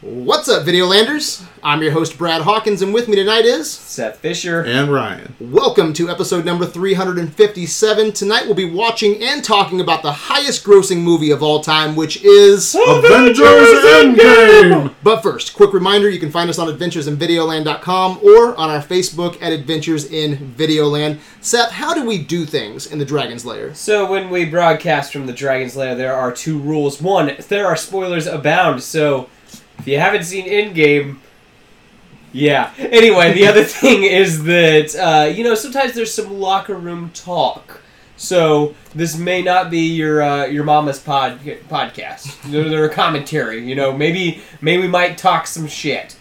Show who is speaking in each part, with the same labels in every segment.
Speaker 1: What's up, Videolanders? I'm your host, Brad Hawkins, and with me tonight is.
Speaker 2: Seth Fisher.
Speaker 3: and Ryan.
Speaker 1: Welcome to episode number 357. Tonight we'll be watching and talking about the highest grossing movie of all time, which is.
Speaker 3: Avengers Endgame!
Speaker 1: But first, quick reminder you can find us on adventuresinvideoland.com or on our Facebook at Adventures in Videoland. Seth, how do we do things in the Dragon's Lair?
Speaker 2: So when we broadcast from the Dragon's Lair, there are two rules. One, there are spoilers abound. So if you haven't seen Endgame, yeah. Anyway, the other thing is that uh, you know sometimes there's some locker room talk. So this may not be your uh, your mama's pod- podcast. There, there are commentary. You know, maybe maybe we might talk some shit.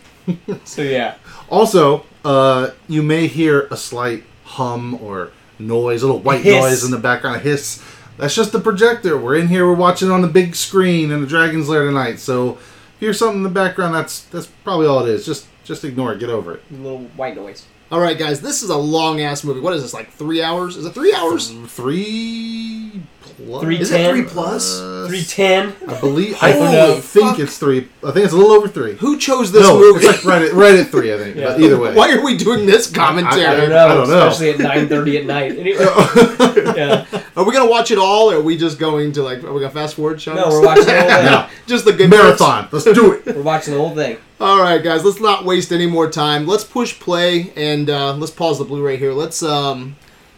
Speaker 2: So yeah.
Speaker 3: Also, uh, you may hear a slight hum or noise, a little white
Speaker 2: Hiss.
Speaker 3: noise in the background, a hiss. That's just the projector. We're in here, we're watching on the big screen in the Dragon's Lair tonight. So, if you hear something in the background, that's that's probably all it is. Just just ignore it, get over it.
Speaker 2: little white noise.
Speaker 1: All right, guys, this is a long ass movie. What is this, like three hours? Is it three hours?
Speaker 3: Three plus.
Speaker 2: Three
Speaker 1: Is it
Speaker 2: ten.
Speaker 1: three plus?
Speaker 3: Uh,
Speaker 2: Three ten.
Speaker 3: I believe.
Speaker 2: I
Speaker 3: I
Speaker 2: don't know.
Speaker 3: think
Speaker 1: Fuck.
Speaker 3: it's three. I think it's a little over three.
Speaker 1: Who chose this
Speaker 3: no,
Speaker 1: movie?
Speaker 3: it's like right at, right at three. I think.
Speaker 2: Yeah.
Speaker 3: But either way.
Speaker 1: Why are we doing this commentary?
Speaker 2: I don't know.
Speaker 3: I don't know.
Speaker 2: Especially at nine thirty at night. Anyway, yeah.
Speaker 1: Are we gonna watch it all, or are we just going to like? Are we gonna fast forward? Chunks?
Speaker 2: No, we're watching the whole thing.
Speaker 3: No.
Speaker 1: just the good bits.
Speaker 3: Marathon. Let's do it.
Speaker 2: We're watching the whole thing.
Speaker 1: All right, guys, let's not waste any more time. Let's push play and uh, let's pause the Blu-ray here. Let's um,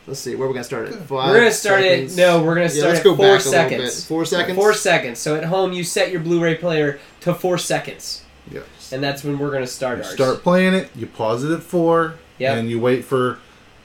Speaker 1: let's see where we're gonna start at. Five
Speaker 2: We're gonna start
Speaker 1: seconds.
Speaker 2: it. No, we're gonna
Speaker 1: Yeah,
Speaker 2: start
Speaker 1: let's
Speaker 2: at
Speaker 1: go
Speaker 2: four
Speaker 1: back a little
Speaker 2: seconds.
Speaker 1: bit. Four seconds?
Speaker 2: Four seconds. So at home, you set your Blu-ray player to four seconds,
Speaker 3: Yes.
Speaker 2: and that's when we're gonna start
Speaker 3: You
Speaker 2: ours.
Speaker 3: start playing it. You pause it at four,
Speaker 2: Yep.
Speaker 3: and you wait for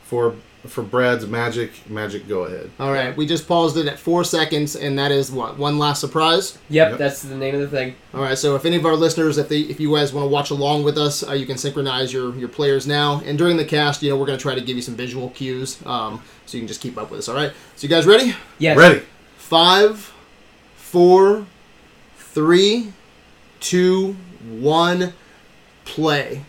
Speaker 3: for for Brad's magic magic go ahead.
Speaker 1: All right, we just paused it at four seconds, and that is what one last surprise.
Speaker 2: Yep,
Speaker 3: Yep.
Speaker 2: that's the name of the thing.
Speaker 1: All right, so if any of our listeners, if they, if you guys want to watch along with us, uh, you can synchronize your your players now. And during the cast, you know, we're gonna try to give you some visual cues, um, so you can just keep up with us. All right, so you guys ready?
Speaker 2: Yes.
Speaker 3: Ready?
Speaker 1: Five, four, three, two, one, play.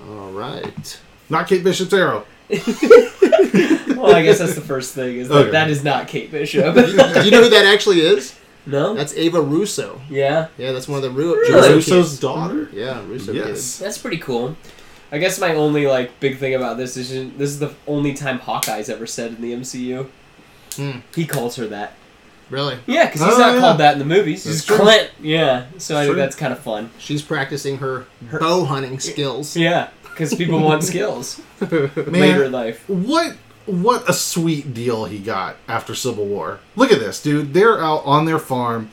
Speaker 1: All right.
Speaker 3: Not Kate Bishop's arrow.
Speaker 2: Well, I guess that's the first thing. Is that
Speaker 3: Okay.
Speaker 2: that is not Kate
Speaker 1: Do
Speaker 2: Bishop?
Speaker 1: you know who that actually is?
Speaker 2: no.
Speaker 1: That's Ava Russo.
Speaker 2: Yeah.
Speaker 1: Yeah, that's one of the Ru-
Speaker 2: Really?
Speaker 1: Russo kids.
Speaker 3: daughter.
Speaker 1: Yeah, Russo
Speaker 3: Yes.
Speaker 2: That's pretty cool. I guess my only like big thing about this is this is the only time Hawkeye's ever said in the MCU.
Speaker 1: Hmm.
Speaker 2: He calls her that.
Speaker 1: kid. Really?
Speaker 2: Yeah, because he's
Speaker 3: Oh,
Speaker 2: not
Speaker 3: yeah.
Speaker 2: called that in the movies.
Speaker 3: That's
Speaker 2: He's
Speaker 3: true.
Speaker 2: Clint. Yeah, so I think
Speaker 3: True.
Speaker 2: that's kind of fun.
Speaker 1: She's practicing her,
Speaker 2: Her-
Speaker 1: bow hunting skills.
Speaker 2: Yeah, because people want skills
Speaker 3: Man,
Speaker 2: later in life.
Speaker 3: what what a sweet deal he got after Civil War. Look at this, dude. They're out on their farm,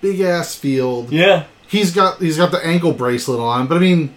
Speaker 3: big ass field.
Speaker 2: Yeah,
Speaker 3: He's got he's got the ankle bracelet on, but I mean,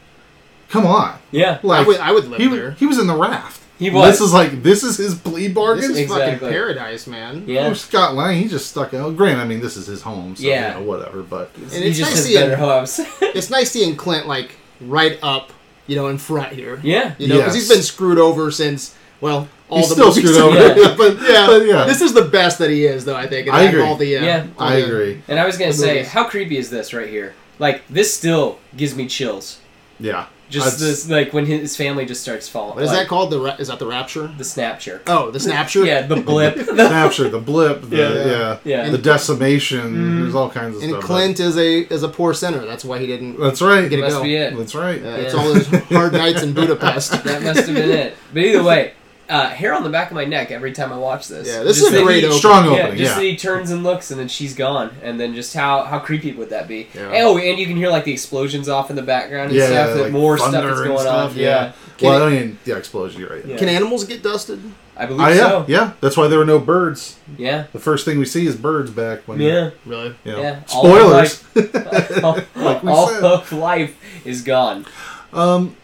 Speaker 3: come on.
Speaker 2: yeah.
Speaker 1: I
Speaker 3: Like
Speaker 1: would, I would live
Speaker 3: he,
Speaker 1: there.
Speaker 3: he was in the raft.
Speaker 2: He was.
Speaker 3: This is like this is his plea bargain.
Speaker 1: This is fucking
Speaker 2: Exactly.
Speaker 1: paradise, man.
Speaker 2: Yeah.
Speaker 3: Oh, Scott Lang, he just stuck out. Grant, I mean, this is his home, so
Speaker 2: Yeah.
Speaker 3: yeah, you know, whatever. But
Speaker 1: And
Speaker 2: he
Speaker 1: it's
Speaker 2: just
Speaker 1: nice
Speaker 2: has better
Speaker 1: seeing-
Speaker 2: hopes.
Speaker 1: It's nice seeing Clint like right up, you know, in front here.
Speaker 2: yeah,
Speaker 1: You know, because
Speaker 3: Yes.
Speaker 1: he's been screwed over since well, all the
Speaker 3: he's still
Speaker 1: movies.
Speaker 3: screwed over.
Speaker 2: Yeah.
Speaker 3: but
Speaker 1: yeah,
Speaker 3: yeah, but yeah,
Speaker 1: this is the best that he is, though. I think. and
Speaker 3: I
Speaker 1: out of
Speaker 3: agree.
Speaker 1: All the, uh,
Speaker 2: Yeah.
Speaker 1: all
Speaker 3: I
Speaker 1: the-
Speaker 3: agree.
Speaker 2: and I was gonna
Speaker 1: The
Speaker 2: say,
Speaker 1: movies.
Speaker 2: how creepy is this right here? Like, this still gives me chills.
Speaker 3: Yeah,
Speaker 2: Just
Speaker 3: That's-
Speaker 2: this, like when his family just starts falling.
Speaker 1: What is
Speaker 2: like,
Speaker 1: that called? The ra- is that the rapture?
Speaker 2: The snapshot.
Speaker 1: Oh, the snapture.
Speaker 2: Yeah, the blip.
Speaker 3: Snapshot, the blip, the,
Speaker 2: Yeah.
Speaker 3: yeah,
Speaker 2: Yeah.
Speaker 3: the decimation. There's all kinds of
Speaker 1: And
Speaker 3: stuff.
Speaker 1: Clint is a is a poor sinner. That's why he didn't.
Speaker 3: That's right.
Speaker 1: Get it
Speaker 2: must
Speaker 1: go.
Speaker 2: be it.
Speaker 3: That's right.
Speaker 1: Uh, It's
Speaker 2: Yeah.
Speaker 1: all his hard nights in Budapest.
Speaker 2: That must have been it. But either way, uh, hair on the back of my neck every time I watch this.
Speaker 1: Yeah, this
Speaker 2: Just
Speaker 1: is a
Speaker 2: that
Speaker 1: great
Speaker 2: he-
Speaker 1: opening.
Speaker 3: Strong
Speaker 2: Yeah,
Speaker 3: opening.
Speaker 2: just
Speaker 3: Yeah.
Speaker 2: that he turns and looks, and then she's gone, and then just how how creepy would that be?
Speaker 1: Yeah.
Speaker 2: And- Oh, and you can hear like the explosions off in the background and
Speaker 3: Yeah,
Speaker 2: stuff.
Speaker 3: yeah,
Speaker 2: that
Speaker 3: like
Speaker 2: more stuff
Speaker 3: thunder
Speaker 2: is
Speaker 3: and
Speaker 2: going
Speaker 3: stuff,
Speaker 2: on.
Speaker 3: yeah.
Speaker 2: Yeah,
Speaker 1: Can
Speaker 3: well, I mean, yeah, explosion. You're right.
Speaker 2: Yeah.
Speaker 1: Can animals get dusted?
Speaker 2: I believe
Speaker 3: Oh, yeah,
Speaker 2: so.
Speaker 3: yeah. That's why there were no birds.
Speaker 2: Yeah,
Speaker 3: The first thing we see is birds back when.
Speaker 2: yeah,
Speaker 1: Really?
Speaker 3: You know,
Speaker 2: Yeah, all of
Speaker 3: Spoilers.
Speaker 2: All,
Speaker 3: we
Speaker 2: all
Speaker 3: said.
Speaker 2: of life is gone.
Speaker 3: Um,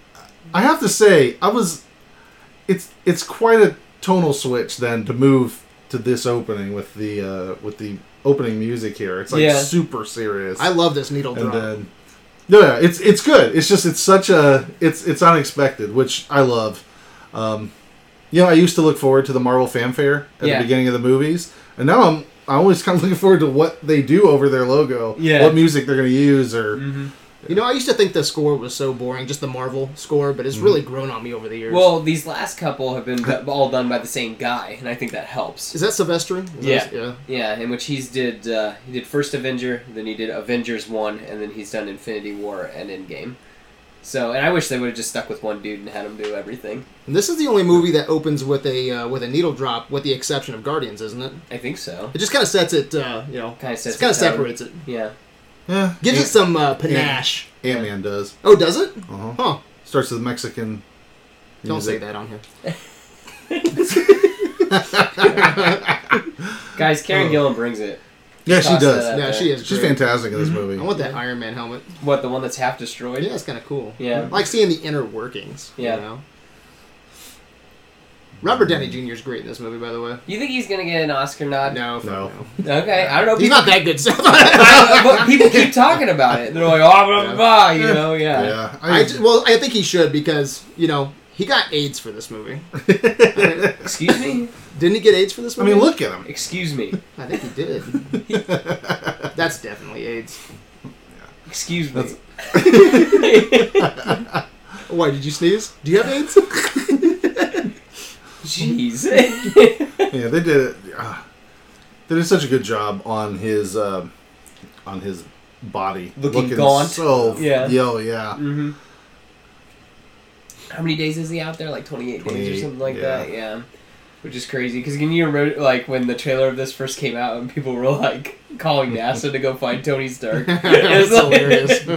Speaker 3: I have to say, I was. It's it's quite a tonal switch then to move to this opening with the uh, with the opening music here. It's like
Speaker 2: Yeah.
Speaker 3: super serious,
Speaker 1: I love this needle
Speaker 3: and
Speaker 1: drop.
Speaker 3: then no, yeah, it's it's good. It's just it's such a it's it's unexpected, which I love. Um, you know, I used to look forward to the Marvel fanfare at
Speaker 2: Yeah.
Speaker 3: the beginning of the movies, and now I'm. I'm always kind of looking forward to what they do over their logo,
Speaker 2: Yeah. Mm. Mm-hmm.
Speaker 3: what music they're going to use, or
Speaker 1: You know, I used to think the score was so boring, just the Marvel score, but it's
Speaker 3: Mm-hmm.
Speaker 1: really grown on me over the years.
Speaker 2: Well, these last couple have been do- all done by the same guy, and I think that helps.
Speaker 1: is that Sylvester? Is
Speaker 2: Yeah.
Speaker 1: that- yeah.
Speaker 2: Yeah, in which he's did uh, he did first Avenger, then he did Avengers one, and then he's done Infinity War and Endgame. So, and I wish they would have just stuck with one dude and had him do everything.
Speaker 1: And this is the only movie that opens with a uh, with a needle drop, with the exception of Guardians, isn't it?
Speaker 2: I think so.
Speaker 1: It just kind of sets it, uh, you know,
Speaker 2: Kind of
Speaker 1: it
Speaker 2: sets.
Speaker 1: kind of
Speaker 2: the tone.
Speaker 1: separates it,
Speaker 2: Yeah.
Speaker 3: Yeah.
Speaker 1: gives it some uh, panache.
Speaker 3: Ant Man does.
Speaker 1: Oh, does it?
Speaker 3: Uh-huh.
Speaker 1: Huh?
Speaker 3: Starts with Mexican.
Speaker 1: Don't say
Speaker 3: music.
Speaker 1: that on here.
Speaker 2: Guys, Karen Gillan brings it.
Speaker 3: Yeah, she
Speaker 2: Toss
Speaker 3: does.
Speaker 2: that.
Speaker 1: Oh. Yeah,
Speaker 2: Okay.
Speaker 1: she is.
Speaker 3: She's
Speaker 1: great. Mm-hmm.
Speaker 3: fantastic in this movie.
Speaker 1: I want that Iron Man helmet.
Speaker 2: What the one that's half destroyed?
Speaker 1: Yeah, it's kind of cool.
Speaker 2: Yeah.
Speaker 1: I like seeing the inner workings.
Speaker 2: Yeah.
Speaker 1: You know? Robert Downey Jr. is great in this movie, by the way.
Speaker 2: You think he's gonna get an Oscar nod?
Speaker 1: No, fuck
Speaker 3: No.
Speaker 2: Okay, I don't know.
Speaker 1: He's
Speaker 2: people,
Speaker 1: not that good. So
Speaker 2: I- but people keep talking about it. They're like, oh, blah, blah, blah, you know, yeah.
Speaker 3: Yeah. I,
Speaker 1: I ju- well, I think he should because you know he got AIDS for this movie.
Speaker 2: Excuse me?
Speaker 1: Didn't he get AIDS for this
Speaker 3: I
Speaker 1: movie?
Speaker 3: mean, look at him.
Speaker 2: Excuse me.
Speaker 1: I think he did. That's definitely AIDS.
Speaker 2: Excuse me.
Speaker 3: That's-
Speaker 1: Why did you sneeze? Do you have AIDS?
Speaker 2: Jeez.
Speaker 3: Yeah, they did it. Uh, they did such a good job on his uh, on his body,
Speaker 2: Looking gaunt.
Speaker 3: So
Speaker 2: Yeah.
Speaker 3: yo, yeah.
Speaker 1: Mm-hmm.
Speaker 2: hmm How many days is he out there? Like 28 days
Speaker 3: 28,
Speaker 2: or something like
Speaker 3: yeah.
Speaker 2: that? Yeah. Which is crazy because can you remember like when the trailer of this first came out and people were like calling NASA to go find Tony Stark?
Speaker 1: That's
Speaker 2: like-
Speaker 1: hilarious.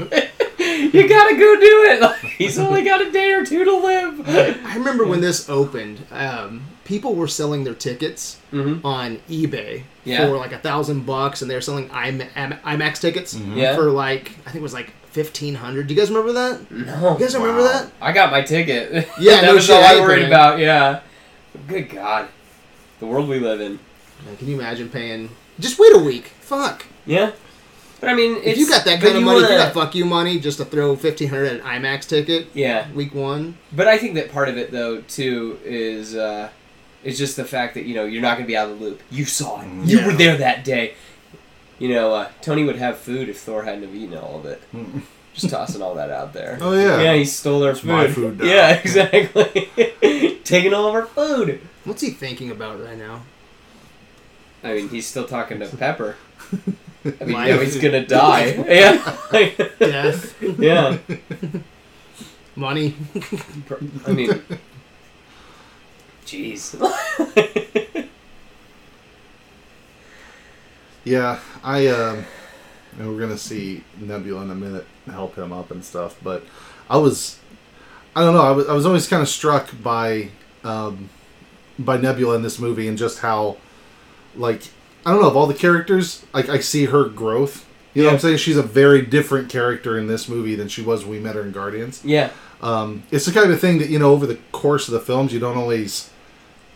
Speaker 2: you gotta go do it. Like, he's only got a day or two to live.
Speaker 1: I remember when this opened, um, people were selling their tickets
Speaker 2: Mhm.
Speaker 1: on eBay
Speaker 2: Yeah.
Speaker 1: for like a thousand bucks, and they were selling IM- IM- IMAX tickets
Speaker 2: Yeah.
Speaker 1: for like I think it was like fifteen hundred. Do you guys remember that? You
Speaker 2: No,
Speaker 1: guys remember
Speaker 3: Wow.
Speaker 1: that?
Speaker 2: I got my ticket.
Speaker 1: Yeah,
Speaker 2: that
Speaker 1: no
Speaker 2: was
Speaker 1: shit,
Speaker 2: all
Speaker 1: I
Speaker 2: I
Speaker 1: didn't
Speaker 2: worried
Speaker 1: put it.
Speaker 2: about. Yeah. Good God, the world we live in.
Speaker 1: Man, Can you imagine paying? Just wait a week. Fuck.
Speaker 2: Yeah. But I mean, it's,
Speaker 1: if you got that
Speaker 2: but
Speaker 1: kind of money, if you
Speaker 2: wanna-
Speaker 1: got fuck you money just to throw fifteen hundred at an IMAX ticket
Speaker 2: Yeah,
Speaker 1: week one.
Speaker 2: but I think that part of it though too is uh, is just the fact that you know you're not gonna be out of the loop. You saw it. You were
Speaker 1: Yeah.
Speaker 2: there that day. You know, uh, Tony would have food if Thor hadn't have eaten all of it. Just tossing all that out there.
Speaker 3: Oh yeah.
Speaker 2: Yeah, he stole our food.
Speaker 3: my food now.
Speaker 2: Yeah, exactly. Taking all of our food.
Speaker 1: What's he thinking about right now?
Speaker 2: I mean, he's still talking to Pepper. I mean,
Speaker 1: Life.
Speaker 2: now he's gonna die. Yeah.
Speaker 1: Death,
Speaker 2: yeah.
Speaker 1: money.
Speaker 2: I mean, jeez.
Speaker 3: Yeah, I um and we're gonna see Nebula in a minute and help him up and stuff, but I was I don't know, I was, I was always kinda struck by um by Nebula in this movie and just how like I don't know, of all the characters, like I see her growth. You know what I'm
Speaker 2: Yeah.
Speaker 3: saying? She's a very different character in this movie than she was when we met her in Guardians.
Speaker 2: Yeah.
Speaker 3: Um, it's the kind of thing that you know over the course of the films you don't always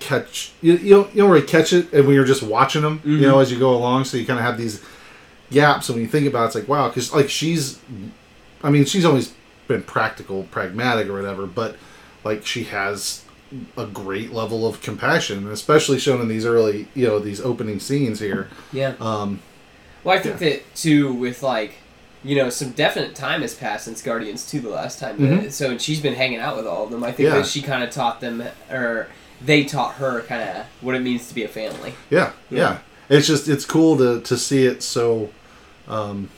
Speaker 3: catch. You, you don't you don't really catch it, and when you're just watching them, you know, as you go along, so you kind of have these gaps. And when you think about it, it's like wow, because like she's, I mean, she's always been practical, pragmatic, or whatever, but like she has a great level of compassion, especially shown in these early, you know, these opening scenes here.
Speaker 2: Yeah.
Speaker 3: Um,
Speaker 2: Well, I think that too, with like, you know, some definite time has passed since Guardians two the last time.
Speaker 3: Mhm.
Speaker 2: that- So and she's been hanging out with all of them. I think
Speaker 3: Yeah.
Speaker 2: that she kind of taught them, or they taught her, kind of what it means to be a family.
Speaker 3: Yeah,
Speaker 2: Yeah.
Speaker 3: yeah. It's just it's cool to to see it so, um,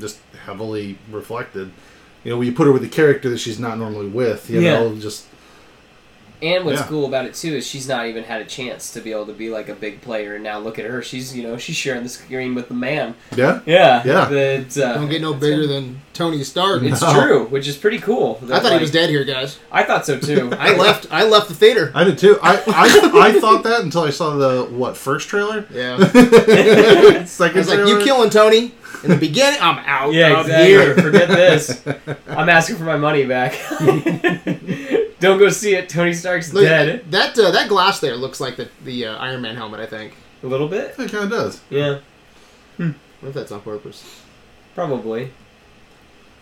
Speaker 3: just heavily reflected. You know, when you put her with a character that she's not normally with, you
Speaker 2: Yeah.
Speaker 3: know, just
Speaker 2: And what's
Speaker 3: Yeah.
Speaker 2: cool about it too is she's not even had a chance to be able to be like a big player. And now look at her; she's you know she's sharing the screen with the man.
Speaker 3: yeah,
Speaker 2: Yeah,
Speaker 3: Yeah.
Speaker 2: That, uh,
Speaker 1: Don't get no bigger than Tony Stark.
Speaker 2: It's
Speaker 3: No.
Speaker 2: true, which is pretty cool.
Speaker 1: I thought he was
Speaker 2: Like,
Speaker 1: dead here, guys.
Speaker 2: I thought so too.
Speaker 1: I left. I left the theater.
Speaker 3: I did too. I I, I thought that until I saw the what first trailer,
Speaker 1: Yeah, I
Speaker 3: second
Speaker 1: was like,
Speaker 3: trailer.
Speaker 1: "You killing Tony in the beginning? I'm out.
Speaker 2: Yeah,
Speaker 1: I'm
Speaker 2: exactly.
Speaker 1: Oh, here."
Speaker 2: Forget this. I'm asking for my money back. Don't go see it. Tony Stark's
Speaker 1: Look,
Speaker 2: dead.
Speaker 1: That uh, that glass there looks like the the uh, Iron Man helmet. I think.
Speaker 2: A little bit.
Speaker 3: It kind of does.
Speaker 2: Yeah,
Speaker 1: What if that's on purpose?
Speaker 2: probably.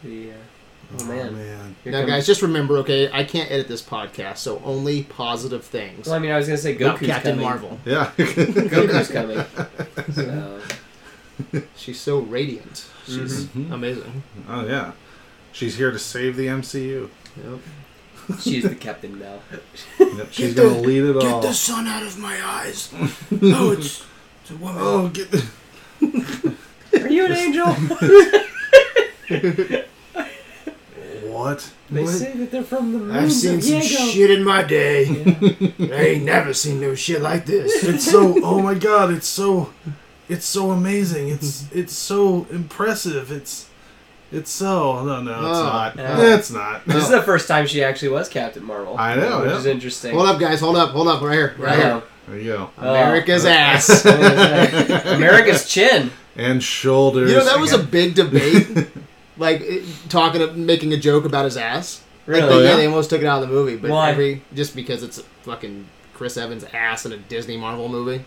Speaker 2: The uh, oh man. Here
Speaker 1: Now,
Speaker 2: comes-
Speaker 1: guys, just remember, okay? I can't edit this podcast, so only positive things.
Speaker 2: Well, I mean, I was gonna say
Speaker 1: about
Speaker 2: Goku's
Speaker 1: Captain
Speaker 2: coming.
Speaker 1: Marvel.
Speaker 3: Yeah.
Speaker 2: Goku's coming. So,
Speaker 1: She's so radiant. She's
Speaker 3: Mhm.
Speaker 1: amazing.
Speaker 3: oh yeah. She's here to save the MCU.
Speaker 1: Yep.
Speaker 2: She's the captain now.
Speaker 3: Yep, she's going to lead it all.
Speaker 1: sun out of my eyes. No, it's, it's a woman.
Speaker 3: Oh, get the-
Speaker 2: Are you an angel?
Speaker 3: what?
Speaker 2: they
Speaker 1: What?
Speaker 2: say that they're from the moon.
Speaker 1: I've seen
Speaker 2: of
Speaker 1: some
Speaker 2: Diego.
Speaker 1: shit in my day. I ain't never seen no shit like this.
Speaker 3: It's so. Oh my God! It's so. It's so amazing. It's it's so impressive. It's it's so. No, no, it's
Speaker 1: Oh,
Speaker 3: not.
Speaker 2: no.
Speaker 3: It's not.
Speaker 2: This is the first time she actually was Captain Marvel.
Speaker 3: I know,
Speaker 2: which
Speaker 3: yeah.
Speaker 2: is interesting.
Speaker 1: Hold up, guys. Hold up. Hold up. Right here. Right here.
Speaker 2: Wow.
Speaker 3: There you go.
Speaker 1: America's ass.
Speaker 2: America's chin.
Speaker 3: And shoulders.
Speaker 1: You know that was a big debate. Like it, talking, of, making a joke about his ass. Like,
Speaker 2: Really?
Speaker 1: they- Oh, yeah,
Speaker 3: yeah?
Speaker 1: they almost took it out of the movie, but
Speaker 2: Why?
Speaker 1: every just because it's fucking Chris Evans' ass in a Disney Marvel movie.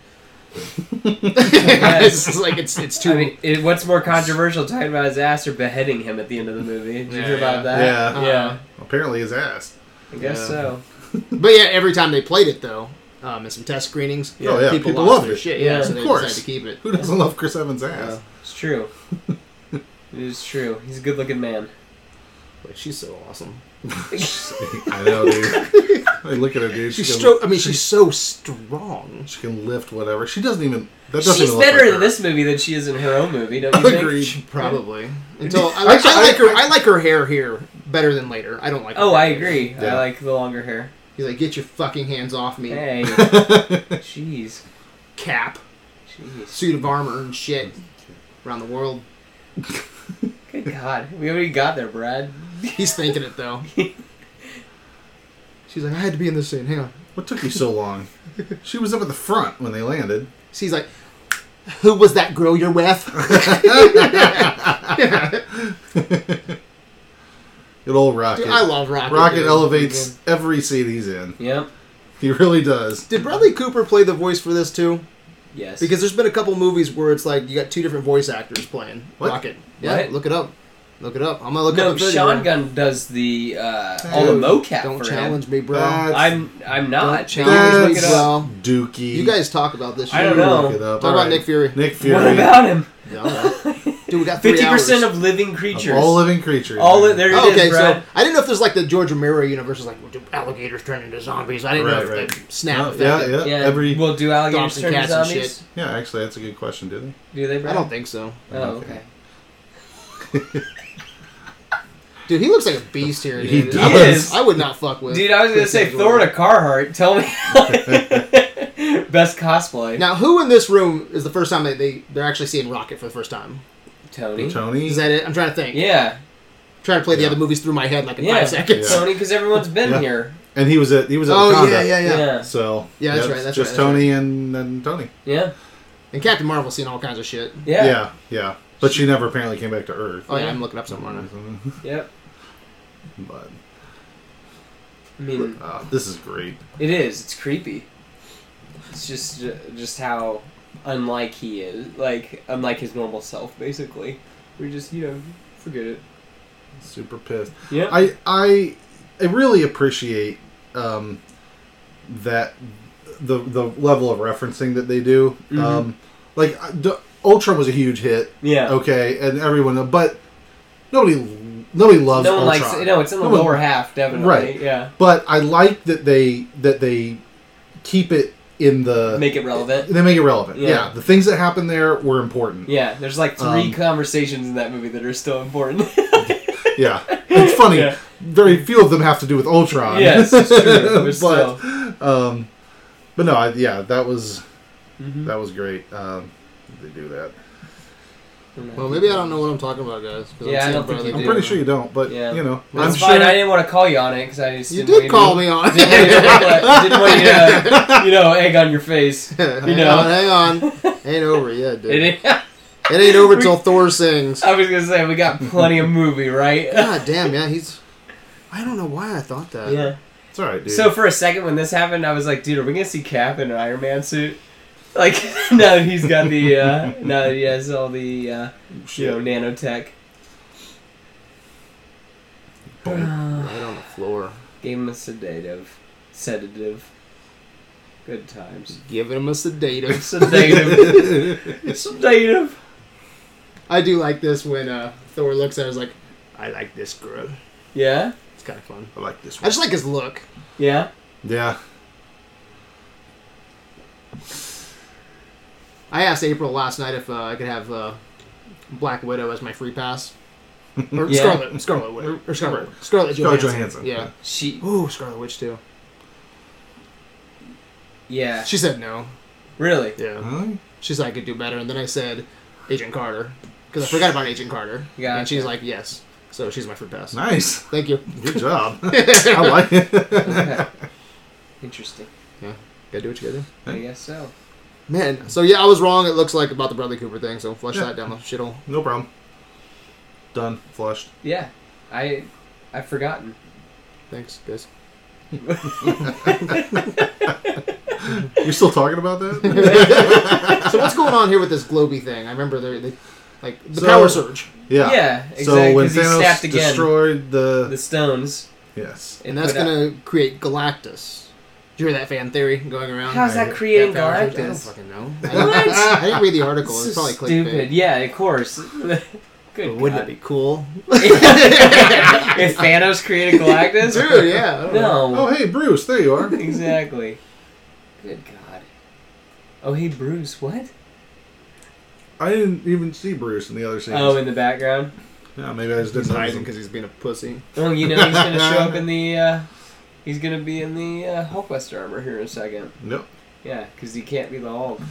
Speaker 1: it's just like it's it's too.
Speaker 2: I mean, it, what's more controversial, talking about his ass or beheading him at the end of the movie? Did you
Speaker 1: Yeah,
Speaker 2: hear about
Speaker 1: yeah.
Speaker 2: that?
Speaker 1: Yeah. Uh,
Speaker 3: Apparently his ass.
Speaker 2: I guess
Speaker 1: Yeah.
Speaker 2: so.
Speaker 1: but yeah, every time they played it though, um, in some test screenings,
Speaker 3: Oh, yeah,
Speaker 1: people,
Speaker 3: people
Speaker 1: lost
Speaker 3: loved
Speaker 1: their
Speaker 3: it.
Speaker 1: shit. Yeah,
Speaker 2: Yeah.
Speaker 1: so
Speaker 2: Of
Speaker 1: they
Speaker 3: course.
Speaker 1: decided to keep it.
Speaker 3: Who doesn't love Chris Evans' ass?
Speaker 1: Yeah.
Speaker 2: It's true. it is true. He's a good-looking man.
Speaker 1: But she's so awesome.
Speaker 3: I know, dude. I look at her, dude.
Speaker 1: She's
Speaker 3: she, can,
Speaker 1: so. I mean, she's so strong.
Speaker 3: she can lift whatever. She doesn't even. That doesn't
Speaker 2: She's
Speaker 3: even look
Speaker 2: better
Speaker 3: like
Speaker 2: in
Speaker 3: her.
Speaker 2: this movie than she is in her own movie, don't you think?
Speaker 3: Agreed.
Speaker 1: Probably. Until I like,
Speaker 3: Actually,
Speaker 1: I like
Speaker 3: I-
Speaker 1: her. I like her hair here better than later. I don't like. Her
Speaker 2: Oh, I
Speaker 1: hair.
Speaker 2: agree. I
Speaker 3: Yeah.
Speaker 2: like the longer hair.
Speaker 1: He's like, get your fucking hands off me,
Speaker 2: Hey. Jeez.
Speaker 1: cap,
Speaker 2: Jeez.
Speaker 1: suit of armor and shit around the world.
Speaker 2: Good God. We already got there, Brad.
Speaker 1: He's thinking it though. She's like, I had to be in this scene. Hang on.
Speaker 3: What took you so long? she was up at the front when they landed.
Speaker 1: She's like, who was that girl you're with?
Speaker 3: Good old Rocket.
Speaker 1: Dude, I love Rocket.
Speaker 3: Rocket
Speaker 1: dude.
Speaker 3: elevates every scene he's in.
Speaker 2: Yep.
Speaker 3: He really does.
Speaker 1: Did Bradley Cooper play the voice for this too?
Speaker 2: Yes.
Speaker 1: Because there's been a couple movies where it's like you got two different voice actors playing
Speaker 3: What?
Speaker 1: Rocket. Yeah,
Speaker 2: What?
Speaker 1: look it up. Look it up. I'm gonna look
Speaker 2: no,
Speaker 1: up. the video.
Speaker 2: Sean Gunn does the uh, all the
Speaker 1: Dude,
Speaker 2: mocap
Speaker 1: Don't
Speaker 2: for
Speaker 1: challenge me, bro.
Speaker 3: That's-
Speaker 2: him. I'm I'm not.
Speaker 1: Don't challenge
Speaker 2: Look
Speaker 1: me,
Speaker 2: it up.
Speaker 1: bro.
Speaker 3: Dookie.
Speaker 1: You guys talk about this. Shit.
Speaker 2: I don't
Speaker 3: You
Speaker 2: know.
Speaker 3: look it up.
Speaker 1: Talk
Speaker 3: All
Speaker 1: about
Speaker 3: right.
Speaker 1: Nick Fury.
Speaker 3: Nick Fury.
Speaker 2: What about him?
Speaker 1: Yeah, all right. Dude, we got three
Speaker 2: Fifty percent
Speaker 1: hours.
Speaker 2: of living
Speaker 3: Of
Speaker 2: creatures.
Speaker 3: all living creatures.
Speaker 2: All it- there it is,
Speaker 1: Oh, okay, so
Speaker 2: Brad.
Speaker 1: I didn't know if there's like the George Romero universe is like well, do alligators turn into zombies. I didn't
Speaker 3: Right,
Speaker 1: know if
Speaker 3: right.
Speaker 1: the snap.
Speaker 3: Oh, yeah,
Speaker 1: affected-
Speaker 3: yeah, Every.
Speaker 2: well, do alligators
Speaker 1: Dogs and
Speaker 2: turn into
Speaker 1: cats and
Speaker 2: zombies?
Speaker 1: shit.
Speaker 3: yeah, actually, that's a good question. Do they?
Speaker 2: Do they? Brad?
Speaker 1: I don't think so.
Speaker 2: Oh, okay.
Speaker 1: Dude, he looks like a beast here. Dude.
Speaker 3: He
Speaker 1: It's-
Speaker 3: does.
Speaker 1: I would-
Speaker 2: Yes.
Speaker 1: I would not fuck with.
Speaker 2: Dude, I was gonna
Speaker 1: Chris
Speaker 2: say
Speaker 1: Hemsworth.
Speaker 2: Thor in a Carhartt. Tell me best cosplay.
Speaker 1: Now, who in this room is the first time that they they're actually seeing Rocket for the first time?
Speaker 2: Tony.
Speaker 3: Tony.
Speaker 1: Is that it? I'm trying to think.
Speaker 2: Yeah,
Speaker 1: Trying to play the
Speaker 3: Yeah.
Speaker 1: other movies through my head like in
Speaker 2: yeah.
Speaker 1: five seconds.
Speaker 3: Yeah.
Speaker 2: Tony, because everyone's been
Speaker 3: Yeah.
Speaker 2: here.
Speaker 3: and he was at he was at
Speaker 1: Oh
Speaker 3: Wakanda.
Speaker 1: yeah, yeah, yeah,
Speaker 2: Yeah.
Speaker 3: So
Speaker 1: Yeah, that's
Speaker 3: it's
Speaker 1: right, that's
Speaker 3: just
Speaker 1: right, that's
Speaker 3: Tony and and Tony.
Speaker 2: Yeah.
Speaker 1: And Captain Marvel's seen all kinds of shit.
Speaker 2: Yeah.
Speaker 3: Yeah. yeah, But she never apparently came back to Earth.
Speaker 1: Oh yeah,
Speaker 2: Yeah.
Speaker 1: I'm looking up somewhere now.
Speaker 2: Yep.
Speaker 3: But
Speaker 2: I mean,
Speaker 3: uh, this is great.
Speaker 2: it is. It's creepy. It's just just how unlike he is, like unlike his normal self, basically. We just you know forget it.
Speaker 3: Super pissed.
Speaker 2: Yeah.
Speaker 3: I I I really appreciate um, that the the level of referencing that they do.
Speaker 2: Mm-hmm.
Speaker 3: Um, like I- the- Ultron was a huge hit.
Speaker 2: yeah.
Speaker 3: Okay, and everyone, but nobody nobody loves
Speaker 2: No one
Speaker 3: Ultron.
Speaker 2: likes. No, it's in the
Speaker 3: No one-
Speaker 2: lower half, definitely.
Speaker 3: Right.
Speaker 2: Yeah.
Speaker 3: But I like that they that they keep it in the
Speaker 2: Make it relevant.
Speaker 3: They make it relevant.
Speaker 2: Yeah.
Speaker 3: Yeah. the things that happened there were important. Yeah,
Speaker 2: Yeah. There's like three
Speaker 3: Um,
Speaker 2: conversations in that movie that are still important.
Speaker 3: it's funny.
Speaker 2: Yeah.
Speaker 3: Very few of them have to do with Ultron.
Speaker 2: yes, it's true. But
Speaker 3: But-
Speaker 2: still.
Speaker 3: um, but no, I, yeah, that was
Speaker 2: Mhm.
Speaker 3: that was great. Um, they do that.
Speaker 1: Well, maybe I don't know what I'm talking about, guys. 'cause
Speaker 2: Yeah, I
Speaker 1: seeing
Speaker 2: don't think
Speaker 1: Bradley
Speaker 2: you
Speaker 3: I'm
Speaker 2: do.
Speaker 1: Cooper.
Speaker 3: pretty sure you don't, but
Speaker 2: Yeah.
Speaker 3: you know,
Speaker 2: That's
Speaker 3: I'm
Speaker 2: fine.
Speaker 3: sure.
Speaker 2: I didn't want to call you on it because I just
Speaker 1: You
Speaker 2: didn't
Speaker 1: did call me on.
Speaker 2: Didn't want, you to, didn't want you to, you know, egg on your face.
Speaker 1: hang
Speaker 2: You know.
Speaker 1: on, hang on. Ain't over yet, dude. It ain't,
Speaker 2: It ain't-
Speaker 1: over till Thor sings.
Speaker 2: I was gonna say we got plenty of movie, right?
Speaker 1: God damn, yeah, he's. I don't know why I thought that.
Speaker 2: Yeah.
Speaker 3: It's all right, dude.
Speaker 2: So for a second when this happened, I was like, dude, are we gonna see Cap in an Iron Man suit? Like now that he's got the uh, now that he has all the uh, you know
Speaker 3: Shit.
Speaker 2: nanotech.
Speaker 3: Boom.
Speaker 1: Right on the floor.
Speaker 2: Gave him a sedative. Sedative. Good times.
Speaker 1: Giving him a sedative.
Speaker 2: Sedative. sedative.
Speaker 1: I do like this when uh, Thor looks at us like, I like this girl.
Speaker 2: Yeah?
Speaker 1: It's kind of fun.
Speaker 3: I like this
Speaker 1: I
Speaker 3: one.
Speaker 1: just like his look.
Speaker 2: Yeah?
Speaker 3: Yeah.
Speaker 1: I asked April last night if uh, I could have uh, Black Widow as my free pass. Or
Speaker 2: Yeah.
Speaker 1: Scarlet, Scarlet Widow, or Scarlet, Scarlet
Speaker 3: Scarlett
Speaker 1: Johansson.
Speaker 3: Johansson.
Speaker 1: Yeah.
Speaker 2: She.
Speaker 1: Ooh, Scarlet Witch too.
Speaker 2: Yeah.
Speaker 1: She said no.
Speaker 2: Really?
Speaker 1: Yeah.
Speaker 3: Really?
Speaker 1: She said I could do better, and then I said Agent Carter because I forgot about Agent Carter.
Speaker 2: Gotcha.
Speaker 1: And she's like, yes. So she's my free pass.
Speaker 3: Nice.
Speaker 1: Thank you.
Speaker 3: Good job. I like it.
Speaker 2: Interesting.
Speaker 1: Gotta do what you gotta do.
Speaker 2: I guess so.
Speaker 1: Man, so yeah, I was wrong. It looks like about the Bradley Cooper thing. So flush that down the shithole.
Speaker 3: No problem. Done. Flushed.
Speaker 2: Yeah. I. I've forgotten.
Speaker 1: Thanks, guys.
Speaker 3: You're still talking about that?
Speaker 1: So what's going on here with this Globy thing? I remember they, they like the
Speaker 3: So-
Speaker 1: power surge,
Speaker 3: Yeah.
Speaker 2: Yeah, exactly.
Speaker 3: So when
Speaker 2: 'cause he
Speaker 3: Thanos
Speaker 2: snapped again
Speaker 3: destroyed the,
Speaker 2: the stones.
Speaker 3: yes,
Speaker 1: and that's
Speaker 2: put out-
Speaker 1: gonna create Galactus. Did you hear that fan theory going around?
Speaker 2: How's that
Speaker 3: Right.
Speaker 2: creating
Speaker 1: power surge? I don't
Speaker 2: Galactus?
Speaker 1: fucking know. I didn't,
Speaker 2: What?
Speaker 1: I didn't read the article.
Speaker 2: This
Speaker 1: It's probably
Speaker 2: is stupid.
Speaker 1: clickbait.
Speaker 2: Yeah, of course.
Speaker 1: But
Speaker 2: Good
Speaker 1: wouldn't it
Speaker 2: God.
Speaker 1: be cool,
Speaker 2: if Thanos created Galactus?
Speaker 1: dude? Yeah. I don't know.
Speaker 2: No.
Speaker 3: Oh hey Bruce, there you are.
Speaker 2: Exactly. Good God. Oh, hey, Bruce, what?
Speaker 3: I didn't even see Bruce in the other scenes.
Speaker 2: Oh, in the background.
Speaker 3: yeah, maybe I just
Speaker 1: He's
Speaker 3: didn't notice
Speaker 1: hiding
Speaker 3: him.
Speaker 1: because he's being a pussy.
Speaker 2: Oh, you know, he's going to show up in the. Uh, he's going to be in the uh, Hulkbuster armor here in a second.
Speaker 3: Nope.
Speaker 2: Yeah, because he can't be the Hulk.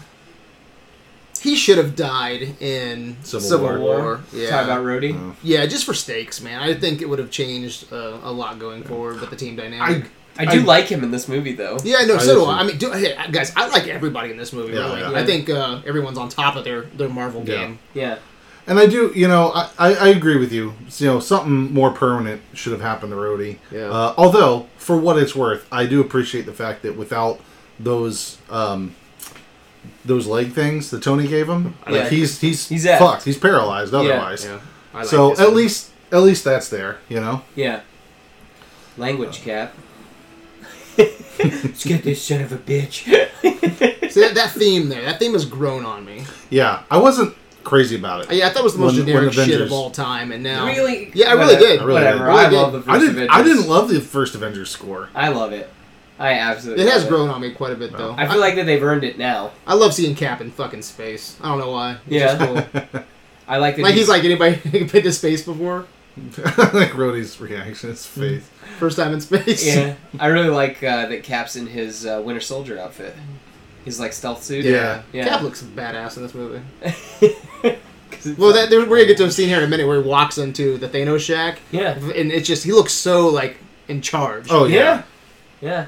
Speaker 1: He should have died in
Speaker 3: Civil
Speaker 1: Civil,
Speaker 3: War.
Speaker 1: War.
Speaker 2: Talk
Speaker 1: Yeah.
Speaker 2: about Rhodey.
Speaker 3: Oh.
Speaker 1: yeah, just for stakes, man. I think it would have changed uh, a lot going forward with the team dynamic.
Speaker 3: I
Speaker 2: I do
Speaker 3: I-
Speaker 2: like him in this movie, though.
Speaker 1: Yeah, I know.
Speaker 3: I
Speaker 1: So do
Speaker 3: agree.
Speaker 1: I. I mean, do, hey, guys, I like everybody in this movie.
Speaker 3: Yeah,
Speaker 1: really.
Speaker 3: yeah.
Speaker 1: I think uh, everyone's on top of their, their Marvel
Speaker 3: Yeah.
Speaker 1: game.
Speaker 2: Yeah.
Speaker 3: and I do, you know, I, I, I agree with you. You know, something more permanent should have happened to Rhodey.
Speaker 1: Yeah.
Speaker 3: Uh, although, for what it's worth, I do appreciate the fact that without those um, those leg things that Tony gave him,
Speaker 2: Yeah.
Speaker 3: like he's he's
Speaker 2: He's out.
Speaker 3: fucked. He's paralyzed otherwise.
Speaker 1: Yeah, I like
Speaker 3: so
Speaker 1: this
Speaker 3: at
Speaker 1: one.
Speaker 3: least at least that's there. You know.
Speaker 2: Yeah. Language cap. Let's get this son of a bitch.
Speaker 1: See, that, that theme there, that theme has grown on me.
Speaker 3: Yeah, I wasn't crazy about it.
Speaker 1: Yeah, I thought it was the most
Speaker 3: When- when
Speaker 1: generic shit
Speaker 3: Avengers-
Speaker 1: of all time, and now
Speaker 2: Really?
Speaker 1: yeah, I really
Speaker 2: Whatever.
Speaker 1: did.
Speaker 3: I really
Speaker 2: Whatever.
Speaker 3: did.
Speaker 2: I
Speaker 1: Really
Speaker 2: love
Speaker 1: did.
Speaker 2: the first
Speaker 3: I didn't.
Speaker 2: Avengers.
Speaker 3: I didn't love the first Avengers score.
Speaker 2: I love it. I absolutely.
Speaker 1: it has
Speaker 2: love
Speaker 1: grown on me quite a bit though.
Speaker 2: I feel like that they've earned it now.
Speaker 1: I love seeing Cap in fucking space. I don't know why. It's just
Speaker 2: Yeah.
Speaker 1: cool.
Speaker 2: I like that.
Speaker 1: like he's like anybody been to space before?
Speaker 3: like Rhodey's reaction,
Speaker 1: Mm.
Speaker 3: his face.
Speaker 1: First time in space.
Speaker 2: Yeah. I really like uh, that Cap's in his uh, Winter Soldier outfit. His like stealth suit.
Speaker 3: Yeah.
Speaker 2: Yeah.
Speaker 1: Cap looks badass in this movie.
Speaker 2: 'Cause it's
Speaker 1: Well,
Speaker 2: like-
Speaker 1: that, there, we're gonna get to a scene here in a minute where he walks into the Thanos shack,
Speaker 2: Yeah.
Speaker 1: and it's just he looks so like in charge.
Speaker 3: Oh yeah.
Speaker 2: Yeah. Yeah.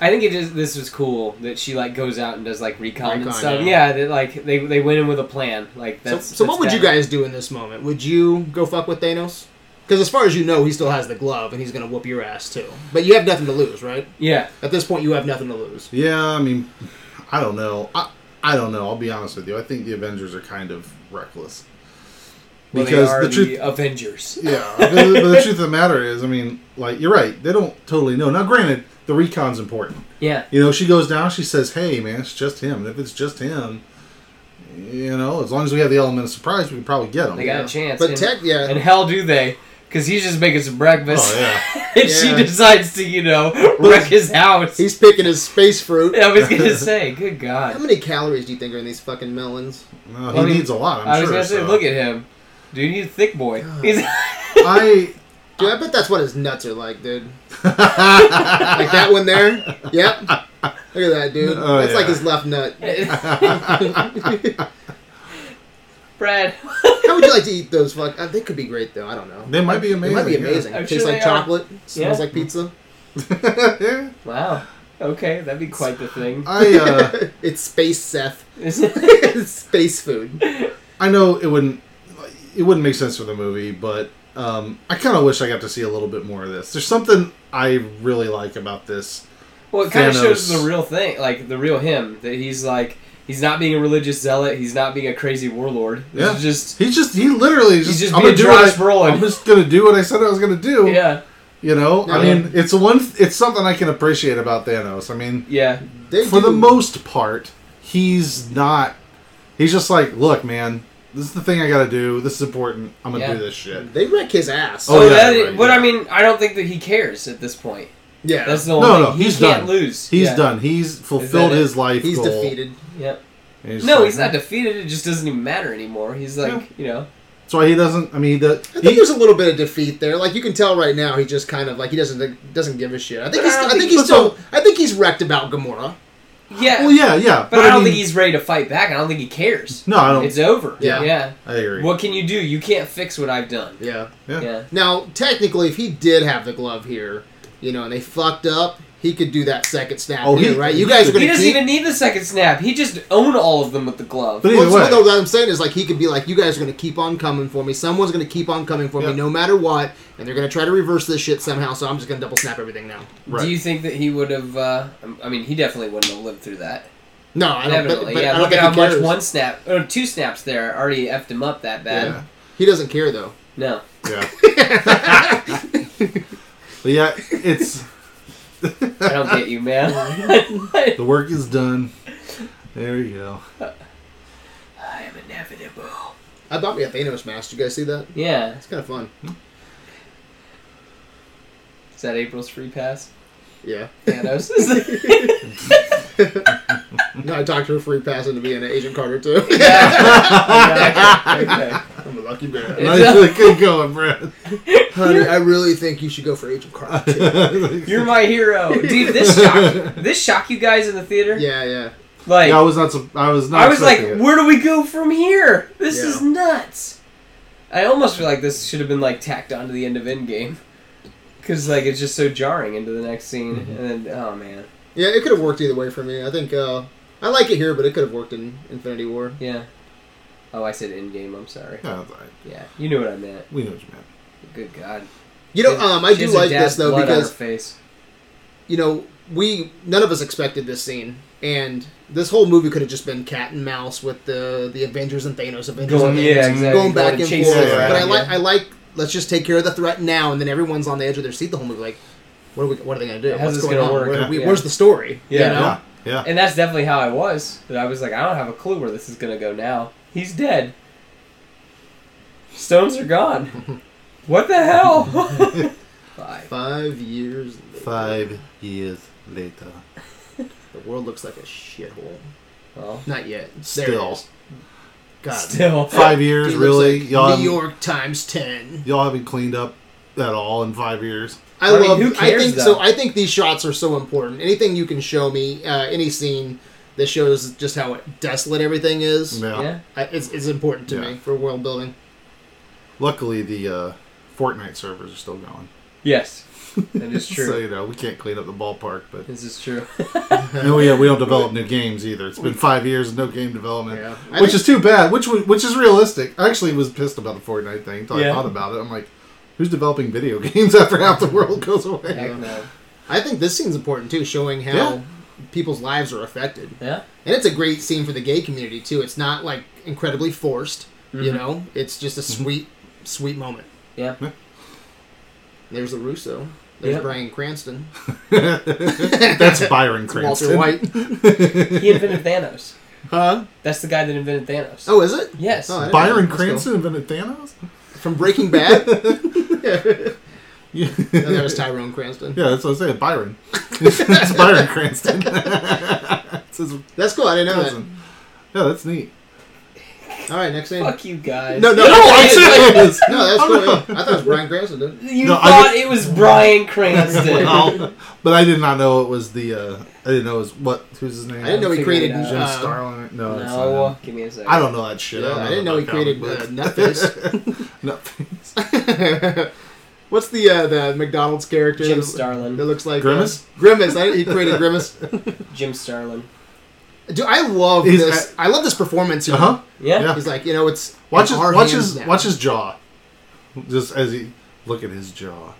Speaker 2: I think it is. This was cool that she like goes out and does like recon, and
Speaker 1: Recon,
Speaker 2: stuff. Yeah,
Speaker 1: yeah.
Speaker 2: that like they they went in with a plan. Like
Speaker 1: So,
Speaker 2: that's.
Speaker 1: so what
Speaker 2: that's
Speaker 1: would you
Speaker 2: that.
Speaker 1: guys do in this moment? Would you go fuck with Thanos? Because as far as you know, he still has the glove, and he's gonna whoop your ass too. But you have nothing to lose, right?
Speaker 2: Yeah.
Speaker 1: At this point, you have nothing to lose.
Speaker 3: Yeah, I mean, I don't know. I, I don't know. I'll be honest with you. I think the Avengers are kind of reckless.
Speaker 2: Well,
Speaker 3: Because
Speaker 2: they are
Speaker 3: the
Speaker 2: the,
Speaker 3: truth-
Speaker 2: Avengers.
Speaker 3: Yeah, but, the, but the truth of the matter is, I mean, like you're right. They don't totally know. Now, granted, the recon's important.
Speaker 2: Yeah.
Speaker 3: You know, she goes down. She says, "Hey, man, it's just him." And if it's just him, you know, as long as we have the element of surprise, we can probably get him.
Speaker 2: They got a chance.
Speaker 1: But
Speaker 2: and,
Speaker 1: tech, yeah,
Speaker 2: and hell do they? Because he's just making some breakfast,
Speaker 3: Oh yeah.
Speaker 2: and she
Speaker 1: Yeah.
Speaker 2: decides to you know wreck his house.
Speaker 1: he's picking his space fruit.
Speaker 2: I was gonna say, good
Speaker 1: How
Speaker 2: God.
Speaker 1: many calories do you think are in these fucking melons?
Speaker 3: No, he
Speaker 2: Well, I mean,
Speaker 3: needs a lot. I'm
Speaker 2: I was
Speaker 3: sure,
Speaker 2: gonna say,
Speaker 3: so.
Speaker 2: look at him, dude. He's a thick boy. He's
Speaker 3: I
Speaker 1: Dude, I bet that's what his nuts are like, dude. like that one there. Yep. Look at that, dude.
Speaker 3: Oh,
Speaker 1: that's like
Speaker 3: yeah.
Speaker 1: his left nut.
Speaker 2: Brad.
Speaker 1: How would you like to eat those? Fuck, uh, they could be great though. I don't know.
Speaker 3: they might be
Speaker 1: They
Speaker 3: amazing.
Speaker 1: might be amazing.
Speaker 2: I'm
Speaker 1: Tastes
Speaker 2: sure
Speaker 1: like
Speaker 2: they are.
Speaker 1: chocolate. Smells
Speaker 2: Yeah.
Speaker 1: like pizza.
Speaker 3: yeah.
Speaker 2: Wow. Okay, that'd be quite the thing.
Speaker 3: I uh,
Speaker 1: it's space, Seth.
Speaker 2: It's-
Speaker 1: it's space food.
Speaker 3: I know it wouldn't it wouldn't make sense for the movie, but um, I kind of wish I got to see a little bit more of this. There's something I really like about this.
Speaker 2: well, it kind of
Speaker 3: Thanos.
Speaker 2: shows the real thing, like the real him. That he's like, he's not being a religious zealot. He's not being a crazy warlord. This
Speaker 3: Yeah.
Speaker 2: is just,
Speaker 3: He's just he literally
Speaker 2: he's
Speaker 3: just,
Speaker 2: just
Speaker 3: I'm
Speaker 2: being
Speaker 3: gonna do what
Speaker 2: Josh
Speaker 3: I, am
Speaker 2: Brolin.
Speaker 3: just gonna do what I said I was gonna do.
Speaker 2: Yeah,
Speaker 3: You know, I
Speaker 1: Yeah.
Speaker 3: mean, it's one it's something I can appreciate about Thanos. I mean,
Speaker 2: yeah,
Speaker 1: They
Speaker 3: for
Speaker 1: do-
Speaker 3: the most part, he's not. He's just like, look, man, this is the thing I gotta do. This is important. I'm gonna
Speaker 2: Yeah.
Speaker 3: do this shit.
Speaker 1: They wreck his ass.
Speaker 3: Oh,
Speaker 2: So
Speaker 3: yeah,
Speaker 2: that
Speaker 3: right,
Speaker 2: but
Speaker 3: yeah.
Speaker 2: I mean, I don't think that he cares at this point.
Speaker 1: yeah.
Speaker 2: That's the
Speaker 3: No,
Speaker 2: only
Speaker 3: no,
Speaker 2: thing. He
Speaker 3: he's
Speaker 2: can't
Speaker 3: done.
Speaker 2: lose.
Speaker 3: He's
Speaker 2: Yeah.
Speaker 3: done. He's fulfilled
Speaker 2: it?
Speaker 3: his life.
Speaker 1: He's
Speaker 3: goal.
Speaker 1: defeated.
Speaker 2: Yeah.
Speaker 3: And he's
Speaker 2: No,
Speaker 3: like-
Speaker 2: he's not defeated. It just doesn't even matter anymore. He's like,
Speaker 3: Yeah.
Speaker 2: you know,
Speaker 3: That's why he doesn't. I mean, he, does,
Speaker 1: I think
Speaker 3: he
Speaker 1: there's a little bit of defeat there. Like you can tell right now, he just kind of like he doesn't doesn't give a shit. I think
Speaker 2: But I
Speaker 1: he's, I
Speaker 2: don't
Speaker 1: think,
Speaker 2: think
Speaker 1: he's
Speaker 3: he's
Speaker 1: still I think he's wrecked about Gamora.
Speaker 2: yeah.
Speaker 3: Well, yeah, yeah.
Speaker 2: but, I don't
Speaker 3: mean-
Speaker 2: think he's ready to fight back. I don't think he cares.
Speaker 3: No, I don't.
Speaker 2: It's over.
Speaker 1: Yeah.
Speaker 2: Yeah.
Speaker 3: I agree.
Speaker 2: What can you do? You can't fix what I've done.
Speaker 1: Yeah.
Speaker 3: Yeah.
Speaker 2: Yeah.
Speaker 1: Now technically, if he did have the glove here, you know, and they fucked up, he could do that second snap.
Speaker 3: Oh,
Speaker 1: here,
Speaker 3: he-
Speaker 1: right?
Speaker 3: he
Speaker 1: You guys are
Speaker 2: He
Speaker 1: going to
Speaker 2: doesn't
Speaker 1: keep.
Speaker 2: even need the second snap. He just own all of them with the glove.
Speaker 3: But either
Speaker 1: Well,
Speaker 3: way,
Speaker 1: that's what I'm saying is like he could be like, you guys are going to keep on coming for me. Someone's going to keep on coming for
Speaker 3: Yeah.
Speaker 1: me no matter what, and they're going to try to reverse this shit somehow. So I'm just going to double snap everything now.
Speaker 3: right?
Speaker 2: Do you think that he would have? Uh, I mean, he definitely wouldn't have lived through that.
Speaker 1: No, I don't. But,
Speaker 2: Definitely.
Speaker 1: but
Speaker 2: yeah.
Speaker 1: I don't
Speaker 2: Look at
Speaker 1: think
Speaker 2: how
Speaker 1: he
Speaker 2: much
Speaker 1: cares.
Speaker 2: one snap or two snaps there already effed him up that bad.
Speaker 3: Yeah.
Speaker 1: He doesn't care though.
Speaker 2: No.
Speaker 3: yeah. but yeah, it's
Speaker 2: I don't get you, man. I
Speaker 3: the work is done. There you go.
Speaker 2: am inevitable.
Speaker 1: I bought me a Thanos mask. Did you guys see that?
Speaker 2: Yeah.
Speaker 1: It's kind of fun.
Speaker 2: Is that April's free pass?
Speaker 1: Yeah.
Speaker 2: Thanos.
Speaker 1: No, I talked to her free passing to be an Agent Carter too.
Speaker 2: yeah. Okay.
Speaker 1: I'm a lucky man.
Speaker 2: It's
Speaker 3: Nice,
Speaker 2: a-
Speaker 3: like, good going, Brad.
Speaker 1: Honey, I really think you should go for Agent Carter. Too.
Speaker 2: You're my hero, dude. This shock, this shock you guys in the theater.
Speaker 1: Yeah, yeah.
Speaker 2: Like
Speaker 3: Yeah, I was not. sup- I was not.
Speaker 2: I was like,
Speaker 3: expecting it.
Speaker 2: where do we go from here? This
Speaker 1: Yeah.
Speaker 2: is nuts. I almost feel like this should have been like tacked onto the end of Endgame, because like it's just so jarring into the next scene.
Speaker 1: Mm-hmm.
Speaker 2: And then, oh man,
Speaker 1: Yeah, it could have worked either way for me. I think uh, I like it here, but it could have worked in Infinity War.
Speaker 2: yeah. Oh, I said Endgame. I'm sorry.
Speaker 3: Yeah, it's all right.
Speaker 2: Yeah, you knew what I meant.
Speaker 3: we know what you meant.
Speaker 2: Good God.
Speaker 1: You know, um, I
Speaker 2: She
Speaker 1: do
Speaker 2: has a
Speaker 1: like
Speaker 2: dad's
Speaker 1: this though
Speaker 2: blood on her
Speaker 1: because
Speaker 2: face.
Speaker 1: you know we none of us expected this scene, and this whole movie could have just been cat and mouse with the the Avengers and Thanos, Avengers,
Speaker 2: Going,
Speaker 1: and Thanos,
Speaker 2: yeah, exactly.
Speaker 1: going back
Speaker 2: and
Speaker 1: and
Speaker 2: chasing
Speaker 1: forth.
Speaker 3: it
Speaker 2: around,
Speaker 1: But I
Speaker 2: yeah.
Speaker 1: like I like let's just take care of the threat now, and then everyone's on the edge of their seat the whole movie. Like, what are we? What are they gonna do?
Speaker 2: How's
Speaker 1: What's
Speaker 2: this
Speaker 1: going
Speaker 2: gonna
Speaker 1: on?
Speaker 2: work?
Speaker 1: Where-
Speaker 2: Yeah.
Speaker 1: we- Where's the story? You
Speaker 2: Yeah.
Speaker 1: know?
Speaker 3: Yeah, yeah.
Speaker 2: And that's definitely how I was. That I was like, I don't have a clue where this is gonna go now. He's dead. Stones are gone. what the hell? Five.
Speaker 1: Five years. Later,
Speaker 3: Five years later,
Speaker 1: The world looks like a shithole.
Speaker 2: Well,
Speaker 1: Not yet. There it
Speaker 3: Still.
Speaker 1: is. God.
Speaker 2: still.
Speaker 3: five
Speaker 1: Dude
Speaker 3: years
Speaker 1: looks
Speaker 3: really.
Speaker 1: like
Speaker 3: y'all,
Speaker 1: New
Speaker 3: haven't,
Speaker 1: York times ten.
Speaker 3: y'all haven't cleaned up at all in five years.
Speaker 1: I,
Speaker 2: I mean,
Speaker 1: love.
Speaker 2: who
Speaker 1: I
Speaker 2: cares,
Speaker 1: think
Speaker 2: though?
Speaker 1: so. I think these shots are so important. Anything you can show me, uh, any scene that shows just how desolate everything is,
Speaker 3: Yeah.
Speaker 2: Yeah.
Speaker 1: I, it's, it's important to
Speaker 3: Yeah.
Speaker 1: me for world building.
Speaker 3: Luckily, the uh, Fortnite servers are still going.
Speaker 2: Yes. That is
Speaker 3: So
Speaker 2: true.
Speaker 3: you know we can't clean up the ballpark, but
Speaker 2: this is true.
Speaker 3: and we, we don't develop new games either. It's been five years of no game development,
Speaker 1: Yeah. I
Speaker 3: which
Speaker 1: think-
Speaker 3: is too bad. Which wa- which is realistic. I actually was pissed about the Fortnite thing until
Speaker 2: Yeah.
Speaker 3: I thought about it. I'm like, who's developing video games after half the world goes away?
Speaker 2: Heck no.
Speaker 1: I think this scene's important too, showing how
Speaker 3: Yeah.
Speaker 1: people's lives are affected.
Speaker 2: Yeah.
Speaker 1: And it's a great scene for the gay community too. It's not like incredibly forced, you know. It's just a sweet, sweet moment.
Speaker 2: Mm-hmm. Yeah.
Speaker 1: There's the Russo. There's
Speaker 2: Yep.
Speaker 1: Brian Cranston.
Speaker 3: That's Byron
Speaker 1: Walter
Speaker 3: Cranston.
Speaker 1: White. Mm-hmm.
Speaker 2: He invented Thanos.
Speaker 1: huh?
Speaker 2: That's the guy that invented Thanos.
Speaker 1: Oh, is it?
Speaker 2: Yes.
Speaker 1: Oh, I didn't
Speaker 3: Byron
Speaker 1: know. Let's go.
Speaker 3: Cranston invented Thanos.
Speaker 1: from Breaking Bad.
Speaker 3: Yeah,
Speaker 1: No, that was Tyrone Cranston.
Speaker 3: yeah, that's what I'm saying. Byron. it's Byron Cranston. It's his
Speaker 1: That's cool. I didn't know
Speaker 3: cousin. Yeah, that's neat.
Speaker 1: that. All right, next scene.
Speaker 2: Fuck you guys.
Speaker 1: No, no,
Speaker 3: No,
Speaker 1: no,
Speaker 3: I'm serious.
Speaker 1: that's
Speaker 3: I'm
Speaker 1: cool. yeah. I thought
Speaker 3: not-
Speaker 1: it was Brian Cranston. Dude.
Speaker 2: You
Speaker 3: No, I
Speaker 2: thought it was Brian Cranston.
Speaker 3: Well, but I did not know it was the. Uh, I didn't know it was what. Who's his name?
Speaker 1: I didn't know he
Speaker 2: figured
Speaker 1: created.
Speaker 2: it out.
Speaker 3: Jim
Speaker 1: uh,
Speaker 3: Starlin. No, that's not
Speaker 2: No.
Speaker 3: him.
Speaker 2: Give me a second.
Speaker 3: I don't know that shit.
Speaker 1: Yeah,
Speaker 3: don't
Speaker 1: I didn't know he
Speaker 3: about comic
Speaker 1: created uh,
Speaker 3: books.
Speaker 1: Nutface.
Speaker 3: Nutface.
Speaker 1: Uh, What's the uh, the McDonald's character?
Speaker 2: Jim
Speaker 1: that-
Speaker 2: Starlin.
Speaker 1: That looks like uh,
Speaker 3: Grimace?
Speaker 1: Grimace. I, he created Grimace.
Speaker 2: Jim Starlin.
Speaker 1: Dude, I love
Speaker 3: He's-
Speaker 1: this. I love this performmance. you know.
Speaker 3: Uh-huh.
Speaker 2: Yeah. Uh,
Speaker 3: Yeah.
Speaker 1: He's like, you know, it's
Speaker 3: Watch
Speaker 1: it's
Speaker 3: his
Speaker 1: our
Speaker 3: watch
Speaker 1: hands
Speaker 3: his
Speaker 1: now.
Speaker 3: watch his jaw. Just as he look at his jaw.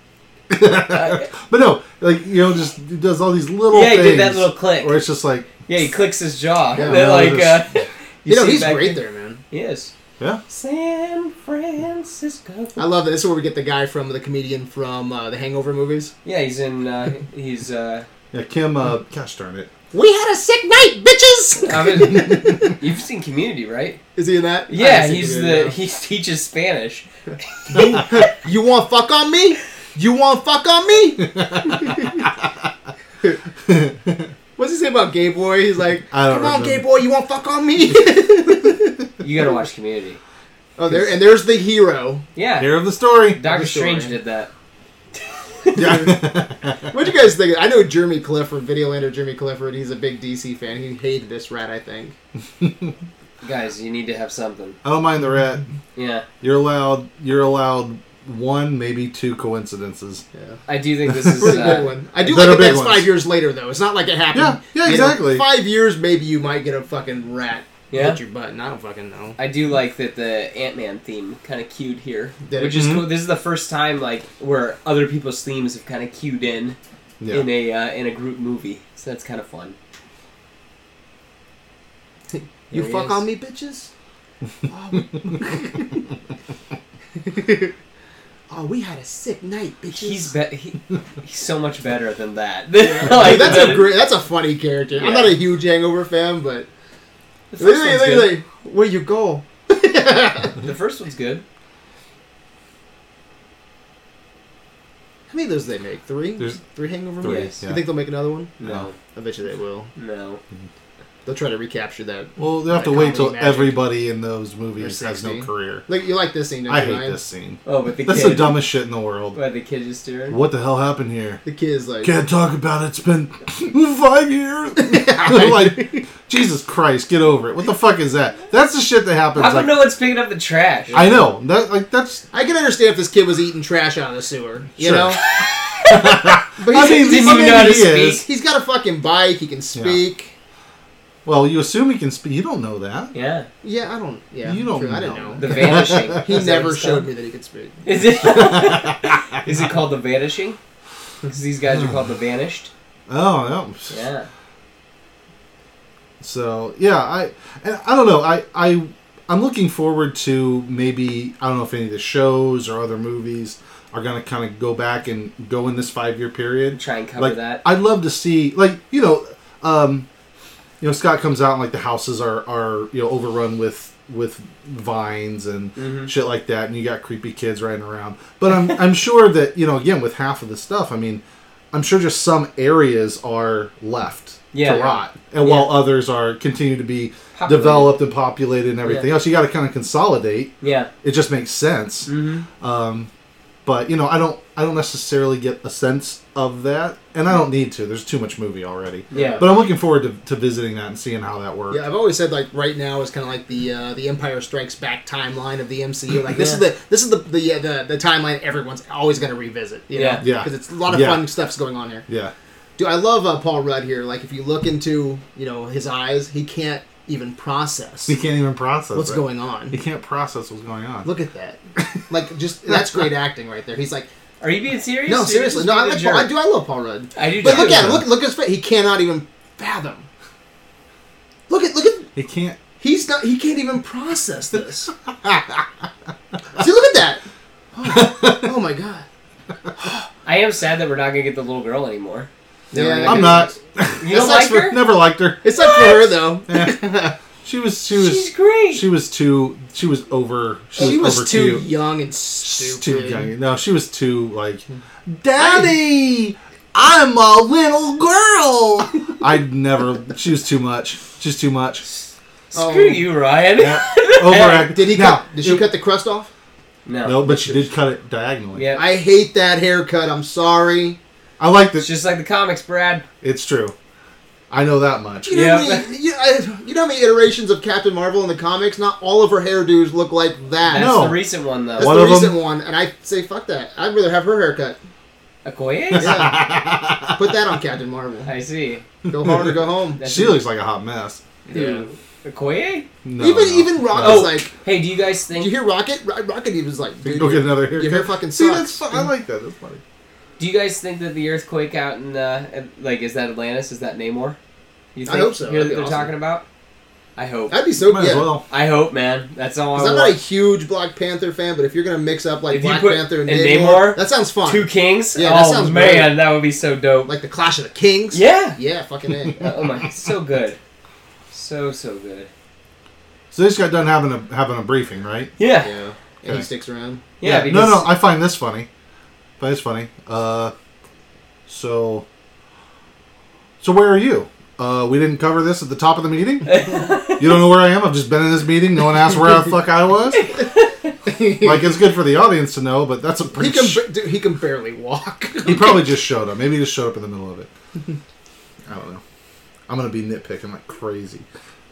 Speaker 2: Uh,
Speaker 3: But no, like you know, just he does all these little
Speaker 2: Yeah, he
Speaker 3: things.
Speaker 2: did that little click.
Speaker 3: Where it's just like,
Speaker 2: yeah, he clicks his jaw.
Speaker 1: Yeah,
Speaker 2: They're
Speaker 3: no,
Speaker 2: like,
Speaker 3: just-
Speaker 2: uh,
Speaker 1: You know,
Speaker 2: see
Speaker 1: he's
Speaker 2: back
Speaker 1: great there, man.
Speaker 2: He is.
Speaker 3: yeah,
Speaker 2: San Francisco.
Speaker 1: I love it. This is where we get the guy from the comedian from uh, the Hangover movies.
Speaker 2: Yeah, he's in. Uh, he's uh,
Speaker 1: Mm-hmm.
Speaker 3: yeah. Kim, uh, gosh darn it,
Speaker 1: We had a sick night, bitches.
Speaker 2: I mean, you've seen Community, right?
Speaker 1: Is he in that? I
Speaker 2: Yeah,
Speaker 1: haven't seen
Speaker 2: he's
Speaker 1: Community,
Speaker 2: the
Speaker 1: no.
Speaker 2: he teaches Spanish.
Speaker 1: You want fuck on me? You want fuck on me? What's he say about gay boy? He's like,
Speaker 3: I don't
Speaker 1: come on,
Speaker 3: remember.
Speaker 1: gay boy, you want fuck on me?
Speaker 2: You gotta watch Community.
Speaker 1: oh, there and there's the hero.
Speaker 2: Yeah,
Speaker 3: Here of the story.
Speaker 2: Doctor
Speaker 1: the story.
Speaker 2: Strange did that.
Speaker 3: Yeah.
Speaker 1: What do you guys think? I know Jeremy Clifford, Videolander Jeremy Clifford. He's a big DC fan. He hated this rat, I think.
Speaker 2: Guys, you need to have something.
Speaker 3: I don't mind the rat.
Speaker 2: Yeah,
Speaker 3: You're allowed. You're allowed one, maybe two coincidences.
Speaker 1: Yeah,
Speaker 2: I do think this is.
Speaker 1: pretty good
Speaker 2: Uh,
Speaker 1: one. I do
Speaker 3: They're
Speaker 1: like that.
Speaker 3: the big
Speaker 1: That's
Speaker 3: ones.
Speaker 1: five years later, though. It's not like it happened.
Speaker 3: Yeah, yeah,
Speaker 1: you know,
Speaker 3: exactly.
Speaker 1: five years, maybe you might get a fucking rat
Speaker 2: yeah,
Speaker 1: hit your button. I don't fucking know.
Speaker 2: I do like that the Ant Man theme kind of cued here,
Speaker 1: Did it? Mm-hmm.
Speaker 2: which is
Speaker 3: Mhm.
Speaker 2: cool. This is the first time like where other people's themes have kind of cued in
Speaker 3: Yeah.
Speaker 2: in a uh, in a group movie, so that's kind of fun.
Speaker 1: You
Speaker 2: There he
Speaker 1: fuck
Speaker 2: is.
Speaker 1: on me, bitches. oh, we had a sick night, bitches.
Speaker 2: He's be- he, he's so much better than that.
Speaker 1: Dude,
Speaker 2: Like,
Speaker 1: that's
Speaker 2: that-
Speaker 1: a great. That's a funny character. I'm not a huge Hangover fan, but
Speaker 2: The
Speaker 1: look,
Speaker 2: first,
Speaker 1: look,
Speaker 2: one's good.
Speaker 1: look, look, where you go?
Speaker 2: the first one's good.
Speaker 1: How many of those did they make? Three.
Speaker 3: There's-
Speaker 1: three Hangover
Speaker 3: three,
Speaker 1: movies.
Speaker 3: yeah.
Speaker 1: You think they'll make another one?
Speaker 2: No,
Speaker 1: I bet you they will.
Speaker 2: no.
Speaker 1: They'll try to recapture that.
Speaker 3: Well, they have to
Speaker 1: Like
Speaker 3: wait till
Speaker 1: comedy magic.
Speaker 3: everybody in those movies
Speaker 1: Or
Speaker 3: has no
Speaker 1: 60.
Speaker 3: career.
Speaker 1: Like you like this scene? Don't
Speaker 3: I
Speaker 1: you,
Speaker 3: hate
Speaker 1: Ryan?
Speaker 3: this scene.
Speaker 2: Oh, but the
Speaker 3: That's
Speaker 2: kid.
Speaker 3: the dumbest shit in the world.
Speaker 2: What the kid is doing.
Speaker 3: What the hell happened here?
Speaker 1: The kid's like,
Speaker 3: Can't talk about it. It's been five years. They're like, Jesus Christ, get over it. What the fuck is that? That's the shit that happens.
Speaker 2: How come
Speaker 3: Like,
Speaker 2: no one's picking up the trash?
Speaker 3: I know that. Like that's.
Speaker 1: I can understand if this kid was eating trash out of the sewer. You
Speaker 3: Sure.
Speaker 1: know. but
Speaker 3: I mean,
Speaker 1: he's,
Speaker 2: didn't
Speaker 3: I
Speaker 2: even
Speaker 3: mean,
Speaker 2: know how to
Speaker 3: he is.
Speaker 1: he's got a fucking bike. He can speak.
Speaker 3: Well, you assume he can speak. You don't know that.
Speaker 2: Yeah,
Speaker 1: Yeah, I don't. Yeah,
Speaker 3: You don't
Speaker 1: true, I didn't
Speaker 3: know.
Speaker 1: know.
Speaker 2: the vanishing.
Speaker 1: He
Speaker 2: Is that
Speaker 1: never
Speaker 2: what it's
Speaker 1: showed
Speaker 2: called?
Speaker 1: me that he could speak.
Speaker 2: Is it? is it called the vanishing? Because these guys are called the vanished.
Speaker 3: Oh, no.
Speaker 2: Yeah.
Speaker 3: So yeah, I and I don't know. I I I'm looking forward to maybe I don't know if any of the shows or other movies are gonna kind of go back and go in this five year period.
Speaker 2: Try and cover
Speaker 3: Like uh,
Speaker 2: that.
Speaker 3: I'd love to see like you know, um, you know Scott comes out and like the houses are are you know overrun with with vines and
Speaker 2: Mhm.
Speaker 3: shit like that, and you got creepy kids riding around. But I'm I'm sure that you know again with half of the stuff, I mean. I'm sure just some areas are left
Speaker 2: Yeah.
Speaker 3: to rot, and while others are continue to be
Speaker 2: Populated.
Speaker 3: developed and populated and everything
Speaker 2: Yeah.
Speaker 3: else. You got to kind of consolidate.
Speaker 2: Yeah.
Speaker 3: It just makes sense.
Speaker 2: Mm-hmm.
Speaker 3: Um, but you know, I don't, I don't necessarily get a sense of that, and I don't need to. There's too much movie already.
Speaker 2: Yeah.
Speaker 3: But I'm looking forward to, to visiting that and seeing how that works.
Speaker 1: Yeah, I've always said like right now is kind of like the uh, the Empire Strikes Back timeline of the MCU. Like this is
Speaker 2: Yeah.
Speaker 1: the this is the the yeah, the, the timeline everyone's always going to revisit. You
Speaker 2: Yeah.
Speaker 1: know?
Speaker 3: Yeah.
Speaker 1: because it's a lot of
Speaker 3: Yeah.
Speaker 1: fun stuff's going on here.
Speaker 3: Yeah.
Speaker 1: Dude, I love uh, Paul Rudd here. Like if you look into you know his eyes, he can't even process
Speaker 3: He can't even process
Speaker 1: what's
Speaker 3: it.
Speaker 1: going
Speaker 3: He
Speaker 1: on.
Speaker 3: can't process what's going on.
Speaker 1: Look at that. Like just that's great acting right there. He's like,
Speaker 2: Are you being serious?
Speaker 1: no,
Speaker 2: You're
Speaker 1: seriously,
Speaker 2: just
Speaker 1: no, I like
Speaker 2: being a
Speaker 1: Paul, I
Speaker 2: jerk.
Speaker 1: do. I love Paul Rudd.
Speaker 2: I do.
Speaker 1: But
Speaker 2: too.
Speaker 1: look at him.
Speaker 3: Yeah.
Speaker 1: Look, look at his face. He cannot even fathom. Look at look at.
Speaker 3: he can't.
Speaker 1: He's not. He can't even process this. See, look at that. Oh, oh my god.
Speaker 2: I am sad that we're not gonna get the little girl anymore.
Speaker 1: Yeah,
Speaker 2: Never
Speaker 1: I
Speaker 2: gonna
Speaker 3: I'm
Speaker 1: can-
Speaker 3: not.
Speaker 2: You don't like
Speaker 1: sucks for-
Speaker 2: her?
Speaker 3: Never liked her.
Speaker 1: It's not for her though.
Speaker 3: She was. She was.
Speaker 2: She's great.
Speaker 3: She was too. She was over. She,
Speaker 1: She was
Speaker 3: was, over
Speaker 1: too
Speaker 3: cute.
Speaker 1: young and
Speaker 3: She's
Speaker 1: stupid. Hmm.
Speaker 3: too young. No, she was too like, Daddy, I'm a little girl. I'd never. She was too much. She's too much.
Speaker 2: Screw
Speaker 1: Oh.
Speaker 2: you, Ryan.
Speaker 3: Yeah. Overact.
Speaker 1: Did he
Speaker 3: Now,
Speaker 1: cut? Did she cut the crust off?
Speaker 2: No.
Speaker 3: No, but she did cut it diagonally.
Speaker 2: Yeah.
Speaker 1: I hate that haircut. I'm sorry.
Speaker 3: I like
Speaker 2: It's
Speaker 3: that.
Speaker 2: just like the comics, Brad.
Speaker 3: It's true. I know that much.
Speaker 1: You know, how
Speaker 2: Yeah.
Speaker 1: many, you, I, you know how many iterations of Captain Marvel in the comics? Not all of her hairdos look like that.
Speaker 2: That's
Speaker 3: No.
Speaker 2: the recent one though.
Speaker 1: That's
Speaker 3: One
Speaker 1: the
Speaker 3: of 'em-
Speaker 1: recent one, and I say fuck that. I'd rather have her haircut.
Speaker 2: Okoye?
Speaker 1: Yeah. Put that on Captain Marvel.
Speaker 2: I see.
Speaker 1: Go hard or go home.
Speaker 2: That's
Speaker 3: She looks like a hot mess.
Speaker 2: Yeah. Okoye?
Speaker 3: No,
Speaker 1: even
Speaker 3: no,
Speaker 1: even
Speaker 3: no.
Speaker 1: Rocket's
Speaker 2: Oh.
Speaker 1: like,
Speaker 2: Hey, do you guys
Speaker 1: did
Speaker 2: think
Speaker 1: you hear Rocket? Ro- Rocket even was like, dude,
Speaker 3: Go get
Speaker 1: your,
Speaker 3: another haircut.
Speaker 1: your hair fucking
Speaker 3: See,
Speaker 1: sucks.
Speaker 3: that's fun. I like that. That's funny.
Speaker 2: Do you guys think that the earthquake out in uh, at- like is that Atlantis? Is that Namor? You
Speaker 1: I hope so.
Speaker 2: You're,
Speaker 1: That'd be
Speaker 2: they're
Speaker 1: awesome.
Speaker 2: talking about. I hope.
Speaker 1: That'd be so
Speaker 3: Might
Speaker 1: good.
Speaker 3: as well.
Speaker 2: I hope, man. That's all I
Speaker 1: I'm not a
Speaker 2: want.
Speaker 1: huge Black Panther fan, but if you're gonna mix up like
Speaker 2: If you
Speaker 1: Black
Speaker 2: put-
Speaker 1: Panther and,
Speaker 2: and
Speaker 1: Namor,
Speaker 2: Namor,
Speaker 1: that sounds fun.
Speaker 2: Two kings.
Speaker 1: Yeah,
Speaker 2: oh
Speaker 1: that sounds
Speaker 2: man,
Speaker 1: great.
Speaker 2: that would be so dope.
Speaker 1: like the Clash of the Kings.
Speaker 2: yeah.
Speaker 1: yeah, fucking a.
Speaker 2: Oh my, so good, so so good.
Speaker 3: So they just got done having a having a briefing, right?
Speaker 2: Yeah, yeah.
Speaker 1: yeah, and he sticks around.
Speaker 2: because
Speaker 3: no, no, I find this funny. But it's funny. Uh, so, so where are you? Uh, we didn't cover this at the top of the meeting. you don't know where I am. I've just been in this meeting. No one asked where the fuck I was. Like it's good for the audience to know, but that's a
Speaker 1: He
Speaker 3: pretty.
Speaker 1: can,
Speaker 3: sh-
Speaker 1: ba- dude, he can barely walk.
Speaker 3: he probably just showed up. Maybe he just showed up in the middle of it. I don't know. I'm gonna be nitpicking like crazy.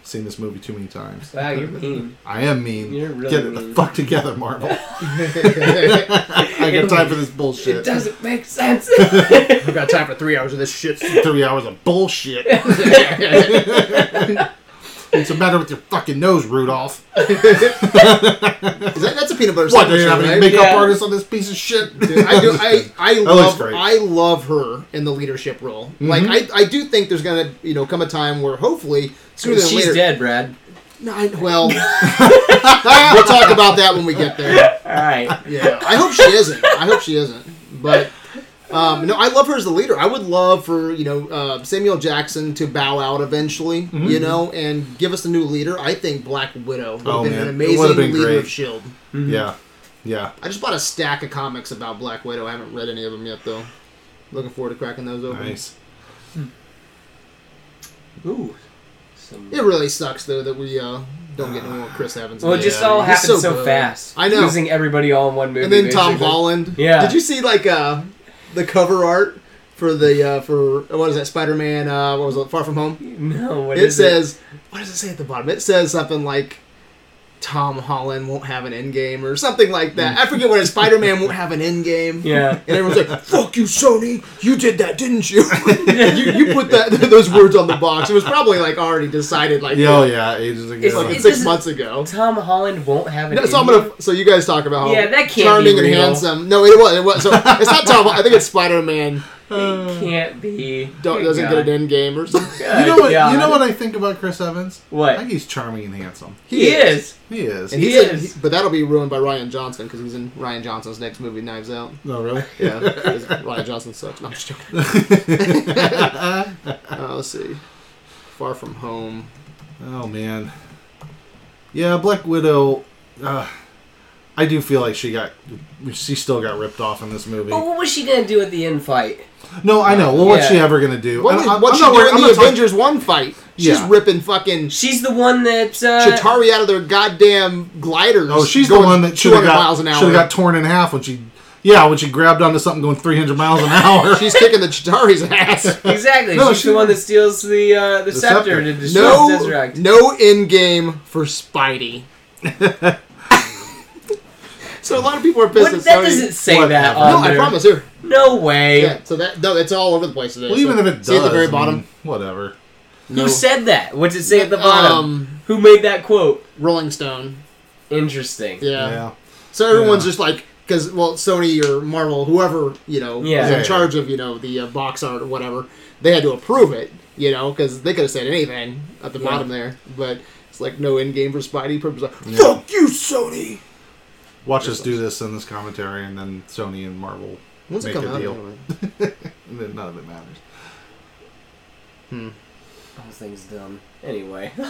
Speaker 3: Seen this movie too many times.
Speaker 2: wow, you're mean.
Speaker 3: I am mean.
Speaker 2: You're really
Speaker 3: Get it the
Speaker 2: mean.
Speaker 3: fuck together, Marvel. I got time for this bullshit.
Speaker 2: It doesn't make sense.
Speaker 1: I've got time for three hours of this shit.
Speaker 3: three hours of bullshit. What's the matter with your fucking nose, Rudolph?
Speaker 1: Is that, that's a peanut butter
Speaker 3: What, they
Speaker 1: sandwich,
Speaker 3: didn't have any
Speaker 1: right?
Speaker 3: makeup
Speaker 2: Yeah.
Speaker 3: artists on this piece of shit?
Speaker 1: Dude, I do. I, I
Speaker 3: looks
Speaker 1: love.
Speaker 3: great.
Speaker 1: I
Speaker 3: Mm-hmm.
Speaker 1: love her in the leadership role. Like I, I do think there's gonna you know come a time where hopefully sooner than
Speaker 2: She's
Speaker 1: later.
Speaker 2: dead, Brad.
Speaker 1: No, I, well, we'll talk about that when we get there.
Speaker 2: All right.
Speaker 1: Yeah, I hope she isn't. I hope she isn't. But um, no, I love her as the leader. I would love for you know uh, Samuel Jackson to bow out eventually,
Speaker 3: Mm-hmm.
Speaker 1: you know, and give us a new leader. I think Black Widow would have
Speaker 3: Oh,
Speaker 1: been
Speaker 3: man.
Speaker 1: an
Speaker 3: It
Speaker 1: amazing
Speaker 3: would've been
Speaker 1: leader
Speaker 3: great.
Speaker 1: of Shield.
Speaker 3: yeah. Yeah.
Speaker 1: I just bought a stack of comics about Black Widow. I haven't read any of them yet, though. Looking forward to cracking those open.
Speaker 3: Nice.
Speaker 2: Ooh. Some...
Speaker 1: It really sucks though that we uh, don't get no more Chris Evans.
Speaker 2: Well,
Speaker 1: in
Speaker 2: it just
Speaker 1: there.
Speaker 2: all
Speaker 1: He's
Speaker 2: happened so,
Speaker 1: good.
Speaker 2: fast.
Speaker 1: I know.
Speaker 2: Using everybody all in one movie.
Speaker 1: And then Tom
Speaker 2: basically.
Speaker 1: Holland.
Speaker 2: Yeah.
Speaker 1: Did you see like uh, the cover art for the uh, for what is that Spider Man? Uh, what was it? Far From Home.
Speaker 2: No, what
Speaker 1: it
Speaker 2: is it?
Speaker 1: says what does it say at the bottom? It says something like. Tom Holland won't have an end game or something like that. I forget what it Spider Man won't have an end game.
Speaker 2: Hmm. Yeah.
Speaker 1: And everyone's like, "Fuck you, Sony! You did that, didn't you? you, you put that those words on the box. It was probably like already decided, like
Speaker 3: Yeah, oh, yeah, ages ago.
Speaker 2: It's-
Speaker 1: fucking
Speaker 2: it
Speaker 1: six
Speaker 2: doesn't-
Speaker 1: months ago."
Speaker 2: Tom Holland won't have an.
Speaker 1: No, so I'm
Speaker 2: Indian-
Speaker 1: gonna. So you guys talk about how
Speaker 2: Yeah, that can't be
Speaker 1: charming and
Speaker 2: real.
Speaker 1: handsome. No, it was. It was. So it's not Tom. I think it's Spider Man.
Speaker 3: Uh,
Speaker 2: It can't be.
Speaker 1: Don't
Speaker 2: Good
Speaker 1: doesn't
Speaker 2: God.
Speaker 1: get an end game or something.
Speaker 2: Good
Speaker 3: you, know what,
Speaker 2: God.
Speaker 3: you know what I think about Chris Evans? I
Speaker 2: What?
Speaker 3: think he's charming and handsome.
Speaker 2: He is.
Speaker 3: He is.
Speaker 1: And
Speaker 2: He
Speaker 1: he's in-
Speaker 2: is.
Speaker 1: but that'll be ruined by Ryan Johnson because he's in Ryan Johnson's next movie, Knives Out.
Speaker 3: no, really?
Speaker 1: Yeah, 'cause Ryan Johnson sucks. No, I'm just joking. Uh, let's see. Far from home.
Speaker 3: Oh, man. Yeah, Black Widow. Uh, I do feel like she got. She still got ripped off in this movie.
Speaker 2: But what was she gonna do at the end fight?
Speaker 3: No, I know. Well, what's
Speaker 2: Oh. Yeah.
Speaker 3: she ever gonna do?
Speaker 1: What
Speaker 3: I- I-
Speaker 1: did, what's
Speaker 3: I'm
Speaker 1: she
Speaker 3: not worried-
Speaker 1: doing
Speaker 3: I'm
Speaker 1: in the
Speaker 3: not talking-
Speaker 1: Avengers one fight? She's
Speaker 3: Yeah.
Speaker 1: ripping fucking
Speaker 2: She's the one that. Uh,
Speaker 1: Chitari out of their goddamn gliders.
Speaker 3: Oh, she's the
Speaker 1: going
Speaker 3: one that should have
Speaker 1: 200
Speaker 3: got
Speaker 1: miles an hour.
Speaker 3: should have got torn in half when she, yeah, when she grabbed onto something going 300 miles an hour.
Speaker 1: she's kicking the Chitari's ass.
Speaker 2: Exactly.
Speaker 3: No,
Speaker 2: she's
Speaker 3: she-
Speaker 2: the one that steals the uh, the, scepter,
Speaker 3: scepter.
Speaker 2: to destroy the
Speaker 1: No,
Speaker 2: Tesseract.
Speaker 1: no end game for Spidey. so a lot of people are pissed
Speaker 2: What,
Speaker 1: at
Speaker 2: that
Speaker 1: Sony.
Speaker 2: doesn't say
Speaker 3: What
Speaker 2: that.
Speaker 3: happened?
Speaker 2: On
Speaker 1: no, I
Speaker 2: there.
Speaker 1: promise you.
Speaker 2: No way.
Speaker 1: Yeah, so that no, it's all over the place today.
Speaker 3: well,
Speaker 1: so
Speaker 3: even if it does,
Speaker 1: see at the
Speaker 3: I
Speaker 1: very
Speaker 3: mean,
Speaker 1: bottom.
Speaker 3: whatever.
Speaker 2: Who
Speaker 1: no.
Speaker 2: said that? What's it say at the bottom?
Speaker 1: Um,
Speaker 2: Who made that quote?
Speaker 1: Rolling Stone.
Speaker 2: Interesting.
Speaker 1: Yeah.
Speaker 3: Yeah,
Speaker 1: So everyone's
Speaker 3: Yeah.
Speaker 1: just like, because well, Sony or Marvel, whoever you know,
Speaker 2: Yeah.
Speaker 1: is
Speaker 3: Yeah,
Speaker 1: in
Speaker 3: yeah.
Speaker 1: charge of you know the uh, box art or whatever, they had to approve it, you know, because they could have said anything at the
Speaker 2: Yeah.
Speaker 1: bottom there, but it's like no end game for Spidey. Purpose like, fuck you, Sony.
Speaker 3: watch us do this in this commentary, and then Sony and Marvel
Speaker 1: When's
Speaker 3: make
Speaker 1: it come
Speaker 3: a
Speaker 1: out?
Speaker 3: deal,
Speaker 1: anyway?
Speaker 3: and then none of it matters.
Speaker 2: The whole thing's dumb. Anyway.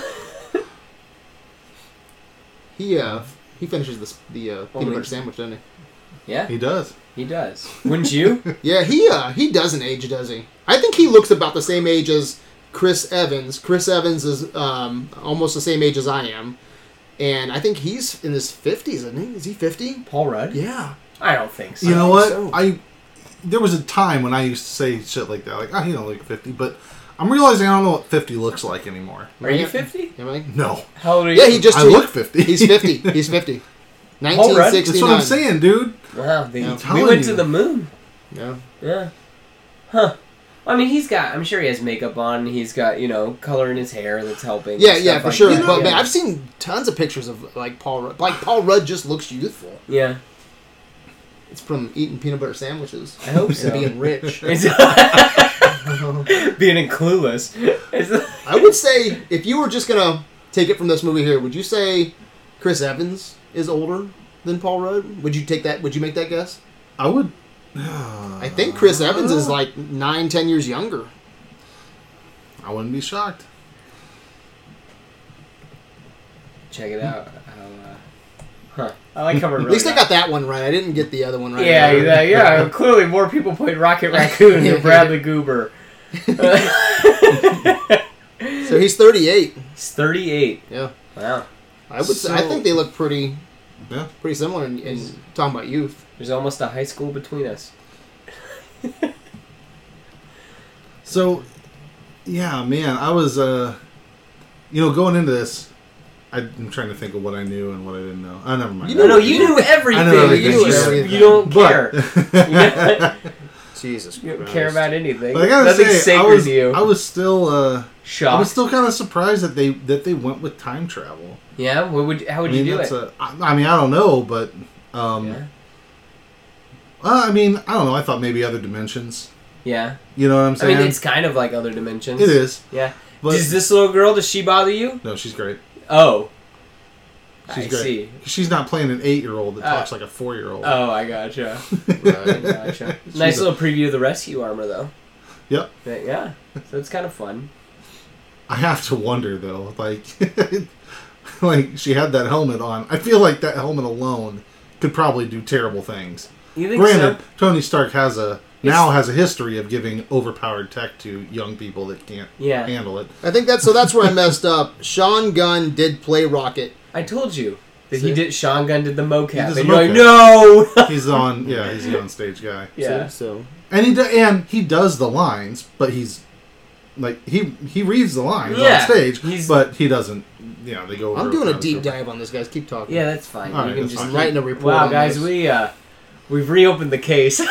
Speaker 1: He uh, he finishes this the uh, peanut
Speaker 2: Only-
Speaker 1: butter sandwich, doesn't
Speaker 2: Yeah,
Speaker 3: He does.
Speaker 2: he does. Wouldn't you?
Speaker 1: he? Yeah, he uh, he doesn't age, does he? I think he looks about the same age as Chris Evans. Chris Evans is um, almost the same age as I am. And I think he's in his fifties, isn't he? Is he fifty?
Speaker 2: Paul Rudd?
Speaker 1: Yeah.
Speaker 2: I don't think so.
Speaker 3: You know what?
Speaker 1: so.
Speaker 3: I there was a time when I used to say shit like that, like oh, he don't look 50, but I'm realizing I don't know what 50 looks like anymore.
Speaker 2: Are you 50?
Speaker 1: Am I?
Speaker 3: No,
Speaker 2: How old are you?
Speaker 1: Yeah, he just
Speaker 3: I look 50.
Speaker 1: He's fifty. He's fifty. Nineteen
Speaker 2: All right.
Speaker 1: sixty-nine.
Speaker 3: That's what I'm saying, dude.
Speaker 2: Wow, they,
Speaker 1: I'm
Speaker 2: we
Speaker 3: telling
Speaker 2: went
Speaker 3: you.
Speaker 2: to the moon.
Speaker 1: Yeah.
Speaker 2: Yeah. Huh. I mean, he's got. I'm sure he has makeup on. He's got, you know, color in his hair that's helping.
Speaker 1: Yeah,
Speaker 2: and
Speaker 1: yeah,
Speaker 2: stuff
Speaker 1: for sure.
Speaker 2: like that.
Speaker 1: but
Speaker 2: yeah.
Speaker 1: man, I've seen tons of pictures of like Paul Rudd. Like Paul Rudd just looks youthful.
Speaker 2: Yeah.
Speaker 1: It's from eating peanut butter sandwiches.
Speaker 2: I hope so.
Speaker 1: And being rich.
Speaker 2: It's- being in clueless. It's-
Speaker 1: I would say if you were just gonna take it from this movie here. Would you say Chris Evans is older than Paul Rudd? Would you take that? Would you make that guess?
Speaker 3: I would.
Speaker 1: I think Chris Evans is like nine, ten years younger.
Speaker 3: I wouldn't be shocked.
Speaker 2: Check it out. I'll, uh, huh. I like how we're
Speaker 1: At least I got that one right. I didn't get the other one right.
Speaker 2: Yeah,
Speaker 1: either.
Speaker 2: yeah, yeah. Clearly, more people played Rocket Raccoon than Bradley Goober.
Speaker 1: So he's 38.
Speaker 2: He's 38.
Speaker 1: Yeah.
Speaker 2: Wow.
Speaker 1: I would. say, I
Speaker 3: So-
Speaker 1: think they look pretty,
Speaker 3: Yeah.
Speaker 1: pretty similar. In, in talking about youth,
Speaker 2: There's almost a high school between us.
Speaker 3: So, yeah, man, I was, uh, you know, going into this, I, I'm trying to think of what I knew and what I didn't know. Oh, never mind.
Speaker 1: You know
Speaker 2: no,
Speaker 1: what
Speaker 2: you
Speaker 1: you-
Speaker 2: knew everything.
Speaker 3: everything.
Speaker 2: You,
Speaker 1: I
Speaker 2: just-
Speaker 1: know everything.
Speaker 2: you don't care.
Speaker 3: But-
Speaker 1: Jesus,
Speaker 2: you don't care about anything.
Speaker 3: But I gotta
Speaker 2: Nothing
Speaker 3: say, I
Speaker 2: sacred
Speaker 3: was,
Speaker 2: to you.
Speaker 3: I was still, uh, I
Speaker 2: Shocked.
Speaker 3: was still kind of surprised that they that they went with time travel.
Speaker 2: yeah. What would? How would
Speaker 3: I mean,
Speaker 2: you do it?
Speaker 3: that's a- I- I mean, I don't know, but, um,
Speaker 2: yeah.
Speaker 3: well, I mean, I don't know. I thought maybe other dimensions.
Speaker 2: Yeah.
Speaker 3: You know what I'm
Speaker 2: I
Speaker 3: saying?
Speaker 2: mean, it's kind of like other dimensions.
Speaker 3: It is,
Speaker 2: Yeah.
Speaker 3: but
Speaker 2: does this little girl? Does she bother you?
Speaker 3: no, she's great.
Speaker 2: Oh.
Speaker 3: She's
Speaker 2: I
Speaker 3: great.
Speaker 2: see.
Speaker 3: She's not playing an eight-year-old that
Speaker 2: Uh,
Speaker 3: talks like a four-year-old.
Speaker 2: Oh, I gotcha. I gotcha. nice
Speaker 3: She's a-
Speaker 2: little preview of the rescue armor, though.
Speaker 3: Yep.
Speaker 2: But, yeah. So it's kind of fun.
Speaker 3: I have to wonder though, like, like she had that helmet on. I feel like that helmet alone could probably do terrible things.
Speaker 2: You think
Speaker 3: Granted,
Speaker 2: so?
Speaker 3: Tony Stark has a now has a history of giving overpowered tech to young people that can't
Speaker 2: Yeah.
Speaker 3: handle it.
Speaker 1: I think that's so. That's where I messed up. Sean Gunn did play Rocket.
Speaker 2: I told you that
Speaker 1: See?
Speaker 2: he did. Sean Gunn did the mocap,
Speaker 3: does the
Speaker 2: and you're like,
Speaker 3: mocap.
Speaker 2: no.
Speaker 3: He's on, yeah, he's the on stage guy,
Speaker 2: yeah.
Speaker 1: So,
Speaker 3: and he do, and he does the lines, but he's like he he reads the lines
Speaker 2: Yeah,
Speaker 3: on stage,
Speaker 2: he's-
Speaker 3: but he doesn't. You know, they go.
Speaker 1: I'm
Speaker 3: over-
Speaker 1: doing a
Speaker 3: over-
Speaker 1: deep dive on this, guys. Keep talking.
Speaker 2: Yeah, that's fine.
Speaker 3: All
Speaker 2: you
Speaker 3: right,
Speaker 2: can
Speaker 3: that's
Speaker 2: just
Speaker 3: fine.
Speaker 1: I'm writing a report.
Speaker 2: Wow,
Speaker 1: on
Speaker 2: guys,
Speaker 1: this.
Speaker 2: we uh, we've reopened the case.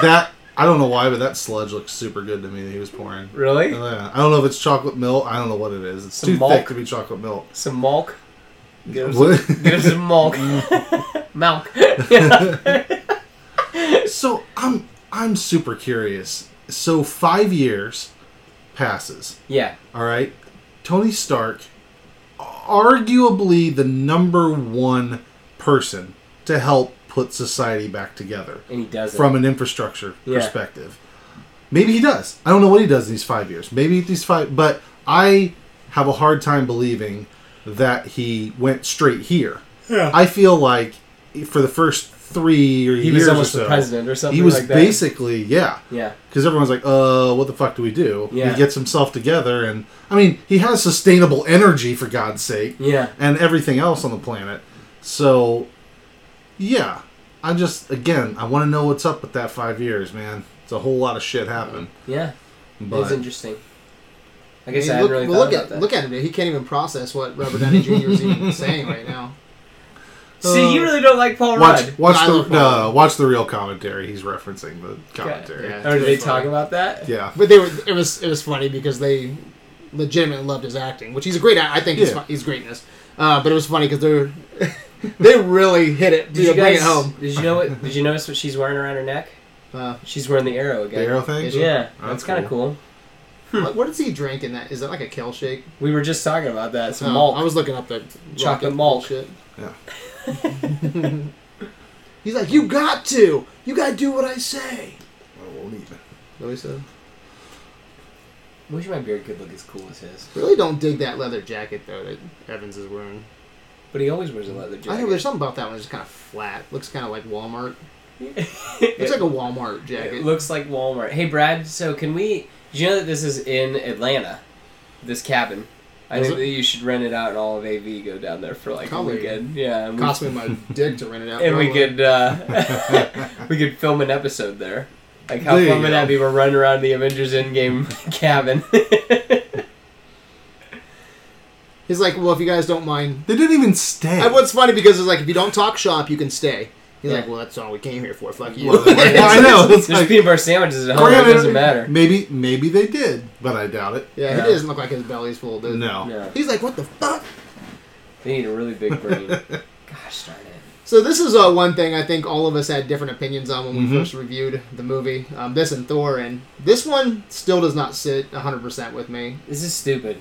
Speaker 3: That I don't know why, but that sludge looks super good to me. That he was pouring.
Speaker 2: really?
Speaker 3: Yeah. I don't know if it's chocolate milk. I don't know what it is. It's
Speaker 2: Some
Speaker 3: too
Speaker 2: milk.
Speaker 3: thick to be chocolate milk.
Speaker 2: Some malk. Get him some,
Speaker 3: What?
Speaker 2: get him some malk. Malk.
Speaker 3: so I'm I'm super curious. So five years passes.
Speaker 2: yeah.
Speaker 3: All right. Tony Stark, arguably the number one person to help put society back together
Speaker 2: And he does it.
Speaker 3: from an infrastructure
Speaker 2: Yeah.
Speaker 3: perspective. Maybe he does. I don't know what he does in these five years. Maybe these five, but I have a hard time believing that he went straight here.
Speaker 2: Yeah.
Speaker 3: I feel like for the first three or
Speaker 2: he
Speaker 3: years
Speaker 2: was almost
Speaker 3: or so,
Speaker 2: the president or something
Speaker 3: he was
Speaker 2: like that.
Speaker 3: basically yeah.
Speaker 2: yeah.
Speaker 3: Because everyone's like, uh, what the fuck do we do?
Speaker 2: Yeah.
Speaker 3: He gets himself together, and I mean, he has sustainable energy for God's sake
Speaker 2: Yeah.
Speaker 3: and everything else on the planet. So, yeah, I just again I want to know what's up with that five years, man. It's a whole lot of shit happened,
Speaker 2: Yeah. That's
Speaker 3: but
Speaker 2: interesting. I
Speaker 1: I
Speaker 2: guess
Speaker 1: mean,
Speaker 2: I hadn't
Speaker 1: look,
Speaker 2: really
Speaker 1: well,
Speaker 2: thought
Speaker 1: look
Speaker 2: about
Speaker 1: at
Speaker 2: that.
Speaker 1: look at him. dude. He can't even process what Robert Downey Jr. is even saying right now.
Speaker 2: See,
Speaker 1: Uh,
Speaker 2: you really don't like Paul
Speaker 3: watch
Speaker 2: Rudd.
Speaker 3: watch
Speaker 1: Tyler
Speaker 3: the uh,
Speaker 1: Farmer.
Speaker 3: watch the real commentary. He's referencing the commentary.
Speaker 1: Yeah.
Speaker 3: Yeah,
Speaker 2: Or did they
Speaker 1: That's
Speaker 2: talk
Speaker 1: fine.
Speaker 2: about that?
Speaker 1: But they were. It was. It was funny because they legitimately loved his acting, which he's a great. act- I think he's,
Speaker 3: Yeah.
Speaker 1: fu- he's greatness. Uh, but it was funny because they're they really hit it. you
Speaker 2: Did you
Speaker 1: know, bring
Speaker 2: guys?
Speaker 1: it home.
Speaker 2: Did you know what? Did you notice what she's wearing around her neck?
Speaker 1: Uh,
Speaker 2: She's wearing the arrow
Speaker 3: the
Speaker 2: again.
Speaker 3: arrow thing.
Speaker 2: Yeah,
Speaker 3: Oh,
Speaker 2: that's kind of cool.
Speaker 3: Hmm.
Speaker 1: what, what does he drink in that? Is that like a kale shake?
Speaker 2: We were just talking about that. Some
Speaker 1: No,
Speaker 2: malt.
Speaker 1: I was looking up the
Speaker 2: Chocolate
Speaker 1: rocket
Speaker 2: malt.
Speaker 1: shit.
Speaker 3: Yeah.
Speaker 1: He's like, you got to, you got to do what I say.
Speaker 3: I won't even.
Speaker 1: Really said.
Speaker 2: Wish my beard could look as cool as his.
Speaker 1: Really don't dig that leather jacket though that Evans is wearing.
Speaker 2: But he always wears a leather jacket.
Speaker 1: I know there's something about that one that's kind of flat. Looks kind of like Walmart.
Speaker 2: It-
Speaker 1: Looks like a Walmart jacket.
Speaker 2: It looks like Walmart. Hey, Brad. So can we? Do you know that this is in Atlanta? This cabin. I
Speaker 1: Is
Speaker 2: think
Speaker 1: it?
Speaker 2: that you should rent it out, and all of AV go down there for like
Speaker 1: Probably.
Speaker 2: a weekend. Yeah, and we,
Speaker 1: cost me my dick to rent it out.
Speaker 2: and we
Speaker 1: probably.
Speaker 2: could uh, we could film an episode there. Like how
Speaker 3: There you
Speaker 2: fun would
Speaker 3: go.
Speaker 2: that be? We're running around the Avengers Endgame cabin.
Speaker 1: He's like, well, if you guys don't mind,
Speaker 3: They didn't even stay.
Speaker 1: I, what's funny because it's like if you don't talk shop, you can stay. He's
Speaker 2: Yeah.
Speaker 1: like, well, that's all we came here for. Fuck you.
Speaker 3: Well, I know. It's
Speaker 2: There's
Speaker 3: like,
Speaker 2: peanut butter sandwiches at home.
Speaker 3: granted,
Speaker 2: it doesn't matter.
Speaker 3: Maybe maybe they did, but I doubt it.
Speaker 1: yeah,
Speaker 2: Yeah.
Speaker 1: he doesn't look like his belly's full. Dude.
Speaker 3: No.
Speaker 2: No,
Speaker 1: He's like, what the fuck?
Speaker 2: they need a really big brain. Gosh darn it!
Speaker 1: So this is uh, one thing I think all of us had different opinions on when we
Speaker 3: Mhm.
Speaker 2: Mm-hmm.
Speaker 1: first reviewed the movie. Um, this and Thor, and this one still does not sit 100% with me.
Speaker 2: This is stupid.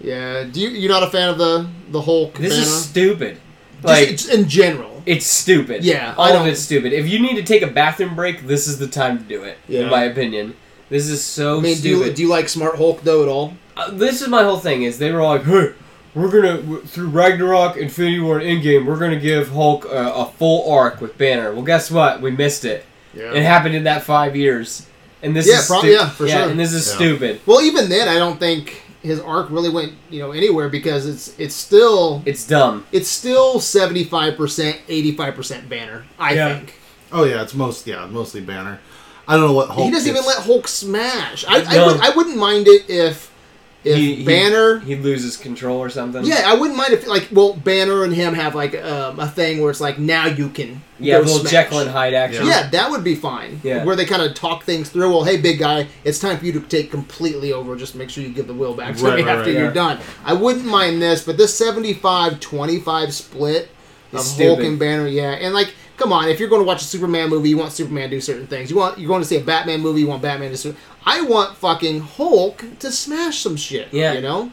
Speaker 1: Yeah. Do you you're not a fan of the the Hulk?
Speaker 2: This
Speaker 1: banner?
Speaker 2: is stupid.
Speaker 1: Just
Speaker 2: Like
Speaker 1: it's in general.
Speaker 2: it's stupid.
Speaker 1: Yeah,
Speaker 2: all
Speaker 1: I
Speaker 2: of
Speaker 1: don't-
Speaker 2: it's stupid. If you need to take a bathroom break, this is the time to do it.
Speaker 1: Yeah.
Speaker 2: In my opinion, this is so
Speaker 1: I mean, do you,
Speaker 2: stupid.
Speaker 1: do you like Smart Hulk though at all?
Speaker 2: Uh, this is my whole thing. Is they were like, hey, we're gonna w- through Ragnarok, Infinity War, and Endgame, we're gonna give Hulk a, a full arc with Banner. Well, guess what? We missed it. It happened in that five years. And this
Speaker 1: Yeah,
Speaker 2: is
Speaker 1: prob-
Speaker 2: stu-
Speaker 1: yeah, for sure.
Speaker 2: And this is
Speaker 3: Yeah.
Speaker 2: stupid.
Speaker 1: Well, even then, I don't think his arc really went you know anywhere because it's it's still
Speaker 2: It's dumb.
Speaker 1: it's still seventy five percent, eighty five percent Banner. I
Speaker 2: Yeah.
Speaker 1: think
Speaker 3: Oh yeah, it's most yeah mostly Banner. I don't know what Hulk.
Speaker 1: he doesn't even
Speaker 3: gets-
Speaker 1: let Hulk smash. I I,
Speaker 2: No.
Speaker 1: would, I wouldn't mind it if if
Speaker 2: He- he-
Speaker 1: Banner.
Speaker 2: He loses control or something.
Speaker 1: yeah, I wouldn't mind if like well Banner and him have like um, a thing where it's like now you can
Speaker 2: Yeah,
Speaker 1: go
Speaker 2: little
Speaker 1: smash.
Speaker 2: Jekyll and Hyde action.
Speaker 1: Yeah, that would be fine.
Speaker 2: Yeah.
Speaker 1: Where they kind of talk things through. Well, hey, big guy, it's time for you to take completely over. Just make sure you give the wheel back to
Speaker 3: Right,
Speaker 1: me
Speaker 3: right,
Speaker 1: after
Speaker 3: right.
Speaker 1: you're
Speaker 2: Yeah.
Speaker 1: done. I wouldn't mind this, but this 75 25 split of
Speaker 2: It's
Speaker 1: Hulk
Speaker 2: stupid.
Speaker 1: and Banner, yeah. And, like, come on, if you're going to watch a Superman movie, you want Superman to do certain things. You want, you're going to see a Batman movie, you want Batman to. Su- I want fucking Hulk to smash some shit.
Speaker 2: Yeah.
Speaker 1: You know?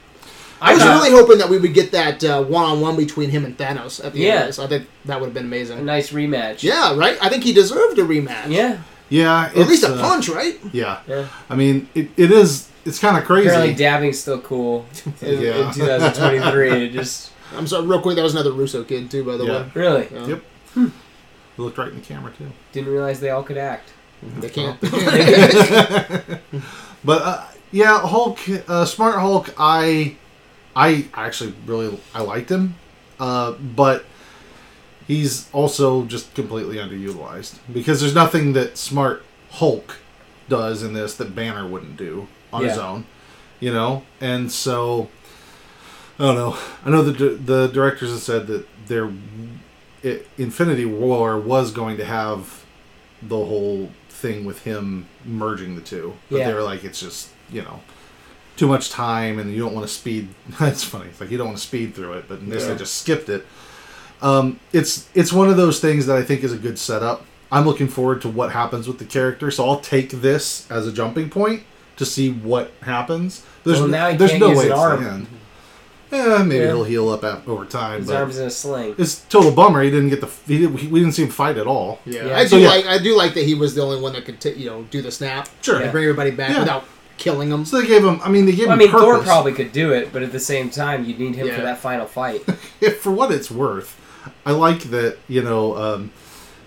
Speaker 2: I
Speaker 1: I was
Speaker 2: thought-
Speaker 1: really hoping that we would get that one on one between him and Thanos at the end
Speaker 2: Yeah.
Speaker 1: of this. I think that would have been
Speaker 2: A
Speaker 1: amazing.
Speaker 2: nice rematch.
Speaker 1: Yeah, right? I think he deserved a rematch.
Speaker 2: Yeah.
Speaker 3: Yeah,
Speaker 1: Or at least a
Speaker 3: uh,
Speaker 1: punch, right?
Speaker 3: Yeah,
Speaker 2: Yeah.
Speaker 3: I mean it, it is. It's kind of crazy.
Speaker 2: Apparently, dabbing's still cool in,
Speaker 3: Yeah.
Speaker 2: in 2023. It just
Speaker 1: I'm sorry, real quick, that was another Russo kid too, by the
Speaker 3: Yeah.
Speaker 1: way.
Speaker 2: really
Speaker 1: Yeah.
Speaker 3: Yep. It looked right in the camera too.
Speaker 2: didn't realize they all could act.
Speaker 1: They can't.
Speaker 3: But uh, yeah, Hulk, uh, Smart Hulk. I, I actually really I liked him, uh, but he's also just completely underutilized because there's nothing that Smart Hulk does in this that Banner wouldn't do on his
Speaker 2: Yeah.
Speaker 3: own, you know. And so I don't know. I know the di- the directors have said that their it, Infinity War was going to have the whole thing with him merging the two, but
Speaker 2: Yeah.
Speaker 3: they were like, it's just you know too much time, and you don't want to speed. That's funny. It's like you don't want to speed through it, but in this
Speaker 2: Yeah.
Speaker 3: they just skipped it. Um, it's it's one of those things that I think is a good setup. I'm looking forward to what happens with the character, so I'll take this as a jumping point to see what happens. There's
Speaker 2: Well,
Speaker 3: n-
Speaker 2: now he
Speaker 3: there's
Speaker 2: can't
Speaker 3: no
Speaker 2: use
Speaker 3: way
Speaker 2: an
Speaker 3: it's
Speaker 2: arm.
Speaker 3: the end. Yeah, Eh, maybe
Speaker 2: Yeah.
Speaker 3: he'll heal up af- over time.
Speaker 2: His
Speaker 3: but
Speaker 2: arms in a sling.
Speaker 3: it's a total bummer he didn't get the he did, we didn't see him fight at all.
Speaker 1: yeah.
Speaker 2: Yeah.
Speaker 1: I do
Speaker 3: So, yeah.
Speaker 1: like I do like that he was the only one that could t- you know do the snap
Speaker 3: Sure.
Speaker 1: and bring everybody back
Speaker 3: Yeah.
Speaker 1: without killing them.
Speaker 3: So they gave him. I mean, they gave
Speaker 2: Well, I
Speaker 3: him
Speaker 2: mean, Thor
Speaker 3: purpose.
Speaker 2: probably could do it, but at the same time, you need him
Speaker 1: Yeah.
Speaker 2: for that final fight.
Speaker 3: If, for what it's worth, I like that. You know, um,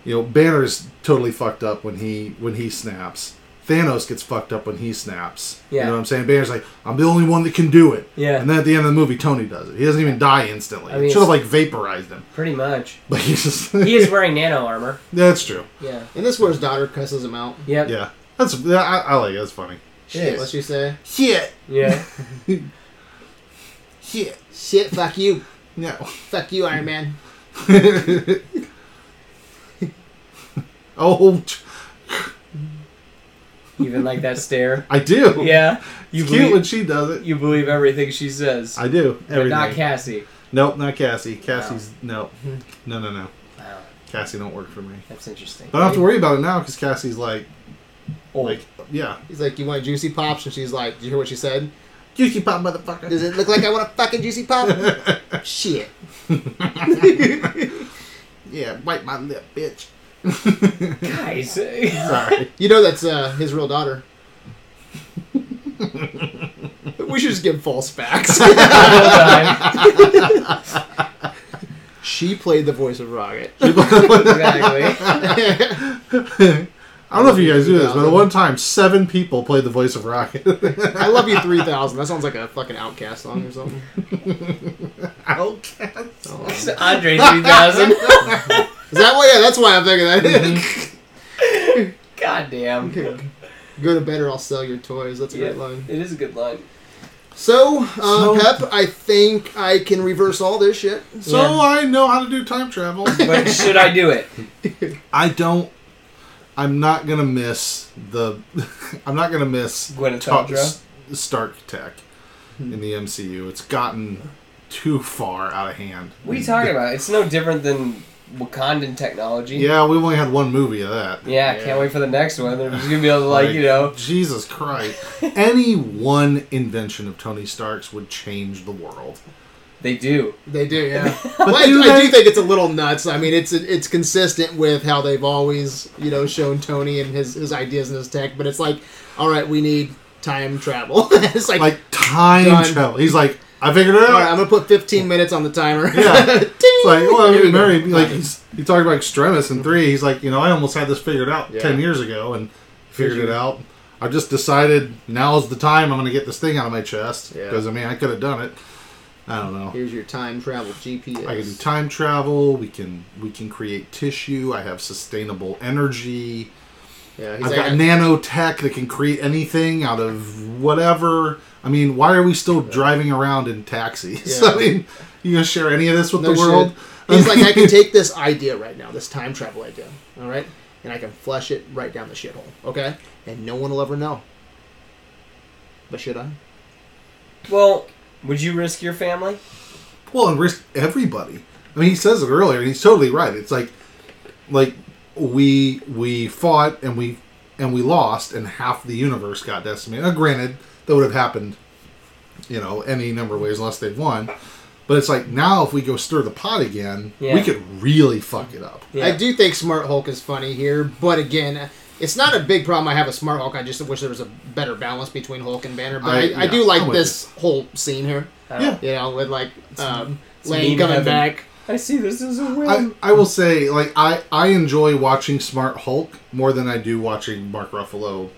Speaker 3: you know, Banner's totally fucked up when he when he snaps. Thanos gets fucked up when he snaps. You
Speaker 2: Yeah.
Speaker 3: know what I'm saying? Banner's like, I'm the only one that can do it.
Speaker 2: Yeah.
Speaker 3: And then at the end of the movie, Tony does it. He doesn't even die instantly.
Speaker 2: I mean,
Speaker 3: Should have
Speaker 2: it's-
Speaker 3: like vaporized him.
Speaker 2: Pretty much.
Speaker 3: But he's just.
Speaker 2: He is wearing nano armor.
Speaker 3: That's true.
Speaker 2: Yeah.
Speaker 1: And this where his daughter cusses him out.
Speaker 2: Yep.
Speaker 3: Yeah. That's I, I like it. That's funny.
Speaker 1: Shit, what she say?
Speaker 3: Shit.
Speaker 2: Yeah.
Speaker 3: Shit.
Speaker 1: Shit, fuck you,
Speaker 3: No.
Speaker 1: fuck you, Iron Man.
Speaker 3: Oh,
Speaker 2: Even like that stare.
Speaker 3: I do.
Speaker 2: Yeah. You
Speaker 3: You it's cute when
Speaker 2: believe,
Speaker 3: she does it.
Speaker 2: you believe everything she says.
Speaker 3: I do.
Speaker 2: But
Speaker 3: Everything.
Speaker 2: not Cassie.
Speaker 3: Nope, not Cassie. Cassie's no,
Speaker 2: Mm-hmm.
Speaker 3: no, no, no.
Speaker 2: Wow.
Speaker 3: Cassie don't work for me.
Speaker 2: That's interesting.
Speaker 3: But I don't have to worry about it now because Cassie's like,
Speaker 2: Old.
Speaker 3: like, yeah,
Speaker 1: He's like, you want juicy pops? And she's like, do you hear what she said?
Speaker 3: you keep pop, motherfucker.
Speaker 1: Does it look like I want a fucking juicy pop? Shit.
Speaker 3: yeah, wipe my lip, bitch.
Speaker 2: Guys.
Speaker 3: Sorry.
Speaker 1: You know that's uh, his real daughter. we should just give false facts.
Speaker 2: All
Speaker 1: she played the voice of Rocket.
Speaker 2: the time. Exactly.
Speaker 3: I don't know if you guys do this, but at one time, seven people played the voice of Rocket.
Speaker 1: I love you 3000. That sounds like a fucking Outcast song or something. um,
Speaker 3: Outcast.
Speaker 1: Is
Speaker 2: It's Andre 3000.
Speaker 1: that why? Yeah, that's why I'm thinking
Speaker 3: Mm-hmm.
Speaker 1: that.
Speaker 2: God damn.
Speaker 1: Go to bed or I'll sell your toys. That's a
Speaker 2: Yeah,
Speaker 1: great line.
Speaker 2: it is a good line.
Speaker 1: So, um,
Speaker 3: So-
Speaker 1: Pep, I think I can reverse all this shit.
Speaker 3: So
Speaker 2: Yeah.
Speaker 3: I know how to do time travel.
Speaker 2: But should I do it?
Speaker 3: I don't. I'm not gonna miss the. I'm not gonna miss
Speaker 2: Gwyneth
Speaker 3: Ta-
Speaker 2: Paltrow?
Speaker 3: S- Stark Tech
Speaker 2: Hmm.
Speaker 3: in the MCU. It's gotten too far out of hand.
Speaker 2: What are you talking about? It's no different than Wakandan technology.
Speaker 3: Yeah, we only had one movie of that.
Speaker 2: Yeah,
Speaker 1: Yeah.
Speaker 2: can't wait for the next one. They're just gonna be able to like, you know,
Speaker 3: Jesus Christ. Any one invention of Tony Stark's would change the world.
Speaker 2: they do.
Speaker 1: They do, yeah. well, I,
Speaker 3: do
Speaker 1: I
Speaker 3: they-
Speaker 1: do think it's a little nuts. I mean, it's it's consistent with how they've always, you know, shown Tony and his his ideas and his tech. But it's like, all right, we need time travel. it's like,
Speaker 3: Like time
Speaker 1: Done.
Speaker 3: travel. He's like, I figured it
Speaker 1: all right, I'm gonna
Speaker 3: out.
Speaker 1: put 15 minutes on the timer.
Speaker 3: Yeah.
Speaker 1: Ding!
Speaker 3: It's like, well,
Speaker 1: Here we
Speaker 3: we
Speaker 1: go.
Speaker 3: married. Like he's, he talked about Extremis in three. He's like, you know, I almost had this figured out
Speaker 1: Yeah.
Speaker 3: ten years ago and figured it out. I just decided now's the time I'm going to get this thing out of my chest
Speaker 1: Yeah.
Speaker 3: because I mean I could have done it. I don't know.
Speaker 1: Here's your time travel GPS.
Speaker 3: I can do time travel. We can we can create tissue. I have sustainable energy.
Speaker 1: Yeah, he's
Speaker 3: I've
Speaker 1: like,
Speaker 3: got
Speaker 1: I-
Speaker 3: nanotech that can create anything out of whatever. I mean, why are we still driving around in taxis?
Speaker 1: Yeah.
Speaker 3: I mean, you gonna share any of this with
Speaker 1: No
Speaker 3: the
Speaker 1: shit.
Speaker 3: world?
Speaker 1: He's like, I can take this idea right now, this time travel idea, all right, and I can flush it right down the shithole, okay? And no one will ever know. But should I?
Speaker 2: Well, would you risk your family?
Speaker 3: Well, and risk everybody. I mean, he says it earlier, and he's totally right. It's like, like we we fought and we and we lost, and half the universe got decimated. Now, granted, that would have happened, you know, any number of ways unless they won. But it's like now, if we go stir the pot again,
Speaker 2: Yeah.
Speaker 3: we could really fuck it up.
Speaker 2: Yeah.
Speaker 1: I do think Smart Hulk is funny here, but again, it's not a big problem. I have a Smart Hulk. I just wish there was a better balance between Hulk and Banner. But I,
Speaker 3: I-
Speaker 1: I,
Speaker 3: yeah,
Speaker 1: do like
Speaker 3: I'm with
Speaker 1: this whole scene here.
Speaker 2: I
Speaker 3: Yeah.
Speaker 2: don't-
Speaker 1: You know, with like um,
Speaker 2: it's
Speaker 1: Lane
Speaker 2: meme
Speaker 1: coming
Speaker 2: heaven.
Speaker 1: back.
Speaker 2: I see this as a win.
Speaker 3: I, I will say, like, I, I enjoy watching Smart Hulk more than I do watching Mark Ruffalo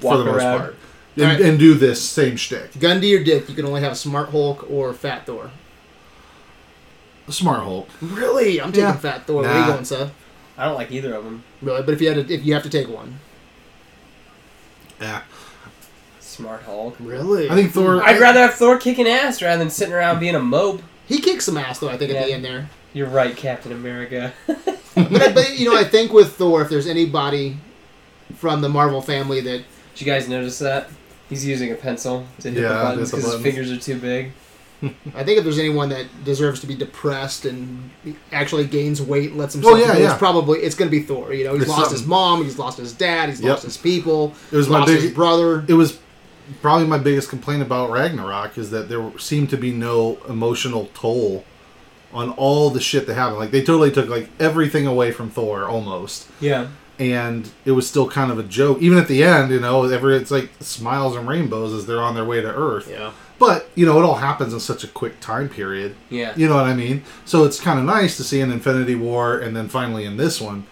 Speaker 3: for
Speaker 2: Walk
Speaker 3: the most
Speaker 2: around.
Speaker 3: part. And,
Speaker 1: Alright.
Speaker 3: and do this same shtick.
Speaker 1: Gun to your dick. You can only have Smart Hulk or Fat Thor.
Speaker 3: Smart Hulk.
Speaker 1: Really, I'm taking
Speaker 3: Yeah.
Speaker 1: Fat Thor. Where are you
Speaker 3: Nah.
Speaker 1: going, Seth?
Speaker 2: I don't like either of them.
Speaker 1: Really, but if you had to, if you have to take one,
Speaker 3: Yeah.
Speaker 2: Smart Hulk.
Speaker 1: really,
Speaker 3: I think Thor.
Speaker 2: I'd rather have Thor kicking ass rather than sitting around being a mope.
Speaker 1: he kicks some ass though. I think at the
Speaker 2: Yeah.
Speaker 1: end there.
Speaker 2: You're right, Captain America.
Speaker 1: But, I- but you know, I think with Thor, if there's anybody from the Marvel family that
Speaker 2: Did you guys notice that? He's using a pencil to hit
Speaker 3: Yeah,
Speaker 2: the
Speaker 3: hit
Speaker 2: buttons
Speaker 3: the
Speaker 2: because his
Speaker 3: buttons.
Speaker 2: fingers are too big.
Speaker 1: I think if there's anyone that deserves to be depressed and actually gains weight, lets himself,
Speaker 3: Well, yeah,
Speaker 1: go, it's
Speaker 3: yeah.
Speaker 1: probably it's going to be Thor. You know, he's
Speaker 3: There's
Speaker 1: lost his
Speaker 3: something.
Speaker 1: mom, he's lost his dad, he's
Speaker 3: Yep.
Speaker 1: lost his people,
Speaker 3: It was my
Speaker 1: lost his
Speaker 3: big.
Speaker 1: brother.
Speaker 3: It was probably my biggest complaint about Ragnarok is that there seemed to be no emotional toll on all the shit that happened. Like they totally took like everything away from Thor almost.
Speaker 2: Yeah.
Speaker 3: and it was still kind of a joke. Even at the end, you know, every it's like smiles and rainbows as they're on their way to Earth.
Speaker 1: Yeah,
Speaker 3: But you know, it all happens in such a quick time period.
Speaker 2: Yeah.
Speaker 3: You know what I mean? So it's kind of nice to see in Infinity War, and then finally in this one,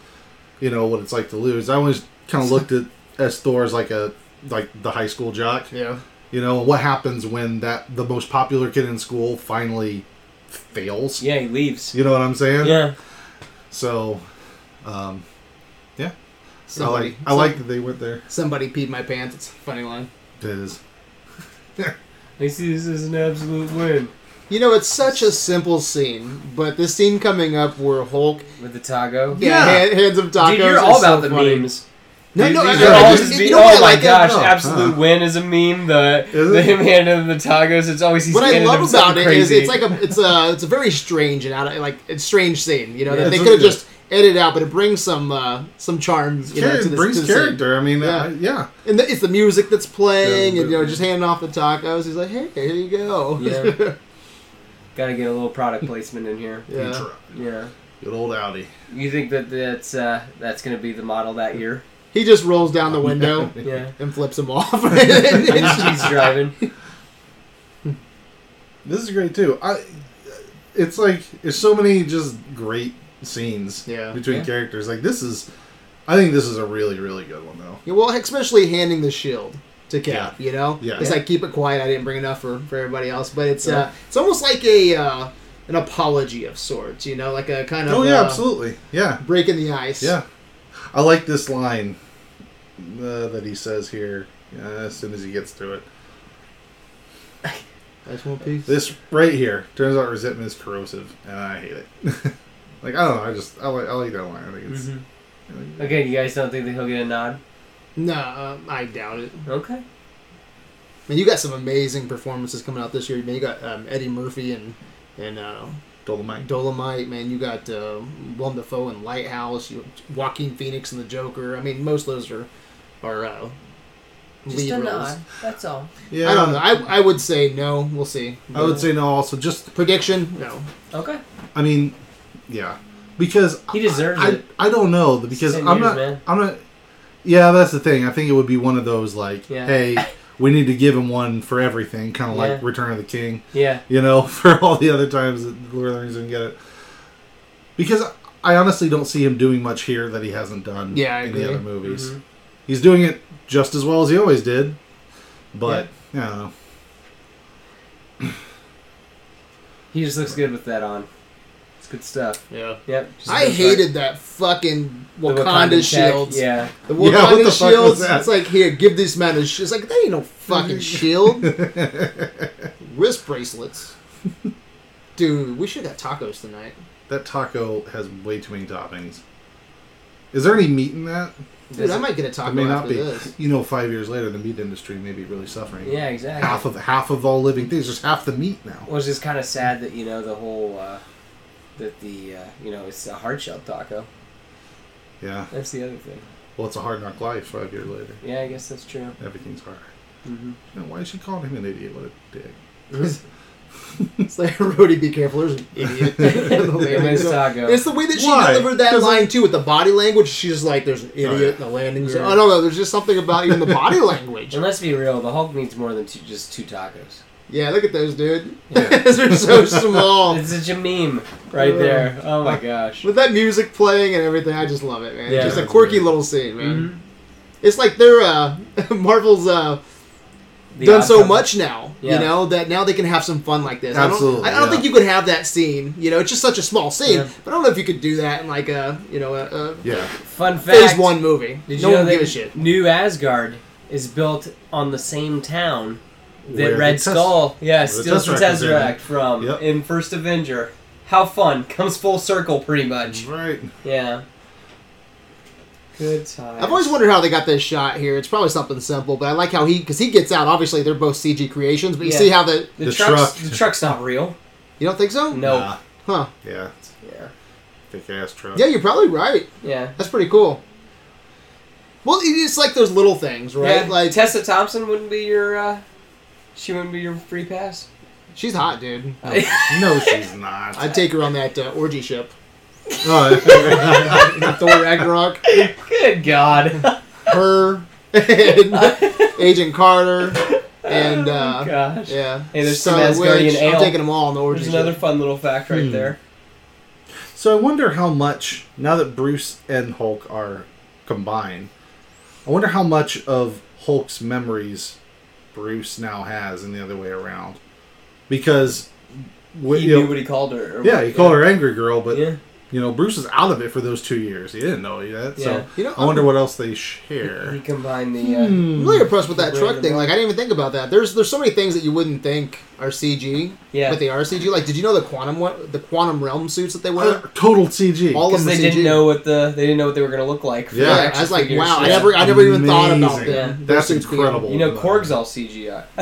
Speaker 3: you know what it's like to lose. I always kind of looked at as Thor as like a like the high school jock.
Speaker 1: yeah,
Speaker 3: You know what happens when that the most popular kid in school finally fails.
Speaker 2: Yeah, he leaves.
Speaker 3: You know what I'm saying?
Speaker 2: Yeah.
Speaker 3: So, um, yeah,
Speaker 1: somebody,
Speaker 3: I like I like that they went there.
Speaker 1: somebody peed my pants. It's a funny line.
Speaker 3: It is.
Speaker 2: I see this as an absolute win.
Speaker 1: You know, it's such a simple scene, but this scene coming up where Hulk,
Speaker 2: With the taco.
Speaker 1: yeah,
Speaker 3: Yeah.
Speaker 1: hand- hands of tacos.
Speaker 2: Dude, you're
Speaker 1: is
Speaker 2: all
Speaker 1: so
Speaker 2: about the
Speaker 1: funny.
Speaker 2: memes.
Speaker 1: No,
Speaker 2: These-
Speaker 1: no,
Speaker 2: these
Speaker 1: I-
Speaker 2: are
Speaker 1: I-
Speaker 2: all
Speaker 1: I-
Speaker 2: just
Speaker 1: you
Speaker 2: be-
Speaker 1: know what I
Speaker 2: oh my
Speaker 1: like?
Speaker 2: gosh,
Speaker 1: No.
Speaker 2: absolute
Speaker 3: Huh.
Speaker 2: win is a meme. The,
Speaker 3: Is
Speaker 2: the
Speaker 3: it?
Speaker 2: him handing him the tacos, it's always he's
Speaker 1: what I
Speaker 2: handing
Speaker 1: love
Speaker 2: him something
Speaker 1: about it is
Speaker 2: crazy.
Speaker 1: it's like a it's a it's a very strange and out of, like it's strange scene. You know
Speaker 2: Yeah,
Speaker 1: that they
Speaker 3: it's
Speaker 1: could have
Speaker 3: really
Speaker 1: just edited out, but it brings some uh, some charm. You know,
Speaker 3: Char-
Speaker 1: to this,
Speaker 3: brings
Speaker 1: to the scene.
Speaker 3: character. I mean,
Speaker 1: Yeah.
Speaker 3: yeah. Uh, yeah.
Speaker 1: and the, it's the music that's playing,
Speaker 3: Yeah,
Speaker 1: and you know
Speaker 3: but-
Speaker 1: just handing off the tacos. He's like, hey, here you go.
Speaker 2: Yeah. Gotta get a little product placement in here.
Speaker 1: yeah.
Speaker 3: Intro.
Speaker 2: Yeah.
Speaker 3: Good old Audi.
Speaker 2: You think that that's uh, that's gonna be the model that year?
Speaker 1: He just rolls down the window
Speaker 2: Yeah.
Speaker 1: and flips him off.
Speaker 2: he's, he's driving.
Speaker 3: This is great too. I. It's like there's so many just great scenes
Speaker 1: Yeah.
Speaker 3: between
Speaker 2: Yeah.
Speaker 3: characters. Like this is, I think this is a really really good one though.
Speaker 1: Yeah, well, especially handing the shield to Cap, you know?
Speaker 3: Yeah.
Speaker 1: It's like, keep it quiet, I didn't bring enough for, for everybody else. But it's uh, it's almost like a uh, an apology of sorts, you know? Like a kind of
Speaker 3: Oh yeah,
Speaker 1: uh,
Speaker 3: absolutely. Yeah,
Speaker 1: breaking the ice.
Speaker 3: yeah. I like this line uh, that he says here uh, as soon as he gets through it.
Speaker 1: I just want peace.
Speaker 3: This right here turns out resentment is corrosive, and I hate it. like I don't know. I just I like I like that line. I think it's.
Speaker 2: Mhm. Again, you guys don't think that he'll get a nod?
Speaker 1: No, uh, I doubt it.
Speaker 2: Okay.
Speaker 1: I mean, you got some amazing performances coming out this year. I mean, you got um, Eddie Murphy and and uh,
Speaker 3: Dolomite.
Speaker 1: Dolomite, man. You got uh, Willem Dafoe in Lighthouse. You Joaquin Phoenix in The Joker. I mean, most of those are are uh,
Speaker 4: Just
Speaker 1: lead
Speaker 4: a
Speaker 1: roles.
Speaker 4: nod. That's all.
Speaker 3: Yeah,
Speaker 1: I don't know. I, I would say no. We'll see.
Speaker 3: I would say no. Also, just
Speaker 1: prediction. No.
Speaker 4: Okay.
Speaker 3: I mean, yeah, because
Speaker 2: He deserves
Speaker 3: I,
Speaker 2: it.
Speaker 3: I, I don't know because
Speaker 2: Ten
Speaker 3: I'm
Speaker 2: years,
Speaker 3: not.
Speaker 2: man.
Speaker 3: I'm not. Yeah, that's the thing. I think it would be one of those like,
Speaker 2: Yeah.
Speaker 3: hey, we need to give him one for everything, kind of
Speaker 2: Yeah.
Speaker 3: like Return of the King.
Speaker 2: Yeah.
Speaker 3: You know, for all the other times that Lord of the Rings didn't get it. Because I honestly don't see him doing much here that he hasn't done
Speaker 1: Yeah, I
Speaker 3: in
Speaker 1: agree. Mm-hmm.
Speaker 3: the other movies.
Speaker 2: Mhm.
Speaker 3: He's doing it just as well as he always did, but yeah. I don't know.
Speaker 2: He just looks good with that on. It's good stuff.
Speaker 1: Yeah.
Speaker 2: Yep. just
Speaker 1: I
Speaker 2: goes
Speaker 1: hated that fucking
Speaker 2: back- the
Speaker 1: Wakanda,
Speaker 2: tech,
Speaker 1: shields.
Speaker 2: Yeah.
Speaker 1: The
Speaker 3: Yeah,
Speaker 1: Wakanda
Speaker 3: what the fuck was
Speaker 1: shields.
Speaker 3: that?
Speaker 1: It's like here, give this man a. Sh-. It's like that ain't no fucking shield. Wrist bracelets. Dude, we should have tacos tonight.
Speaker 3: That taco has way too many toppings. Is there any meat in that?
Speaker 1: Dude, I might get a taco
Speaker 3: It may not
Speaker 1: after
Speaker 3: be.
Speaker 1: this.
Speaker 3: You know, five years later, the meat industry may be really suffering.
Speaker 2: Yeah, exactly.
Speaker 3: half of half of all living things. There's half the meat now.
Speaker 2: Which is kind of sad that you know the whole uh, that the uh, you know it's a hard shell taco.
Speaker 3: Yeah.
Speaker 2: That's the other thing.
Speaker 3: Well, it's a hard knock life. Five years later,
Speaker 2: Yeah, I guess that's true.
Speaker 3: everything's hard.
Speaker 2: Mm-hmm.
Speaker 3: You know, why is she calling him an idiot? What a dick.
Speaker 1: Oh, It's like, Rody, be careful. There's an idiot.
Speaker 2: Gomez taco.
Speaker 1: It's the way that she
Speaker 3: Why?
Speaker 1: delivered that
Speaker 3: 'Cause,
Speaker 1: line too, with the body language. She's like, "There's an idiot
Speaker 3: yeah.
Speaker 1: in the landing zone."
Speaker 2: Yeah.
Speaker 1: I don't know. There's just something about even the body language.
Speaker 2: And let's be real, the Hulk needs more than two, just two tacos.
Speaker 1: Yeah, look at those, dude.
Speaker 3: Yeah.
Speaker 1: They're so small.
Speaker 2: It's such a meme right there. Oh my gosh.
Speaker 1: Oh. Uh, With that music playing and everything, I just love it, man.
Speaker 2: Yeah.
Speaker 1: just a
Speaker 3: That's
Speaker 1: quirky
Speaker 3: great.
Speaker 1: little scene, man.
Speaker 3: Mm-hmm.
Speaker 2: Mhm.
Speaker 1: It's like they're uh, Marvel's uh,
Speaker 2: The
Speaker 1: done
Speaker 2: odd
Speaker 1: so
Speaker 2: couple.
Speaker 1: much now,
Speaker 2: Yeah.
Speaker 1: you know, that now they can have some fun like this.
Speaker 3: Absolutely,
Speaker 1: I don't, I don't
Speaker 3: yeah.
Speaker 1: think you could have that scene. You know, it's just such a small scene.
Speaker 2: Yeah.
Speaker 1: But I don't know if you could do that in like a you know a, a
Speaker 3: Yeah.
Speaker 2: Fun fact.
Speaker 1: phase one movie.
Speaker 2: Did
Speaker 1: no
Speaker 2: you
Speaker 1: one
Speaker 2: know
Speaker 1: would give a
Speaker 2: that
Speaker 1: shit.
Speaker 2: New Asgard is built on the same town that
Speaker 3: Where the
Speaker 2: Red
Speaker 3: Tess-
Speaker 2: Skull, yeah,
Speaker 3: the
Speaker 2: steals the
Speaker 3: Tesseract is in.
Speaker 2: Tesseract from
Speaker 3: Yep.
Speaker 2: in First Avenger. How fun! Comes full circle, pretty much.
Speaker 3: Right.
Speaker 2: Yeah. Good time.
Speaker 1: I've always wondered how they got this shot here. It's probably something simple, but I like how he because he gets out. Obviously, they're both CG creations, but you
Speaker 2: Yeah.
Speaker 1: see how the
Speaker 2: the,
Speaker 3: The
Speaker 2: truck's
Speaker 3: truck.
Speaker 2: the truck's not real.
Speaker 1: you don't think so?
Speaker 2: No.
Speaker 3: Nah.
Speaker 1: Huh?
Speaker 3: Yeah.
Speaker 2: Yeah.
Speaker 3: Thick ass truck.
Speaker 1: Yeah, you're probably right.
Speaker 2: Yeah.
Speaker 1: That's pretty cool. Well, it- it's like those little things, right?
Speaker 2: Yeah,
Speaker 1: Like
Speaker 2: Tessa Thompson wouldn't be your. Uh, she wouldn't be your free pass.
Speaker 1: she's hot, dude.
Speaker 3: No, she's not.
Speaker 1: I'd take her on that uh, orgy ship.
Speaker 3: Oh,
Speaker 1: Thor Ragnarok,
Speaker 2: Good God.
Speaker 1: her, and Agent Carter, and
Speaker 2: Oh,
Speaker 1: uh,
Speaker 2: gosh.
Speaker 1: yeah.
Speaker 2: Hey, there's
Speaker 1: Son
Speaker 2: some
Speaker 1: of a
Speaker 2: Asgardian
Speaker 1: witch.
Speaker 2: ale.
Speaker 1: I'm taking them all on the orgy
Speaker 2: There's
Speaker 1: ship.
Speaker 2: another fun little fact right
Speaker 3: Hmm.
Speaker 2: there.
Speaker 3: so I wonder how much now that Bruce and Hulk are combined. I wonder how much of Hulk's memories Bruce now has, and the other way around, because
Speaker 2: He
Speaker 3: wi- you know-
Speaker 2: knew what he called her. or
Speaker 3: yeah,
Speaker 2: what-
Speaker 3: you call her angry girl, but
Speaker 2: Yeah.
Speaker 3: you know Bruce was out of it for those two years. He didn't know that,
Speaker 2: Yeah.
Speaker 3: so
Speaker 1: You know,
Speaker 3: I wonder
Speaker 1: I'm
Speaker 3: what else they
Speaker 2: He
Speaker 3: share.
Speaker 2: combined the. Uh,
Speaker 1: I'm
Speaker 3: Hmm.
Speaker 1: really impressed with that
Speaker 2: Wait
Speaker 1: truck
Speaker 2: a
Speaker 1: thing.
Speaker 2: minute.
Speaker 1: Like, I didn't even think about that. There's there's so many things that you wouldn't think are CG,
Speaker 2: Yeah.
Speaker 1: but they are CG. Like, did you know the quantum one- the quantum realm suits that they
Speaker 3: Uh,
Speaker 1: wear?
Speaker 3: total CG.
Speaker 1: All
Speaker 2: Because
Speaker 1: of them
Speaker 2: they
Speaker 1: are
Speaker 2: didn't
Speaker 1: CG.
Speaker 2: know what the they didn't know what they were gonna look like. for the
Speaker 3: Yeah.
Speaker 1: Yeah, I
Speaker 2: action
Speaker 1: was like,
Speaker 2: figures.
Speaker 1: wow, I
Speaker 2: Yeah.
Speaker 1: never, I never even thought about
Speaker 3: Amazing.
Speaker 1: them.
Speaker 2: Yeah.
Speaker 1: Their
Speaker 3: That's
Speaker 1: suits being-
Speaker 3: incredible.
Speaker 2: You know, Korg's all CGI.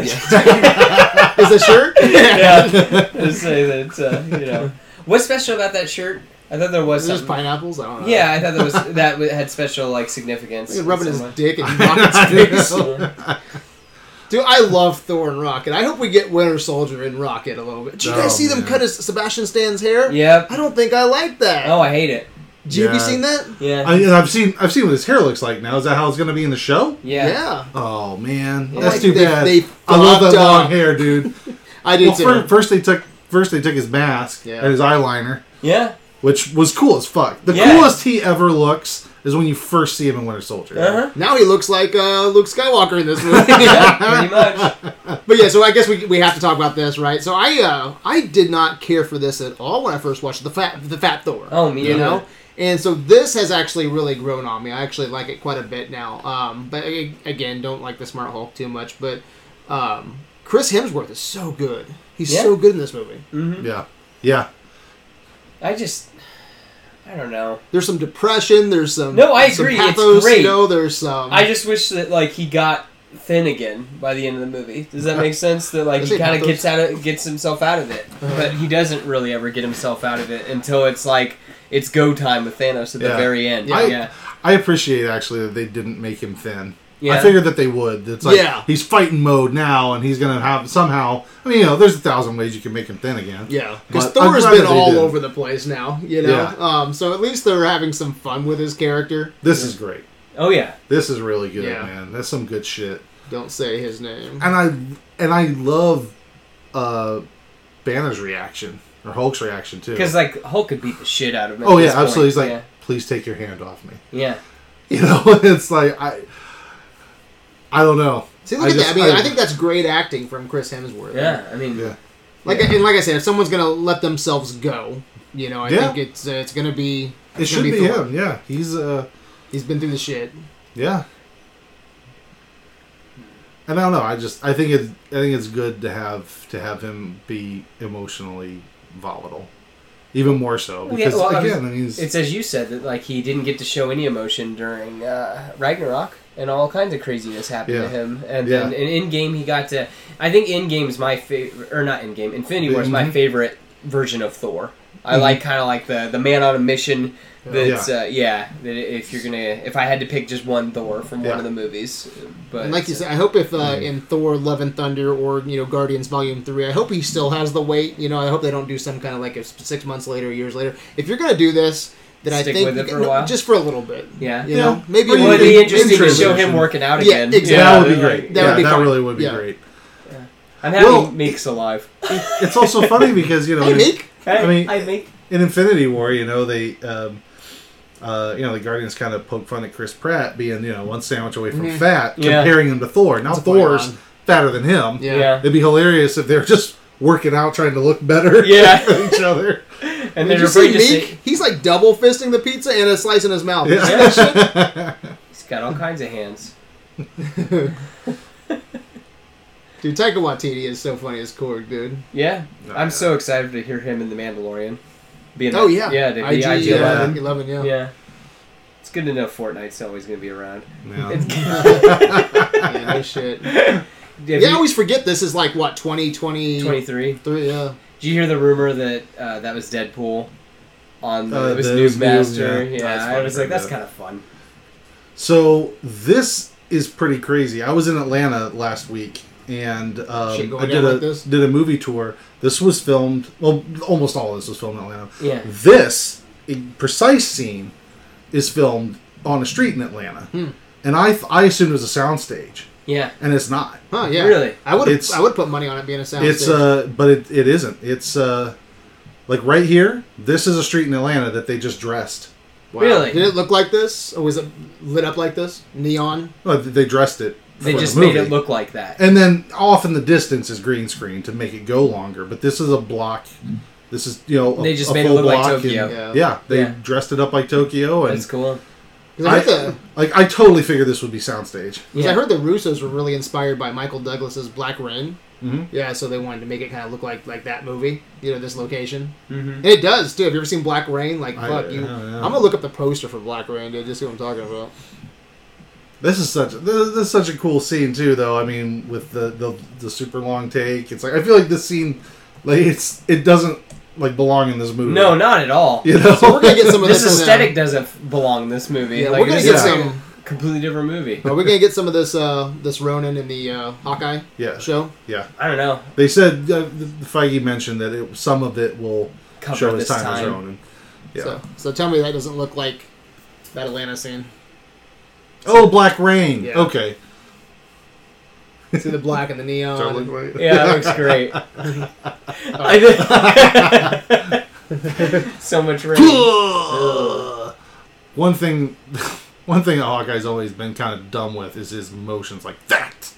Speaker 1: Is the shirt?
Speaker 2: yeah, just say that. Uh, you know, what's special about that shirt? I thought there was
Speaker 1: Is this
Speaker 2: something.
Speaker 1: pineapples? I don't know.
Speaker 2: Yeah, I thought that was that w- had special like significance.
Speaker 1: Look at rubbing
Speaker 2: in
Speaker 1: his
Speaker 2: some way.
Speaker 1: dick and knocking his face. Dude, I love Thor and Rocket. I hope we get Winter Soldier and Rocket a little bit. Did you guys
Speaker 3: Oh,
Speaker 1: see them
Speaker 3: man.
Speaker 1: cut his Sebastian Stan's hair?
Speaker 2: Yep.
Speaker 1: I don't think I like that.
Speaker 2: Oh, I hate it.
Speaker 1: Did you, have you
Speaker 3: Yeah.
Speaker 1: seen that?
Speaker 2: Yeah.
Speaker 3: I, and I've seen I've seen what his hair looks like now. Is that how it's going to be in the show?
Speaker 2: yeah.
Speaker 3: Oh man,
Speaker 2: Yeah.
Speaker 3: that's
Speaker 1: Like,
Speaker 3: too
Speaker 1: they-
Speaker 3: bad.
Speaker 1: they
Speaker 3: I love that
Speaker 1: fucked
Speaker 3: long
Speaker 1: up.
Speaker 3: hair, dude.
Speaker 1: I did
Speaker 3: well,
Speaker 1: too.
Speaker 3: first, first they took first they took his mask
Speaker 1: Yeah.
Speaker 3: and his eyeliner,
Speaker 2: Yeah.
Speaker 3: which was cool as fuck. The
Speaker 2: Yeah.
Speaker 3: coolest he ever looks is when you first see him in Winter Soldier.
Speaker 2: Uh-huh.
Speaker 1: now he looks like uh, Luke Skywalker in this movie.
Speaker 2: yeah. Pretty much.
Speaker 1: But yeah, so I guess we, we have to talk about this, right? So I uh, I did not care for this at all when I first watched the fat the Fat Thor.
Speaker 2: Oh, me
Speaker 1: you
Speaker 2: neither.
Speaker 1: know. And so this has actually really grown on me. I actually like it quite a bit now. Um, but a- again, don't like the Smart Hulk too much. But um, Chris Hemsworth is so good. He's
Speaker 2: Yeah.
Speaker 1: so good in this movie.
Speaker 3: Yeah, yeah.
Speaker 2: Mm-hmm. I just, I don't know.
Speaker 1: There's some depression. There's some
Speaker 2: No, I
Speaker 1: some
Speaker 2: agree, it's
Speaker 1: pathos,
Speaker 2: great.
Speaker 1: You know, there's some
Speaker 2: I just wish that like he got thin again by the end of the movie. Does that make sense? That like
Speaker 1: I
Speaker 2: he
Speaker 1: think
Speaker 2: kind of
Speaker 1: those-
Speaker 2: gets out of gets himself out of it,
Speaker 3: Uh-huh.
Speaker 2: but he doesn't really ever get himself out of it until it's like it's go time with Thanos at the
Speaker 3: Yeah.
Speaker 2: very end.
Speaker 3: I,
Speaker 2: yeah,
Speaker 3: I appreciate actually that they didn't make him thin.
Speaker 2: Yeah.
Speaker 3: I figured that they would. It's like
Speaker 1: Yeah.
Speaker 3: he's fighting mode now, and he's gonna have somehow. I mean, you know, there's a thousand ways you can make him thin again.
Speaker 1: Yeah, because
Speaker 3: But
Speaker 1: Thor
Speaker 3: I'm
Speaker 1: has
Speaker 3: glad
Speaker 1: been
Speaker 3: that they
Speaker 1: all
Speaker 3: did.
Speaker 1: over the place now, you know.
Speaker 3: Yeah.
Speaker 1: Um, so at least they're having some fun with his character.
Speaker 3: This is great.
Speaker 2: Oh yeah.
Speaker 3: This is really good,
Speaker 1: Yeah.
Speaker 3: man. That's some good shit.
Speaker 1: Don't say his name.
Speaker 3: And I and I love uh Banner's reaction or Hulk's reaction too.
Speaker 2: Because like Hulk could beat the shit out of him. at
Speaker 3: oh
Speaker 2: this
Speaker 3: yeah,
Speaker 2: point.
Speaker 3: absolutely. He's like, please take your hand off me.
Speaker 2: yeah, yeah.
Speaker 3: You know, it's like I, I don't know.
Speaker 1: See, look at
Speaker 3: just-
Speaker 1: that. I mean, I, think that's great acting from Chris Hemsworth.
Speaker 2: Yeah, I mean,
Speaker 3: Yeah.
Speaker 1: Like, and like I said, if someone's gonna let themselves go, you know, I
Speaker 3: Yeah.
Speaker 1: think it's uh, it's gonna be.
Speaker 3: it
Speaker 1: it's
Speaker 3: should
Speaker 1: gonna
Speaker 3: be
Speaker 1: Thor.
Speaker 3: him. Yeah, he's uh,
Speaker 1: He's been through the shit.
Speaker 3: yeah. And I don't know. I just I think it's I think it's good to have to have him be emotionally volatile, even more so
Speaker 2: Well, yeah,
Speaker 3: because
Speaker 2: well, I was-
Speaker 3: again, I mean, he's,
Speaker 2: it's as you said that like he didn't get to show any emotion during uh, Ragnarok, and all kinds of craziness happened to
Speaker 3: Yeah.
Speaker 2: him. And
Speaker 3: Yeah.
Speaker 2: then in Endgame, he got to. I think Endgame is my favorite, or not Endgame. Infinity War is my
Speaker 3: Mhm.
Speaker 2: favorite version of Thor. I like kind of like the the man on a mission. That's yeah. Uh, yeah. That if you're gonna, if I had to pick just one Thor from one
Speaker 3: Yeah.
Speaker 2: of the movies, but
Speaker 1: And like you said, I hope if uh, in Thor: Love and Thunder or you know Guardians Volume Three, I hope he still has the weight. You know, I hope they don't do some kind of like a s- six months later, years later. If you're gonna do this, then I
Speaker 2: Stick
Speaker 1: think
Speaker 2: with
Speaker 1: you
Speaker 2: it
Speaker 1: can-
Speaker 2: for a while.
Speaker 1: just for a little bit.
Speaker 2: yeah,
Speaker 1: You
Speaker 3: Yeah.
Speaker 1: know, maybe
Speaker 3: Well,
Speaker 2: it
Speaker 1: it'll
Speaker 2: would be interesting to show
Speaker 3: Transition.
Speaker 2: him working out
Speaker 1: Yeah,
Speaker 2: again.
Speaker 1: exactly.
Speaker 3: that would
Speaker 2: Yeah, like-
Speaker 3: be great.
Speaker 1: that
Speaker 3: yeah,
Speaker 1: would be
Speaker 3: that
Speaker 1: fun.
Speaker 3: really would be
Speaker 1: Yeah.
Speaker 3: great.
Speaker 2: I'm happy
Speaker 3: Well-
Speaker 2: Meek's alive.
Speaker 3: It's also funny because you know
Speaker 1: Hey,
Speaker 3: in-
Speaker 1: Meek.
Speaker 3: I mean-
Speaker 2: I Meek.
Speaker 3: in Infinity War, you know, they, um, uh, you know, the Guardians kind of poke fun at Chris Pratt being, you know, one sandwich away from
Speaker 1: Mhm.
Speaker 3: fat,
Speaker 2: Yeah.
Speaker 3: comparing him to Thor. Now
Speaker 1: That's a funny
Speaker 3: Thor's
Speaker 1: line.
Speaker 3: fatter than him.
Speaker 1: Yeah.
Speaker 2: yeah.
Speaker 3: It'd be hilarious if they're just working out, trying to look better
Speaker 2: Yeah.
Speaker 3: for each other.
Speaker 2: And
Speaker 1: Did
Speaker 2: then
Speaker 1: you see
Speaker 2: referring to
Speaker 1: Meek?
Speaker 2: say,
Speaker 1: He's like double fisting the pizza and a slice in his mouth.
Speaker 3: Yeah.
Speaker 1: That shit-
Speaker 2: he's got all kinds of hands.
Speaker 1: Dude, Taika Waititi is so funny as Korg, dude.
Speaker 2: Yeah,
Speaker 3: No,
Speaker 2: I'm
Speaker 3: Oh, yeah.
Speaker 2: so excited to hear him in The Mandalorian. Being
Speaker 1: Oh
Speaker 2: a-
Speaker 1: yeah,
Speaker 2: yeah, to be IG
Speaker 1: yeah,
Speaker 2: Eleven.
Speaker 1: IG 11, yeah.
Speaker 2: Yeah. it's good to know Fortnite's always going to be around.
Speaker 3: No.
Speaker 1: Yeah, no shit.
Speaker 2: Did
Speaker 1: Yeah, I always forget this is like what 2020
Speaker 2: 23. Did
Speaker 1: 23, yeah.
Speaker 2: you hear the rumor that uh, that was Deadpool on the,
Speaker 3: Uh,
Speaker 2: it was
Speaker 3: that was
Speaker 2: Newsmaster?
Speaker 3: News,
Speaker 2: yeah,
Speaker 3: yeah. That's
Speaker 2: I
Speaker 3: funny
Speaker 2: was like,
Speaker 3: for
Speaker 2: that's
Speaker 3: that.
Speaker 2: kind of fun.
Speaker 3: So this is pretty crazy. I was in Atlanta last week and
Speaker 1: Shit
Speaker 3: um,
Speaker 1: going
Speaker 3: I did
Speaker 1: down
Speaker 3: a
Speaker 1: like this?
Speaker 3: did a movie tour. This was filmed. Well, almost all of this was filmed in Atlanta.
Speaker 2: Yeah.
Speaker 3: This i- precise scene is filmed on a street in Atlanta, and I I assumed it was a soundstage,
Speaker 2: Yeah,
Speaker 3: and it's not.
Speaker 1: Huh, yeah.
Speaker 2: Really?
Speaker 1: I would
Speaker 3: It's-
Speaker 1: I would put money on it being a sound
Speaker 3: It's
Speaker 1: stage.
Speaker 3: uh, but it, it isn't. It's uh, like right here. This is a street in Atlanta that they just dressed.
Speaker 1: Wow.
Speaker 2: really?
Speaker 1: Did it look like this? Or was it lit up like this? Neon?
Speaker 3: Well, they dressed it.
Speaker 2: they
Speaker 3: for the
Speaker 2: just made
Speaker 3: movie.
Speaker 2: it look like that.
Speaker 3: And then off in the distance is green screen to make it go longer. But this is a block. This is you know a,
Speaker 2: They just
Speaker 3: a
Speaker 2: made it
Speaker 3: full
Speaker 2: look like
Speaker 3: block
Speaker 2: Tokyo.
Speaker 3: and-
Speaker 1: Yeah.
Speaker 3: yeah. they
Speaker 2: Yeah.
Speaker 3: dressed it up like Tokyo, and
Speaker 2: That's cool.
Speaker 1: 'Cause I, heard
Speaker 3: I-
Speaker 1: the,
Speaker 3: like I totally figured this would be soundstage.
Speaker 1: 'cause
Speaker 2: Yeah.
Speaker 1: I heard the Russos were really inspired by Michael Douglas's Black Rain.
Speaker 2: Mm-hmm.
Speaker 3: Mhm.
Speaker 1: Yeah, so they wanted to make it kind of look like like that movie, you know, this location.
Speaker 2: Mm-hmm.
Speaker 1: And it does too. Have you ever seen Black Rain? Like,
Speaker 3: I-
Speaker 1: fuck you.
Speaker 3: I don't know.
Speaker 1: I'm gonna look up the poster for Black Rain, dude. Just see what I'm talking about.
Speaker 3: This is such this is such a cool scene too, though. I mean, with the, the the super long take, it's like I feel like this scene, like it's it doesn't like belong in this movie.
Speaker 2: No, not at all.
Speaker 3: you know,
Speaker 1: So we're gonna get some of this.
Speaker 2: this
Speaker 1: from them.
Speaker 2: aesthetic doesn't belong in this movie.
Speaker 1: Yeah,
Speaker 2: like,
Speaker 1: we're gonna
Speaker 2: this
Speaker 1: get
Speaker 2: is
Speaker 3: yeah.
Speaker 1: some.
Speaker 2: a completely different movie.
Speaker 1: Are we gonna get some of this? Uh, this Ronin in the uh, Hawkeye
Speaker 3: yeah,
Speaker 1: show.
Speaker 3: yeah.
Speaker 2: I don't know.
Speaker 3: They said uh, the, the Feige mentioned that it, some of it will
Speaker 2: Cover
Speaker 3: show
Speaker 2: this
Speaker 3: as time,
Speaker 2: time.
Speaker 3: as Ronin. Yeah.
Speaker 1: So, so tell me that doesn't look like that Atlanta scene.
Speaker 3: oh, Black Rain.
Speaker 1: Yeah.
Speaker 3: Okay.
Speaker 1: See the black and the neon.
Speaker 3: Start looking like-
Speaker 2: Yeah, that looks great. I did- so much rain.
Speaker 3: Ugh. one thing, one thing that Hawkeye's always been kind of dumb with is his motions like that.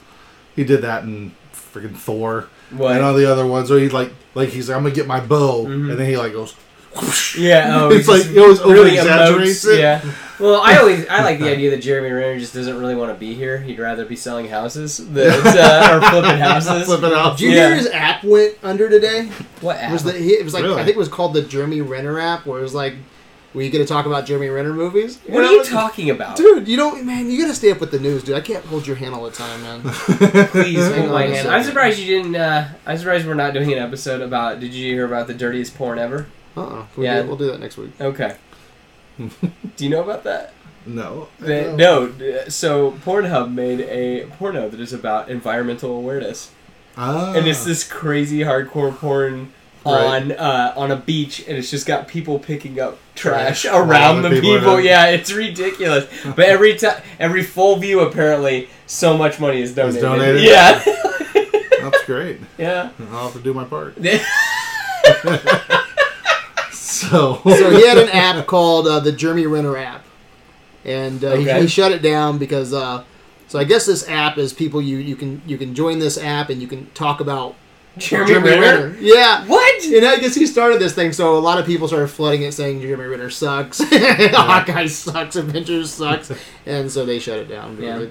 Speaker 3: He did that in freaking Thor and all
Speaker 2: What?
Speaker 3: the other ones where he like, like he's like, I'm gonna get my bow,
Speaker 2: Mhm.
Speaker 3: and then he like goes. Whoosh.
Speaker 2: Yeah, oh,
Speaker 3: It's
Speaker 2: he
Speaker 3: like,
Speaker 2: just
Speaker 3: it always
Speaker 2: really
Speaker 3: over-exaggerates
Speaker 2: emotes,
Speaker 3: it.
Speaker 2: Yeah. Well, I always I like the idea that Jeremy Renner just doesn't really want to be here. He'd rather be selling houses that, uh, or flipping houses.
Speaker 3: Flipping out.
Speaker 1: Did you
Speaker 2: Yeah.
Speaker 1: hear his app went under today?
Speaker 2: What
Speaker 1: It was
Speaker 2: app?
Speaker 1: the he- it was like
Speaker 3: Really?
Speaker 1: I think it was called the Jeremy Renner app, where it was like We get to talk about Jeremy Renner movies.
Speaker 2: What are
Speaker 1: I
Speaker 2: you
Speaker 1: was-
Speaker 2: talking about?
Speaker 1: Dude, you don't, man. You gotta stay up with the news, dude. I can't hold your hand all the time, man.
Speaker 2: Please
Speaker 1: Hang
Speaker 2: hold
Speaker 1: on
Speaker 2: my
Speaker 1: a
Speaker 2: hand.
Speaker 1: second.
Speaker 2: I'm surprised you didn't. Uh, I'm surprised we're not doing an episode about. Did you hear about the dirtiest porn ever?
Speaker 1: Uh-uh. We
Speaker 2: Yeah.
Speaker 1: do, we'll do that next week.
Speaker 2: Okay. Do you know about that?
Speaker 3: No.
Speaker 2: They- no. d- So Pornhub made a porno that is about environmental awareness,
Speaker 3: Ah.
Speaker 2: and it's this crazy hardcore porn.
Speaker 3: Right.
Speaker 2: On uh, on a beach, and it's just got people picking up trash
Speaker 3: Trash around
Speaker 2: around
Speaker 3: the
Speaker 2: the
Speaker 3: people,
Speaker 2: people.
Speaker 3: yeah.
Speaker 2: Yeah, it's ridiculous. But every time, every full view, apparently, so much money is donated.
Speaker 3: donated?
Speaker 2: Yeah,
Speaker 3: That's great.
Speaker 2: yeah.
Speaker 3: I'll have to do my part. So,
Speaker 1: So he had an app called uh, the Jeremy Renner app, and uh, he-
Speaker 2: Okay.
Speaker 1: he, shut it down because. Uh, so I guess this app is people you you can you can join this app and you can talk about
Speaker 2: Jeremy, Renner?
Speaker 1: Yeah.
Speaker 2: What?
Speaker 1: You know, because he started this thing, so a lot of people started flooding it saying Jeremy Renner sucks, Hawkeye sucks, Avengers sucks, and so they shut it down.
Speaker 2: Yeah.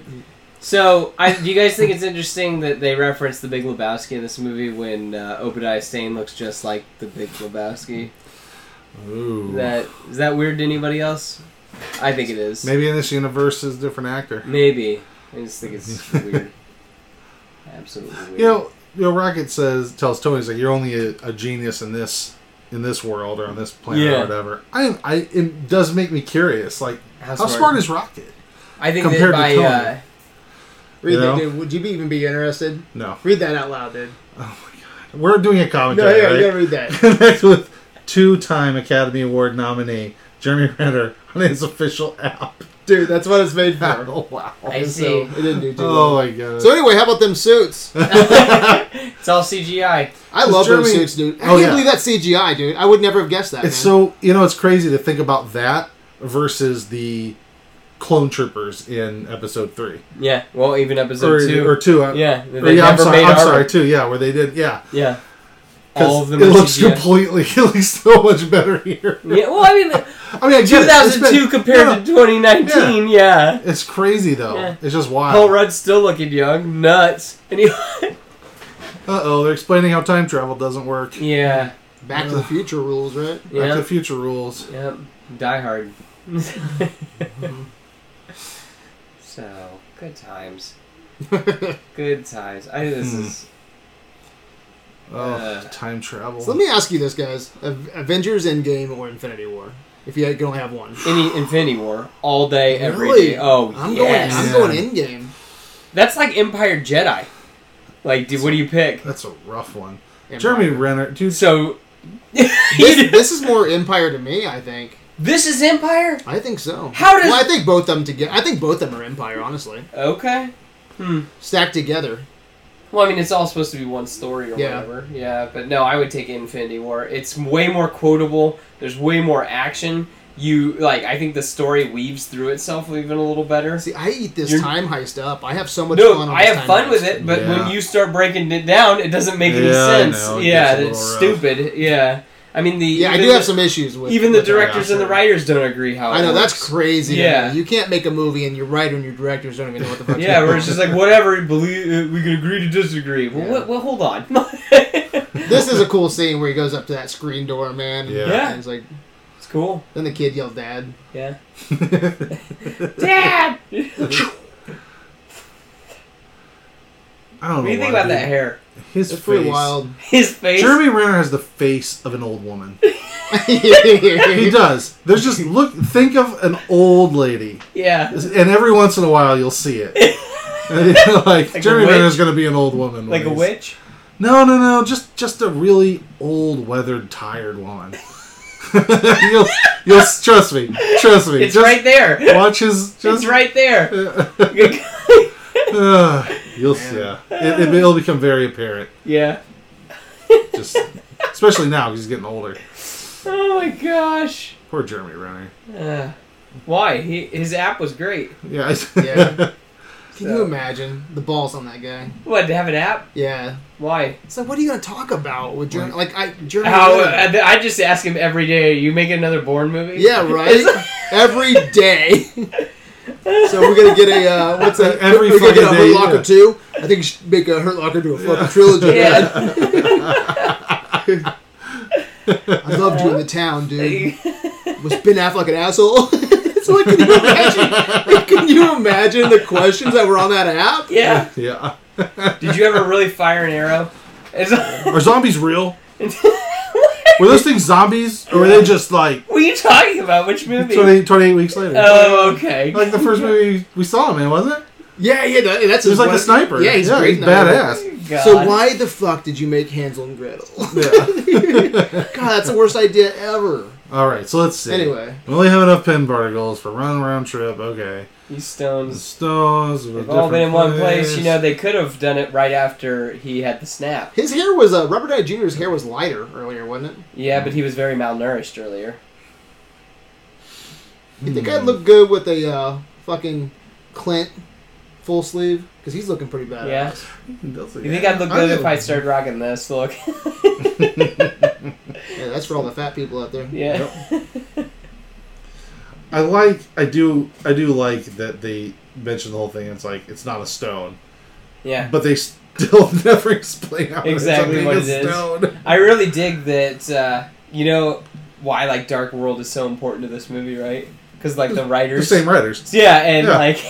Speaker 2: So, I, do you guys think it's interesting that they reference the Big Lebowski in this movie when uh, Obadiah Stane looks just like the Big Lebowski?
Speaker 3: Ooh.
Speaker 2: Is that is that weird to anybody else? I think it is.
Speaker 3: maybe in this universe is a different actor.
Speaker 2: Maybe. I just think it's weird. Absolutely weird.
Speaker 3: You know, you know, Rocket says tells Tony he's like you're only a, a genius in this in this world or on this planet
Speaker 2: Yeah.
Speaker 3: or whatever. I I it does make me curious. Like how, smart is Rocket?
Speaker 2: I think that
Speaker 3: compared to
Speaker 2: by
Speaker 3: Tony?
Speaker 2: uh,
Speaker 1: Read
Speaker 3: You
Speaker 1: that,
Speaker 3: know?
Speaker 1: dude. Would you be even be interested?
Speaker 3: No,
Speaker 1: Read that out loud, dude.
Speaker 3: we're doing a
Speaker 1: No,
Speaker 3: commentary.
Speaker 1: here,
Speaker 3: right?
Speaker 1: you gotta read that.
Speaker 3: Connect with two-time Academy Award nominee Jeremy Renner on his official app.
Speaker 1: Dude, that's what it's made for.
Speaker 3: Oh wow!
Speaker 2: I see.
Speaker 1: So, it didn't do too
Speaker 3: Oh
Speaker 1: well.
Speaker 3: my god!
Speaker 1: So anyway, how about them suits?
Speaker 2: it's all CGI.
Speaker 1: I love those
Speaker 3: Jeremy-
Speaker 1: suits, dude. I
Speaker 3: Oh,
Speaker 1: can't
Speaker 3: yeah.
Speaker 1: believe that's CGI, dude. I would never have guessed that.
Speaker 3: It's
Speaker 1: man.
Speaker 3: so you know it's crazy to think about that versus the clone troopers in episode three
Speaker 2: Yeah. Well, even episode
Speaker 3: or
Speaker 2: two.
Speaker 3: or two. uh,
Speaker 2: yeah. They
Speaker 3: or, yeah, I'm
Speaker 2: never
Speaker 3: sorry.
Speaker 2: made
Speaker 3: I'm
Speaker 2: armor.
Speaker 3: sorry too. Yeah, where they did. Yeah,
Speaker 2: Yeah.
Speaker 3: 'Cause
Speaker 2: All of them.
Speaker 3: It
Speaker 2: are
Speaker 3: looks
Speaker 2: CGI.
Speaker 3: completely. It looks so much better here.
Speaker 2: Yeah. Well, I mean.
Speaker 3: I mean, I get it. It's
Speaker 2: 2002
Speaker 3: been-
Speaker 2: compared
Speaker 3: no,
Speaker 2: to 2019, yeah.
Speaker 3: no, It's crazy though.
Speaker 2: Yeah.
Speaker 3: It's just wild.
Speaker 2: Paul Rudd's still looking young. Nuts. Anyway.
Speaker 3: Uh oh, they're explaining how time travel doesn't work.
Speaker 2: Yeah.
Speaker 1: Back to the Future rules, right?
Speaker 3: Back to
Speaker 2: Yeah.
Speaker 3: the future rules.
Speaker 2: Yep. Die Hard. so, good times. good times. I think this
Speaker 3: Hmm.
Speaker 2: is.
Speaker 3: Oh,
Speaker 2: Uh,
Speaker 3: time travel.
Speaker 1: So let me ask you this, guys: Av- Avengers Endgame or Infinity War? If you can only have one.
Speaker 2: Any Infinity War all day, every day.
Speaker 1: Really?
Speaker 2: Oh,
Speaker 1: I'm
Speaker 2: yes.
Speaker 1: going. I'm
Speaker 3: Yeah.
Speaker 1: going Endgame.
Speaker 2: That's like Empire Jedi. Like, dude, what do you pick?
Speaker 3: That's a rough one.
Speaker 1: Empire.
Speaker 3: Jeremy Renner, dude.
Speaker 2: So,
Speaker 1: This, this is more Empire to me. I think.
Speaker 2: this is Empire.
Speaker 1: I think so.
Speaker 2: How does-
Speaker 1: Well, I think both of them together. I think both of them are Empire, honestly,
Speaker 2: Okay. Hmm.
Speaker 1: stacked together.
Speaker 2: Well, I mean, it's all supposed to be one story or
Speaker 1: Yeah.
Speaker 2: whatever. Yeah, but no, I would take Infinity War. It's way more quotable. There's way more action. You like, I think the story weaves through itself even a little better.
Speaker 1: See, I eat this
Speaker 2: You're-
Speaker 1: time heist up. I have so much
Speaker 2: no,
Speaker 1: fun. On
Speaker 2: I
Speaker 1: this
Speaker 2: have
Speaker 1: time
Speaker 2: fun
Speaker 1: heist.
Speaker 2: with it, but
Speaker 3: Yeah.
Speaker 2: when you start breaking it down, it doesn't make any
Speaker 3: Yeah, I
Speaker 2: sense.
Speaker 3: know, it
Speaker 2: yeah,
Speaker 3: gets a
Speaker 2: it's
Speaker 3: little rough.
Speaker 2: stupid. Yeah, I mean the
Speaker 1: Yeah, I
Speaker 2: even
Speaker 1: do have
Speaker 2: the-
Speaker 1: some issues with
Speaker 2: Even the
Speaker 1: with that.
Speaker 2: directors and the writers don't agree how.
Speaker 1: I
Speaker 2: it
Speaker 1: know that's
Speaker 2: works.
Speaker 1: crazy. Yeah,
Speaker 2: Yeah.
Speaker 1: you can't make a movie and your writer and your directors don't even know what the fuck.
Speaker 2: Yeah, where it's just like whatever. Believe uh, we can agree to disagree. Well,
Speaker 1: Yeah.
Speaker 2: what, well hold on.
Speaker 1: this is a cool scene where he goes up to that screen door, man. and-
Speaker 3: Yeah.
Speaker 2: Yeah.
Speaker 1: and he's like,
Speaker 2: it's cool.
Speaker 1: then the kid yells, "Dad."
Speaker 2: Yeah. Dad! what do you
Speaker 3: I don't know.
Speaker 2: think
Speaker 3: why,
Speaker 2: about
Speaker 3: dude.
Speaker 2: that hair?
Speaker 3: His
Speaker 1: It's
Speaker 3: face.
Speaker 1: pretty wild.
Speaker 2: His face.
Speaker 3: Jeremy Renner has the face of an old woman. He
Speaker 1: yeah,
Speaker 3: does. There's just look. Think of an old lady,
Speaker 2: Yeah.
Speaker 3: and every once in a while you'll see it. And you're like,
Speaker 2: Like a
Speaker 3: Jeremy
Speaker 2: witch?
Speaker 3: Renner's going to be an old woman. when
Speaker 2: Like a
Speaker 3: he's-
Speaker 2: witch?
Speaker 3: No, no, no. Just just a really old, weathered, tired woman. you'll, you'll trust me. Trust me.
Speaker 2: It's
Speaker 3: just
Speaker 2: right there.
Speaker 3: Watch his. Just,
Speaker 2: It's right there.
Speaker 3: Uh, you'll see. Yeah. It, it, it'll become very apparent.
Speaker 2: yeah.
Speaker 3: Just especially now 'cause he's getting older.
Speaker 2: Oh my gosh.
Speaker 3: Poor Jeremy Renner.
Speaker 2: Uh, why? He, his app was great.
Speaker 3: Yeah. I-
Speaker 1: Yeah. Can you
Speaker 2: So-
Speaker 1: imagine the balls on that guy?
Speaker 2: What, to have an app?
Speaker 1: Yeah.
Speaker 2: Why?
Speaker 1: It's like, what are you gonna talk about with Jeremy? Like, I Jeremy.
Speaker 2: How?
Speaker 1: Renner.
Speaker 2: I, I just ask him every day, you make another Bourne movie?
Speaker 1: yeah, right. Every day. so we're gonna get a uh, what's that?
Speaker 3: Every
Speaker 1: we're gonna get a
Speaker 3: fucking
Speaker 1: Hurt
Speaker 3: day,
Speaker 1: Locker
Speaker 3: yeah.
Speaker 1: two. I think you should make a Hurt Locker do a fucking trilogy. man.
Speaker 2: Yeah.
Speaker 1: I loved you in the town, dude. was Ben Affleck an asshole? it's like, can you imagine? Can you imagine the questions that were on that app?
Speaker 2: Yeah.
Speaker 3: Yeah.
Speaker 2: Did you ever really fire an arrow? It's-
Speaker 3: Are zombies real? Were those things zombies, or were they just like
Speaker 2: what are you talking about? Which movie?
Speaker 3: 20, 28 weeks later?
Speaker 2: Oh, okay.
Speaker 3: like the first movie we saw, man, wasn't it?
Speaker 1: Yeah, yeah, that, that's
Speaker 3: He was like the sniper.
Speaker 1: Yeah, he's great. in that.
Speaker 3: badass.
Speaker 2: God.
Speaker 1: So why the fuck did you make Hansel and Gretel?
Speaker 3: Yeah.
Speaker 1: God, that's the worst idea ever.
Speaker 3: All right, so let's see.
Speaker 1: Anyway.
Speaker 3: we only have enough pin particles for one round trip. Okay,
Speaker 2: These
Speaker 3: the
Speaker 2: stones.
Speaker 3: stones. were
Speaker 2: They've all been in
Speaker 3: different
Speaker 2: one place. You know, they could have done it right after he had the snap.
Speaker 1: His hair was uh, Robert Downey Jr.'s hair was lighter earlier, wasn't it?
Speaker 2: Yeah, but he was very malnourished earlier.
Speaker 1: You think
Speaker 3: Hmm.
Speaker 1: I'd look good with a uh, fucking Clint full sleeve? Because he's looking pretty bad.
Speaker 2: Yeah.
Speaker 3: Hmm,
Speaker 2: You think
Speaker 3: I
Speaker 2: I'd look good if I
Speaker 3: do.
Speaker 2: started rocking this? Look.
Speaker 1: yeah, that's for all the fat people out there.
Speaker 2: yeah.
Speaker 3: I like. I do. I do like that they mentioned the whole thing. It's like it's not a stone,
Speaker 2: Yeah.
Speaker 3: but they still never explain how
Speaker 2: Exactly
Speaker 3: it's
Speaker 2: what
Speaker 3: a
Speaker 2: it is.
Speaker 3: stone.
Speaker 2: I really dig that. Uh, you know why like Dark World is so important to this movie, right? Because like the
Speaker 3: The
Speaker 2: writers.
Speaker 3: same writers.
Speaker 2: Yeah, and
Speaker 3: Yeah.
Speaker 2: like.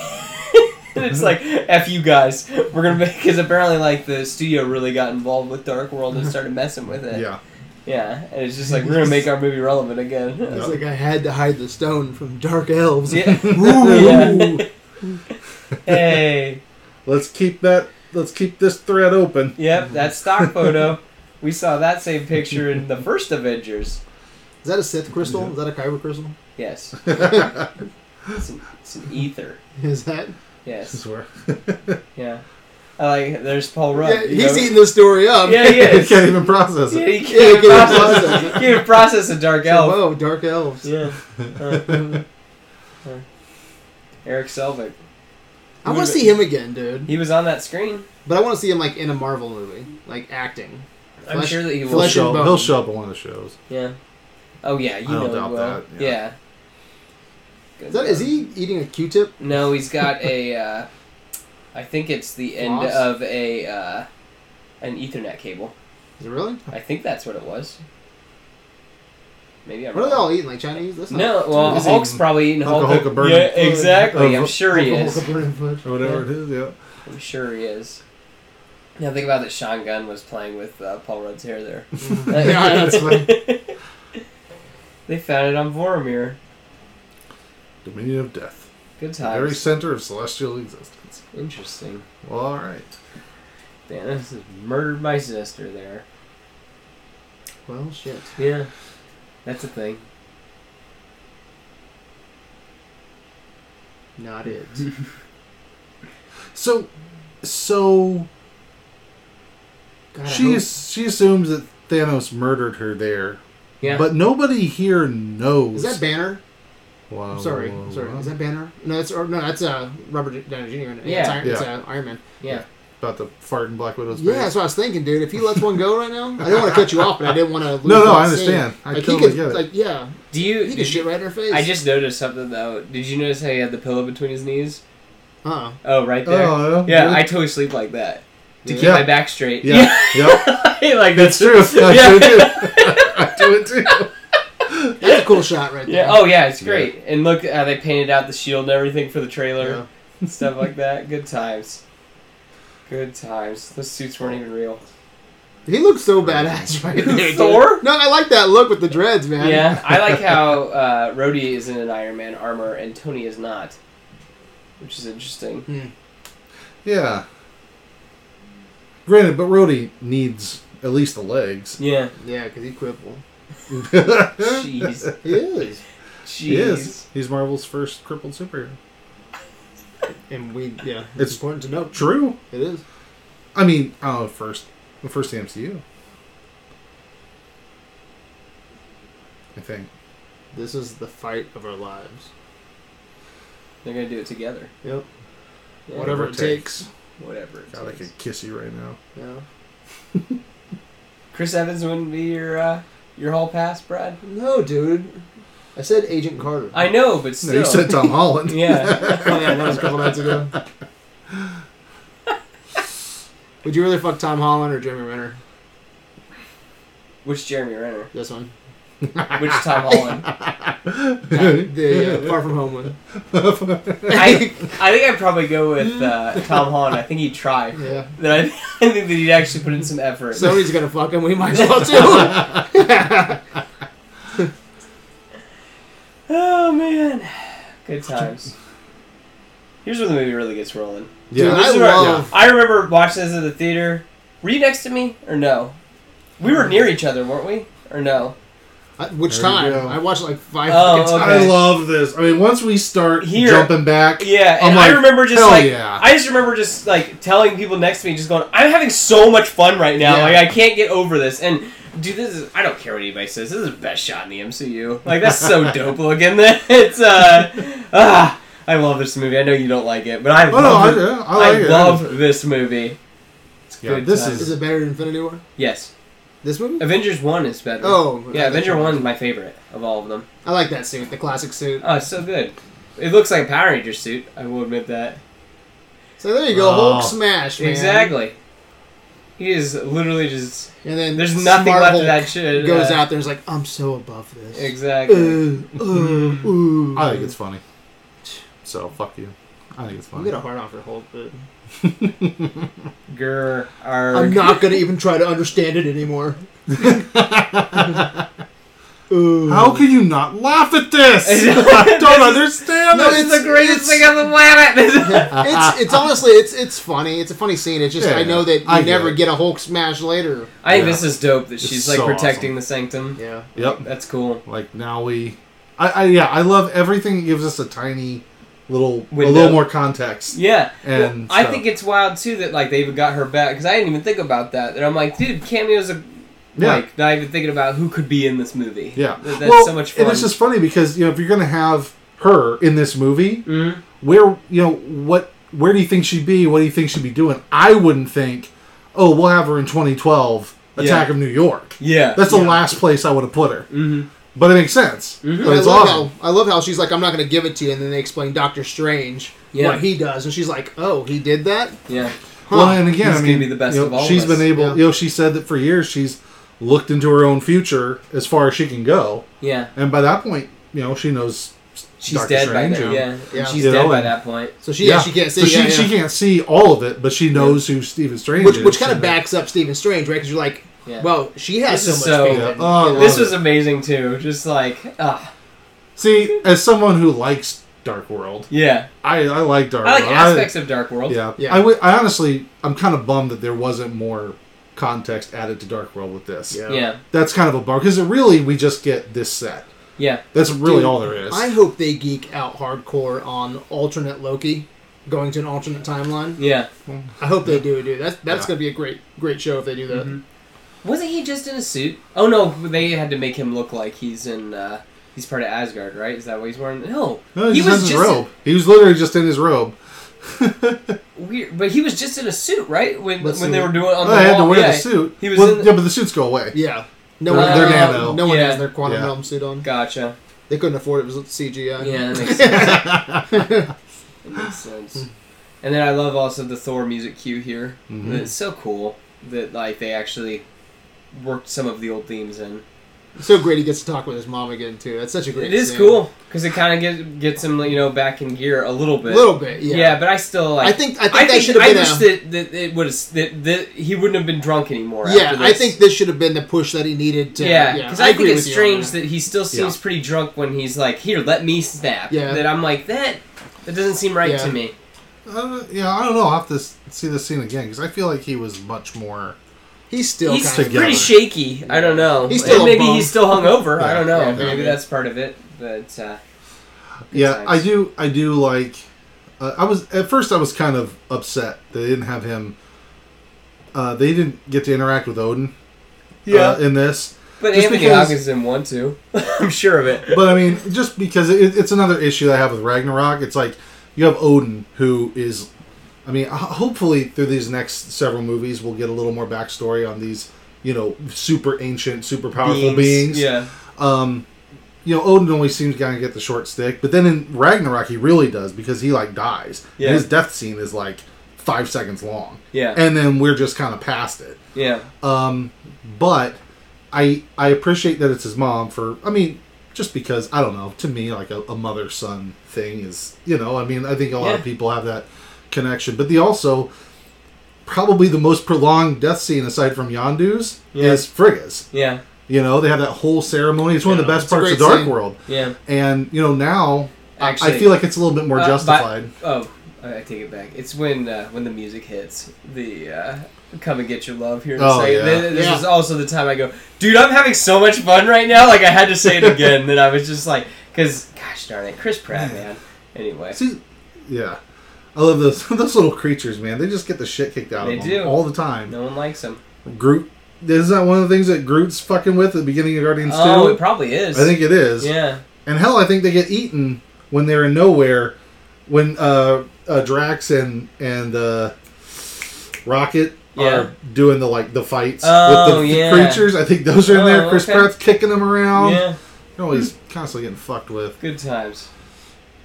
Speaker 2: it's like f you guys. We're gonna make because apparently like the studio really got involved with Dark World and started messing with it.
Speaker 3: Mm-hmm. Yeah.
Speaker 2: Yeah, and it's just like we're gonna make our movie relevant again.
Speaker 1: It's like I had to hide the stone from dark elves.
Speaker 2: yeah.
Speaker 3: Ooh.
Speaker 2: Hey.
Speaker 3: Let's keep that. Let's keep this thread open.
Speaker 2: Yep, that stock photo. We saw that same picture in the first Avengers.
Speaker 1: Is that a Sith crystal? Is that a Kyber crystal?
Speaker 2: Yes. it's, an, it's an ether.
Speaker 1: Is that?
Speaker 3: This
Speaker 2: Yes.
Speaker 3: is where
Speaker 2: Yeah. I like there's Paul Rudd.
Speaker 1: yeah,
Speaker 2: you
Speaker 1: he's
Speaker 2: know.
Speaker 1: eating this story up.
Speaker 2: Yeah, he
Speaker 3: you
Speaker 2: is.
Speaker 3: can't even process
Speaker 2: Yeah,
Speaker 3: it.
Speaker 2: he
Speaker 1: Yeah, he
Speaker 2: can't
Speaker 1: can't
Speaker 2: process.
Speaker 1: process
Speaker 2: He can't process a dark
Speaker 1: So,
Speaker 2: elf.
Speaker 1: whoa, dark elves.
Speaker 2: Yeah. Uh, uh, Eric Selvig.
Speaker 1: I want to see him again, dude.
Speaker 2: He was on that screen.
Speaker 1: But I want to see him like in a Marvel movie, like acting.
Speaker 2: I'm
Speaker 1: Flesh-
Speaker 2: sure that he
Speaker 3: He'll
Speaker 2: will.
Speaker 1: Flesh-
Speaker 3: show,
Speaker 1: bone.
Speaker 3: he'll show up on one of the shows.
Speaker 2: Yeah. Oh yeah, you
Speaker 3: I don't
Speaker 2: know
Speaker 3: doubt
Speaker 2: he will.
Speaker 3: that,
Speaker 2: Yeah.
Speaker 3: yeah.
Speaker 2: Good
Speaker 1: Is that? Is
Speaker 2: God.
Speaker 1: he eating a Q-tip?
Speaker 2: No, he's got a. Uh, I think it's the end
Speaker 1: Floss?
Speaker 2: of a uh, an Ethernet cable.
Speaker 1: Is it really?
Speaker 2: I think that's what it was. Maybe I'm.
Speaker 1: What are they
Speaker 2: wrong.
Speaker 1: all eating? Like Chinese? That's not
Speaker 2: No, well,
Speaker 3: Is he
Speaker 2: Hulk's probably eating
Speaker 3: Hulk-
Speaker 2: Hulk.
Speaker 3: Hulk a burning
Speaker 2: yeah,
Speaker 3: food?
Speaker 2: exactly.
Speaker 3: Of-
Speaker 2: I'm sure he is.
Speaker 3: Or whatever it is, yeah.
Speaker 2: I'm sure he is. Now think about that. Sean Gunn was playing with uh, Paul Rudd's hair there.
Speaker 1: Yeah, that's funny.
Speaker 2: they found it on Voromir.
Speaker 3: Dominion of Death.
Speaker 2: Good
Speaker 3: The very
Speaker 2: times.
Speaker 3: center of celestial existence.
Speaker 2: Interesting.
Speaker 3: Well, alright.
Speaker 2: Thanos has murdered my sister there.
Speaker 1: Well, shit.
Speaker 2: Yeah, that's a thing.
Speaker 1: Not it.
Speaker 3: So, so
Speaker 1: God, I
Speaker 3: she
Speaker 1: hope-
Speaker 3: is, she assumes that Thanos murdered her there,
Speaker 2: Yeah,
Speaker 3: but nobody here knows.
Speaker 1: Is that Banner?
Speaker 3: Wow,
Speaker 1: I'm sorry,
Speaker 3: wow,
Speaker 1: I'm sorry.
Speaker 3: wow.
Speaker 1: Is that Banner? No, that's or no, that's uh, Robert Downey Jr. isn't it?
Speaker 2: Yeah.
Speaker 1: it's, Iron, it's,
Speaker 3: Yeah.
Speaker 1: uh, Iron Man.
Speaker 2: yeah.
Speaker 3: about the fart in Black Widow's
Speaker 1: Yeah,
Speaker 3: face?
Speaker 1: that's what I was thinking, dude. If he lets one go right now, I didn't want to cut you off, but I didn't want to. Lose
Speaker 3: No, no,
Speaker 1: that
Speaker 3: I
Speaker 1: scene.
Speaker 3: understand. I
Speaker 1: Like,
Speaker 3: totally
Speaker 1: he could,
Speaker 3: get it.
Speaker 1: Like, yeah,
Speaker 2: Do you?
Speaker 1: he could
Speaker 2: did
Speaker 1: shit right in her face.
Speaker 2: I just noticed something though. Did you notice how he had the pillow between his knees?
Speaker 1: uh,
Speaker 2: Oh, right there.
Speaker 3: Oh,
Speaker 2: yeah,
Speaker 3: really?
Speaker 2: I totally sleep like that to keep
Speaker 3: Yeah.
Speaker 2: my back straight.
Speaker 3: yeah, yeah.
Speaker 2: like
Speaker 3: That's
Speaker 2: that's
Speaker 3: true. I
Speaker 2: Yeah.
Speaker 3: do it too. I do it too.
Speaker 1: that's a cool shot right there.
Speaker 2: Yeah. Oh yeah, it's great. And look how they painted out the shield and everything for the trailer
Speaker 1: Yeah.
Speaker 2: and stuff like that. Good times. Good times. Those suits weren't even real.
Speaker 1: He looks so badass right there. dude.
Speaker 2: Thor?
Speaker 1: No, I like that look with the dreads, man.
Speaker 2: Yeah, I like how uh, Rhodey is in an Iron Man armor and Tony is not, which is interesting.
Speaker 3: Yeah. Granted, but Rhodey needs at least the legs.
Speaker 2: Yeah.
Speaker 1: Yeah, because he crippled.
Speaker 2: Jeez.
Speaker 1: He is.
Speaker 2: Jeez.
Speaker 3: He is. He's Marvel's first crippled superhero.
Speaker 1: And we, yeah, it's,
Speaker 3: It's-
Speaker 1: important to note.
Speaker 3: True.
Speaker 1: It is.
Speaker 3: I mean, I don't know, first, the first the MCU. I think.
Speaker 1: This is the fight of our lives.
Speaker 2: They're gonna do it together.
Speaker 1: Yep.
Speaker 2: Yeah.
Speaker 1: Whatever it takes.
Speaker 2: Whatever. it
Speaker 3: God, I
Speaker 2: takes.
Speaker 3: could kiss you right now.
Speaker 1: Yeah.
Speaker 2: Chris Evans wouldn't be your uh, your hall pass, Brad.
Speaker 1: No, dude. I said Agent Carter.
Speaker 2: I know, but still.
Speaker 3: No, you said Tom Holland.
Speaker 2: yeah.
Speaker 1: Oh, yeah, that was a couple nights ago. Would you rather fuck Tom Holland or Jeremy Renner?
Speaker 2: Which Jeremy Renner?
Speaker 1: This one.
Speaker 2: which is Tom Holland.
Speaker 1: The uh, Far From Home one.
Speaker 2: I, I think I'd probably go with uh, Tom Holland. I think he'd try.
Speaker 1: Yeah.
Speaker 2: Then I, I think that he'd actually put in some effort.
Speaker 1: Sony's gonna fuck him. We might as well too.
Speaker 2: oh man, good times. Here's where the movie really gets rolling.
Speaker 1: Dude,
Speaker 3: yeah.
Speaker 2: This
Speaker 1: I
Speaker 2: is where
Speaker 1: love.
Speaker 2: I remember watching this at the theater. Were you next to me or no? We were near each other, weren't we? Or no?
Speaker 1: I- Which
Speaker 3: There you
Speaker 1: time?
Speaker 3: go.
Speaker 1: I watched it like five
Speaker 2: Oh,
Speaker 1: fucking
Speaker 2: okay.
Speaker 1: times.
Speaker 3: I love this. I mean, once we start
Speaker 2: Here.
Speaker 3: jumping back,
Speaker 2: Yeah,
Speaker 3: I'm
Speaker 2: and I
Speaker 3: like,
Speaker 2: remember just
Speaker 3: "Hell
Speaker 2: like
Speaker 3: yeah."
Speaker 2: I just remember just like telling people next to me, just going, "I'm having so much fun right now.
Speaker 1: Yeah.
Speaker 2: Like I can't get over this." And dude, this is I don't care what anybody says. This is the best shot in the MCU. Like that's so dope looking. That it's uh, ah, I love this movie. I know you don't like it, but I
Speaker 3: oh no, I,
Speaker 2: love it.
Speaker 3: yeah, I like it.
Speaker 2: love this movie. It's
Speaker 3: Yeah,
Speaker 2: good
Speaker 3: this
Speaker 2: times.
Speaker 1: Is it better than Infinity War?
Speaker 2: yes.
Speaker 1: This movie?
Speaker 2: Avengers One is better.
Speaker 1: Oh,
Speaker 2: yeah,
Speaker 1: okay.
Speaker 2: Avenger One is my favorite of all of them.
Speaker 1: I like that suit, the classic suit.
Speaker 2: Oh, it's so good. It looks like a Power Ranger suit. I will admit that.
Speaker 1: So there you go,
Speaker 3: Oh.
Speaker 1: Hulk smash, man.
Speaker 2: Exactly. He is literally just.
Speaker 1: And then
Speaker 2: There's nothing
Speaker 1: Smart
Speaker 2: left
Speaker 1: Hulk
Speaker 2: of that shit.
Speaker 1: Goes
Speaker 2: uh,
Speaker 1: out there and is like, I'm so above this.
Speaker 2: Exactly.
Speaker 1: Uh, uh, ooh.
Speaker 3: I think it's funny. So fuck you. I think it's
Speaker 1: I'm
Speaker 3: funny.
Speaker 1: gonna hard on for Hulk, but
Speaker 2: Grr.
Speaker 1: I'm
Speaker 2: Arg.
Speaker 1: not gonna even try to understand it anymore. Ooh.
Speaker 3: How can you not laugh at this? I don't understand
Speaker 1: No,
Speaker 3: it.
Speaker 1: it's-
Speaker 2: the greatest thing on the planet.
Speaker 1: it's it's honestly it's it's funny. It's a funny scene. It's just
Speaker 3: Yeah,
Speaker 1: I know that you
Speaker 3: I get
Speaker 1: never
Speaker 3: it.
Speaker 1: get a Hulk smash later.
Speaker 2: I think
Speaker 3: Yeah.
Speaker 2: this is dope that
Speaker 3: It's
Speaker 2: she's like
Speaker 3: so
Speaker 2: protecting the sanctum.
Speaker 1: Yeah.
Speaker 3: Yep.
Speaker 2: That's cool.
Speaker 3: Like now we, I, I yeah, I love everything that gives us a tiny little a
Speaker 2: Window.
Speaker 3: little more context.
Speaker 2: Yeah.
Speaker 3: And
Speaker 2: Well, I
Speaker 3: so-
Speaker 2: think it's wild too that like they even got her back because I didn't even think about that. That I'm like, dude, cameos are
Speaker 3: Yeah.
Speaker 2: like not even thinking about who could be in this movie.
Speaker 3: Yeah,
Speaker 2: That- that's so much fun.
Speaker 3: And it's just funny because you know if you're gonna have her in this movie,
Speaker 2: Mhm.
Speaker 3: where you know what where do you think she'd be? What do you think she'd be doing? I wouldn't think, oh, we'll have her in 2012 Attack
Speaker 2: Yeah.
Speaker 3: of New York.
Speaker 2: yeah. Mm-hmm.
Speaker 3: That's the last place I would have put her.
Speaker 2: Mhm.
Speaker 3: But it makes sense. But
Speaker 1: I
Speaker 3: it's
Speaker 1: love
Speaker 3: awesome.
Speaker 1: how I love how she's like, I'm not gonna give it to you, and then they explain Doctor Strange
Speaker 2: Yeah.
Speaker 1: what he does, and she's like, Oh, he did that.
Speaker 2: yeah.
Speaker 3: Well, and again,
Speaker 2: He's
Speaker 3: I
Speaker 2: gonna
Speaker 3: mean,
Speaker 2: be the best
Speaker 3: you know,
Speaker 2: of all of
Speaker 3: she's
Speaker 2: us.
Speaker 3: been able.
Speaker 1: Yeah.
Speaker 3: You know, she said that for years she's looked into her own future as far as she can go,
Speaker 2: Yeah.
Speaker 3: and by that point, you know, she knows
Speaker 2: She's
Speaker 3: Doctor
Speaker 2: dead
Speaker 3: Strange.
Speaker 2: by
Speaker 3: and-
Speaker 2: then. Yeah.
Speaker 1: Yeah.
Speaker 2: She's
Speaker 3: You
Speaker 2: dead
Speaker 3: know,
Speaker 2: by
Speaker 3: and-
Speaker 2: that point.
Speaker 1: So she actually can't see.
Speaker 3: So she,
Speaker 1: yeah,
Speaker 3: she
Speaker 1: yeah.
Speaker 3: can't see all of it, but she knows who Stephen Strange
Speaker 1: which
Speaker 3: is.
Speaker 1: which kind of
Speaker 3: and-
Speaker 1: backs up Stephen Strange, right? Because you're like,
Speaker 2: Yeah.
Speaker 1: well, she has
Speaker 2: This is
Speaker 1: so much.
Speaker 2: so-
Speaker 1: pain.
Speaker 3: Yeah. Oh, I
Speaker 2: This
Speaker 3: love
Speaker 2: was amazing too. Just like, ah,
Speaker 3: See, as someone who likes Dark World,
Speaker 2: yeah.
Speaker 3: I, I like Dark
Speaker 2: I like
Speaker 3: World.
Speaker 2: aspects of Dark World.
Speaker 3: yeah,
Speaker 1: Yeah.
Speaker 3: I, w- I honestly, I'm kind of bummed that there wasn't more context added to Dark World with this.
Speaker 1: Yeah.
Speaker 2: Yeah.
Speaker 3: That's kind of a bummer because it really we just get this set.
Speaker 2: Yeah.
Speaker 3: That's really
Speaker 1: Dude,
Speaker 3: all there is.
Speaker 1: I hope they geek out hardcore on alternate Loki going to an alternate timeline.
Speaker 2: Yeah.
Speaker 1: I hope they do, dude. That's that's
Speaker 3: Yeah.
Speaker 1: gonna be a great great show if they do that.
Speaker 2: Wasn't he just in a suit? Oh no, they had to make him look like he's in. uh He's part of Asgard, right? Is that what he's wearing? No,
Speaker 3: no, he, was in his robe. He was literally just in his robe.
Speaker 2: weird, but he was just in a suit, right? When
Speaker 1: What
Speaker 2: when
Speaker 1: suit?
Speaker 2: they were doing on
Speaker 3: Oh,
Speaker 2: the
Speaker 3: I had
Speaker 2: wall.
Speaker 3: to wear
Speaker 2: yeah.
Speaker 3: the suit.
Speaker 2: He was
Speaker 3: Well,
Speaker 2: in the-
Speaker 3: yeah, but the suits go away.
Speaker 1: Yeah. No
Speaker 2: Uh,
Speaker 1: one,
Speaker 2: they're
Speaker 1: no,
Speaker 3: nano.
Speaker 1: no one
Speaker 2: Yeah.
Speaker 1: has their quantum
Speaker 3: Yeah.
Speaker 1: realm suit on.
Speaker 2: Gotcha.
Speaker 1: They couldn't afford it. It was CGI.
Speaker 2: Yeah, that makes sense. it makes sense. And then I love also the Thor music cue here.
Speaker 3: Mhm.
Speaker 2: It's so cool that like they actually worked some of the old themes in.
Speaker 1: So great he gets to talk with his mom again too. That's such a great.
Speaker 2: It is
Speaker 1: scene.
Speaker 2: cool because it kind of get, gets him, you know, back in gear a little
Speaker 1: A
Speaker 2: bit.
Speaker 1: little bit. Yeah.
Speaker 2: yeah. but I still like.
Speaker 1: I think I think that should have
Speaker 2: I
Speaker 1: been um,
Speaker 2: wish
Speaker 1: a-
Speaker 2: that, that it was that, that he wouldn't have been drunk anymore.
Speaker 1: yeah,
Speaker 2: after
Speaker 1: I
Speaker 2: this.
Speaker 1: think this should have been the push that he needed to.
Speaker 2: Yeah, because I, think
Speaker 1: agree
Speaker 2: it's
Speaker 1: with you on
Speaker 2: strange that he still seems
Speaker 3: Yeah.
Speaker 2: pretty drunk when he's like, "Here, let me snap."
Speaker 1: Yeah.
Speaker 2: That I'm like that. That doesn't seem right
Speaker 1: Yeah.
Speaker 2: to me.
Speaker 3: Uh, yeah, I don't know. I'll have to s- see this scene again because I feel like he was much more.
Speaker 1: He's still
Speaker 2: he's
Speaker 1: kind
Speaker 3: together.
Speaker 2: pretty shaky. I don't know.
Speaker 1: He's still
Speaker 2: And
Speaker 1: a
Speaker 2: maybe
Speaker 1: bum.
Speaker 2: he's still hungover. I
Speaker 3: Yeah.
Speaker 2: don't know.
Speaker 1: Yeah,
Speaker 2: maybe
Speaker 1: maybe.
Speaker 2: that's part of it. But uh,
Speaker 3: Yeah,
Speaker 2: times.
Speaker 3: I do. I do like. Uh, I was at first. I was kind of upset they didn't have him. Uh, they didn't get to interact with Odin.
Speaker 2: Yeah.
Speaker 3: uh, in this,
Speaker 2: but
Speaker 3: Just
Speaker 2: Anthony
Speaker 3: because-
Speaker 2: Hopkins didn't want to. I'm sure of it.
Speaker 3: but I mean, just because it, it's another issue that I have with Ragnarok. It's like you have Odin, who is. I mean, ho- hopefully through these next several movies, we'll get a little more backstory on these, you know, super ancient, super powerful beings.
Speaker 2: Yeah.
Speaker 3: um, you know, Odin always seems to kind of get the short stick, but then in Ragnarok he really does because he like dies. And
Speaker 2: Yeah.
Speaker 3: his death scene is like five seconds long,
Speaker 2: Yeah.
Speaker 3: and then we're just kind of past it.
Speaker 2: yeah.
Speaker 3: Um, but I I appreciate that it's his mom for. I mean, just because I don't know. To me, like a, a mother son thing is you know. I mean, I think a lot
Speaker 2: Yeah.
Speaker 3: of people have that connection, but the also probably the most prolonged death scene aside from Yondu's
Speaker 2: Yeah.
Speaker 3: is Frigga's.
Speaker 2: Yeah.
Speaker 3: You know, they have that whole ceremony. It's one of
Speaker 1: Yeah,
Speaker 3: the best
Speaker 1: it's a
Speaker 3: parts of
Speaker 1: great
Speaker 3: Dark
Speaker 1: scene.
Speaker 3: World,
Speaker 2: Yeah.
Speaker 3: and you know now I-
Speaker 2: Actually,
Speaker 3: I feel like it's a little bit more
Speaker 2: uh, but-
Speaker 3: justified.
Speaker 2: Oh, I I take it back. It's when uh, when the music hits the uh, "Come and Get Your Love" here. In a
Speaker 3: Oh,
Speaker 2: second.
Speaker 3: yeah.
Speaker 2: Th- This
Speaker 1: Yeah.
Speaker 2: is also the time I go, dude. I'm having so much fun right now. Like I had to say it again. then I was just like, because gosh darn it, Chris Pratt, man. Anyway,
Speaker 3: See, yeah, I love those those little creatures, man. They just get the shit kicked out
Speaker 2: They
Speaker 3: of them
Speaker 2: do.
Speaker 3: all the time.
Speaker 2: no one likes him.
Speaker 3: Groot, isn't that one of the things that Groot's fucking with at the beginning of Guardians Two?
Speaker 2: Oh, it probably is.
Speaker 3: I think it is.
Speaker 2: Yeah.
Speaker 3: And hell, I think they get eaten when they're in nowhere. When uh, uh, Drax and and uh, Rocket
Speaker 2: Yeah.
Speaker 3: are doing the like the fights
Speaker 2: Oh,
Speaker 3: with the, the
Speaker 2: yeah.
Speaker 3: creatures, I think those are in there.
Speaker 2: Oh,
Speaker 3: Chris
Speaker 2: okay.
Speaker 3: Pratt's kicking them around.
Speaker 2: yeah.
Speaker 3: You know, he's constantly getting fucked with.
Speaker 2: Good times.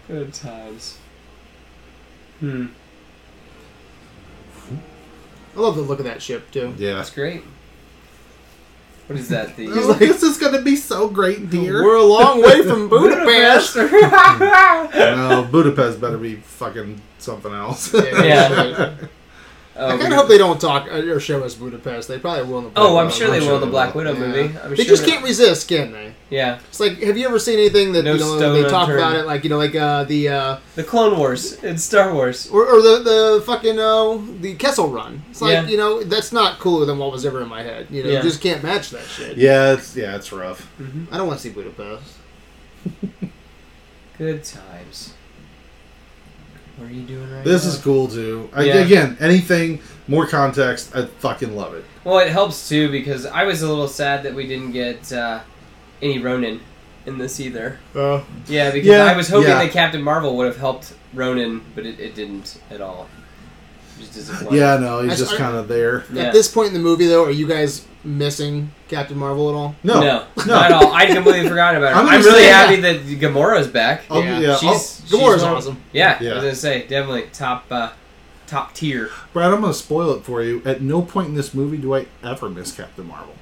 Speaker 2: Good times. Hmm.
Speaker 1: I love the look of that ship too.
Speaker 3: Yeah.
Speaker 2: That's great. What is that? The
Speaker 3: He's like, this is gonna be so great, dear.
Speaker 1: We're a long way from Budapest.
Speaker 2: yeah.
Speaker 3: no, Budapest better be fucking something else.
Speaker 2: Yeah.
Speaker 1: I kind of hope they don't talk uh, or show us Budapest. They probably will. In the Black
Speaker 2: Oh, I'm
Speaker 1: Widow.
Speaker 2: sure they
Speaker 3: I'm sure
Speaker 2: will in the
Speaker 3: they
Speaker 2: Black
Speaker 3: will.
Speaker 2: Widow
Speaker 1: Yeah.
Speaker 2: movie. I'm
Speaker 1: They
Speaker 2: sure
Speaker 1: just can't resist, can they?
Speaker 2: Yeah,
Speaker 1: It's like, have you ever seen anything that
Speaker 2: No
Speaker 1: you know
Speaker 2: stone
Speaker 1: they talk about
Speaker 2: unturned.
Speaker 1: it? Like you know, like uh, the uh,
Speaker 2: the Clone Wars. It's Star Wars.
Speaker 1: or, or the the fucking uh, the Kessel Run. It's like
Speaker 2: Yeah.
Speaker 1: you know that's not cooler than what was ever in my head. You know,
Speaker 2: Yeah.
Speaker 1: you just can't match that shit.
Speaker 3: yeah, it's yeah, it's rough.
Speaker 1: I don't want to see Budapest.
Speaker 2: Good times. What are you doing right
Speaker 3: This
Speaker 2: now?
Speaker 3: is cool too. I,
Speaker 2: Yeah.
Speaker 3: Again, anything more context, I fucking love it.
Speaker 2: Well, it helps too because I was a little sad that we didn't get uh, any Ronin in this either.
Speaker 1: Uh,
Speaker 2: Yeah, because
Speaker 3: Yeah,
Speaker 2: I was hoping
Speaker 3: yeah.
Speaker 2: that Captain Marvel would have helped Ronin, but it, it didn't at all. Just disappointing.
Speaker 3: Yeah, no, he's
Speaker 1: That's-
Speaker 3: just kind of there.
Speaker 2: Yeah.
Speaker 1: At this point in the movie, though, are you guys missing Captain Marvel at all?
Speaker 3: No,
Speaker 2: no,
Speaker 3: no.
Speaker 2: not at all. I completely forgot about her.
Speaker 3: I'm
Speaker 2: I'm,
Speaker 3: gonna
Speaker 2: really
Speaker 3: say-
Speaker 2: happy that Gamora's back.
Speaker 3: I'll-
Speaker 1: Yeah.
Speaker 3: Oh, yeah,
Speaker 2: she's, she's
Speaker 1: Oh, Gamora's
Speaker 2: one of-
Speaker 1: awesome.
Speaker 2: Yeah,
Speaker 3: Yeah.
Speaker 2: I was gonna say definitely top uh, top tier.
Speaker 3: I'll- Oh, Brad, I'm gonna spoil it for you. At no point in this movie do I ever miss Captain Marvel.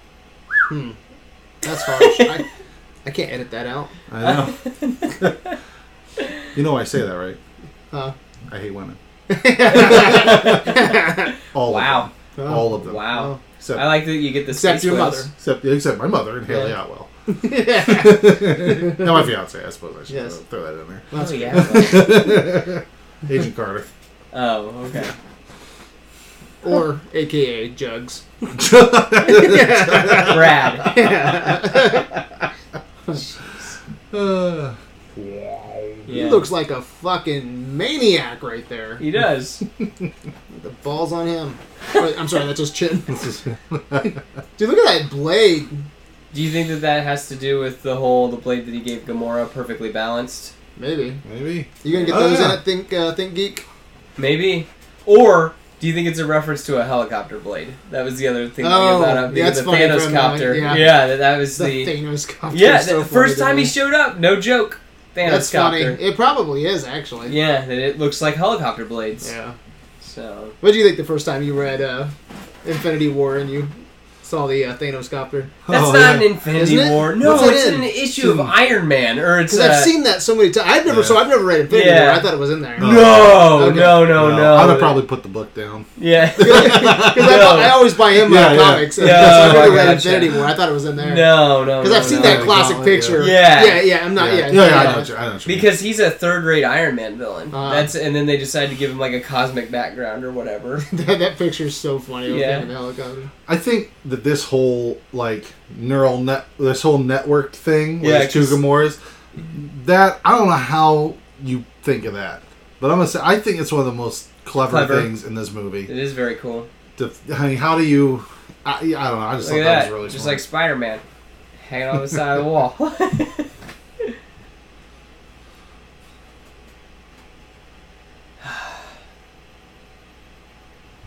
Speaker 1: That's harsh. I, I can't edit that out.
Speaker 3: I know. you know why I say that, right?
Speaker 1: Huh?
Speaker 3: I hate women. All
Speaker 2: Wow,
Speaker 3: of them. all of them.
Speaker 2: wow.
Speaker 3: Except
Speaker 2: I like that you get
Speaker 1: uh,
Speaker 2: the
Speaker 1: Except
Speaker 2: space
Speaker 1: your
Speaker 2: whales.
Speaker 1: mother.
Speaker 3: except except my mother and Haley
Speaker 2: Yeah.
Speaker 3: Atwell.
Speaker 1: yeah.
Speaker 3: now my fiance, I suppose I should
Speaker 1: Yes.
Speaker 3: throw that in there.
Speaker 2: Oh yeah.
Speaker 3: Agent Carter.
Speaker 2: oh okay.
Speaker 1: Or AKA Jugs.
Speaker 2: Brad.
Speaker 3: Uh,
Speaker 1: He
Speaker 2: Yeah.
Speaker 1: looks like a fucking maniac right there.
Speaker 2: He does.
Speaker 1: The balls on him. Wait, I'm sorry, that's his chin. Dude, look at that blade.
Speaker 2: Do you think that that has to do with the whole the blade that he gave Gamora perfectly balanced?
Speaker 1: Maybe
Speaker 3: maybe.
Speaker 1: you gonna get
Speaker 3: Oh,
Speaker 1: those
Speaker 3: yeah.
Speaker 1: at Think uh, Think Geek.
Speaker 2: Maybe. Or do you think it's a reference to a helicopter blade? That was the other thing that
Speaker 1: Oh,
Speaker 2: you brought up.
Speaker 1: yeah,
Speaker 2: the-
Speaker 1: that's
Speaker 2: the
Speaker 1: funny
Speaker 2: Thanos
Speaker 1: from, uh,
Speaker 2: copter.
Speaker 1: yeah.
Speaker 2: yeah. that, that was
Speaker 1: The
Speaker 2: the,
Speaker 1: Thanos copter.
Speaker 2: yeah.
Speaker 1: is so
Speaker 2: the
Speaker 1: funny
Speaker 2: first
Speaker 1: to
Speaker 2: time he
Speaker 1: me.
Speaker 2: showed up, no joke. Thanos
Speaker 1: That's funny.
Speaker 2: copter.
Speaker 1: It probably is actually.
Speaker 2: Yeah, that it looks like helicopter blades.
Speaker 1: Yeah.
Speaker 2: So
Speaker 1: What did you think the first time you read uh, Infinity War and you saw the uh, Thanos copter?
Speaker 2: that's
Speaker 3: Oh,
Speaker 2: not
Speaker 3: yeah.
Speaker 2: an Infinity
Speaker 1: Isn't it?
Speaker 2: War. No,
Speaker 1: What's that
Speaker 2: it's
Speaker 1: in?
Speaker 2: an issue of Iron Man, or it's.
Speaker 1: Because
Speaker 2: uh,
Speaker 1: I've seen that so many times. I've never
Speaker 3: Yeah.
Speaker 1: so I've never read Infinity
Speaker 2: Yeah.
Speaker 1: War. I thought it was in there.
Speaker 3: No.
Speaker 2: No,
Speaker 1: Oh, Okay.
Speaker 2: no, no, no,
Speaker 3: I would probably put the book down.
Speaker 2: Yeah.
Speaker 1: Because
Speaker 2: No.
Speaker 1: I, I always buy him
Speaker 3: Yeah,
Speaker 1: uh,
Speaker 3: yeah.
Speaker 1: comics. and
Speaker 2: No,
Speaker 1: so I've never
Speaker 2: I
Speaker 1: read
Speaker 2: gotcha.
Speaker 1: Infinity War. I thought it was in there.
Speaker 2: No, no.
Speaker 1: Because
Speaker 2: no,
Speaker 1: I've seen
Speaker 2: no.
Speaker 1: that
Speaker 3: no.
Speaker 1: classic
Speaker 3: Yeah.
Speaker 1: picture.
Speaker 2: Yeah.
Speaker 1: yeah, yeah. I'm not. Yeah,
Speaker 3: yeah, yeah, I know. what you- I know. what you mean.
Speaker 2: Because he's a third rate Iron Man villain.
Speaker 1: Uh-huh.
Speaker 2: That's and then they decide to give him like a cosmic background or whatever.
Speaker 1: that, that picture's so funny.
Speaker 2: Yeah.
Speaker 1: Yeah. The helicopter.
Speaker 3: I think that this whole like neural net, this whole network thing with
Speaker 2: Yeah,
Speaker 3: yeah, two
Speaker 2: 'cause-
Speaker 3: Gamoras, that I don't know how you think of that, but I'm gonna say I think it's one of the most clever,
Speaker 2: Clever.
Speaker 3: things in this movie.
Speaker 2: It is very cool.
Speaker 3: To, I mean, how do you? I, I don't know. I just
Speaker 2: Look
Speaker 3: thought
Speaker 2: at
Speaker 3: that,
Speaker 2: that.
Speaker 3: was really
Speaker 2: Just
Speaker 3: smart.
Speaker 2: like Spider Man. Hanging on the side of the wall.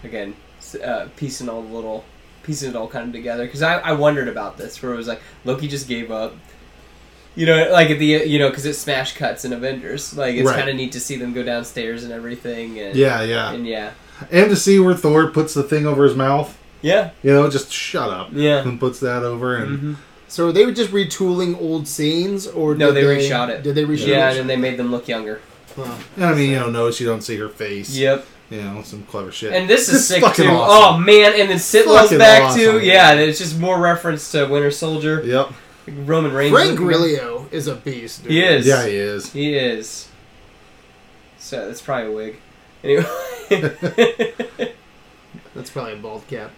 Speaker 2: Again, s- uh, piecing all the little piecing it all kind of together because I, I wondered about this where it was like Loki just gave up. You know, like at the you know because it smash cuts in Avengers. Like it's
Speaker 3: Right.
Speaker 2: kind of neat to see them go downstairs and everything. And
Speaker 3: yeah, yeah,
Speaker 2: and yeah,
Speaker 3: and to see where Thor puts the thing over his mouth.
Speaker 2: Yeah.
Speaker 3: You know, just shut up.
Speaker 2: Yeah.
Speaker 3: And puts that over and
Speaker 2: Mhm.
Speaker 1: So are they just retooling old scenes, or
Speaker 2: No,
Speaker 1: did
Speaker 2: they reshot it.
Speaker 1: Did they reshoot
Speaker 2: Yeah, and
Speaker 1: it?
Speaker 2: then they made them look younger.
Speaker 1: Huh.
Speaker 2: Mm-hmm.
Speaker 3: and I mean, you know, notice you don't see her face.
Speaker 2: Yep.
Speaker 3: You know, some clever shit.
Speaker 2: And this is
Speaker 3: It's
Speaker 2: sick
Speaker 3: fucking
Speaker 2: too.
Speaker 3: awesome.
Speaker 2: Oh man, and then Sitlo's
Speaker 3: Fucking
Speaker 2: back
Speaker 3: awesome.
Speaker 2: too. Yeah, and it's just more reference to Winter Soldier,
Speaker 3: Yep.
Speaker 2: Roman Reigns.
Speaker 1: Frank Grillo is a beast. Dude.
Speaker 2: He is.
Speaker 3: Yeah, he is.
Speaker 2: He is. So that's probably a wig. Anyway,
Speaker 1: That's probably a bald cap.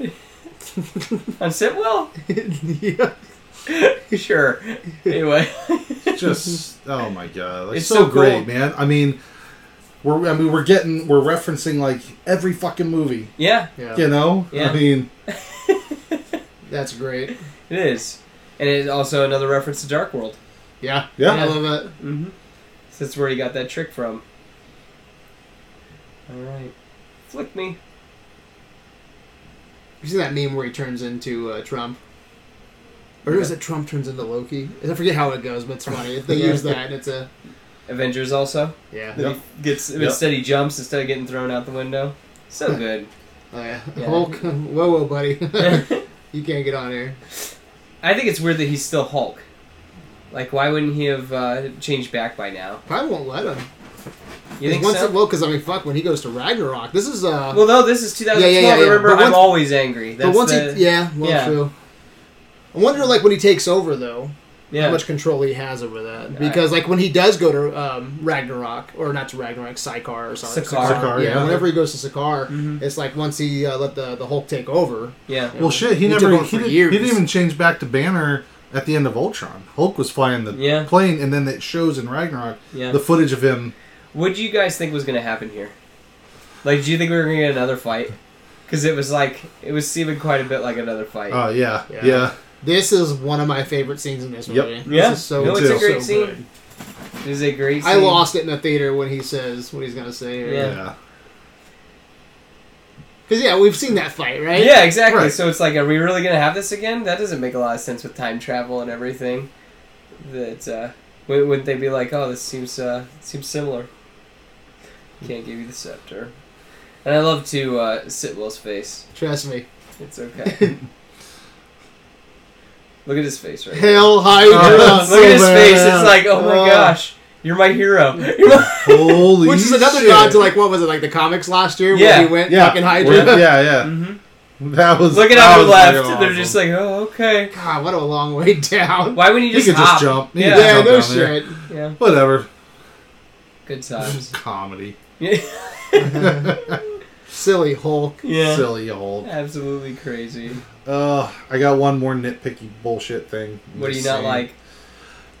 Speaker 2: on Sitwell,
Speaker 1: yeah.
Speaker 2: sure. Anyway,
Speaker 3: Just oh my god, like,
Speaker 2: It's so
Speaker 3: so, great,
Speaker 2: cool.
Speaker 3: man. I mean, we're I mean we're getting we're referencing like every fucking movie.
Speaker 2: yeah,
Speaker 1: yeah,
Speaker 3: You know, I
Speaker 2: Yeah.
Speaker 3: mean,
Speaker 1: that's great.
Speaker 2: it is, and it's also another reference to Dark World.
Speaker 1: Yeah,
Speaker 3: Yeah.
Speaker 1: I love it.
Speaker 2: Mm-hmm. So that's where he got that trick from. All right, flick me.
Speaker 1: You see that meme where he turns into uh, Trump, or is it Trump turns into Loki? I forget how it goes, but it's funny. They
Speaker 2: Yeah.
Speaker 1: use that, and it's a
Speaker 2: Avengers also
Speaker 1: yeah.
Speaker 3: Yep.
Speaker 2: gets
Speaker 3: Yep.
Speaker 2: instead he jumps instead of getting thrown out the window. So good.
Speaker 1: Oh, yeah.
Speaker 2: Yeah.
Speaker 1: Hulk, whoa, whoa, buddy,
Speaker 2: I
Speaker 1: you can't get on here.
Speaker 2: think it's weird that he's still Hulk. Like, why wouldn't he have uh, changed back by now?
Speaker 1: Probably won't let him.
Speaker 2: You think
Speaker 1: once
Speaker 2: so?
Speaker 1: it, well, because I mean, fuck, when he goes to Ragnarok, this is uh,
Speaker 2: Well, no, this is 2012.
Speaker 1: Yeah, yeah, yeah, yeah.
Speaker 2: Remember,
Speaker 1: But
Speaker 2: I'm
Speaker 1: once-
Speaker 2: always angry. That's
Speaker 1: but once
Speaker 2: the,
Speaker 1: he, yeah, well,
Speaker 2: yeah.
Speaker 1: true. I wonder, like, when he takes over though,
Speaker 2: yeah.
Speaker 1: how much control he has over that.
Speaker 2: Yeah.
Speaker 1: Because like when he does go to um, Ragnarok or not to Ragnarok, Sykar or something.
Speaker 2: Sakaar.
Speaker 3: Sakaar,
Speaker 1: yeah,
Speaker 3: yeah.
Speaker 1: Whenever he goes to Sakaar,
Speaker 2: Mhm.
Speaker 1: it's like once he uh, let the the Hulk take over.
Speaker 2: yeah.
Speaker 3: well, shit, he,
Speaker 1: He took
Speaker 3: never
Speaker 1: over
Speaker 3: he,
Speaker 1: for
Speaker 3: did,
Speaker 1: years.
Speaker 3: he didn't even change back to Banner at the end of Ultron. Hulk was flying the
Speaker 2: Yeah.
Speaker 3: plane, and then it shows in Ragnarok
Speaker 2: Yeah.
Speaker 3: the footage of him.
Speaker 2: What do you guys think was going to happen here? Like, do you think we were going to get another fight? Because it was like it was seeming quite a bit like another fight.
Speaker 1: Uh,
Speaker 3: Oh yeah, yeah,
Speaker 1: Yeah. This is one of my favorite scenes in this
Speaker 3: Yep.
Speaker 1: movie.
Speaker 2: Yeah.
Speaker 1: This is so
Speaker 2: No,
Speaker 3: it's a
Speaker 2: great
Speaker 1: so
Speaker 2: scene.
Speaker 1: good.
Speaker 2: it was a great. Scene.
Speaker 1: I lost it in the theater when he says what he's gonna say. here.
Speaker 2: Yeah.
Speaker 3: yeah.
Speaker 1: Cause yeah, we've seen that fight, right?
Speaker 2: Yeah, exactly.
Speaker 3: Right.
Speaker 2: So it's like, are we really gonna have this again? That doesn't make a lot of sense with time travel and everything. That uh, wou- wouldn't they be like, oh, this seems uh, seems similar? Can't give you the scepter. And I love to uh, Sitwell's face.
Speaker 1: Trust me.
Speaker 2: It's okay. Look at his face right. now.
Speaker 1: Hail
Speaker 2: Look
Speaker 1: Hydra.
Speaker 3: so
Speaker 2: at his
Speaker 3: bad.
Speaker 2: face. It's like, oh my
Speaker 1: Oh.
Speaker 2: gosh, you're my hero.
Speaker 3: Holy,
Speaker 1: Which is another
Speaker 3: shit.
Speaker 1: nod to like what was it like the comics last year
Speaker 2: Yeah.
Speaker 1: where he went
Speaker 3: yeah,
Speaker 1: fucking Hydra.
Speaker 3: yeah, yeah,
Speaker 2: Mhm.
Speaker 3: That was
Speaker 2: Looking
Speaker 3: that
Speaker 2: at her
Speaker 3: was pretty
Speaker 2: left, they're
Speaker 3: awesome.
Speaker 2: just like, oh okay.
Speaker 1: God, what a long way down.
Speaker 2: Why wouldn't you
Speaker 3: he
Speaker 2: just
Speaker 3: could
Speaker 2: hop?
Speaker 3: just jump. He could
Speaker 2: Yeah.
Speaker 3: just
Speaker 1: Yeah,
Speaker 3: jump
Speaker 1: no
Speaker 3: down there.
Speaker 1: shit.
Speaker 2: Yeah,
Speaker 3: Whatever.
Speaker 2: good
Speaker 3: This
Speaker 2: times.
Speaker 3: is comedy.
Speaker 1: Silly Hulk.
Speaker 2: yeah.
Speaker 3: Silly old.
Speaker 2: Absolutely crazy.
Speaker 3: Uh, I got one more nitpicky bullshit thing.
Speaker 2: What do
Speaker 3: Just
Speaker 2: you not
Speaker 3: saying.
Speaker 2: like?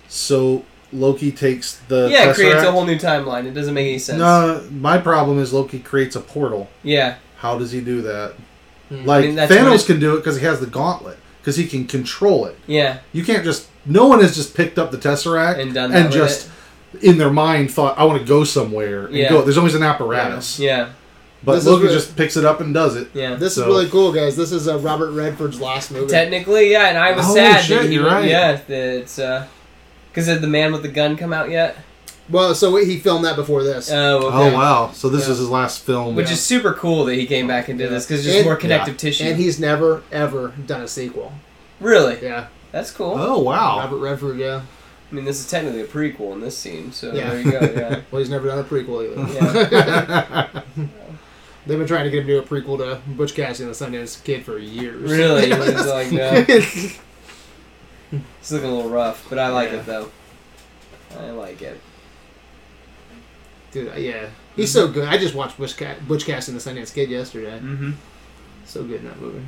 Speaker 3: So Loki takes the
Speaker 2: yeah, it creates
Speaker 3: Tesseract.
Speaker 2: a whole new timeline. It doesn't make any sense.
Speaker 3: No, my problem is Loki creates a portal.
Speaker 2: Yeah,
Speaker 3: How does he do that?
Speaker 1: Hmm.
Speaker 3: Like
Speaker 2: I mean, that's what
Speaker 3: Thanos
Speaker 2: it-
Speaker 3: can do it because he has the gauntlet because he can control it.
Speaker 2: yeah,
Speaker 3: You can't just. No one has just picked up the Tesseract
Speaker 2: and done that. with
Speaker 3: just in their mind thought, "I want to go somewhere." And
Speaker 2: Yeah.
Speaker 3: go. There's always an apparatus,
Speaker 2: it. yeah,
Speaker 3: but
Speaker 1: This is
Speaker 3: Loki
Speaker 1: where-
Speaker 3: just picks it up and does it.
Speaker 2: yeah.
Speaker 1: This
Speaker 3: So-
Speaker 1: is really cool, guys. This is uh, Robert Redford's last movie.
Speaker 2: Technically, yeah, and I was
Speaker 3: Oh,
Speaker 2: sad
Speaker 3: shit,
Speaker 2: that he.
Speaker 3: you're right.
Speaker 2: Yeah, that it's uh, because did the man with the gun come out yet?
Speaker 1: well, so he filmed that before this.
Speaker 2: Oh, okay.
Speaker 3: Oh wow! So this
Speaker 1: Yeah.
Speaker 3: is his last film.
Speaker 2: Which is super cool that he came back and did this because just
Speaker 1: And-
Speaker 2: more connective tissue.
Speaker 1: and he's never ever done a sequel.
Speaker 2: really,
Speaker 1: Yeah,
Speaker 2: that's cool.
Speaker 3: oh wow!
Speaker 1: Robert Redford. Yeah,
Speaker 2: I mean, this is technically a prequel in this scene, so
Speaker 1: Yeah.
Speaker 2: there you go. Yeah,
Speaker 1: well, he's never done a prequel either.
Speaker 2: yeah.
Speaker 1: They've been trying to get him to do a prequel to Butch Cassidy and the Sundance Kid for years.
Speaker 2: really, it's like no, it's looking a little rough, but I like
Speaker 1: Yeah.
Speaker 2: it though. I like it.
Speaker 1: Dude, yeah, he's so good. I just watched Butch, Ca- Butch Cassidy and the Sundance Kid yesterday.
Speaker 2: Mm-hmm.
Speaker 1: So good in that movie.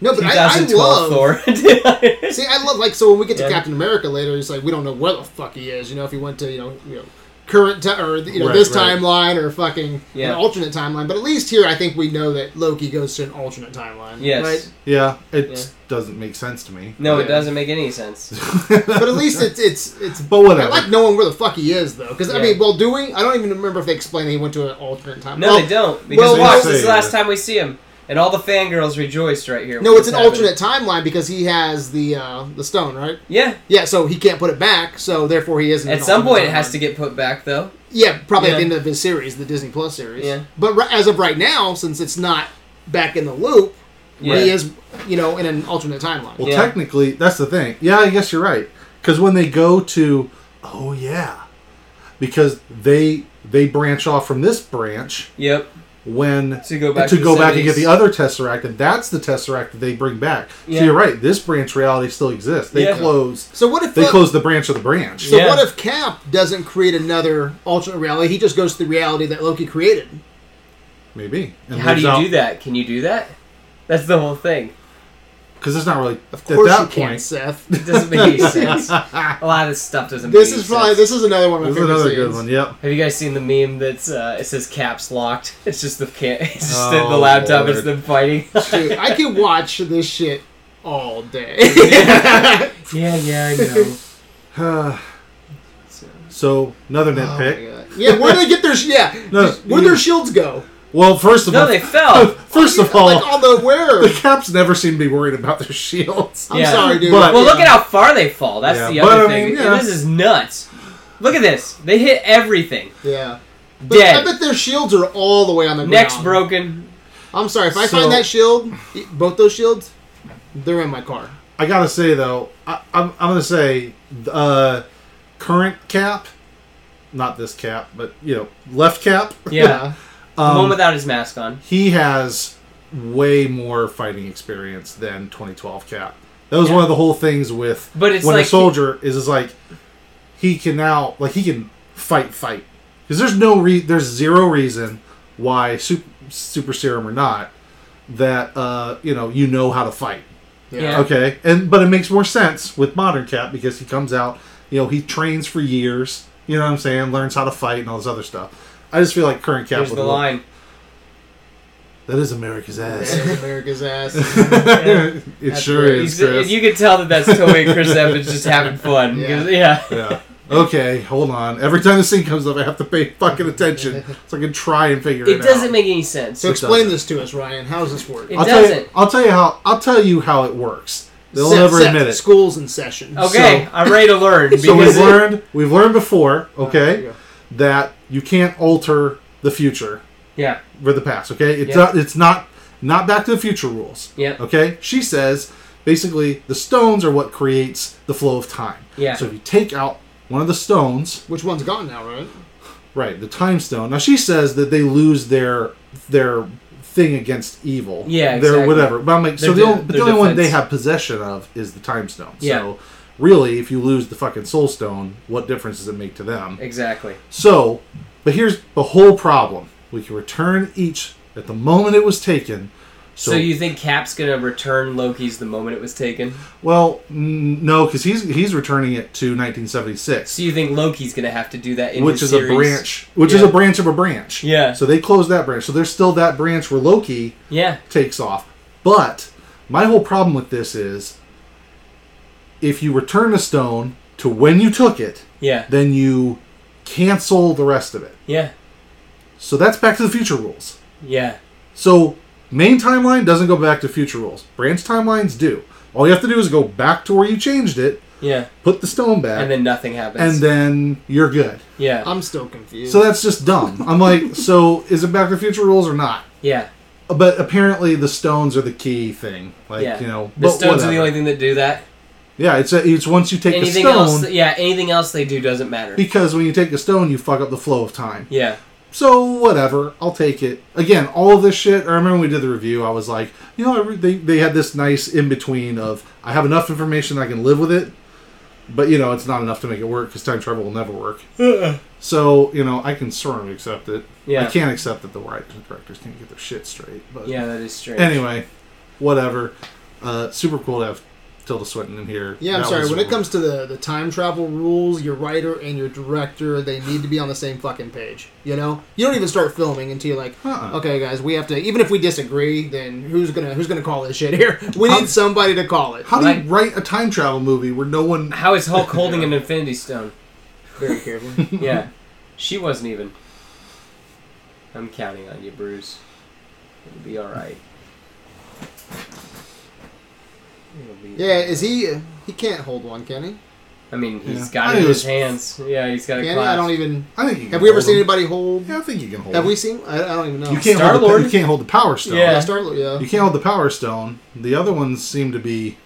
Speaker 1: No, but I, I
Speaker 2: 2012
Speaker 1: love.
Speaker 2: Thor.
Speaker 1: See, I love like so when we get to
Speaker 2: Yeah.
Speaker 1: Captain America later, it's like we don't know where the fuck he is. You know, if he went to you know you know current ti or you know
Speaker 3: Right,
Speaker 1: this
Speaker 3: right.
Speaker 1: timeline or fucking
Speaker 2: Yeah.
Speaker 1: an alternate timeline. But at least here, I think we know that Loki goes to an alternate timeline.
Speaker 2: Yes.
Speaker 1: Right?
Speaker 3: yeah, it
Speaker 2: Yeah.
Speaker 3: doesn't make sense to me.
Speaker 2: No, it
Speaker 1: Yeah.
Speaker 2: doesn't make any sense.
Speaker 1: But at least it's it's it's.
Speaker 3: But
Speaker 1: I
Speaker 3: whatever.
Speaker 1: like knowing where the fuck he is though, because I
Speaker 2: Yeah.
Speaker 1: mean, well, do we? I don't even remember if they explained he went to an alternate timeline.
Speaker 2: No,
Speaker 1: Well,
Speaker 2: they don't. Because
Speaker 1: well,
Speaker 2: why was
Speaker 3: why-
Speaker 2: this the last time we see him? And all the fangirls rejoiced right here.
Speaker 1: No,
Speaker 2: when
Speaker 1: it's an
Speaker 2: this happened.
Speaker 1: alternate timeline because he has the uh, the stone, right?
Speaker 2: Yeah.
Speaker 1: Yeah, so he can't put it back, so therefore he isn't.
Speaker 2: At some point, it has to get put back, though.
Speaker 1: Yeah, probably at
Speaker 2: Yeah.
Speaker 1: the end of his series, the Disney Plus series.
Speaker 2: Yeah.
Speaker 1: But ri- as of right now, since it's not back in the loop,
Speaker 2: Yeah.
Speaker 1: he is, you know, in an alternate timeline.
Speaker 3: Well,
Speaker 2: Yeah.
Speaker 3: technically, that's the thing. Yeah, I guess you're right. Because when they go to, oh yeah, because they they branch off from this branch
Speaker 2: Yep.
Speaker 3: when
Speaker 2: To go back
Speaker 3: to
Speaker 2: to
Speaker 3: go
Speaker 2: the
Speaker 3: back and get
Speaker 2: 70s.
Speaker 3: the other tesseract, and that's the tesseract that they bring back.
Speaker 2: Yeah.
Speaker 3: So you're right. This branch reality still exists. They
Speaker 2: Yeah.
Speaker 3: closed.
Speaker 1: so what if
Speaker 3: They
Speaker 1: uh,
Speaker 3: closed the branch of the branch.
Speaker 1: So
Speaker 2: Yeah.
Speaker 1: what if Cap doesn't create another alternate reality? He just goes to the reality that Loki created.
Speaker 3: Maybe. And
Speaker 2: How do you do that? Can you do that? That's the whole thing.
Speaker 3: Because it's not really
Speaker 1: Of course,
Speaker 3: at
Speaker 1: you
Speaker 3: that
Speaker 1: can,
Speaker 3: point.
Speaker 1: Seth.
Speaker 2: It doesn't make any sense. A lot of this stuff doesn't.
Speaker 1: This
Speaker 2: make
Speaker 1: is
Speaker 2: any
Speaker 1: probably
Speaker 2: sense.
Speaker 1: this is another one. Of my
Speaker 3: This is
Speaker 1: favorite
Speaker 3: another
Speaker 1: scenes.
Speaker 3: good one. Yep.
Speaker 2: Have you guys seen the meme that's uh, it says caps locked? It's just the ca- it's just the- the
Speaker 3: Oh,
Speaker 2: laptop
Speaker 3: Lord.
Speaker 2: is them fighting.
Speaker 1: Dude, I can watch this shit all day.
Speaker 2: yeah, yeah, I know.
Speaker 3: So another
Speaker 1: Oh
Speaker 3: nitpick.
Speaker 1: my God. yeah, where do they get their sh- yeah?
Speaker 3: No,
Speaker 1: where
Speaker 3: you-
Speaker 1: their shields go?
Speaker 3: well, first of
Speaker 2: No,
Speaker 3: all,
Speaker 2: they fell.
Speaker 3: first of all,
Speaker 1: like on the where?
Speaker 3: the Caps never seem to be worried about their shields.
Speaker 1: I'm
Speaker 2: Yeah.
Speaker 1: sorry, dude.
Speaker 3: But-
Speaker 2: Well, look at how far they fall. That's
Speaker 3: Yeah,
Speaker 2: the
Speaker 3: but
Speaker 2: other
Speaker 3: I
Speaker 2: thing.
Speaker 3: mean, yeah.
Speaker 2: This is nuts. Look at this. They hit everything.
Speaker 1: yeah. But I
Speaker 2: Dead.
Speaker 1: bet their shields are all the way on the ground.
Speaker 2: Necks broken.
Speaker 1: I'm sorry if I
Speaker 3: So-
Speaker 1: find that shield, both those shields, they're in my car.
Speaker 3: I gotta say though, I, I'm I'm gonna say uh, current Cap, not this Cap, but you know, left Cap.
Speaker 2: Yeah. the
Speaker 3: Um,
Speaker 2: one without his mask on.
Speaker 3: he has way more fighting experience than 2012 Cap. That was
Speaker 2: Yeah.
Speaker 3: one of the whole things with
Speaker 2: But it's
Speaker 3: Winter
Speaker 2: like-
Speaker 3: Soldier is is like he can now like he can fight fight because there's no re- there's zero reason why super, super serum or not that uh you know you know how to fight
Speaker 2: Yeah.
Speaker 3: okay and but it makes more sense with modern Cap because he comes out you know he trains for years you know what I'm saying learns how to fight and all this other stuff. I just feel like current Cap
Speaker 2: Here's
Speaker 3: would
Speaker 2: the
Speaker 3: look-
Speaker 2: line.
Speaker 3: that is America's ass.
Speaker 1: That's America's ass.
Speaker 3: it sure
Speaker 1: great.
Speaker 3: is, Chris.
Speaker 2: You can tell that that's Toei and Chris Evans just having fun. 'cause- Yeah.
Speaker 3: yeah. Okay, hold on. Every time the scene comes up, I have to pay fucking attention so I can try and figure it,
Speaker 2: It doesn't
Speaker 3: out.
Speaker 2: make any sense.
Speaker 1: So
Speaker 3: It
Speaker 1: explain
Speaker 3: doesn't.
Speaker 1: this to us, Ryan. How does this work?
Speaker 2: It
Speaker 3: I'll tell you.
Speaker 2: doesn't.
Speaker 3: I'll tell you how. I'll tell you how it works. They'll
Speaker 1: Set-
Speaker 3: never
Speaker 1: set
Speaker 3: admit it.
Speaker 1: Schools and sessions.
Speaker 2: okay, I'm ready to learn. Because
Speaker 3: So we've
Speaker 2: it-
Speaker 3: learned. We've learned before.
Speaker 1: there
Speaker 3: Okay,
Speaker 1: you go.
Speaker 3: that you can't alter the future
Speaker 2: yeah.
Speaker 3: for the past. Okay, it's
Speaker 2: Yeah.
Speaker 3: not, it's not not Back to the Future rules.
Speaker 2: Yeah.
Speaker 3: Okay, she says basically the stones are what creates the flow of time.
Speaker 2: Yeah.
Speaker 3: So if you take out one of the stones,
Speaker 1: Which one's gone now, right?
Speaker 3: Right, the time stone. Now she says that they lose their their thing against evil.
Speaker 2: Yeah,
Speaker 3: Their
Speaker 2: exactly.
Speaker 3: whatever. But I'm like,
Speaker 2: Their
Speaker 3: so the
Speaker 2: de-
Speaker 3: only, but the
Speaker 2: their
Speaker 3: only one they
Speaker 2: defense.
Speaker 3: have possession of is the time stone.
Speaker 2: Yeah.
Speaker 3: So really, if you lose the fucking soul stone, what difference does it make to them?
Speaker 2: Exactly.
Speaker 3: So, but here's the whole problem: we can return each at the moment it was taken. So,
Speaker 2: So, you think Cap's gonna return Loki's the moment it was taken?
Speaker 3: well, n- no, because he's he's returning it to 1976.
Speaker 2: So you think Loki's gonna have to do that in
Speaker 3: which
Speaker 2: his
Speaker 3: is
Speaker 2: series?
Speaker 3: a branch, which is
Speaker 2: Yeah.
Speaker 3: a branch of a branch.
Speaker 2: Yeah.
Speaker 3: So they closed that branch. So there's still that branch where Loki
Speaker 2: Yeah.
Speaker 3: takes off. But my whole problem with this is if you return the stone to when you took it,
Speaker 2: Yeah.
Speaker 3: then you cancel the rest of it.
Speaker 2: Yeah.
Speaker 3: So that's Back to the Future rules.
Speaker 2: Yeah.
Speaker 3: So main timeline doesn't go back to future rules. Branch timelines do. All you have to do is go back to where you changed it,
Speaker 2: Yeah.
Speaker 3: put the stone back,
Speaker 2: And then nothing happens.
Speaker 3: and then you're good.
Speaker 2: yeah.
Speaker 1: I'm still confused.
Speaker 3: So that's just dumb. I'm like, so is it Back to the Future rules or not?
Speaker 2: yeah.
Speaker 3: But apparently the stones are the key thing. Like
Speaker 2: yeah.
Speaker 3: you know,
Speaker 2: the
Speaker 3: but
Speaker 2: stones are the
Speaker 3: whatever.
Speaker 2: only thing that do that.
Speaker 3: Yeah, it's a, it's once you take
Speaker 2: Anything
Speaker 3: the
Speaker 2: else?
Speaker 3: stone
Speaker 2: Yeah. Anything else they do doesn't matter.
Speaker 3: because when you take the stone, you fuck up the flow of time.
Speaker 2: Yeah.
Speaker 3: So whatever, I'll take it. Again, all of this shit. I remember when we did the review. I was like, you know, I re- they they had this nice in between of I have enough information I can live with it, but you know, it's not enough to make it work because time travel will never work. So you know, I can sort of accept it.
Speaker 2: Yeah.
Speaker 3: I can't accept that the writers and directors can't get their shit straight. But
Speaker 2: Yeah, that is strange.
Speaker 3: anyway, whatever. Uh, super cool to have Tilda Swinton in here.
Speaker 1: yeah, I'm
Speaker 3: That
Speaker 1: sorry.
Speaker 3: was
Speaker 1: When it
Speaker 3: really-
Speaker 1: comes to the, the time travel rules, your writer and your director, they need to be on the same fucking page. You know, you don't even start filming until you're like,
Speaker 3: Uh-uh.
Speaker 1: okay, guys, we have to. Even if we disagree, then who's gonna who's gonna call this shit here? We
Speaker 3: How-
Speaker 1: need somebody to call it.
Speaker 3: How do
Speaker 2: Like-
Speaker 3: you write a time travel movie where no one?
Speaker 2: How is Hulk holding an Infinity Stone?
Speaker 1: Very carefully.
Speaker 2: Yeah. she wasn't even. I'm counting on you, Bruce. It'll be all right. It'll be-
Speaker 1: Yeah, is he? uh, He can't hold one, can he?
Speaker 2: I mean, he's
Speaker 3: Yeah. I
Speaker 2: got
Speaker 3: think
Speaker 2: it in his
Speaker 3: it was-
Speaker 2: hands. Yeah, he's got a
Speaker 1: Can he?
Speaker 2: clasp.
Speaker 1: I don't even.
Speaker 3: I think you can
Speaker 1: Have we ever
Speaker 3: hold
Speaker 1: seen
Speaker 3: him.
Speaker 1: anybody hold?
Speaker 3: Yeah, I think you can hold.
Speaker 1: Have
Speaker 3: him.
Speaker 1: we seen? I, I don't even know.
Speaker 3: You can't hold. The,
Speaker 2: Star-Lord?
Speaker 3: you can't hold the power stone.
Speaker 2: Yeah.
Speaker 1: Star Lord. Yeah.
Speaker 3: You can't hold the power stone. The other ones seem to be.
Speaker 1: e-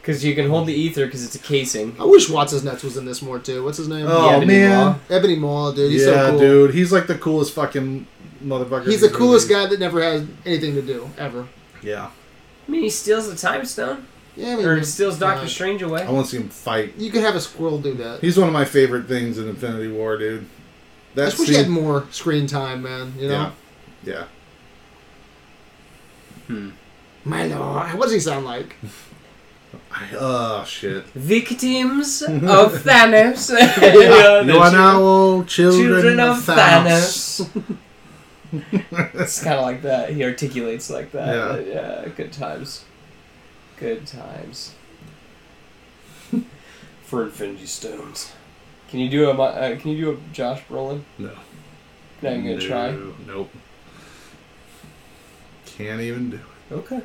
Speaker 2: Because you can hold the ether because it's a casing.
Speaker 1: I wish Watson's nuts was in this more too. What's his name?
Speaker 3: Oh
Speaker 2: Ebony
Speaker 3: man,
Speaker 2: Maw.
Speaker 1: Ebony Maw, dude. He's
Speaker 3: yeah,
Speaker 1: so cool.
Speaker 3: dude, he's like the coolest fucking motherfucker.
Speaker 1: He's the coolest guy that never has anything to do ever.
Speaker 3: Yeah,
Speaker 2: I mean, he steals the time stone.
Speaker 1: Yeah. I mean,
Speaker 2: Or steals Doctor
Speaker 1: God.
Speaker 2: Strange away.
Speaker 3: I want to see him fight.
Speaker 1: You could have a squirrel do that.
Speaker 3: He's one of my favorite things in Infinity War, dude.
Speaker 1: I
Speaker 3: That
Speaker 1: just wish
Speaker 3: scene-
Speaker 1: he had more screen time, man. You know,
Speaker 3: Yeah, yeah.
Speaker 2: Hmm.
Speaker 1: my lord, what does he sound like?
Speaker 3: I, oh shit.
Speaker 2: Victims of Thanos.
Speaker 1: Yeah,
Speaker 3: you are now all children,
Speaker 2: Children
Speaker 3: of
Speaker 2: of
Speaker 3: Thanos.
Speaker 2: It's kind of like that. He articulates like that.
Speaker 3: Yeah.
Speaker 2: But, yeah, good times. Good times. For Infinity Stones. Can you do a mo- uh, Can you do a Josh Brolin?
Speaker 3: No.
Speaker 2: Not even gonna
Speaker 3: No,
Speaker 2: try.
Speaker 3: Nope. Can't even do it.
Speaker 2: Okay.
Speaker 3: Wow.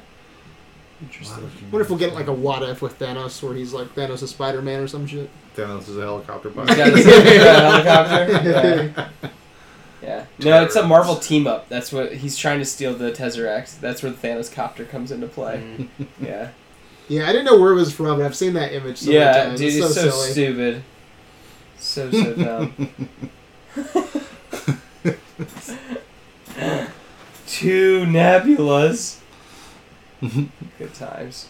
Speaker 2: Interesting.
Speaker 1: What if we'll get like a what if with Thanos, where he's like Thanos is Spider Man or some shit?
Speaker 3: Thanos is a helicopter
Speaker 2: He's got
Speaker 3: pilot.
Speaker 2: his helicopter. Yeah. yeah. No, it's a Marvel team up. That's what he's trying to steal the Tesseract. That's where the Thanos copter comes into play.
Speaker 1: Mm-hmm.
Speaker 2: Yeah.
Speaker 1: Yeah, I didn't know where it was from, but I've seen that image. So many
Speaker 2: yeah,
Speaker 1: times.
Speaker 2: dude,
Speaker 1: it's
Speaker 2: it's,
Speaker 1: so,
Speaker 2: so,
Speaker 1: silly.
Speaker 2: stupid. So so dumb. Two nebulas. Good times.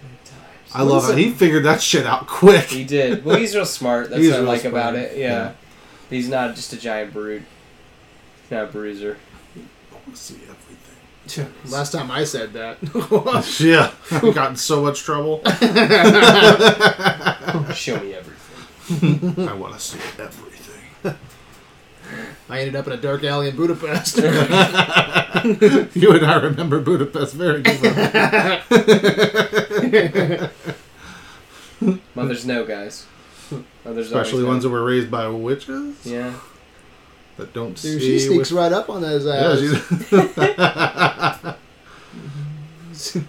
Speaker 2: Good times.
Speaker 3: I love
Speaker 1: What is
Speaker 3: how he figured that shit out quick.
Speaker 2: He did. Well, he's real smart. That's
Speaker 3: He's
Speaker 2: what I
Speaker 3: real
Speaker 2: like
Speaker 3: smart.
Speaker 2: about it. Yeah.
Speaker 3: Yeah.
Speaker 2: He's not just a giant brute. He's not a bruiser.
Speaker 3: see everything.
Speaker 1: Last time I said that.
Speaker 3: Yeah, I got in so much trouble.
Speaker 2: Show me everything.
Speaker 3: I want to see everything.
Speaker 1: I ended up in a dark alley in Budapest.
Speaker 3: You and I remember Budapest very good.
Speaker 2: Mothers know, guys. Mothers
Speaker 3: Especially
Speaker 2: always
Speaker 3: ones
Speaker 2: know.
Speaker 3: that were raised by witches
Speaker 2: Yeah.
Speaker 3: that don't
Speaker 1: Dude,
Speaker 3: see.
Speaker 1: she sneaks
Speaker 3: with-
Speaker 1: right up on those uh,
Speaker 3: yeah,
Speaker 1: ass.
Speaker 3: she's-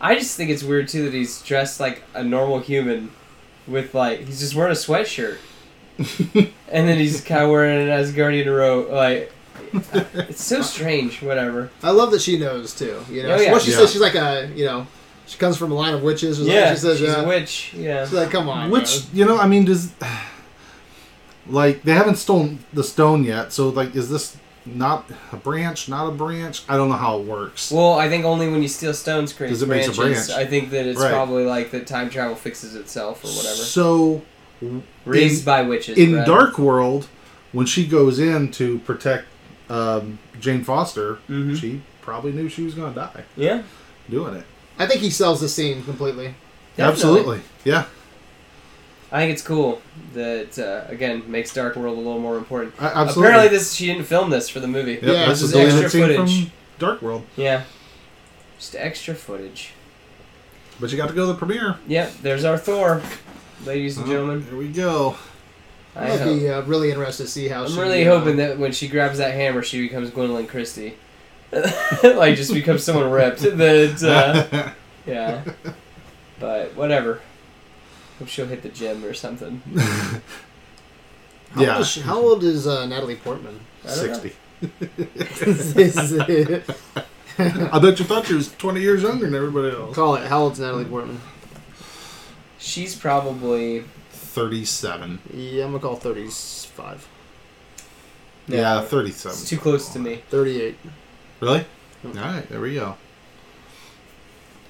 Speaker 2: I just think it's weird too that he's dressed like a normal human, with like he's just wearing a sweatshirt, and then he's kind of wearing an Asgardian robe. Like it's so strange. Whatever.
Speaker 1: I love that she knows too. You know,
Speaker 2: Oh, yeah.
Speaker 1: what she
Speaker 3: Yeah.
Speaker 1: says, she's like a you know, she comes from a line of witches. Or
Speaker 2: Yeah,
Speaker 1: yeah, she says,
Speaker 2: she's
Speaker 1: yeah.
Speaker 2: a witch. Yeah.
Speaker 1: She's like, come on,
Speaker 3: Which you know, I mean, does like they haven't stolen the stone yet? So like, is this not a branch? Not a branch? I don't know how it works.
Speaker 2: Well, I think only when you steal stones creates
Speaker 3: Does it make a
Speaker 2: branches.
Speaker 3: branch?
Speaker 2: I think that it's
Speaker 3: Right.
Speaker 2: probably like that time travel fixes itself or whatever.
Speaker 3: So
Speaker 2: Raised by witches.
Speaker 3: in
Speaker 2: rather.
Speaker 3: Dark World, when she goes in to protect um, Jane Foster,
Speaker 2: Mhm.
Speaker 3: she probably knew she was going to die
Speaker 2: Yeah.
Speaker 3: doing it.
Speaker 1: I think he sells the scene completely.
Speaker 2: definitely.
Speaker 3: Absolutely, yeah.
Speaker 2: I think it's cool that uh, again makes Dark World a little more important.
Speaker 3: I, absolutely.
Speaker 2: Apparently, this she didn't film this for the movie.
Speaker 3: Yep,
Speaker 1: Yeah,
Speaker 3: that's
Speaker 1: this
Speaker 2: is
Speaker 3: the deleted
Speaker 2: extra
Speaker 3: scene from
Speaker 2: footage.
Speaker 3: Dark World,
Speaker 2: Yeah. Just extra footage.
Speaker 3: but you got to go to the premiere.
Speaker 2: Yep, there's our Thor, ladies
Speaker 3: Uh-huh.
Speaker 2: and gentlemen.
Speaker 3: Here we go.
Speaker 2: I
Speaker 1: I'd
Speaker 2: hope.
Speaker 1: be uh, really interested to see how.
Speaker 2: I'm
Speaker 1: she,
Speaker 2: really
Speaker 1: uh,
Speaker 2: hoping that when she grabs that hammer, she becomes Gwendolyn Christie. like, just becomes someone ripped. That, uh, yeah. But whatever. Hope she'll hit the gym or something.
Speaker 1: How
Speaker 3: Yeah.
Speaker 1: Old is she- how old is uh, Natalie Portman?
Speaker 2: I don't know.
Speaker 3: Sixty.
Speaker 1: Call
Speaker 3: I bet you thought she was twenty years younger than everybody else.
Speaker 1: it. How old's Natalie Portman?
Speaker 2: She's probably.
Speaker 3: Thirty-seven.
Speaker 1: Yeah, I'm gonna call 35,
Speaker 2: No,
Speaker 3: yeah,
Speaker 2: It's
Speaker 3: thirty-seven.
Speaker 2: too close to me.
Speaker 1: 38.
Speaker 3: Really? All right, there we go.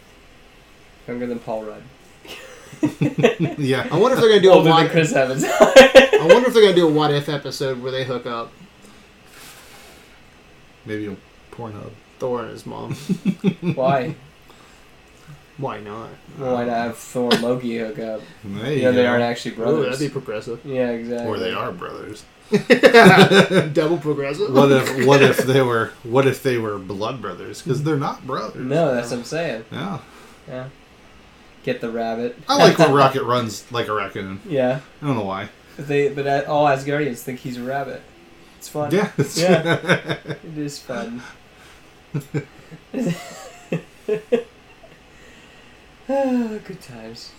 Speaker 2: Younger than Paul Rudd.
Speaker 3: Yeah.
Speaker 1: I wonder if they're gonna do a
Speaker 2: Older than
Speaker 1: what.
Speaker 2: Chris Evans.
Speaker 1: I wonder if they're gonna do a what if episode where they hook up
Speaker 3: Maybe on Pornhub.
Speaker 1: Thor and his mom.
Speaker 2: Why?
Speaker 1: Why not?
Speaker 2: Well, Why not have Thor and Loki hook up?
Speaker 3: There you
Speaker 2: Yeah, they
Speaker 3: go.
Speaker 2: aren't actually
Speaker 1: Ooh,
Speaker 2: brothers.
Speaker 1: that'd be progressive.
Speaker 2: Yeah, exactly.
Speaker 3: Or they are brothers.
Speaker 1: Double progressive.
Speaker 3: What if what if they were what if they were blood brothers? Because they're not brothers.
Speaker 2: No, that's what I'm saying.
Speaker 3: Yeah.
Speaker 2: Yeah. Get the rabbit.
Speaker 3: I like when Rocket runs like a raccoon.
Speaker 2: Yeah.
Speaker 3: I don't know why.
Speaker 2: But they but uh, all Asgardians think he's a rabbit. It's fun.
Speaker 3: Yeah.
Speaker 2: Yeah. it is fun. Ah, Good times.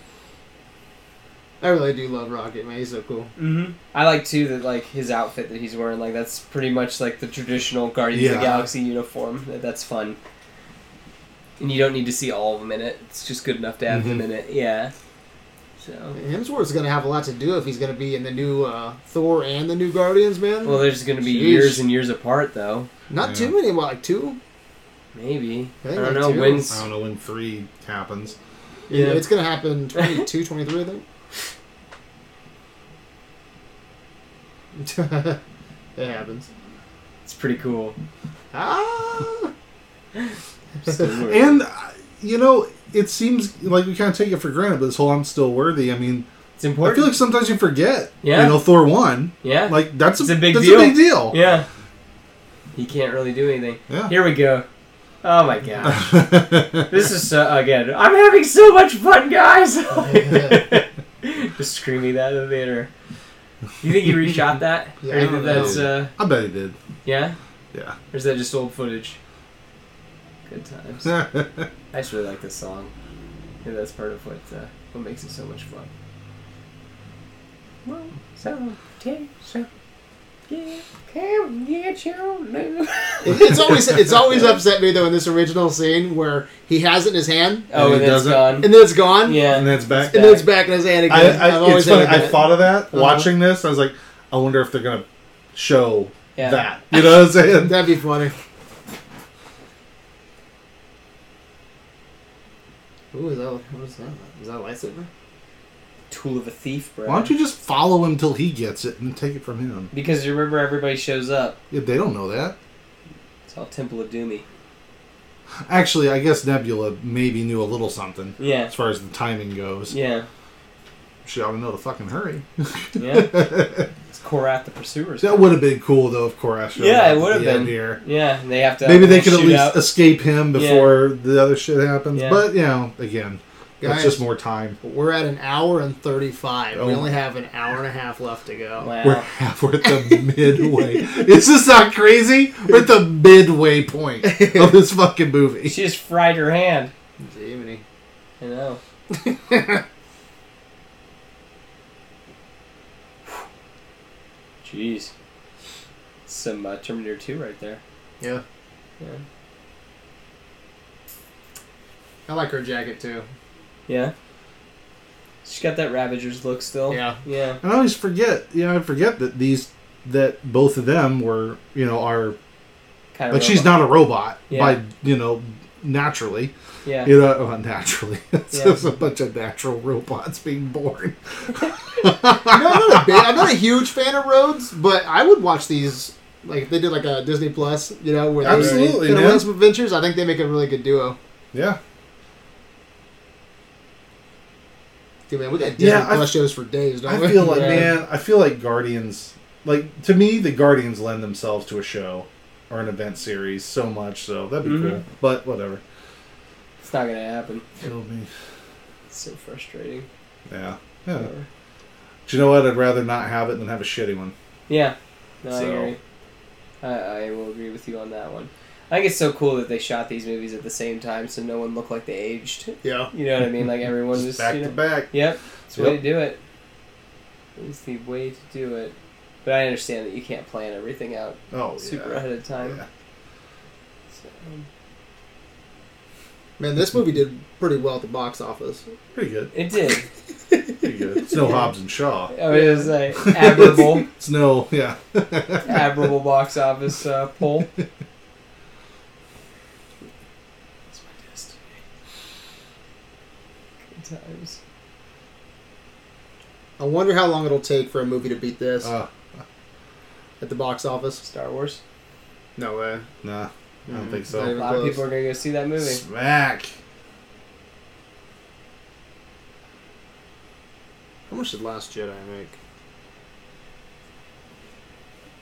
Speaker 1: I really do love Rocket Man. He's so cool.
Speaker 2: hmm
Speaker 3: Mm-hmm.
Speaker 2: I like too that like his outfit that he's wearing. Like that's pretty much like the traditional Guardians of
Speaker 3: Yeah.
Speaker 2: the Galaxy uniform. That- That's fun. And you don't need to see all of them in it. It's just good enough to have them in
Speaker 3: Mm-hmm.
Speaker 2: it. Yeah. So
Speaker 1: Hemsworth's going to have a lot to do if he's going to be in the new uh, Thor and the new Guardians, man.
Speaker 2: well, there's going to be
Speaker 1: Jeez.
Speaker 2: years and years apart though.
Speaker 1: Not
Speaker 3: Yeah.
Speaker 1: too many, what, like two?
Speaker 2: Maybe
Speaker 1: I
Speaker 2: I,
Speaker 1: think
Speaker 2: don't
Speaker 1: like
Speaker 2: know
Speaker 1: two.
Speaker 3: I
Speaker 2: when's
Speaker 3: don't know when three happens.
Speaker 1: Yeah.
Speaker 2: Yeah.
Speaker 1: It's going to happen 22, 23, I think. it happens.
Speaker 2: it's pretty cool.
Speaker 1: Ah!
Speaker 2: I'm still worried.
Speaker 3: And uh, you know, it seems like we kind of take it for granted. But this whole "I'm still worthy." I mean,
Speaker 2: it's important.
Speaker 3: I feel like sometimes you forget.
Speaker 2: Yeah.
Speaker 3: You know, Thor one.
Speaker 2: yeah.
Speaker 3: Like that's
Speaker 2: It's
Speaker 3: a,
Speaker 2: a big
Speaker 3: that's
Speaker 2: deal.
Speaker 3: a big deal.
Speaker 2: yeah. He can't really do anything.
Speaker 3: Yeah.
Speaker 2: Here we go. Oh my gosh. This is so again. I'm having so much fun, guys. Just screaming that in the theater. You think you reshot that?
Speaker 1: Yeah,
Speaker 2: Or
Speaker 1: I
Speaker 2: you
Speaker 1: don't
Speaker 2: think that's
Speaker 3: know.
Speaker 2: uh,
Speaker 3: I bet he did.
Speaker 2: yeah.
Speaker 3: Yeah.
Speaker 2: Or is that just old footage? Good times. I just really like this song. Maybe that's part of what uh, what makes it so much fun. Well, so take so yeah, come get your love.
Speaker 1: It- it's always it's always upset me though in this original scene where he has it in his hand
Speaker 2: Oh,
Speaker 3: he
Speaker 2: and it's
Speaker 3: doesn't.
Speaker 2: gone.
Speaker 1: and then it's gone.
Speaker 3: and
Speaker 2: Yeah.
Speaker 3: that's back.
Speaker 1: And then it's back in his hand
Speaker 3: I,
Speaker 1: again. I've
Speaker 3: I, it's funny.
Speaker 1: hated
Speaker 3: I
Speaker 1: that.
Speaker 3: thought of that
Speaker 1: Uh-huh.
Speaker 3: watching this. I was like, I wonder if they're gonna show
Speaker 2: Yeah.
Speaker 3: that. You know what I'm saying?
Speaker 1: That'd be funny. Ooh, is that what is that? Is that a lightsaber?
Speaker 2: Tool of a thief, bro.
Speaker 3: Why don't you just follow him till he gets it and take it from him?
Speaker 2: Because you remember everybody shows up.
Speaker 3: Yeah, they don't know that.
Speaker 2: It's all Temple of Doomy.
Speaker 3: Actually, I guess Nebula maybe knew a little something
Speaker 2: Yeah.
Speaker 3: as far as the timing goes.
Speaker 2: Yeah.
Speaker 3: She ought to know to fucking hurry.
Speaker 2: Yeah. it's Korat the Pursuers.
Speaker 3: That would have been cool though if Korash. showed
Speaker 2: Yeah,
Speaker 3: up
Speaker 2: it
Speaker 3: at
Speaker 2: would have
Speaker 3: the end
Speaker 2: been.
Speaker 3: Here.
Speaker 2: yeah, and they have to.
Speaker 3: Maybe they could at least
Speaker 2: shootout.
Speaker 3: escape him before the other shit happens.
Speaker 2: Yeah.
Speaker 3: But you know, again,
Speaker 1: Guys,
Speaker 3: that's just more time.
Speaker 1: we're at an hour and thirty-five.
Speaker 3: Oh.
Speaker 1: We only have an hour and a half left to go.
Speaker 2: Wow.
Speaker 3: We're halfway at the midway. Is this not crazy? We're at the midway point of this fucking movie.
Speaker 2: She just fried her hand.
Speaker 1: Jiminy.
Speaker 2: I know. Jeez. Some uh, Terminator 2 right there.
Speaker 1: Yeah,
Speaker 2: Yeah.
Speaker 1: I like her jacket too.
Speaker 2: Yeah. She's got that Ravager's look still.
Speaker 1: Yeah.
Speaker 2: Yeah.
Speaker 3: And I always forget, you know, I forget that these that both of them were, you know, are
Speaker 2: Kind of.
Speaker 3: like she's not a robot
Speaker 2: Yeah.
Speaker 3: by you know naturally.
Speaker 2: Yeah.
Speaker 3: You know, well, naturally. it's
Speaker 2: Yeah.
Speaker 3: just a bunch of natural robots being born.
Speaker 1: You know, I'm, not a big, I'm not a huge fan of Rhodes, but I would watch these. Like if they did like a Disney Plus, you know, where
Speaker 3: Absolutely,
Speaker 1: they
Speaker 3: man.
Speaker 1: run some adventures. I think they make a really good duo.
Speaker 3: Yeah.
Speaker 1: Dude, man, we got Disney
Speaker 3: Yeah, I-
Speaker 1: Plus shows for days. Don't
Speaker 3: I
Speaker 1: we?
Speaker 3: feel like
Speaker 2: Yeah.
Speaker 3: man, I feel like Guardians like to me the Guardians lend themselves to a show or an event series so much so that'd be
Speaker 2: Mhm.
Speaker 3: cool. But whatever.
Speaker 2: It's not going to happen.
Speaker 3: It'll be
Speaker 2: It's so frustrating.
Speaker 3: yeah. Yeah. Do you know what? I'd rather not have it than have a shitty one.
Speaker 2: Yeah, no, I
Speaker 3: So-
Speaker 2: agree. I, I will agree with you on that one. I think it's so cool that they shot these movies at the same time, so no one looked like they aged.
Speaker 1: yeah.
Speaker 2: You know what I mean? Like everyone
Speaker 3: Just
Speaker 2: was.
Speaker 3: back
Speaker 2: you know,
Speaker 3: to back.
Speaker 2: Yep, it's the way
Speaker 3: Yep.
Speaker 2: to do it. It's the way to do it. But I understand that you can't plan everything out
Speaker 3: Oh
Speaker 2: super
Speaker 3: yeah.
Speaker 2: ahead of time.
Speaker 3: Yeah.
Speaker 2: So,
Speaker 1: Man, this movie did pretty well at the box office.
Speaker 3: Pretty good.
Speaker 2: it did.
Speaker 3: Pretty good. It's no Hobbs and Shaw.
Speaker 2: I mean, it was like admirable,
Speaker 3: It's no yeah.
Speaker 2: admirable box office uh, pull. It's my destiny. Good times.
Speaker 1: I wonder how long it'll take for a movie to beat this
Speaker 3: Uh,
Speaker 1: at the box office.
Speaker 2: Star Wars.
Speaker 1: No way.
Speaker 3: nah. I don't
Speaker 1: Mm,
Speaker 3: think
Speaker 1: not
Speaker 2: A
Speaker 1: even
Speaker 3: so.
Speaker 2: lot of
Speaker 1: close.
Speaker 2: people are gonna go see that movie.
Speaker 3: Smack.
Speaker 1: How much did Last Jedi make?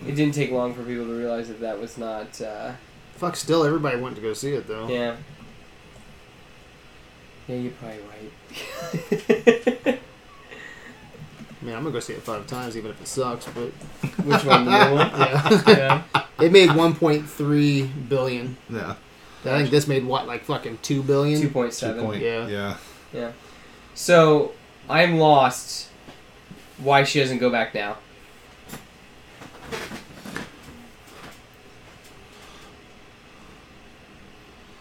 Speaker 2: It didn't take long for people to realize that that was not. Uh,
Speaker 1: Fuck, still everybody went to go see it
Speaker 3: Oh.
Speaker 1: though.
Speaker 2: yeah. Yeah, you're probably right.
Speaker 1: Man, I'm gonna go see it five times even if it sucks. But
Speaker 2: Which one? The new one?
Speaker 1: yeah,
Speaker 2: Yeah.
Speaker 1: it made 1.3 billion.
Speaker 3: Yeah.
Speaker 1: I think this made what like fucking two billion.
Speaker 2: Two point
Speaker 3: Two
Speaker 2: seven.
Speaker 3: point.
Speaker 1: Yeah.
Speaker 3: yeah.
Speaker 2: Yeah. So I'm lost. Why she doesn't go back now?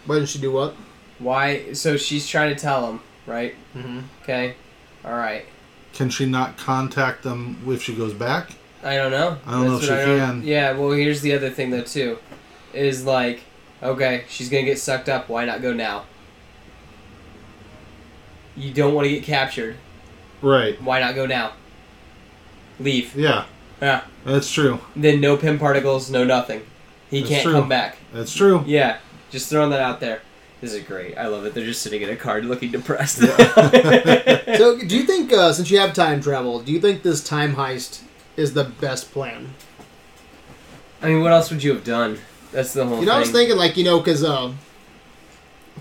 Speaker 1: Why did she do what?
Speaker 2: Why? So she's trying to tell him, right?
Speaker 1: Mm-hmm.
Speaker 2: Okay. All right.
Speaker 3: Can she not contact them if she goes back?
Speaker 2: I don't know.
Speaker 3: I don't know if
Speaker 2: what
Speaker 3: she
Speaker 2: I
Speaker 3: can.
Speaker 2: Yeah. Well, here's the other thing though too, is like, okay, she's gonna get sucked up. Why not go now? You don't want to get captured.
Speaker 3: Right.
Speaker 2: Why not go now? Leave.
Speaker 3: Yeah.
Speaker 2: Yeah.
Speaker 3: That's true.
Speaker 2: Then no pin particles, no nothing. He
Speaker 3: That's
Speaker 2: can't
Speaker 3: true.
Speaker 2: come back.
Speaker 3: That's true.
Speaker 2: Yeah, just throwing that out there. This is great. I love it. They're just sitting in a card looking depressed.
Speaker 1: So, do you think uh, since you have time travel, do you think this time heist is the best plan?
Speaker 2: I mean, what else would you have done? That's the whole
Speaker 1: You know, I was
Speaker 2: thing.
Speaker 1: thinking like you know because uh,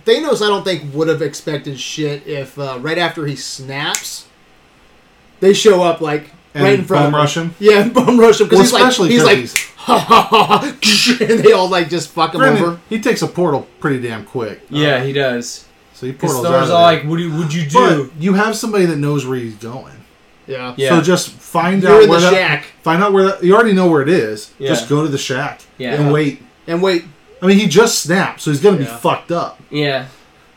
Speaker 1: Thanos, I don't think would have expected shit if uh, right after he snaps, they show up like
Speaker 3: And
Speaker 1: right in front of
Speaker 3: bum
Speaker 1: him.
Speaker 3: rush him?
Speaker 1: Yeah, and bum rush him
Speaker 3: Well,
Speaker 1: because
Speaker 3: especially
Speaker 1: he's like he's
Speaker 3: 'cause
Speaker 1: like ha ha ha, ha and they all like just fuck him
Speaker 3: Granted,
Speaker 1: over.
Speaker 3: he takes a portal pretty damn quick.
Speaker 2: yeah, he does.
Speaker 3: So he
Speaker 2: Because
Speaker 3: portals out.
Speaker 2: Thor's
Speaker 3: Of
Speaker 2: all
Speaker 3: there.
Speaker 2: like, "What do, would you do?"
Speaker 3: But you have somebody that knows where he's going.
Speaker 1: Yeah,
Speaker 2: Yeah.
Speaker 3: So just find
Speaker 1: You're
Speaker 3: out
Speaker 1: in
Speaker 3: where
Speaker 1: the
Speaker 3: that,
Speaker 1: shack.
Speaker 3: Find out where that, you already know where it is.
Speaker 2: Yeah.
Speaker 3: Just go to the shack
Speaker 2: Yeah.
Speaker 3: and wait.
Speaker 1: and wait,
Speaker 3: I mean, he just snapped, so he's gonna
Speaker 1: Yeah.
Speaker 3: be fucked up.
Speaker 2: Yeah,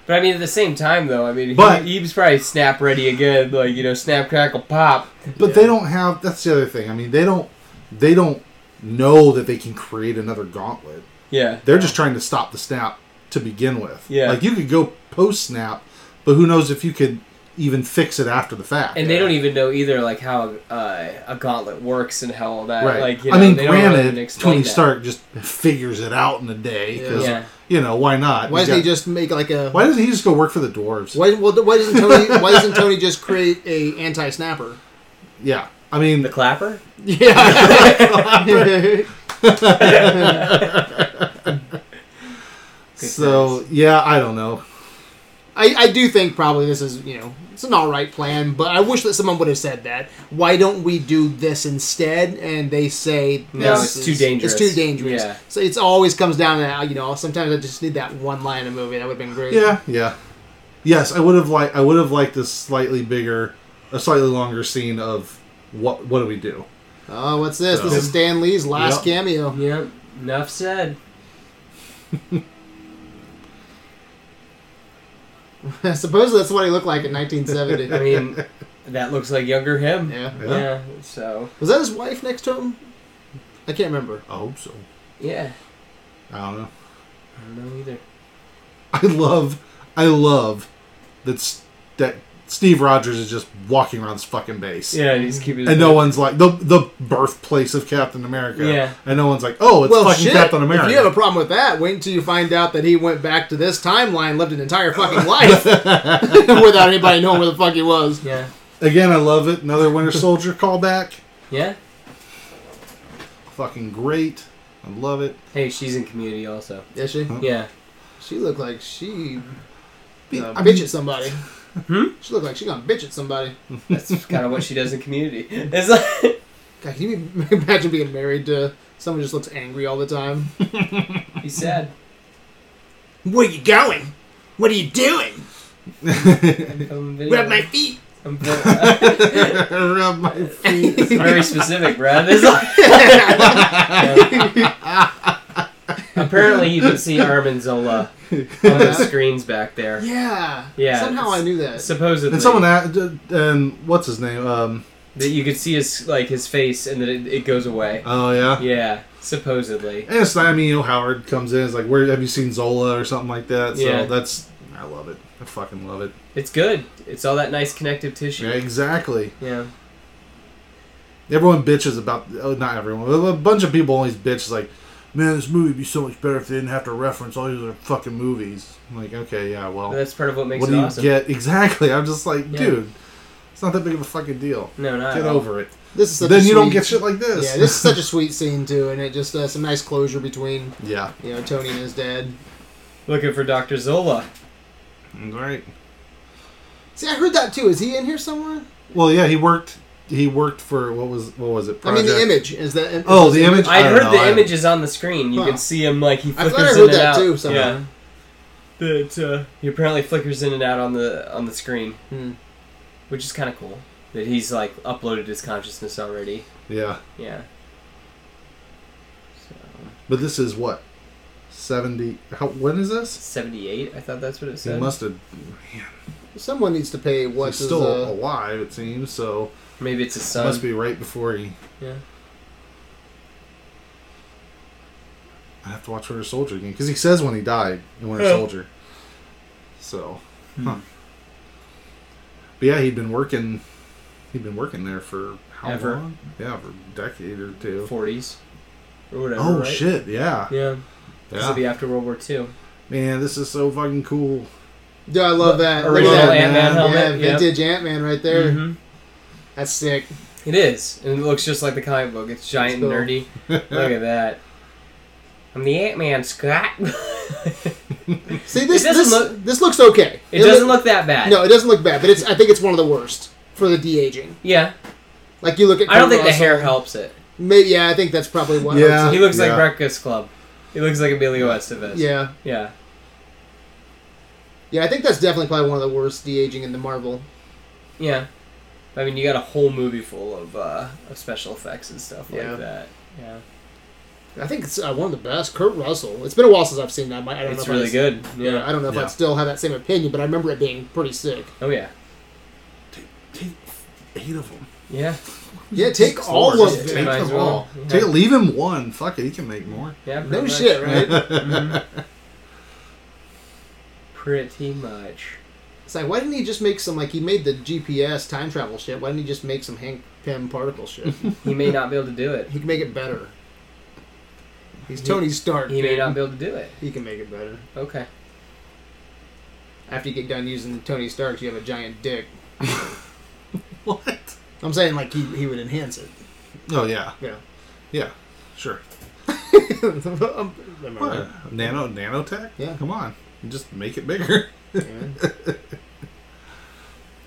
Speaker 2: but I mean, at the same time, though, I mean, he,
Speaker 3: But-
Speaker 2: he's probably snap ready again, like you know, snap crackle pop.
Speaker 3: But
Speaker 1: Yeah.
Speaker 3: they don't have. That's the other thing. I mean, they don't. They don't know that they can create another gauntlet.
Speaker 2: Yeah,
Speaker 3: They're just trying to stop the snap to begin with.
Speaker 2: Yeah.
Speaker 3: Like you could go post snap, but who knows if you could even fix it after the fact.
Speaker 2: and they don't even know either, like how uh, a gauntlet works and how all that.
Speaker 3: Right.
Speaker 2: Like, you
Speaker 3: I
Speaker 2: know,
Speaker 3: mean,
Speaker 2: they don't really
Speaker 3: granted,
Speaker 2: explain
Speaker 3: Tony
Speaker 2: that.
Speaker 3: Stark just figures it out in a day because
Speaker 2: Yeah.
Speaker 3: you know why not?
Speaker 1: why
Speaker 3: He's
Speaker 1: doesn't he
Speaker 3: got-
Speaker 1: just make like a
Speaker 3: Why doesn't he just go work for the dwarves?
Speaker 1: why well, why doesn't Tony why doesn't Tony just create a anti snapper?
Speaker 3: Yeah, I mean,
Speaker 2: the clapper.
Speaker 1: Yeah.
Speaker 3: so yeah, I don't know.
Speaker 1: I, I do think probably this is, you know, it's an alright plan, but I wish that someone would have said that. Why don't we do this instead? And they say,
Speaker 2: No,
Speaker 1: this
Speaker 2: it's
Speaker 1: is-
Speaker 2: too dangerous.
Speaker 1: It's too dangerous.
Speaker 2: Yeah.
Speaker 1: So it's always comes down to, that, you know, sometimes I just need that one line in a movie. That would have been great.
Speaker 3: Yeah, yeah, yes, I would have liked. I would have liked this slightly bigger, a slightly longer scene of what what do we do?
Speaker 1: Oh, what's this? This is
Speaker 3: So-
Speaker 1: Stan Lee's last
Speaker 3: Yep.
Speaker 1: cameo.
Speaker 2: Yep. Enough said.
Speaker 1: Supposedly that's what he looked like in
Speaker 2: I
Speaker 1: 1970.
Speaker 2: mean, that looks like younger him.
Speaker 1: yeah.
Speaker 3: Yeah,
Speaker 2: Yeah. So
Speaker 1: Was that his wife next to him? I can't remember.
Speaker 3: I hope so.
Speaker 2: yeah,
Speaker 3: I don't know.
Speaker 2: I don't know either.
Speaker 3: I love, I love that s- that Steve Rogers is just walking around this fucking base.
Speaker 2: Yeah, he's keeping.
Speaker 3: And no one's like the the birthplace of Captain America.
Speaker 2: Yeah.
Speaker 3: And no one's like, oh, it's fucking Captain America.
Speaker 1: If you have a problem with that, wait until you find out that he went back to this timeline, lived an entire fucking life without anybody knowing where the fuck he was.
Speaker 2: Yeah.
Speaker 3: Again, I love it. Another Winter Soldier callback.
Speaker 2: Yeah.
Speaker 3: Fucking great. I love it.
Speaker 2: Hey, she's in Community also.
Speaker 1: Did she?
Speaker 2: Yeah.
Speaker 1: She looked like she uh,
Speaker 3: I
Speaker 1: bitch
Speaker 3: mean- Hmm?
Speaker 1: at somebody. She looked like she gonna bitch at somebody.
Speaker 2: That's kind of what she does in Community. It's like,
Speaker 1: God, can you imagine being married to someone who just looks angry all the time?
Speaker 2: he's sad.
Speaker 1: Where you going? What are you doing?
Speaker 2: I'm filming video.
Speaker 1: Grab my feet.
Speaker 2: I'm fil-
Speaker 3: Rub my feet.
Speaker 2: it's very specific, Brad. It's like, apparently, you can see Armin Zola on the screens back there.
Speaker 1: Yeah.
Speaker 2: Yeah,
Speaker 1: Somehow
Speaker 2: it's-
Speaker 1: I knew that.
Speaker 2: Supposedly,
Speaker 3: and someone asked, and what's his name? Um,
Speaker 2: that you could see his like his face, and then it, it goes away.
Speaker 3: oh yeah.
Speaker 2: Yeah, supposedly.
Speaker 3: And it's not, I mean, you know, Howard comes in. It's like, where have you seen Zola or something like that? So
Speaker 2: Yeah.
Speaker 3: that's, I love it. I fucking love it.
Speaker 2: It's good. It's all that nice connective tissue.
Speaker 3: Yeah, exactly.
Speaker 2: Yeah.
Speaker 3: Everyone bitches about, oh, not everyone, but a bunch of people always bitch like, man, this movie would be so much better if they didn't have to reference all these other fucking movies. I'm like, okay, yeah, well.
Speaker 2: That's part of what makes
Speaker 3: Oh.
Speaker 2: it
Speaker 3: what do you
Speaker 2: awesome.
Speaker 3: get exactly? I'm just like,
Speaker 2: Yeah.
Speaker 3: dude, it's not that big of a fucking deal.
Speaker 2: No, not
Speaker 3: Get
Speaker 2: at all.
Speaker 3: over it.
Speaker 1: This is Uh, such
Speaker 3: then
Speaker 1: a
Speaker 3: you don't
Speaker 1: sweet-
Speaker 3: get shit like this.
Speaker 1: Yeah, this is such a sweet scene too, and it just uh, some nice closure between
Speaker 3: yeah.
Speaker 1: you know Tony and his dad.
Speaker 2: Looking for Dr. Zola.
Speaker 3: All right.
Speaker 1: See, I heard that too. Is he in here somewhere?
Speaker 3: Well, yeah, he worked. He worked for what was what was it?
Speaker 1: I mean, the
Speaker 3: Project-
Speaker 1: image is that. is
Speaker 3: Oh,
Speaker 1: this
Speaker 3: the image.
Speaker 2: I,
Speaker 3: don't
Speaker 2: heard
Speaker 3: know,
Speaker 2: the
Speaker 3: I don't-
Speaker 2: image is on the screen. You
Speaker 1: Huh.
Speaker 2: can see him like he
Speaker 1: I
Speaker 2: flickers
Speaker 1: thought I
Speaker 2: in
Speaker 1: heard
Speaker 2: and
Speaker 1: that
Speaker 2: out.
Speaker 1: too. Somewhere.
Speaker 2: Yeah. that uh, he apparently flickers in and out on the on the screen,
Speaker 1: Hmm.
Speaker 2: which is kind of cool. That he's like uploaded his consciousness already.
Speaker 3: Yeah.
Speaker 2: Yeah. So
Speaker 3: But this is what? 70. How, when is this?
Speaker 2: seventy-eight. I thought that's what it
Speaker 3: He
Speaker 2: said.
Speaker 3: must have.
Speaker 1: Someone needs to pay what
Speaker 3: He's
Speaker 1: is
Speaker 3: still
Speaker 1: uh,
Speaker 3: alive, it seems, so.
Speaker 2: Maybe it's his son.
Speaker 3: Must be right before he.
Speaker 2: Yeah.
Speaker 3: I have to watch Winter Soldier again because he says when he died in Winter
Speaker 2: Yeah.
Speaker 3: Soldier. So,
Speaker 2: Hmm.
Speaker 3: huh. but yeah, he'd been working. He'd been working there for how
Speaker 2: Ever.
Speaker 3: long? Yeah, for a decade or two.
Speaker 2: Forties or whatever.
Speaker 3: Oh
Speaker 2: right?
Speaker 3: shit! Yeah,
Speaker 2: Yeah. This will
Speaker 3: yeah.
Speaker 2: be after World War Two.
Speaker 3: Man, this is so fucking cool.
Speaker 1: Yeah, I love that. Look at
Speaker 2: Original
Speaker 1: that.
Speaker 2: Ant Man
Speaker 3: man.
Speaker 2: helmet.
Speaker 1: yeah,
Speaker 2: yep.
Speaker 1: vintage Ant Man right there.
Speaker 3: Mm-hmm.
Speaker 2: Mhm.
Speaker 1: That's sick.
Speaker 2: It is, and it looks just like the comic book. It's giant and
Speaker 1: Still.
Speaker 2: nerdy. Look at that. I'm the Ant Man, Scott.
Speaker 1: See this
Speaker 2: doesn't
Speaker 1: this,
Speaker 2: look-
Speaker 1: this looks okay.
Speaker 2: it doesn't
Speaker 1: look-
Speaker 2: look that bad.
Speaker 1: No, it doesn't look bad, but it's I think it's one of the worst for the de aging.
Speaker 2: Yeah,
Speaker 1: Like you look at
Speaker 2: I don't
Speaker 1: Kurt
Speaker 2: think the hair
Speaker 1: Russell,
Speaker 2: helps it.
Speaker 1: Maybe, yeah, I think that's probably what
Speaker 3: Yeah.
Speaker 1: hurts
Speaker 2: He looks like
Speaker 3: Yeah.
Speaker 2: Breakfast Club. He looks like Emilio
Speaker 1: it.
Speaker 2: Estevez.
Speaker 1: Yeah.
Speaker 2: yeah.
Speaker 1: Yeah, I think that's definitely probably one of the worst de aging in the Marvel.
Speaker 2: Yeah. I mean, you got a whole movie full of, uh, of special effects and stuff
Speaker 1: Yeah.
Speaker 2: like that. Yeah.
Speaker 1: I think it's uh, one of the best. Kurt Russell. It's been a while since I've seen that. I might- I don't know
Speaker 2: It's
Speaker 1: if
Speaker 2: really
Speaker 1: I,
Speaker 2: good.
Speaker 1: Yeah,
Speaker 2: Yeah.
Speaker 1: I don't know if
Speaker 3: Yeah.
Speaker 1: I'd still have that same opinion, but I remember it being pretty sick.
Speaker 2: Oh, yeah.
Speaker 3: Take eight of them.
Speaker 2: Yeah.
Speaker 1: Yeah, take all
Speaker 3: Lord,
Speaker 1: of
Speaker 3: just
Speaker 2: it.
Speaker 3: Take
Speaker 1: them.
Speaker 2: Might as
Speaker 3: them
Speaker 2: well.
Speaker 3: all.
Speaker 2: Yeah.
Speaker 3: Take, leave him one. Fuck it, he can make more.
Speaker 2: Yeah. pretty
Speaker 1: No
Speaker 2: much.
Speaker 1: shit, right?
Speaker 2: Mhm. pretty much.
Speaker 1: It's like, why didn't he just make some, like, he made the GPS time travel shit. Why didn't he just make some Hank Pym particle shit?
Speaker 2: He may not be able to do it.
Speaker 1: he can make it better. He's Tony Stark.
Speaker 2: He may
Speaker 1: dude.
Speaker 2: not be able to do it.
Speaker 1: He can make it better.
Speaker 2: Okay.
Speaker 1: After you get done using Tony Stark, you have a giant dick.
Speaker 3: What?
Speaker 1: I'm saying, like, he, he would enhance it.
Speaker 3: Oh yeah,
Speaker 1: Yeah.
Speaker 3: yeah, sure.
Speaker 1: Um, am I
Speaker 3: What?
Speaker 1: right?
Speaker 3: Nano nanotech?
Speaker 1: Yeah.
Speaker 3: Come on, just make it bigger.
Speaker 1: Yeah.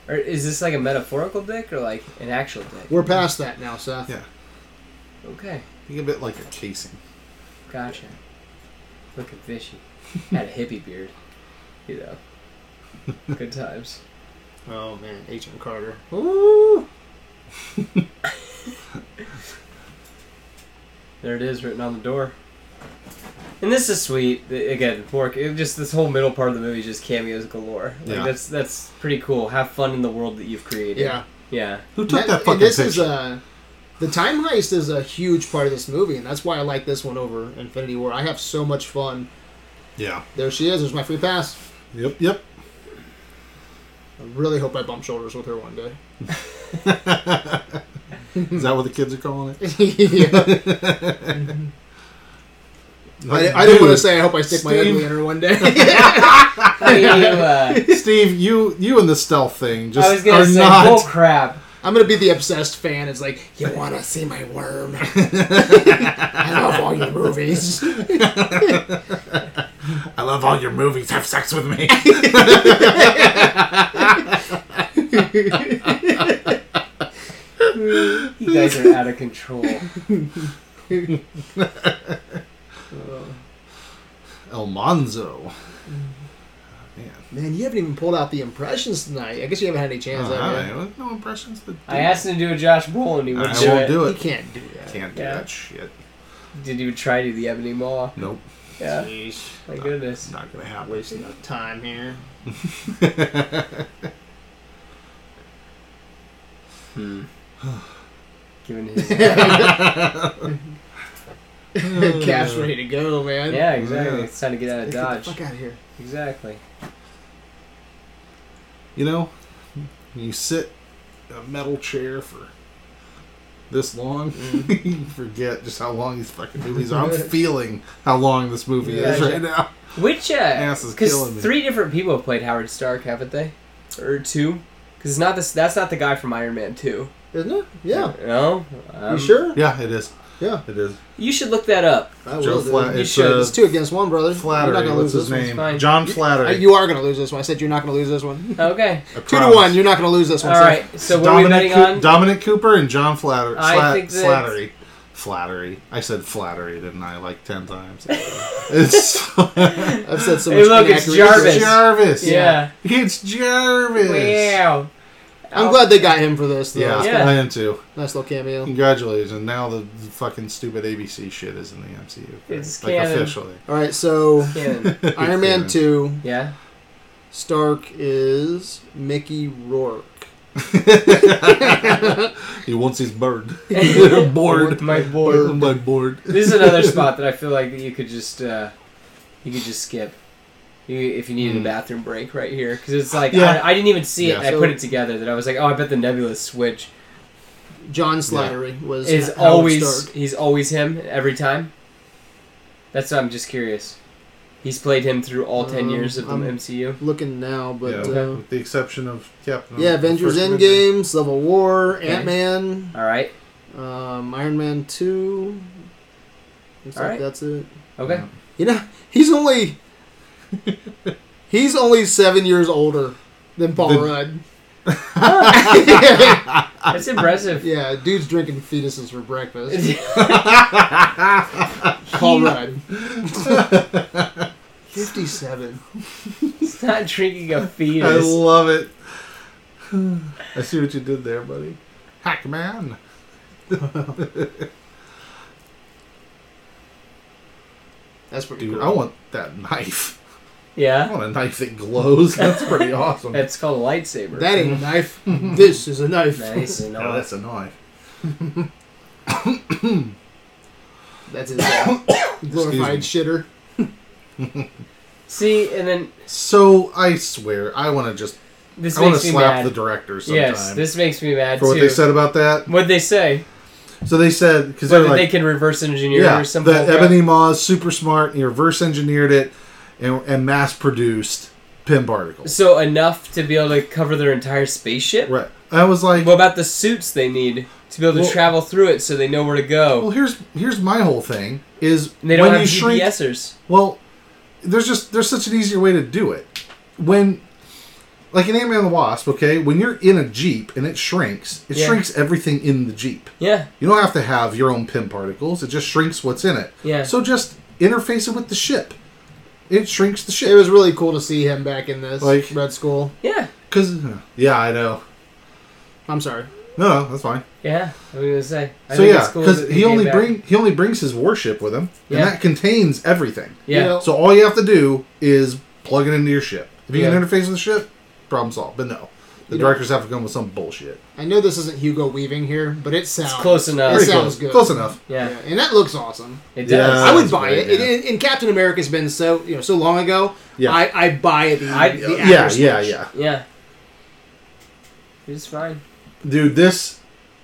Speaker 2: Or is this like a metaphorical dick or like an actual dick?
Speaker 1: We're past that now, Seth.
Speaker 3: Yeah.
Speaker 2: Okay.
Speaker 3: Think of it like a casing.
Speaker 2: Gotcha. Looking fishy. Had a hippie beard. You know. Good times.
Speaker 1: Oh, man. Agent Carter. Ooh.
Speaker 2: There it is, written on the door. And this is sweet. Th- Again, pork. It just this whole middle part of the movie is just cameos galore. Like,
Speaker 3: Yeah.
Speaker 2: That's that's pretty cool. Have fun in the world that you've created.
Speaker 1: Yeah.
Speaker 2: Yeah.
Speaker 3: Who took
Speaker 1: And
Speaker 3: that fucking
Speaker 1: this
Speaker 3: picture?
Speaker 1: is uh the time heist is a huge part of this movie and that's why i like this one over infinity war i have so much fun
Speaker 3: yeah.
Speaker 1: there she is there's my free pass
Speaker 3: Yep. Yep.
Speaker 1: i really hope i bump shoulders with her one day
Speaker 3: Is that what the kids are calling it?
Speaker 1: yeah. I, I didn't want to say i hope i stick my
Speaker 3: Steve.
Speaker 1: ugly in her one day
Speaker 2: Hey, you, uh,
Speaker 3: Steve, you you and the stealth thing just
Speaker 2: I was gonna
Speaker 3: are
Speaker 2: say,
Speaker 3: not.
Speaker 2: bull crap.
Speaker 1: i'm gonna be the obsessed fan it's like you wanna see my worm i love all your movies
Speaker 3: I love all your movies. Have sex with me.
Speaker 2: You guys are out of control.
Speaker 1: Uh,
Speaker 3: Elmonzo. Man.
Speaker 1: man you haven't even pulled out the impressions tonight i guess you haven't had any chance
Speaker 3: All
Speaker 1: have you?
Speaker 3: right. Uh-huh. No impressions. That
Speaker 2: I asked him to do a Josh Brolin. He
Speaker 3: I
Speaker 2: would
Speaker 3: won't
Speaker 2: do it.
Speaker 3: do
Speaker 1: you
Speaker 3: it.
Speaker 1: can't do that
Speaker 3: Can't do
Speaker 2: Yeah.
Speaker 3: that shit.
Speaker 2: Did you try to do the Ebony Maw?
Speaker 3: Nope.
Speaker 2: Yeah.
Speaker 1: Jeez.
Speaker 2: My goodness.
Speaker 3: Not gonna happen.
Speaker 1: wasting our time here
Speaker 3: Hmm.
Speaker 2: Given his.
Speaker 1: Cap's ready to go, man.
Speaker 2: Yeah, exactly.
Speaker 3: Yeah.
Speaker 2: It's time to get out of
Speaker 1: Get
Speaker 2: Dodge.
Speaker 1: Mm. the fuck out of here.
Speaker 2: Exactly.
Speaker 3: You know, you sit in a metal chair for this long,
Speaker 1: Mm-hmm.
Speaker 3: you forget just how long these fucking movies are. I'm feeling how long this movie
Speaker 1: Yeah,
Speaker 3: is
Speaker 2: yeah.
Speaker 3: right now.
Speaker 2: Which uh,
Speaker 3: Ass is killing
Speaker 2: because
Speaker 3: me.
Speaker 2: three different people have played Howard Stark, haven't they? Or two? Because it's not this. That's not the guy from Iron Man Two.
Speaker 1: Isn't it? Yeah.
Speaker 2: No. Um,
Speaker 1: you sure?
Speaker 3: Yeah, it is.
Speaker 1: Yeah.
Speaker 3: It is.
Speaker 2: You should look that up.
Speaker 1: I
Speaker 3: Joe
Speaker 1: will. do.
Speaker 3: Flat.
Speaker 1: You
Speaker 3: It's,
Speaker 1: should.
Speaker 3: uh,
Speaker 1: it's two against one, brother. You're not
Speaker 3: Flattery.
Speaker 1: gonna lose
Speaker 3: What's his
Speaker 1: this one.
Speaker 2: It's
Speaker 3: name?
Speaker 2: fine.
Speaker 3: John
Speaker 1: Uh,
Speaker 3: Flattery.
Speaker 1: You are gonna lose this one. I said you're not gonna lose this one.
Speaker 2: Okay.
Speaker 3: I
Speaker 1: Two to
Speaker 3: promise.
Speaker 1: one. You're not gonna lose this
Speaker 2: All
Speaker 1: one.
Speaker 2: right. So what are we
Speaker 3: Dominic,
Speaker 2: betting
Speaker 3: Coo-
Speaker 2: on?
Speaker 3: Dominic Cooper and John Flatter-
Speaker 2: I
Speaker 3: Slat-
Speaker 2: think that-
Speaker 3: Slattery. flattery. I said flattery, didn't I? Like ten times. it's
Speaker 1: I've said so
Speaker 2: Hey,
Speaker 1: much.
Speaker 2: look, it's
Speaker 1: inaccurate-
Speaker 2: Jarvis.
Speaker 3: Jarvis.
Speaker 2: Yeah.
Speaker 3: It's Jarvis.
Speaker 2: Wow. Oh.
Speaker 1: I'm glad they got him for this. Though.
Speaker 3: Yeah,
Speaker 2: Yeah.
Speaker 3: I am too.
Speaker 1: Nice little cameo.
Speaker 3: Congratulations. And now the fucking stupid ABC shit is in the MCU.
Speaker 2: It's
Speaker 3: like
Speaker 2: canon.
Speaker 3: officially.
Speaker 1: All right, so
Speaker 2: Canon.
Speaker 1: Iron Man
Speaker 3: Canon.
Speaker 1: two,
Speaker 2: Yeah.
Speaker 1: Stark is Mickey Rourke.
Speaker 3: He wants his bird.
Speaker 2: Bored. My board.
Speaker 3: My board.
Speaker 2: This is another spot that I feel like that you could just uh, you could just skip you, if you needed a
Speaker 3: Mm.
Speaker 2: bathroom break right here because it's like
Speaker 3: Yeah.
Speaker 2: I, I didn't even see it.
Speaker 3: Yeah.
Speaker 2: and I put it together that I was like, oh, I bet the Nebula switch
Speaker 1: John Slattery was
Speaker 2: is
Speaker 1: Howard
Speaker 2: always
Speaker 1: Stark.
Speaker 2: he's always him every time. That's why I'm just curious. He's played him through all ten
Speaker 1: Um,
Speaker 2: years of the
Speaker 1: I'm-
Speaker 2: MCU.
Speaker 1: looking now,
Speaker 3: yeah,
Speaker 1: but uh,
Speaker 3: with the exception of Captain.
Speaker 1: yeah, Avengers
Speaker 3: Um, First
Speaker 1: Endgame, Civil War,
Speaker 2: Okay.
Speaker 1: Ant Man,
Speaker 2: All right.
Speaker 1: um, Iron Man two. Looks
Speaker 2: All
Speaker 1: like
Speaker 2: right.
Speaker 1: that's it.
Speaker 2: Okay.
Speaker 3: Yeah.
Speaker 1: You know, he's only he's only seven years older than Paul
Speaker 3: The-
Speaker 1: Rudd.
Speaker 2: That's impressive.
Speaker 1: yeah, dude's drinking fetuses for breakfast. Paul
Speaker 2: Paul
Speaker 1: Rudd, fifty-seven.
Speaker 2: He's not drinking a
Speaker 3: I
Speaker 2: fetus.
Speaker 3: love it. I see what you did there, buddy. Hack man.
Speaker 1: That's pretty
Speaker 3: Dude,
Speaker 1: cool.
Speaker 3: I want that knife. I
Speaker 2: Yeah.
Speaker 3: want a knife that glows. That's pretty awesome. Yeah,
Speaker 2: That's called a lightsaber.
Speaker 1: That ain't a knife. this is a knife.
Speaker 2: nice and all.
Speaker 3: that's a knife.
Speaker 1: That's his uh, glorified shitter.
Speaker 2: See, and then
Speaker 3: So I swear, I want to just.
Speaker 2: this
Speaker 3: I want
Speaker 2: makes
Speaker 3: to
Speaker 2: me
Speaker 3: slap
Speaker 2: mad.
Speaker 3: the director sometime
Speaker 2: yes, this makes me mad
Speaker 3: for what
Speaker 2: too.
Speaker 3: they said about that.
Speaker 2: What'd they say?
Speaker 3: So they said because they're
Speaker 2: Whether
Speaker 3: like,
Speaker 2: they can reverse engineer
Speaker 3: yeah,
Speaker 2: or something.
Speaker 3: the
Speaker 2: like that?
Speaker 3: Ebony Maw is super smart. and He reverse engineered it and, and mass produced pin particles.
Speaker 2: So enough to be able to cover their entire spaceship.
Speaker 3: Right. I was like,
Speaker 2: What about the suits they need to be able to
Speaker 3: Well-
Speaker 2: travel through it so they know where to
Speaker 3: well,
Speaker 2: go?
Speaker 3: here's here's my whole thing is
Speaker 2: And they don't
Speaker 3: when
Speaker 2: have
Speaker 3: you shrink
Speaker 2: GPSers.
Speaker 3: Well, there's just there's such an easier way to do it. When like in Ant Man the Wasp, okay, when you're in a Jeep and it shrinks, it
Speaker 2: Yeah.
Speaker 3: shrinks everything in the Jeep.
Speaker 2: Yeah.
Speaker 3: You don't have to have your own pin particles, it just shrinks what's in it.
Speaker 2: Yeah.
Speaker 3: So just interface it with the ship. It shrinks the
Speaker 1: It
Speaker 3: ship.
Speaker 1: was really cool to see him back in this
Speaker 3: Like-
Speaker 1: Red Skull.
Speaker 2: Yeah.
Speaker 3: Cause yeah, I know.
Speaker 1: I'm sorry.
Speaker 3: No, no, that's fine.
Speaker 2: Yeah. I was gonna say. I
Speaker 3: so
Speaker 2: think
Speaker 3: yeah,
Speaker 2: it's cool
Speaker 3: because
Speaker 2: that they
Speaker 3: he
Speaker 2: came
Speaker 3: only
Speaker 2: back.
Speaker 3: bring he only brings his warship with him,
Speaker 2: Yeah.
Speaker 3: and that contains everything.
Speaker 2: Yeah.
Speaker 1: you know,
Speaker 3: So all you have to do is plug it into your ship. If you
Speaker 2: Yeah.
Speaker 3: can interface with the ship, problem solved. But no, the
Speaker 1: You know-
Speaker 3: directors have to come with some bullshit.
Speaker 1: I know this isn't Hugo Weaving here, but it sounds
Speaker 2: close enough.
Speaker 1: It
Speaker 3: Pretty
Speaker 1: sounds
Speaker 3: close.
Speaker 1: good.
Speaker 3: Close enough.
Speaker 2: Yeah.
Speaker 1: Yeah, and that looks awesome.
Speaker 2: It
Speaker 3: Yeah.
Speaker 2: does.
Speaker 1: I would
Speaker 3: that's
Speaker 1: buy
Speaker 3: great,
Speaker 1: it.
Speaker 3: Uh, yeah.
Speaker 1: And, and Captain America's been so you know so long ago.
Speaker 3: Yeah.
Speaker 1: I, I buy the,
Speaker 2: I-
Speaker 1: the
Speaker 3: yeah,
Speaker 1: actor
Speaker 3: yeah,
Speaker 1: switch.
Speaker 3: yeah.
Speaker 2: Yeah. It's fine.
Speaker 3: Dude, this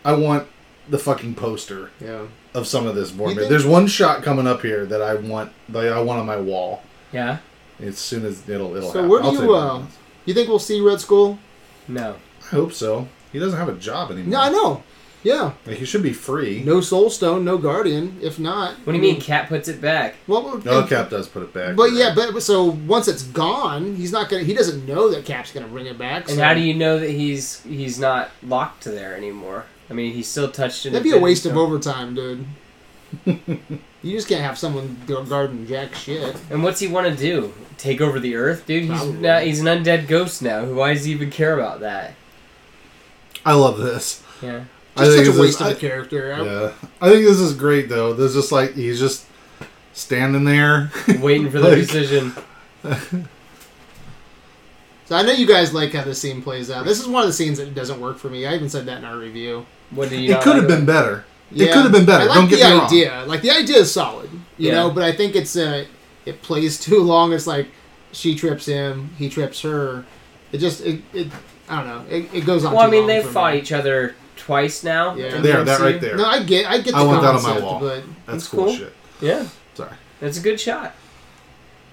Speaker 3: I want the fucking poster
Speaker 1: yeah.
Speaker 3: of some of this Vormir.
Speaker 1: think-
Speaker 3: There's one shot coming up here that I want that I want on my wall.
Speaker 2: Yeah.
Speaker 3: As soon as it'll it'll
Speaker 1: So
Speaker 3: happen.
Speaker 1: where do
Speaker 3: I'll tell
Speaker 1: you,
Speaker 3: about
Speaker 1: uh,
Speaker 3: it.
Speaker 1: You think we'll see Red Skull?
Speaker 2: No.
Speaker 3: I hope so. He doesn't have a job anymore.
Speaker 1: No, I know. Yeah,
Speaker 3: Like, he should be free.
Speaker 1: no Soul Stone, no Guardian. If not,
Speaker 2: What do you mean? Cat puts it back.
Speaker 1: Well,
Speaker 3: Oh, Cap does put it back.
Speaker 1: But yeah, but so once it's gone, he's not gonna. He doesn't know that Cap's gonna bring it back.
Speaker 2: And
Speaker 1: so-
Speaker 2: how do you know that he's he's not locked to there anymore? I mean, he's still touched in.
Speaker 1: That'd be a waste of overtime, dude. you just can't have someone go garden jack shit.
Speaker 2: And what's he want to do? Take over the Earth, dude? He's
Speaker 1: Probably.
Speaker 2: now, he's an undead ghost now. Why does he even care about that?
Speaker 3: I love this.
Speaker 2: Yeah.
Speaker 3: I
Speaker 1: Just
Speaker 3: think
Speaker 1: such
Speaker 3: it's
Speaker 1: a waste
Speaker 3: just-
Speaker 1: of a character. I-
Speaker 3: Yeah, I think this is great though. There's just like he's just standing there.
Speaker 2: Waiting for the
Speaker 3: Like-
Speaker 2: decision.
Speaker 1: So I know you guys like how this scene plays out. This is one of the scenes that doesn't work for me. I even said that in our review.
Speaker 2: What do you?
Speaker 3: it
Speaker 2: not
Speaker 3: could
Speaker 2: like
Speaker 3: have
Speaker 2: about
Speaker 3: been better. It
Speaker 1: Yeah.
Speaker 3: could have been better.
Speaker 1: I like
Speaker 3: Don't get
Speaker 1: the
Speaker 3: me wrong.
Speaker 1: idea. Like the idea is solid, you
Speaker 2: Yeah.
Speaker 1: know. But I think it's uh, it plays too long. It's like she trips him, he trips her. It just it, it I don't know. It, it goes on.
Speaker 2: Well, I
Speaker 1: too
Speaker 2: mean,
Speaker 1: long
Speaker 2: they've
Speaker 1: for me.
Speaker 2: fought each other twice now.
Speaker 1: Yeah.
Speaker 2: in the
Speaker 3: There, that
Speaker 2: MCU.
Speaker 3: right there.
Speaker 1: No, I get I get the
Speaker 3: I want that on
Speaker 1: concept,
Speaker 3: my wall.
Speaker 1: but
Speaker 3: That's
Speaker 2: It's
Speaker 3: cool,
Speaker 2: cool.
Speaker 3: shit.
Speaker 2: Yeah,
Speaker 3: Sorry.
Speaker 2: that's a good shot.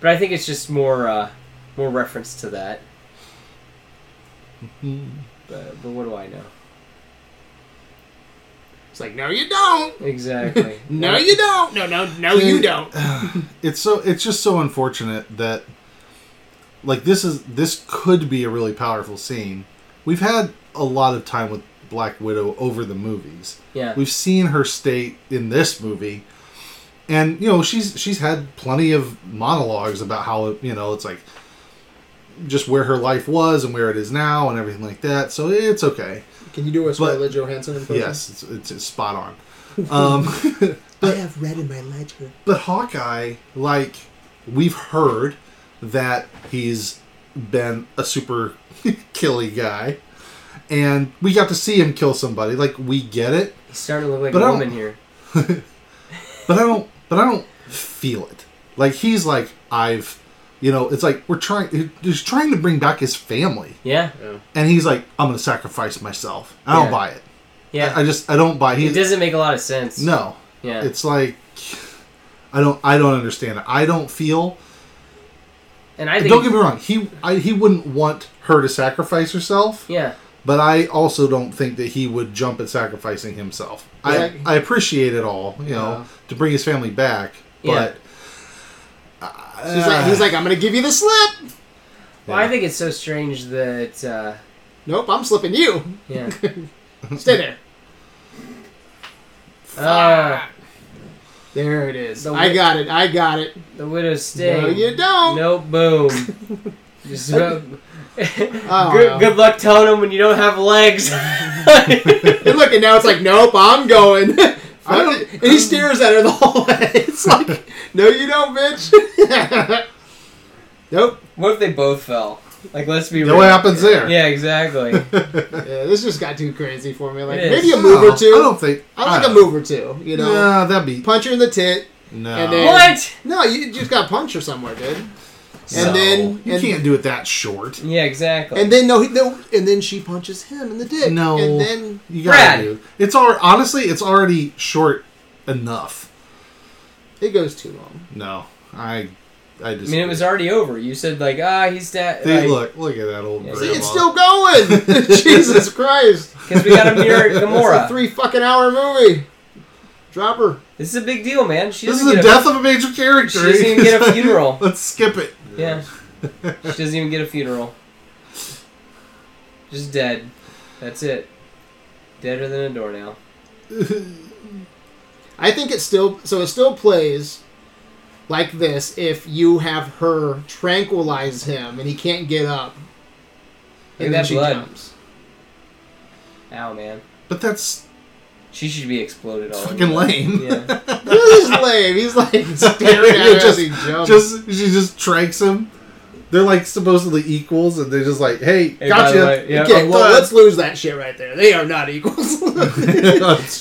Speaker 2: But I think it's just more uh, more reference to that.
Speaker 1: Mm-hmm.
Speaker 2: But, but what do I know?
Speaker 1: it's like no, you don't.
Speaker 2: Exactly.
Speaker 1: No,
Speaker 2: Well,
Speaker 1: you don't. No, no, no, you don't.
Speaker 3: It's so it's just so unfortunate that like this is this could be a really powerful scene. We've had a lot of time with Black Widow over the movies.
Speaker 2: Yeah.
Speaker 3: We've seen her state in this movie, and you know she's she's had plenty of monologues about how you know it's like just where her life was and where it is now and everything like that. So it's okay.
Speaker 1: Can you do a
Speaker 3: But-
Speaker 1: Scarlett Johansson impression?
Speaker 3: Yes, it's, it's, it's spot on. Um,
Speaker 1: I have read in my ledger.
Speaker 3: But Hawkeye, like we've heard that he's been a super killy guy, and we got to see him kill somebody. Like we get it,
Speaker 2: He's starting to look like
Speaker 3: But I
Speaker 2: a
Speaker 3: don't-
Speaker 2: woman here.
Speaker 3: but I don't. But I don't feel it. Like he's like I've, you know. It's like we're trying. He's trying to bring back his family,
Speaker 2: Yeah.
Speaker 3: and he's like, I'm gonna sacrifice myself. I don't
Speaker 2: Yeah.
Speaker 3: buy it.
Speaker 2: Yeah.
Speaker 3: I, I just I don't buy.
Speaker 2: it
Speaker 3: He
Speaker 2: doesn't make a lot of sense.
Speaker 3: no.
Speaker 2: Yeah.
Speaker 3: It's like I don't I don't understand it. I don't feel
Speaker 2: and I think.
Speaker 3: don't get me wrong. He I, he wouldn't want her to sacrifice herself,
Speaker 2: yeah.
Speaker 3: but I also don't think that he would jump at sacrificing himself.
Speaker 1: Yeah.
Speaker 3: I I appreciate it all, you know,
Speaker 1: Yeah.
Speaker 3: to bring his family back,
Speaker 2: Yeah.
Speaker 3: but uh,
Speaker 1: She's like, he's like, I'm gonna give you the slip.
Speaker 2: Well, I think it's so strange that. Uh,
Speaker 1: Nope, I'm slipping you.
Speaker 2: yeah.
Speaker 1: Stay there.
Speaker 2: Ah,
Speaker 1: There it is.
Speaker 2: The
Speaker 1: I
Speaker 2: wi-
Speaker 1: got it. I got it.
Speaker 2: the widow's sting.
Speaker 1: No, you don't.
Speaker 2: Nope. Boom. Just. uh,
Speaker 1: I don't know.
Speaker 2: good, good luck telling them when you don't have legs.
Speaker 1: And look, and now it's like, nope, I'm going. and he stares at her the whole way. It's like, no, you don't, bitch. nope.
Speaker 2: what if they both fell? Like, let's be
Speaker 3: you
Speaker 2: real.
Speaker 3: know what happens there?
Speaker 2: Yeah, exactly.
Speaker 1: Yeah, this just got too crazy for me. Like
Speaker 2: It
Speaker 1: maybe
Speaker 2: is.
Speaker 1: a move
Speaker 3: No,
Speaker 1: or two.
Speaker 3: I don't think
Speaker 1: I like a move or two. You know,
Speaker 3: Nah, that'd be
Speaker 1: punch her in the tit.
Speaker 3: no.
Speaker 1: and then-
Speaker 2: what?
Speaker 1: No, you just got punched her somewhere, dude.
Speaker 3: So,
Speaker 1: and then-
Speaker 3: you
Speaker 1: and-
Speaker 3: can't do it that short.
Speaker 2: Yeah, exactly.
Speaker 1: And then no, he, no, and then she punches him in the dick.
Speaker 3: No.
Speaker 1: and then
Speaker 3: You gotta
Speaker 2: Brad.
Speaker 3: do. It's all honestly, it's already short enough.
Speaker 1: it goes too long.
Speaker 3: No, I I
Speaker 2: I
Speaker 3: just
Speaker 2: mean, it was already over. You said like, ah, he's dead.
Speaker 3: They,
Speaker 2: like,
Speaker 3: look, look at that old.
Speaker 2: Yeah,
Speaker 3: grandma.
Speaker 2: see,
Speaker 1: See, it's still going. Jesus Christ!
Speaker 2: Because we got to mirror
Speaker 1: It's a
Speaker 2: Gamora.
Speaker 1: three fucking hour movie. Drop her.
Speaker 2: This is a big deal, man. She
Speaker 3: This
Speaker 2: doesn't
Speaker 3: is the
Speaker 2: get a,
Speaker 3: death of a major character.
Speaker 2: She doesn't even get a funeral.
Speaker 3: Let's skip it.
Speaker 2: Yeah. She doesn't even get a funeral. Just dead. That's it. Deader than a doornail.
Speaker 1: I think it still so it still plays like this if you have her tranquilize him and he can't get up.
Speaker 2: Look at that blood.
Speaker 1: jumps.
Speaker 2: Ow, man.
Speaker 3: But that's
Speaker 2: She should be exploded all
Speaker 3: fucking
Speaker 2: over.
Speaker 3: lame.
Speaker 2: Oh, Yeah.
Speaker 1: This is lame. He's like staring at her as
Speaker 3: Just-
Speaker 1: he jumps.
Speaker 3: Just she just tranks him. They're like supposedly equals, and they're just like, "Hey,
Speaker 2: Hey, by the
Speaker 3: gotcha."
Speaker 2: way, yeah.
Speaker 1: okay,
Speaker 3: I'm
Speaker 1: oh, well
Speaker 3: done.
Speaker 1: let's lose that shit right there. They are not equals.
Speaker 3: that's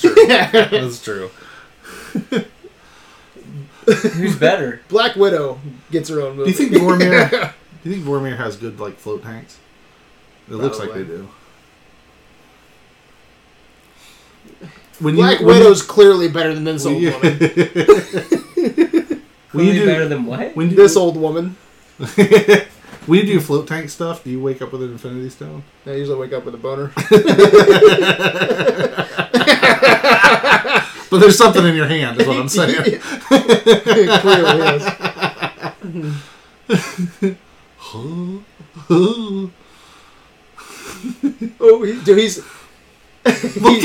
Speaker 3: true. That's true.
Speaker 2: Who's better?
Speaker 1: Black Widow gets her own
Speaker 3: Do
Speaker 1: movie.
Speaker 3: you think Vormir? do you think Vormir has good like float tanks? It looks like they
Speaker 1: Probably.
Speaker 3: do. When
Speaker 1: Black
Speaker 3: when
Speaker 1: Widow's clearly better than this old
Speaker 3: when you,
Speaker 1: woman.
Speaker 3: When you
Speaker 2: Who's
Speaker 3: do-
Speaker 2: better than what?
Speaker 3: when you-
Speaker 1: This old woman.
Speaker 3: when you do float tank stuff, do you wake up with an infinity stone?
Speaker 1: I usually wake up with a boner.
Speaker 3: But there's something in your hand, is what I'm saying.
Speaker 1: It clearly is.
Speaker 3: Look
Speaker 1: Oh, he, dude, he's
Speaker 3: at his face.
Speaker 1: Look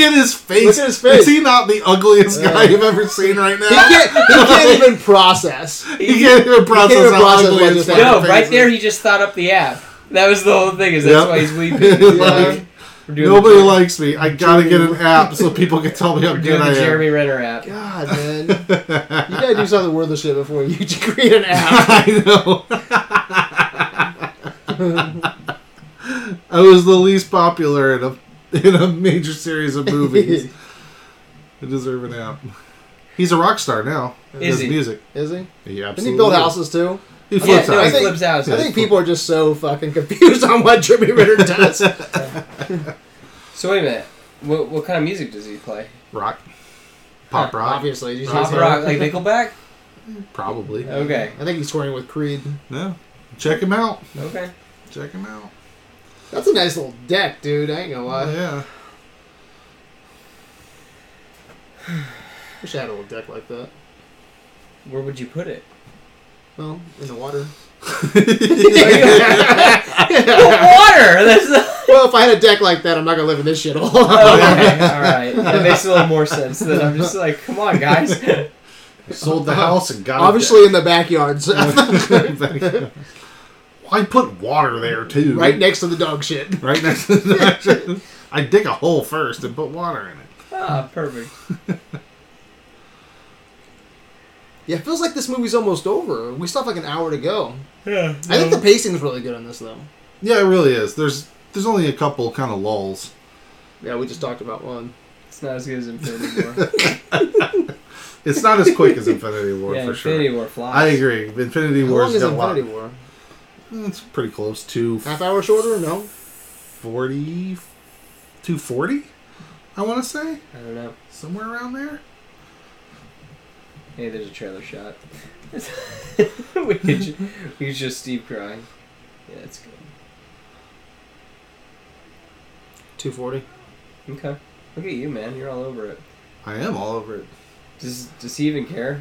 Speaker 1: at his face.
Speaker 3: Is he not the ugliest guy you've ever seen right
Speaker 1: he
Speaker 3: now?
Speaker 1: can't he can't even process.
Speaker 3: He can't even process,
Speaker 1: He can't even
Speaker 3: how
Speaker 1: process
Speaker 3: ugly
Speaker 1: what
Speaker 3: his
Speaker 1: just
Speaker 3: fucking
Speaker 2: No,
Speaker 3: face
Speaker 2: right
Speaker 3: is.
Speaker 2: there he just thought up the app. That was the whole thing, is that's
Speaker 3: Yep.
Speaker 2: why he's weeping.
Speaker 1: Yeah.
Speaker 3: Like,
Speaker 2: We're doing
Speaker 3: Nobody
Speaker 2: the,
Speaker 3: likes me. I gotta get an app so people can tell me how
Speaker 2: we're
Speaker 3: good
Speaker 2: doing
Speaker 3: I
Speaker 2: the
Speaker 3: am.
Speaker 2: Jeremy Renner app.
Speaker 1: God, man, you gotta do something worth the shit before you create an app.
Speaker 3: I know. I was the least popular in a in a major series of movies. I deserve an app. He's a rock star now. He
Speaker 2: Is
Speaker 3: does
Speaker 2: he?
Speaker 3: music.
Speaker 1: Is he?
Speaker 3: He
Speaker 1: Didn't he
Speaker 3: absolutely
Speaker 1: build
Speaker 3: is.
Speaker 1: houses too?
Speaker 3: He
Speaker 2: Yeah,
Speaker 3: flips
Speaker 2: no,
Speaker 1: I
Speaker 2: he
Speaker 3: out.
Speaker 1: think-
Speaker 2: flips out.
Speaker 1: I think people are just so fucking confused on what Jimmy Ritter does.
Speaker 2: So wait a minute. What, what kind of music does he play?
Speaker 3: rock, pop rock,
Speaker 1: Obviously, he's
Speaker 2: Pop
Speaker 1: just-
Speaker 2: rock, like Nickelback?
Speaker 3: probably.
Speaker 2: Okay.
Speaker 1: I think he's touring with Creed.
Speaker 3: No, check him out.
Speaker 2: Okay.
Speaker 3: Check him out.
Speaker 1: That's a nice little deck, dude. I ain't gonna lie.
Speaker 3: yeah,
Speaker 1: Wish I had a little deck like that.
Speaker 2: Where would you put it?
Speaker 1: Well, in the water.
Speaker 2: water. That's not.
Speaker 1: Well, if I had a deck like that, I'm not gonna live in this shit
Speaker 2: Oh,
Speaker 1: all.
Speaker 2: okay, all right. That makes a little more sense. Then I'm just like, come on, guys.
Speaker 3: Sold the house and got a
Speaker 1: Obviously, in the backyards,
Speaker 3: deck. Why put water there too?
Speaker 1: right next to the dog shit.
Speaker 3: right next to the direction. I dig a hole first and put water in it.
Speaker 2: Ah, perfect.
Speaker 1: Yeah, it feels like this movie's almost over. We still have like an hour to go.
Speaker 2: Yeah.
Speaker 1: I think the pacing's really good on this, though.
Speaker 3: Yeah, it really is. There's there's only a couple kind of lulls.
Speaker 1: Yeah, we just talked about one.
Speaker 2: it's not as good as Infinity War.
Speaker 3: It's not as quick as Infinity War
Speaker 2: yeah,
Speaker 3: for
Speaker 2: Infinity
Speaker 3: sure.
Speaker 2: War flies.
Speaker 3: I agree. Infinity
Speaker 1: How
Speaker 3: War
Speaker 1: long
Speaker 3: is
Speaker 1: is
Speaker 3: a lot.
Speaker 1: Infinity War?
Speaker 3: Mm, It's pretty close to
Speaker 1: Half hour shorter? No.
Speaker 3: 40 240 i want to say
Speaker 2: I don't know.
Speaker 3: somewhere around there
Speaker 2: Hey, there's a trailer shot. we could ju- we could just Steve crying. Yeah, that's good.
Speaker 1: Two forty.
Speaker 2: Okay. Look at you, man. You're all over it.
Speaker 3: i am all over it
Speaker 2: Does Does he even care?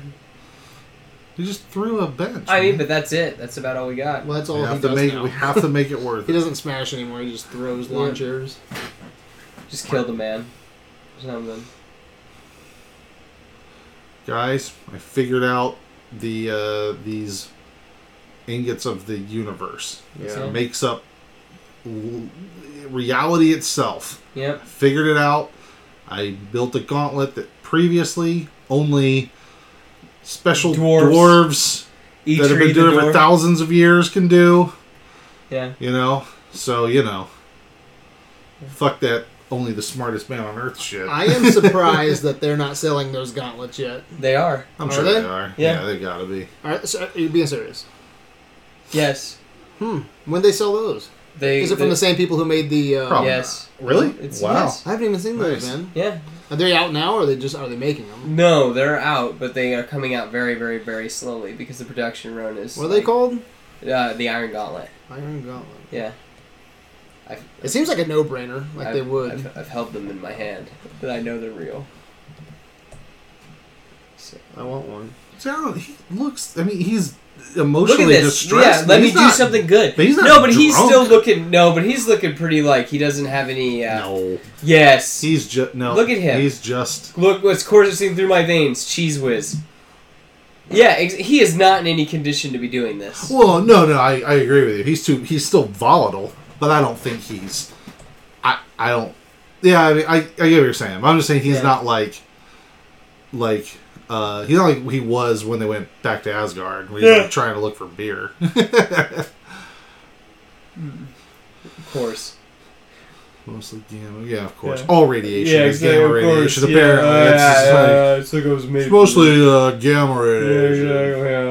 Speaker 3: you just threw a bench
Speaker 2: I mean,
Speaker 3: man.
Speaker 2: but that's it. That's about all we got.
Speaker 1: Well, that's
Speaker 3: we
Speaker 1: all he
Speaker 3: have, to
Speaker 1: does
Speaker 3: make,
Speaker 1: now.
Speaker 3: we have to make it worth
Speaker 1: He
Speaker 3: it
Speaker 1: doesn't smash anymore. He just throws lawn
Speaker 2: Yeah.
Speaker 1: chairs.
Speaker 2: Just kill the man. Something.
Speaker 3: guys i figured out the uh, these ingots of the universe
Speaker 2: Yeah.
Speaker 3: it makes up l- reality itself
Speaker 2: Yep.
Speaker 3: figured it out i built a gauntlet that previously only special
Speaker 2: Dwarves.
Speaker 3: dwarves
Speaker 2: Each
Speaker 3: that have been
Speaker 2: read the
Speaker 3: doing it for
Speaker 2: door.
Speaker 3: thousands of years can do.
Speaker 2: Yeah.
Speaker 3: You know, so you know, fuck that. Only the smartest man on earth shit.
Speaker 1: I am surprised that they're not selling those gauntlets yet.
Speaker 2: They are.
Speaker 3: I'm
Speaker 1: Are
Speaker 3: sure
Speaker 1: they?
Speaker 3: they, are.
Speaker 2: Yeah.
Speaker 3: Yeah. they gotta be.
Speaker 1: All right, so are you being serious?
Speaker 2: Yes.
Speaker 1: Hmm. When they sell those?
Speaker 2: They.
Speaker 1: Is it from
Speaker 2: they-
Speaker 1: the same people who made the? Uh,
Speaker 3: Probably.
Speaker 2: Yes.
Speaker 3: Really?
Speaker 2: It's-
Speaker 3: wow.
Speaker 2: yes.
Speaker 1: I haven't even seen those,
Speaker 3: Nice.
Speaker 1: man.
Speaker 2: Yeah.
Speaker 1: Are they out now, or are they just are they making them?
Speaker 2: No, they're out, but they are coming out very, very, very slowly because the production run is.
Speaker 1: What are they
Speaker 2: like,
Speaker 1: called?
Speaker 2: Uh, the Iron Gauntlet.
Speaker 1: Iron Gauntlet.
Speaker 2: Yeah.
Speaker 1: It seems like a no-brainer. Like
Speaker 2: I've,
Speaker 1: they would.
Speaker 2: I've, I've held them in my hand, but I know they're real. So.
Speaker 1: I want one.
Speaker 3: See, I don't- he looks. I mean, he's
Speaker 2: Look at
Speaker 3: emotionally
Speaker 2: this.
Speaker 3: distressed.
Speaker 2: Yeah, let
Speaker 3: but
Speaker 2: me
Speaker 3: he's
Speaker 2: do
Speaker 3: not-
Speaker 2: something good.
Speaker 3: but he's not
Speaker 2: no, but he's
Speaker 3: drunk.
Speaker 2: still looking. No, but he's looking pretty like he doesn't have any. Uh,
Speaker 3: No,
Speaker 2: Yes.
Speaker 3: he's just no.
Speaker 2: Look at him.
Speaker 3: He's just.
Speaker 2: Look what's coursing through my veins, cheese whiz. Yeah, ex- he is not in any condition to be doing this.
Speaker 3: Well, no, no, I, I agree with you. He's too. He's still volatile, but I don't think he's. I I don't. Yeah, I mean, I, I get what you're saying. I'm just saying he's
Speaker 2: Yeah.
Speaker 3: not like, like, uh, he's not like he was when they went back to Asgard. Where he's
Speaker 2: Yeah.
Speaker 3: like trying to look for beer.
Speaker 2: Of course.
Speaker 3: Mostly gamma. Yeah, of course.
Speaker 2: Yeah.
Speaker 3: All radiation is gamma radiation. Apparently, it's, just like,
Speaker 2: it's like I was made.
Speaker 3: it's mostly uh, gamma radiation.